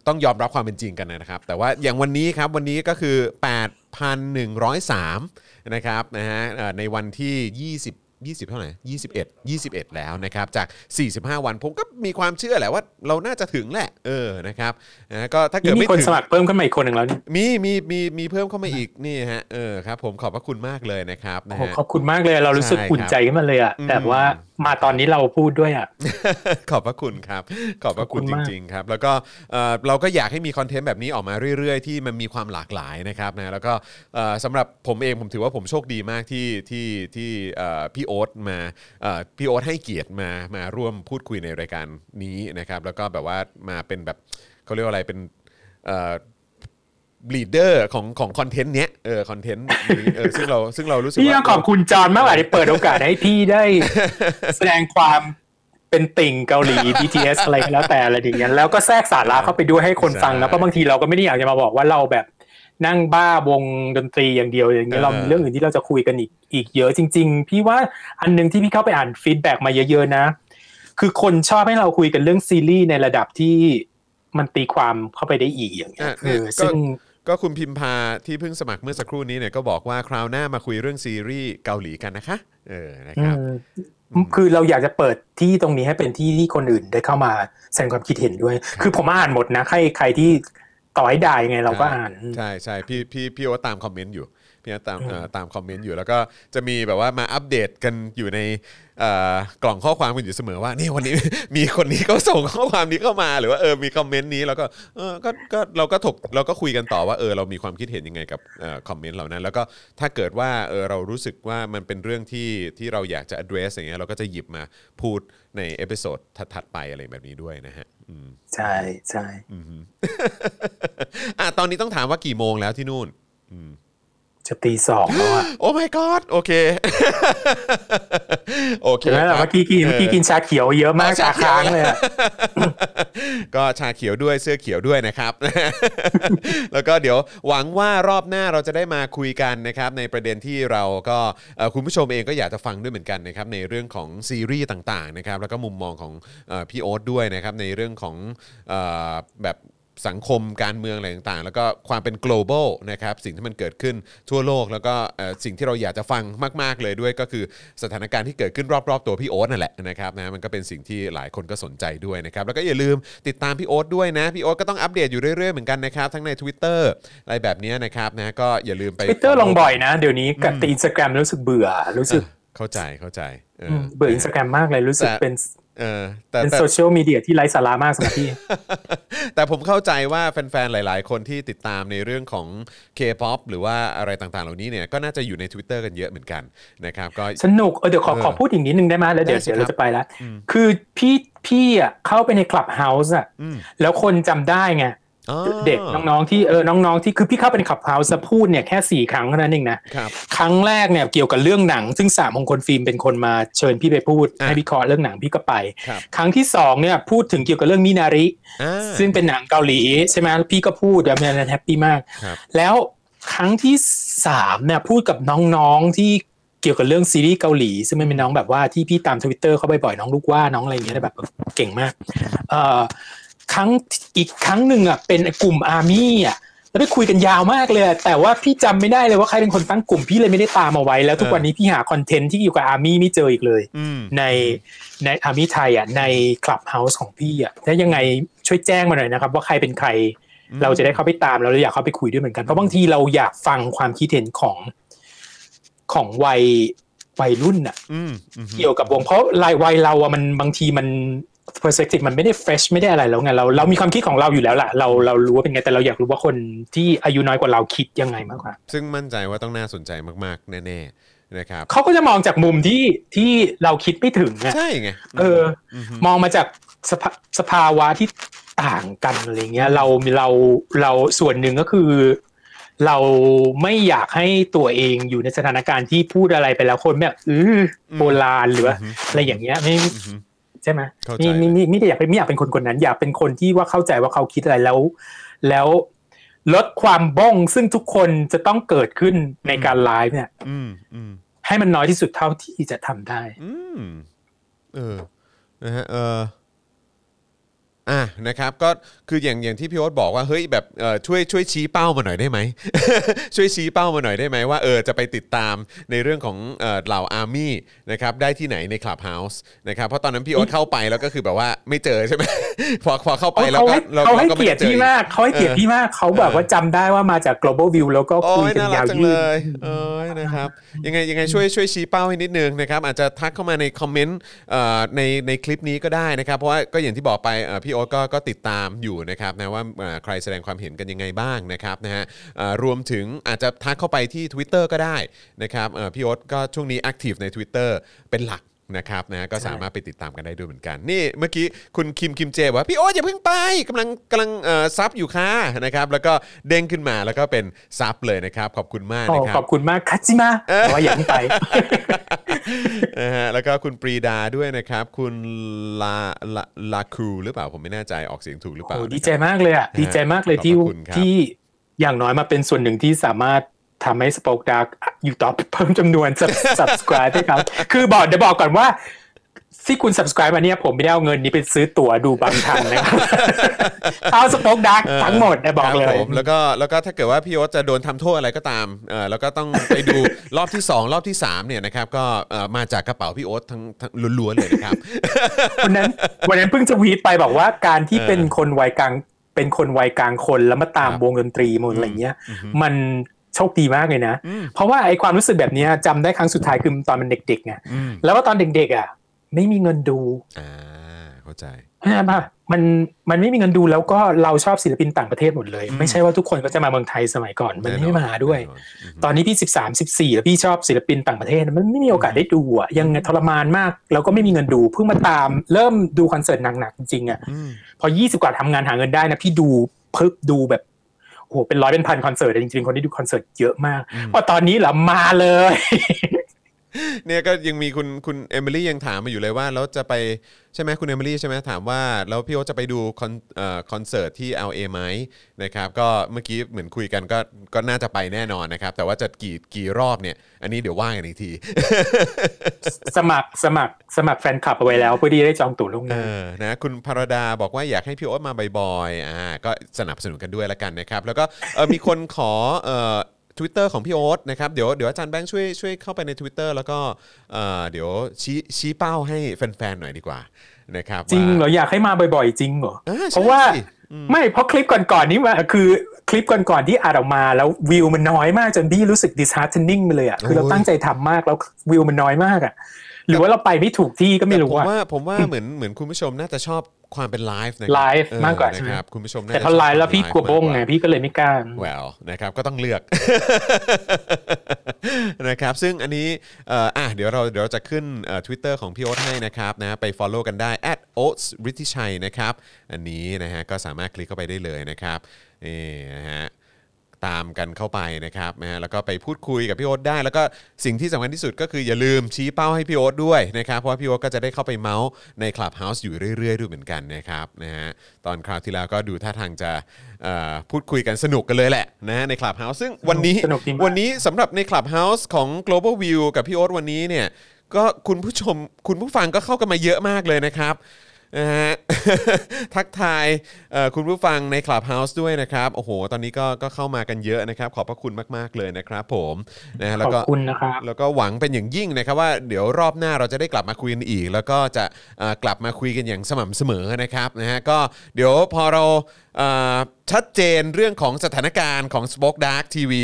Speaker 1: ต้องยอมรับความเป็นจริงกันนะครับ แต่ว่าอย่างวันนี้ครับวันนี้ก็คือ 8,103นะครับนะฮะเอ่อในวันที่ 20 20 เท่าไหร่ 21 21 แล้วนะครับ จาก 45 วัน ผมก็มีความเชื่อแหละว่าเราน่าจะถึงแหละ เออ นะครับนะก็ถ้าเกิด
Speaker 3: นี่มี
Speaker 1: ไม่
Speaker 3: คน
Speaker 1: ถึง
Speaker 3: สมัครเพิ่มขึ้นมาอีกคนหนึ่งแล้วนี่
Speaker 1: มี มี มี มีเพิ่มเข้ามาอีก นี่ฮะ เออ ครับ ผมขอบพระคุณมากเลยนะครับนะ
Speaker 3: โอ้โห
Speaker 1: ฮะ
Speaker 3: ขอบคุณมากเลยเรารู้สึก
Speaker 1: ใช่ครับ
Speaker 3: อุ่นใจขึ้นมาเลยอ่ะ
Speaker 1: อืม
Speaker 3: แต่ว่ามาตอนนี้เราพูดด้วยอ่ะ
Speaker 1: ขอบพระคุณครับ ขอบพระคุณ
Speaker 3: ขอบ
Speaker 1: จ
Speaker 3: คุณมาก
Speaker 1: ริง ๆ ครับ แล้วก็เอ่อเราก็อยากให้มีคอนเทนต์แบบนี้ออกมาเรื่อย ๆ ที่มันมีความหลากหลายนะครับนะแล้วก็เอ่อสำหรับผมเองผมถือว่าผมโชคดีมากที่ที่ที่เอ่อพี่โอ๊ตมาเอ่อพี่โอ๊ตให้เกียรติมามาร่วมพูดคุยในรายการนี้นะครับ แล้วก็แบบว่ามาเป็นแบบเขาเรียกว่าอะไรเป็นเอ่อ leader ของของคอนเทนต์เนี้ยเออคอนเทนต์นี้เออซึ่งเราซึ่งเรารู้สึก
Speaker 3: พี่
Speaker 1: ว่า
Speaker 3: ต้องขอบคุณจอห์นมากกว่าที่เปิดโอกาสให้พี่ได้ แสดงความเป็นติ่งเกาหลี BTS อะไรก็แล้วแต่อะไรอย่างเงี้ยแล้วก็แทรกสาระเข้าไปด้วยให้คนฟังนะเพราะบางทีเราก็ไม่ได้อยากจะมาบอกว่าเราแบบนั่งบ้าวงดนตรีอย่างเดียวอย่างเงี้ยเรามีเรื่องอื่นที่เราจะคุยกันอีกอีกเยอะจริง ๆ พี่ว่าอันหนึงที่พี่เข้าไปอ่านฟีดแบ็กมาเยอะๆนะ คือคนชอบให้เราคุยกันเรื่องซีรีส์ในระดับที่มันตีความเข้าไปได้อีกอย่างเงี้ย
Speaker 1: อ่ะ
Speaker 3: เออ
Speaker 1: เนี่ยก็
Speaker 3: ซึ่ง
Speaker 1: ก็คุณพิมพาที่เพิ่งสมัครเมื่อสักครู่นี้เนี่ยก็บอกว่าคราวหน้ามาคุยเรื่องซีรีส์เกาหลีกันนะคะ เออนะครับ
Speaker 3: อืมคือเราอยากจะเปิดที่ตรงนี้ให้เป็นที่ที่คนอื่นได้เข้ามาแสดงความคิดเห็นด้วย คือผมอ่านหมดนะ ใครใครที่ต่อให้ด่ายังไงเราก็อ่าน
Speaker 1: ใช่ใช่พี่พี่พี่ว่าตามคอมเมนต์อยู่พี่ว่าตามเอ่อตามคอมเมนต์อยู่แล้วก็จะมีแบบว่ามาอัปเดตกันอยู่ในเอ่อกล่องข้อความกันอยู่เสมอว่า นี่วันนี้ มีคนนี้ก็ส่งข้อความนี้เข้ามาหรือว่าเออมีคอมเมนต์นี้แล้วก็เออก็ก็เราก็ถกเราก็คุยกันต่อว่าเออเรามีความคิดเห็นยังไงกับเอ่อคอมเมนต์เหล่านั้น แล้วก็ถ้าเกิดว่าเออเรารู้สึกว่ามันเป็นเรื่องที่ที่เราอยากจะ address อย่างเงี้ยเราก็จะหยิบมาพูดในเอพิโซดถัดๆไปอะไรแบบนี้ด้วยนะฮะ อืม
Speaker 3: ใช่ใช่
Speaker 1: อืมฮึ อ่ะตอนนี้ต้องถามว่ากี่โมงแล้วที่นู่น
Speaker 3: จะตีสองแล้วอะ
Speaker 1: โอ้ my god โอเค โอเค
Speaker 3: เห็นไหมล่ะ
Speaker 1: ครับ
Speaker 3: เมื่อกี้กินเมื่อกี้กินชาเขียวเยอะมาก
Speaker 1: ช
Speaker 3: ตา
Speaker 1: เขียว
Speaker 3: ค้างเลยอะ
Speaker 1: ก็ชาเขียวด้วยเสื้อเขียวด้วยนะครับ แล้วก็เดี๋ยวหวังว่ารอบหน้าเราจะได้มาคุยกันนะครับ ในประเด็นที่เราก็เอ่อคุณผู้ชมเองก็อยากจะฟังด้วยเหมือนกันนะครับ ในเรื่องของซีรีส์ต่างๆนะครับ แล้วก็มุมมองของเอ่อพี่โอ๊ตด้วยนะครับ ในเรื่องของเอ่อแบบ สังคมการเมืองอะไรต่างๆ แล้วก็ความเป็น global นะครับสิ่งที่มันเกิดขึ้นทั่วโลก แล้วก็เอ่อสิ่งที่เราอยากจะฟังมาก ๆ เลยด้วยก็คือสถานการณ์ที่เกิดขึ้นรอบ ๆ ตัวพี่โอ๊ตนั่นแหละนะครับนะมันก็เป็นสิ่งที่หลายคนก็สนใจด้วยนะครับ แล้วก็อย่าลืมติดตามพี่โอ๊ตด้วยนะ พี่โอ๊ตก็ต้องอัปเดตอยู่เรื่อย ๆ เหมือนกันนะครับ ทั้งใน Twitter อะไรแบบเนี้ยนะครับนะก็อย่าลืมไป
Speaker 3: ทวิตเตอร์ลงบ่อยนะ เดี๋ยวนี้กับแต่อินสตาแกรมรู้สึกเบื่อ รู้สึก
Speaker 1: เข้าใจเข้าใจเออ
Speaker 3: เบื่ออินสตาแกรมมากเลยรู้สึก
Speaker 1: แต่
Speaker 3: เป็น
Speaker 1: เออแต่
Speaker 3: เป็น
Speaker 1: แต่
Speaker 3: โซเชียลมีเดียที่ไร้สาระมากสำหรับพี่
Speaker 1: แต่ผมเข้าใจว่าแฟนๆ หลายๆ คนที่ติดตามในเรื่องของ K-POP หรือว่าอะไรต่างๆ เหล่านี้เนี่ยก็น่าจะอยู่ใน Twitter กันเยอะเหมือนกันนะครับก็
Speaker 3: สนุกเออเดี๋ยวขอ
Speaker 1: เออ
Speaker 3: ขอพูดอีกนิดนึงได้ไหมแล้วเดี๋ยว
Speaker 1: ได้สิ
Speaker 3: เดี๋ยว
Speaker 1: ครับ
Speaker 3: เราจะไปละคือพี่พี่อ่ะเข้าไปในคลับเฮาส์อ่ะ
Speaker 1: อืม
Speaker 3: แล้วคนจำได้ไง
Speaker 1: อ๋อ
Speaker 3: เด็กน้องๆที่เออน้องๆที่คือพี่เข้าเป็นขับเฮาส์พูดเนี่ยแค่สี่ครั้งเท่านั้นเองนะครับ ครั้งแรกเนี่ยเกี่ยวกับเรื่องหนัง ซึ่งสามมงคลฟิล์มเป็นคนมาเชิญพี่ไปพูด
Speaker 1: อ่ะ
Speaker 3: ให้วิเคราะห์เรื่องหนังพี่ก็ไป
Speaker 1: ครับ
Speaker 3: ครั้งที่สองเนี่ยพูดถึงเกี่ยวกับเรื่องมินาริ
Speaker 1: อ่า
Speaker 3: ซึ่งเป็นหนังเกาหลีใช่ไหมแล้วพี่ก็พูดแบบนั้นแฮปปี้มาก
Speaker 1: ครับ
Speaker 3: แล้วครั้งที่สามเนี่ยพูดกับน้องๆที่เกี่ยวกับเรื่องซีรีส์เกาหลี ซึ่งมันเป็นน้องแบบว่าที่พี่ตามทวิตเตอร์เขาบ่อยๆน้องลูกว่าน้องอะไรอย่างเงี้ยแบบเก่งมากเอ่อครั้งอีกครั้งหนึ่งอ่ะเป็นกลุ่มอาร์มี่อ่ะแล้วไปคุยกันยาวมากเลยอะแต่ว่าพี่จำไม่ได้เลยว่าใครเป็นคนตั้งกลุ่มพี่เลยไม่ได้ตามเอาไว้แล้วทุกวันนี้พี่หาคอนเทนต์ที่เกี่ยวกับอาร์มี่ไม่เจออีกเลย
Speaker 1: อืม
Speaker 3: ในในอาร์มี่ไทยอ่ะในคลับเฮาส์ของพี่อ่ะถ้ายังไงช่วยแจ้งมาหน่อยนะครับ ว่าใครเป็นใคร
Speaker 1: อืม
Speaker 3: เราจะได้เข้าไปตามแล้วเราอยากเข้าไปคุยด้วยเหมือนกันเพราะบางทีเราอยากฟังความคิดเห็นของของวัยวัยรุ่นอ่ะ
Speaker 1: อืมอืมฮึ
Speaker 3: เกี่ยวกับวงเพราะรายวัยเราอ่ะมันบางทีมัน perspective มันไม่ได้ fresh ไม่ได้อะไรแล้วไงเราเรามีความคิดของเราอยู่แล้วล่ะเราเรารู้ว่าเป็นไงแต่เราอยากรู้ว่าคนที่อายุน้อยกว่าเราคิดยังไงมากกว่า
Speaker 1: ซึ่งมั่นใจว่าต้องน่าสนใจมากๆ แน่ๆ นะครับ
Speaker 3: เขาก็จะมองจากมุมที่ที่เราคิดไม่ถึงอ่ะ
Speaker 1: ใช่ไง
Speaker 3: เอออ
Speaker 1: มฮึ
Speaker 3: มองมาจากสภาสภาวะที่ต่างกันอะไรเงี้ยเราเราเราส่วนหนึ่งก็คือ เราไม่อยากให้ตัวเองอยู่ในสถานการณ์ที่พูดอะไรไปแล้วคนแบบอือโบราณหรือว่าอะไรอย่างเงี้ยไม่
Speaker 1: อืมฮึ
Speaker 3: ใช่ไหม
Speaker 1: เข้าใจ
Speaker 3: ไม่ไม่ไม่ไม่ได้อยากเป็นไม่อยากเป็นคนคนนั้น อยากเป็นคนที่ว่าเข้าใจว่าเขาคิดอะไรแล้ว แล้วลดความบ้องซึ่งทุกคนจะต้องเกิดขึ้นในการไลฟ์เนี่ย
Speaker 1: อืมอืม
Speaker 3: ให้มันน้อยที่สุดเท่าที่จะทำได้
Speaker 1: อืม เออ นะฮะ เออ อ่ะ นะครับ ก็ คือ อย่าง อย่างที่พี่โอ๊ตบอกว่า เฮ้ย แบบ เออช่วย ช่วย ชี้เป้ามาหน่อยได้ไหม ช่วยชี้เป้ามาหน่อยได้ไหมว่า เออ จะไปติดตามในเรื่องของ เออเหล่าอาร์มี่ นะครับ ได้ที่ไหนในคลับเฮาส์นะครับ เพราะตอนนั้นพี่โอ๊ตเข้าไปแล้วก็คือแบบว่า ไม่เจอใช่ไหม พอ พอเข้าไปแล้ว
Speaker 3: เขา
Speaker 1: ก็
Speaker 3: ให้
Speaker 1: ร
Speaker 3: เขาให้
Speaker 1: ก็ไม่
Speaker 3: เกียร
Speaker 1: ได้
Speaker 3: ติ
Speaker 1: จอ
Speaker 3: พี่มากเขาให้เกียรติพี่มากเขาแบบว่าจำได้ว่ามาจาก global view แล้วก็
Speaker 1: โอ้
Speaker 3: คุย
Speaker 1: ย
Speaker 3: กัน
Speaker 1: น่ารัก
Speaker 3: ยาว
Speaker 1: จัง
Speaker 3: ยื
Speaker 1: เล
Speaker 3: ด
Speaker 1: ย เอ้ย นะครับ ยังไง ยังไง ช่วย ช่วย ชี้เป้าให้นิดนึงนะครับ อาจจะทักเข้ามาในคอมเมนต์เอ่อใน ในคลิปนี้ก็ได้นะครับ เพราะว่า ก็อย่างที่บอกไปเอ่อพี่โอ๊ตก็ ก็ติดตามอยู่นะครับนะว่าเอ่อใครแสดงความเห็นกันยังไงบ้างนะครับนะฮะเอ่อรวมถึงอาจจะทักเข้าไปที่ Twitter ก็ได้นะครับเอ่อพี่โอ๊ตก็ช่วงนี้แอคทีฟใน Twitter เป็นหลักนะครับนะก็สามารถไปติดตามกันได้ด้วยเหมือนกัน นี่เมื่อกี้คุณคิมคิมเจบอกว่าพี่โอ๊ตอย่าเพิ่งไปกำลังกำลังเอ่อซับอยู่ค่ะนะครับแล้วก็เด้งขึ้นมาแล้วก็เป็นซับเลยนะครับขอบคุณมาก
Speaker 3: โอ้
Speaker 1: นะครั
Speaker 3: ข
Speaker 1: บ
Speaker 3: อบคุณมากคัตจิมาแต่ว่าอย่าเพิ่งไป
Speaker 1: นะฮะ แล้วก็คุณปรีดาด้วยนะครับ คุณลาลาลาครูหรือเปล่าผมไม่แน่ใจออกเสียงถูกหรือเปล่า
Speaker 3: โอ้
Speaker 1: นะครับ
Speaker 3: ดีใจมากเลยอ่ะ
Speaker 1: นะฮะ
Speaker 3: ดีใจมากเลย
Speaker 1: ขอบพระ
Speaker 3: ที่
Speaker 1: คุณครับ
Speaker 3: ที่อย่างน้อยมาเป็นส่วนหนึ่งที่สามารถทำให้สปอค ดักอยู่ต่อเพิ่มจำนวน sub- subscribe ให้ครับ คือบอกเดี๋ยวบอกก่อนว่า ที่คุณ subscribe มาเนี่ยผมไม่ได้เอาเงินนี้ไปซื้อตั๋วดูบางทัน นะครับ เอาสป็อกดักทั้งหมดนะบอกเล
Speaker 1: ครั
Speaker 3: ย
Speaker 1: ผมแล้วก็แล้วก็ถ้าเกิดว่าพี่โอ๊ตจะโดนทำโทษอะไรก็ตามเออแล้วก็ต้องไปดู รอบที่ 2 รอบที่3เนี่ยนะครับก็เอ่อมาจากกระเป๋าพี่โอ๊ตทั้งทั้งล้วนๆเลยนะครับ
Speaker 3: วันนั้นวันนั้นเพิ่งจะวีดไปบอกว่าการที่เป็นคนวัยกลางเป็นคนวัยกลางคนแล้วมาตาม
Speaker 1: ครับ
Speaker 3: วงดนตรีหมดอะไรเงี้ย มันโชคดีมากเลยนะ
Speaker 1: อืม
Speaker 3: เพราะว่าไอความรู้สึกแบบเนี้ยจำได้ครั้งสุดท้ายคือตอนเป็นเด็กๆไง
Speaker 1: อืม
Speaker 3: แล้วว่าตอนเด็กๆอ่ะ ไม่มีเงินดู
Speaker 1: อ่าเข้าใจ
Speaker 3: เข้าใจป่ะมันมันไม่มีเงินดูแล้วก็เราชอบศิลปินต่างประเทศหมดเลย
Speaker 1: อืม
Speaker 3: ไม่ใช่ว่าทุกคนก็จะมาเมืองไทยสมัยก่อนมันไม่มาด้วย
Speaker 1: แน่นอนอืม
Speaker 3: ตอนนี้พี่สิบสามสิบสี่แล้วพี่ชอบศิลปินต่างประเทศมันไม่มีโอกาสได้ดูอ่ะยังทรมานมากแล้วก็ไม่มีเงินดูเพิ่งมาตามเริ่มดูคอนเสิร์ตหนักๆจริงๆอ่ะ
Speaker 1: อืม
Speaker 3: พอยี่สิบกว่าทำงานหาเงินได้นะพี่ดูเพิบดูแบบโอ้โหเป็นร้อยเป็นพันคอนเสิร์ตอะจริงๆคนที่ดูคอนเสิร์ตเยอะมากว่าตอนนี้เหรอมาเลย
Speaker 1: เนี่ยก็ยังมีคุณคุณเอมิลี่ยังถามมาอยู่เลยว่าแล้วจะไปใช่ไหมคุณเอมิลี่ใช่ไหมถามว่าแล้วพี่โอ๊ตจะไปดูคอนเอ่อคอนเสิร์ตที่ LA ไหมนะครับก็เมื่อกี้เหมือนคุยกันก็ก็น่าจะไปแน่นอนนะครับแต่ว่าจะกี่กี่รอบเนี่ยอันนี้เดี๋ยวว่ากันอีกที
Speaker 3: สมัครสมัครสมัครแฟนคลับเอาไว้แล้วเพื่อที่จะได้จองตั๋วล่วงห
Speaker 1: เอ
Speaker 3: น้า
Speaker 1: อ นะ คุณภารดาบอกว่าอยากให้พี่โอ๊ตมาบ่อยๆ อ่า ก็สนับสนุนกันด้วยละกันนะครับ แล้วก็เออมีคนขอเอ่อทวิตเตอร์ของพี่โอ๊ตนะครับ เดี๋ยว เดี๋ยวอาจารย์แบงค์ช่วย ช่วยเข้าไปใน Twitter แล้วก็เอ่อเดี๋ยวชี้ ชี้เป้าให้แฟนๆ หน่อยดีกว่า นะครับ
Speaker 3: จริง
Speaker 1: ว่า
Speaker 3: เหรออยากให้มาบ่อยๆ จริงเหรอ
Speaker 1: เออใช่
Speaker 3: เพราะว่า
Speaker 1: สิ
Speaker 3: ไม่เพราะคลิปก่อนๆนี้มาคือคลิปก่อนๆที่อัดออกมาแล้ววิวมันน้อยมากจนพี่รู้สึก disheartening ไปเลยอ่ะคือเราตั้งใจทำมากแล้ววิวมันน้อยมากอ่ะหรือว่าเราไปไม่ถูกที่ก็ไม่รู้
Speaker 1: แต่ผม
Speaker 3: อ่ะ
Speaker 1: ว่า ผมว่า เหมือน เหมือนคุณผู้ชมน่าจะชอบความเป็นไลฟ์นะ
Speaker 3: ไลฟ์มากกว่า
Speaker 1: นะ
Speaker 3: ใช่ไหม
Speaker 1: ครับ คุณผู้ชมน่
Speaker 3: แต่
Speaker 1: จะ
Speaker 3: พอไลน์แล้วพี่
Speaker 1: ชอบ
Speaker 3: กลัวบงไง
Speaker 1: มากกว่า
Speaker 3: พี่ก็เลยไม่กล้า
Speaker 1: แววนะครับก็ต้องเลือก นะครับซึ่งอันนี้เอ่ออ่ะเดี๋ยวเราเดี๋ยวเราจะขึ้นทวิตเตอร์ของพี่โอ๊ตให้นะครับนะไป Follow กันได้ at o a t s r i t i s h a i นะครับอันนี้นะฮะก็สามารถคลิกเข้าไปได้เลยนะครับนี่นะฮะตามกันเข้าไปนะครับนะฮะแล้วก็ไปพูดคุยกับพี่โอ๊ตได้ แล้วก็สิ่งที่สำคัญที่สุดก็คืออย่าลืมชี้เป้าให้พี่โอ๊ตด้วยนะครับเพราะว่าพี่โอ๊ตก็จะได้เข้าไปเมาส์ใน Clubhouse อยู่เรื่อยๆด้วยเหมือนกันนะครับนะฮะตอนคราวที่แล้วก็ดูท่าทางจะเอ่อพูดคุยกันสนุกกันเลยแหละนะฮะใน Clubhouse ซึ่งวันนี้
Speaker 3: สนุกดีมาก
Speaker 1: วันนี้สำหรับใน Clubhouse ของ Global View กับพี่โอ๊ตวันนี้เนี่ยก็คุณผู้ชมคุณผู้ฟังก็เข้ากันมาเยอะมากเลยนะครับนะฮะ ทักทายเอ่อคุณผู้ฟังใน Clubhouse ด้วยนะครับ โอ้โห ตอนนี้ก็ก็เข้ามากันเยอะนะครับ ขอบพระคุณมาก ๆ เลยนะครับผมนะฮะแล้ว
Speaker 3: ขอบ
Speaker 1: ก็
Speaker 3: คุณนะครับ
Speaker 1: แล้วก็หวังเป็นอย่างยิ่งนะครับว่าเดี๋ยวรอบหน้าเราจะได้กลับมาคุยกันอีก แล้วก็จะเอ่อกลับมาคุยกันอย่างสม่ำเสมอนะครับนะฮะก็เดี๋ยวพอเราเอ่อชัดเจนเรื่องของสถานการณ์ของ Spoke Dark TV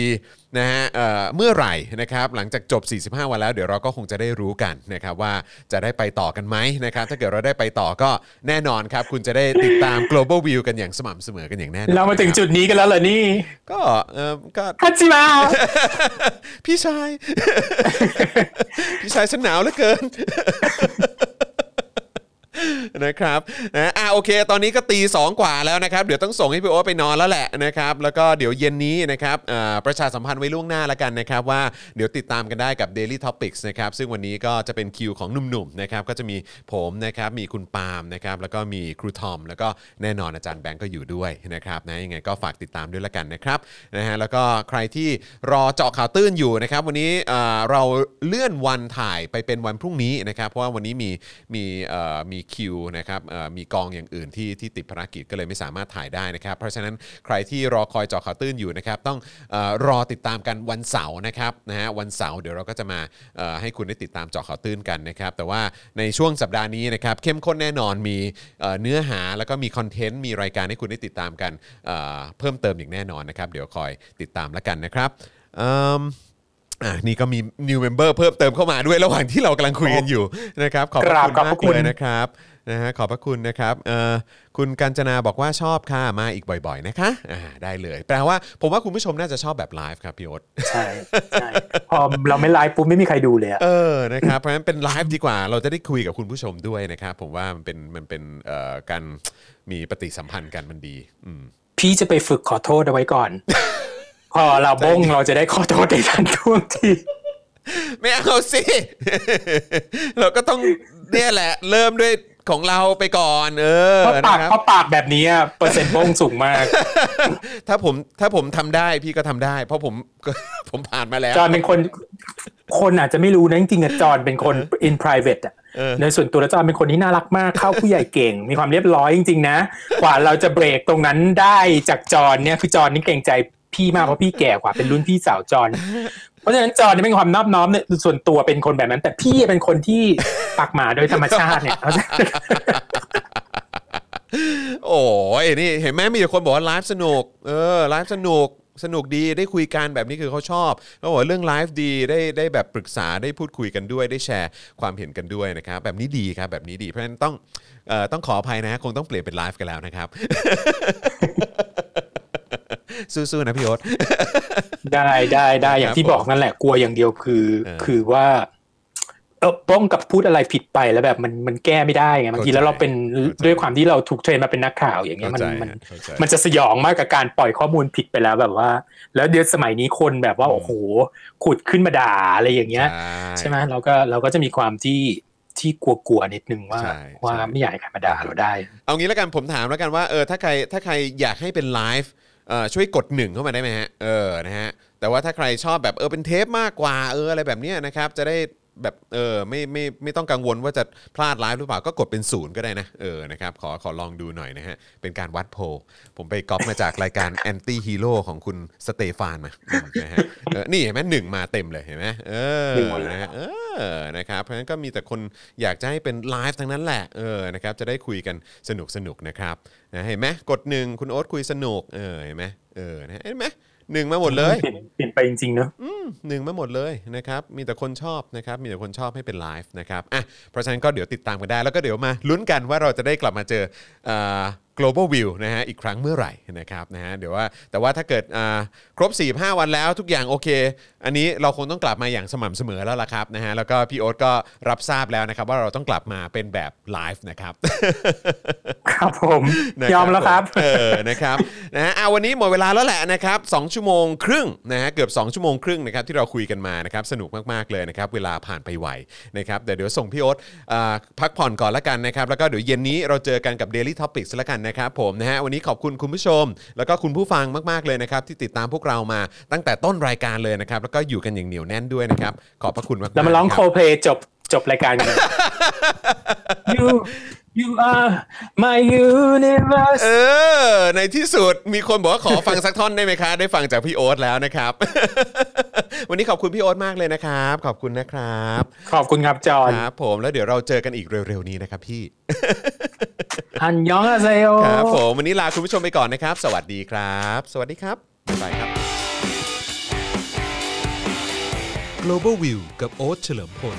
Speaker 1: นะฮะเอ่อเมื่อไหร่นะครับหลังจากจบ 45 วันแล้วเดี๋ยวเราก็คงจะได้รู้กันนะครับว่าจะได้ไปต่อกันไหมนะครับถ้าเกิดเราได้ไปต่อก็แน่นอนครับคุณจะได้ติดตาม global view กันอย่างสม่ำเสมอกันอย่างแน่นอน
Speaker 3: เรามาถึงจุดนี้กันแล้วเหรอนี่
Speaker 1: ก็เอ่อก็
Speaker 3: ฮัจิมา
Speaker 1: พี่ชาย พี่ชายฉันหนาวเหลือเกิน นะครับนะอ่ะโอเค ตอนนี้ก็ตีสองกว่าแล้วนะครับ เดี๋ยวต้องส่งให้พี่โอ๊ตไปนอนแล้วแหละนะครับ แล้วก็เดี๋ยวเย็นนี้นะครับอ่าประชาสัมพันธ์ไว้ล่วงหน้าแล้วกันนะครับ ว่าเดี๋ยวติดตามกันได้กับ Daily Topics นะครับ ซึ่งวันนี้ก็จะเป็นคิวของหนุ่มๆนะครับ ก็จะมีผมนะครับ มีคุณปาล์มนะครับ แล้วก็มีครูทอม แล้วก็แน่นอนอาจารย์แบงก์ก็อยู่ด้วยนะครับนะยังไงก็ฝากติดตามด้วยละกันนะครับนะฮะแล้วก็ใครที่รอเจาะข่าวตื้นอยู่นะครับ วันนี้อ่าเราเลื่อนวันถ่ายไปเป็นวันพรุ่งนี้นะครับ เพราะว่าวันนี้มีมีเอ่อมีคิวนะครับเอ่อมีกองอย่างอื่นที่ที่ติดภารกิจก็เลยไม่สามารถถ่ายได้นะครับ เพราะฉะนั้นใครที่รอคอยเจาะข่าวตื้นอยู่นะครับ ต้องเออรอติดตามกันวันเสาร์นะครับนะฮะวันเสาร์เดี๋ยวเราก็จะมาเอ่อให้คุณได้ติดตามเจาะข่าวตื้นกันนะครับ แต่ว่าในช่วงสัปดาห์นี้นะครับ เข้มข้นแน่นอนมีเอ่อเนื้อหาแล้วก็มีคอนเทนต์มีรายการให้คุณได้ติดตามกันเอ่อเพิ่มเติมอย่างแน่นอนนะครับ เดี๋ยวคอยติดตามแล้วกันนะครับอืม อ่ะนี่ก็มี new member เพิ่มเติมเข้ามาด้วยระหว่างที่เรากำลังคุยกันอยู่นะครับ ขอบพระคุณ
Speaker 3: กราบขอบ
Speaker 1: มา
Speaker 3: พ
Speaker 1: ก
Speaker 3: ระคุ
Speaker 1: เล
Speaker 3: ณ
Speaker 1: ยนะครับนะฮะขอบพระคุณนะครับเอ่อคุณกัญจนาบอกว่าชอบค่ะมาอีกบ่อยๆนะคะอ่าได้เลย แปลว่าผมว่าคุณผู้ชมน่าจะชอบแบบไลฟ์ครับพี่โอ๊ต
Speaker 3: ใช่ใช่พอเราไม่ไลฟ์ปุ๊บไม่มีใครดูเลยอะ
Speaker 1: เออ นะครับ เพราะฉะนั้นเป็นไลฟ์ดีกว่า เราจะได้คุยกับคุณผู้ชมด้วยนะครับ ผมว่ามันเป็นมันเป็นเอ่อการมีปฏิสัมพันธ์กันมันดีอืม
Speaker 3: พี่จะไปฝึกขอโทษเอาไว้ก่อน พอเราบงเราจะได้ขอโทษในทันท่วงที
Speaker 1: ไม่เอาสิ เราก็ต้องเนี่ยแหละ เริ่มด้วย ของเราไปก่อน เออ
Speaker 3: เพราะ
Speaker 1: นะ
Speaker 3: ปาก
Speaker 1: ครับ
Speaker 3: เพราะปากแบบนี้อะเปอร์เซ็นต์โป้งสูงมาก
Speaker 1: ถ้าผมถ้าผมทำได้พี่ก็ทำได้ เพราะผม ผมผ่านมาแล้ว
Speaker 3: จอห์นเป็นคนคนอาจจะไม่รู้นะจริงๆอะจอห์นเป็นคน in private อะ
Speaker 1: เออ
Speaker 3: ในส่วนตัวแล้วจอห์นเป็นคนที่น่ารักมากเข้าผู้ใหญ่เก่ง มีความเรียบร้อยจริง ๆ นะ กว่าเราจะเบรกตรงนั้นได้จากจอห์นเนี่ยคือจอห์นนี่เกรงใจพี่มากเพราะพี่แก่กว่าเป็นรุ่นพี่สาวจอห์นเพราะฉะนั้นจอห์นนี่เป็นความนอบน้อมเนี่ยส่วนตัวเป็นคนแบบนั้น แต่พี่เป็นคนที่ปากหมาโดยธรรมชาติเนี่ย
Speaker 1: โอ้ยนี่เห็นไหมมีแต่คนบอกว่าไลฟ์สนุก เออไลฟ์สนุกสนุกดีได้คุยกันแบบนี้คือเขาชอบแล้วบอกว่าเรื่องไลฟ์ดีได้ได้แบบปรึกษาได้พูดคุยกันด้วยได้แชร์ความเห็นกันด้วยนะครับ แบบนี้ดีครับแบบนี้ดีเพราะฉะนั้นต้องเอ่อต้องขออภัยนะคงต้องเปลี่ยนเป็นไลฟ์กันแล้วนะครับ สู้ๆนะพี่โอ๊ต
Speaker 3: ได้ได้ได้อย่า
Speaker 1: ครั
Speaker 3: ง
Speaker 1: บ
Speaker 3: ที่บอกนั่นแหละกลัวอย่างเดียวคือ
Speaker 1: เออ
Speaker 3: คือว่าเออป้องกับพูดอะไรผิดไปแล้วแบบมันมันแก้ไม่ได้ไงบางที
Speaker 1: เข้าใจ
Speaker 3: แล้วเราเป็น
Speaker 1: เข้าใจ
Speaker 3: ด้วยความที่เราถูกเทรนมาเป็นนักข่าวอย่างเงี้ยมัน
Speaker 1: เข้าใจ
Speaker 3: มัน
Speaker 1: เข้าใจ
Speaker 3: มันจะสยองมากกับการปล่อยข้อมูลผิดไปแล้วแบบว่า แล้วเดี๋ยวสมัยนี้คนแบบว่าโอ้โหขุดขึ้นมาด่าอะไรอย่างเงี้ย ใช่ไหมเราก็เราก็จะมีความที่ที่กลัวๆนิดนึงว่า
Speaker 1: ใช่
Speaker 3: ว่า
Speaker 1: ใช่
Speaker 3: ไม่อยากให้ใครมาด่าเราได้
Speaker 1: เอางี้แล้วกันผมถามแล้วกันว่าเออถ้าใครถ้าใครอยากให้เป็นไลฟ์เอ่อช่วยกดหนึ่งเข้ามาได้ไหมฮะเออนะฮะแต่ว่าถ้าใครชอบแบบเออเป็นเทปมากกว่าเอออะไรแบบเนี้ยนะครับจะได้แบบเออไม่ไม่ไม่ต้องกังวลว่าจะพลาดไลฟ์หรือเปล่าก็กดเป็นศูนย์ก็ได้นะเออนะครับขอขอลองดูหน่อยนะฮะเป็นการวัดโพลผมไปก๊อปมาจากรายการ Anti Hero ของคุณสเตฟานมาอืมนะฮะเออนี่เห็นไหมหนึ่งมาเต็มเลยเห็นไหมเออ
Speaker 3: หนึ่งหมดเลย
Speaker 1: นะฮะ เออ นะครับ เพราะฉะนั้นก็มีแต่คนอยากจะให้เป็นไลฟ์ทั้งนั้นแหละ เออ นะครับ จะได้คุยกันสนุกสนุกๆนะครับนะเห็นไหมกดหนึ่งคุณโอ๊ตคุยสนุก เออ เห็นไหมเออนะเห็นไหมหนึ่งมาหมดเลย
Speaker 3: เปลี่ยนเปลี่ยนไปจริงๆเนอะ
Speaker 1: หนึ่งมาหมดเลยนะครับ มีแต่คนชอบนะครับ มีแต่คนชอบให้เป็นไลฟ์นะครับ อ่ะ เพราะฉะนั้นก็เดี๋ยวติดตามกันได้ แล้วก็เดี๋ยวมาลุ้นกันว่าเราจะได้กลับมาเจอเอ่อ global view นะฮะ อีกครั้งเมื่อไหร่นะครับ นะฮะ เดี๋ยวว่า แต่ว่าถ้าเกิดอ่าครบ 45 วันแล้วทุกอย่างโอเค อันนี้เราคงต้องกลับมาอย่างสม่ำเสมอแล้วล่ะครับนะฮะ แล้วก็พี่โอ๊ตก็รับทราบแล้วนะครับว่าเราต้องกลับมาเป็นแบบไลฟ์นะครับ
Speaker 3: ครับผม
Speaker 1: นะ
Speaker 3: ยอมแล้วครับ
Speaker 1: ผมเออ นะครับ นะฮะอ่ะวันนี้หมดเวลาแล้วแหละนะครับสองชั่วโมงครึ่งนะฮะ เกือบสองชั่วโมงครึ่งนะครับที่เราคุยกันมานะครับ สนุกมาก ๆ เลยนะครับ เวลาผ่านไปไวนะครับแต่เดี๋ยวส่งพี่โอ๊ตอ่าพักผ่อนก่อนละกันนะครับ แล้วก็เดี๋ยวเย็นนี้เราเจอกันกับ Daily Topics ละกันนะครับผมนะฮะ วันนี้ขอบคุณคุณผู้ชม แล้วก็คุณผู้ฟังมาก ๆ เลยนะครับ ที่ติดตามพวกเรามาตั้งแต่ต้นรายการเลยนะครับ แล้วก็อยู่กันอย่างเหนียวแน่นด้วยนะครับ ขอบพระคุณมากๆ
Speaker 3: เรามาร้อง
Speaker 1: ค
Speaker 3: โค
Speaker 1: บ
Speaker 3: เพลจบจบรายการ กัน you you are my universe
Speaker 1: เออ ในที่สุดมีคนบอกว่าขอฟังสักท่อนได้ไหมคะ ได้ฟังจากพี่โอ๊ตแล้วนะครับ วันนี้ขอบคุณพี่โอ๊ตมากเลยนะครับ ขอบคุณนะครับ
Speaker 3: ขอบคุณครับจอห์น
Speaker 1: ครับผมแล้วเดี๋ยวเราเจอกันอีกเร็วๆนี้นะครับพี่
Speaker 3: อันยองอาเซโอ
Speaker 1: ครับผมวันนี้ลาคุณผู้ชมไปก่อนนะครับ สวัสดีครับ สวัสดีครับบ๊ายบายครับ
Speaker 5: Global View กับโอ๊ตเฉลิมพล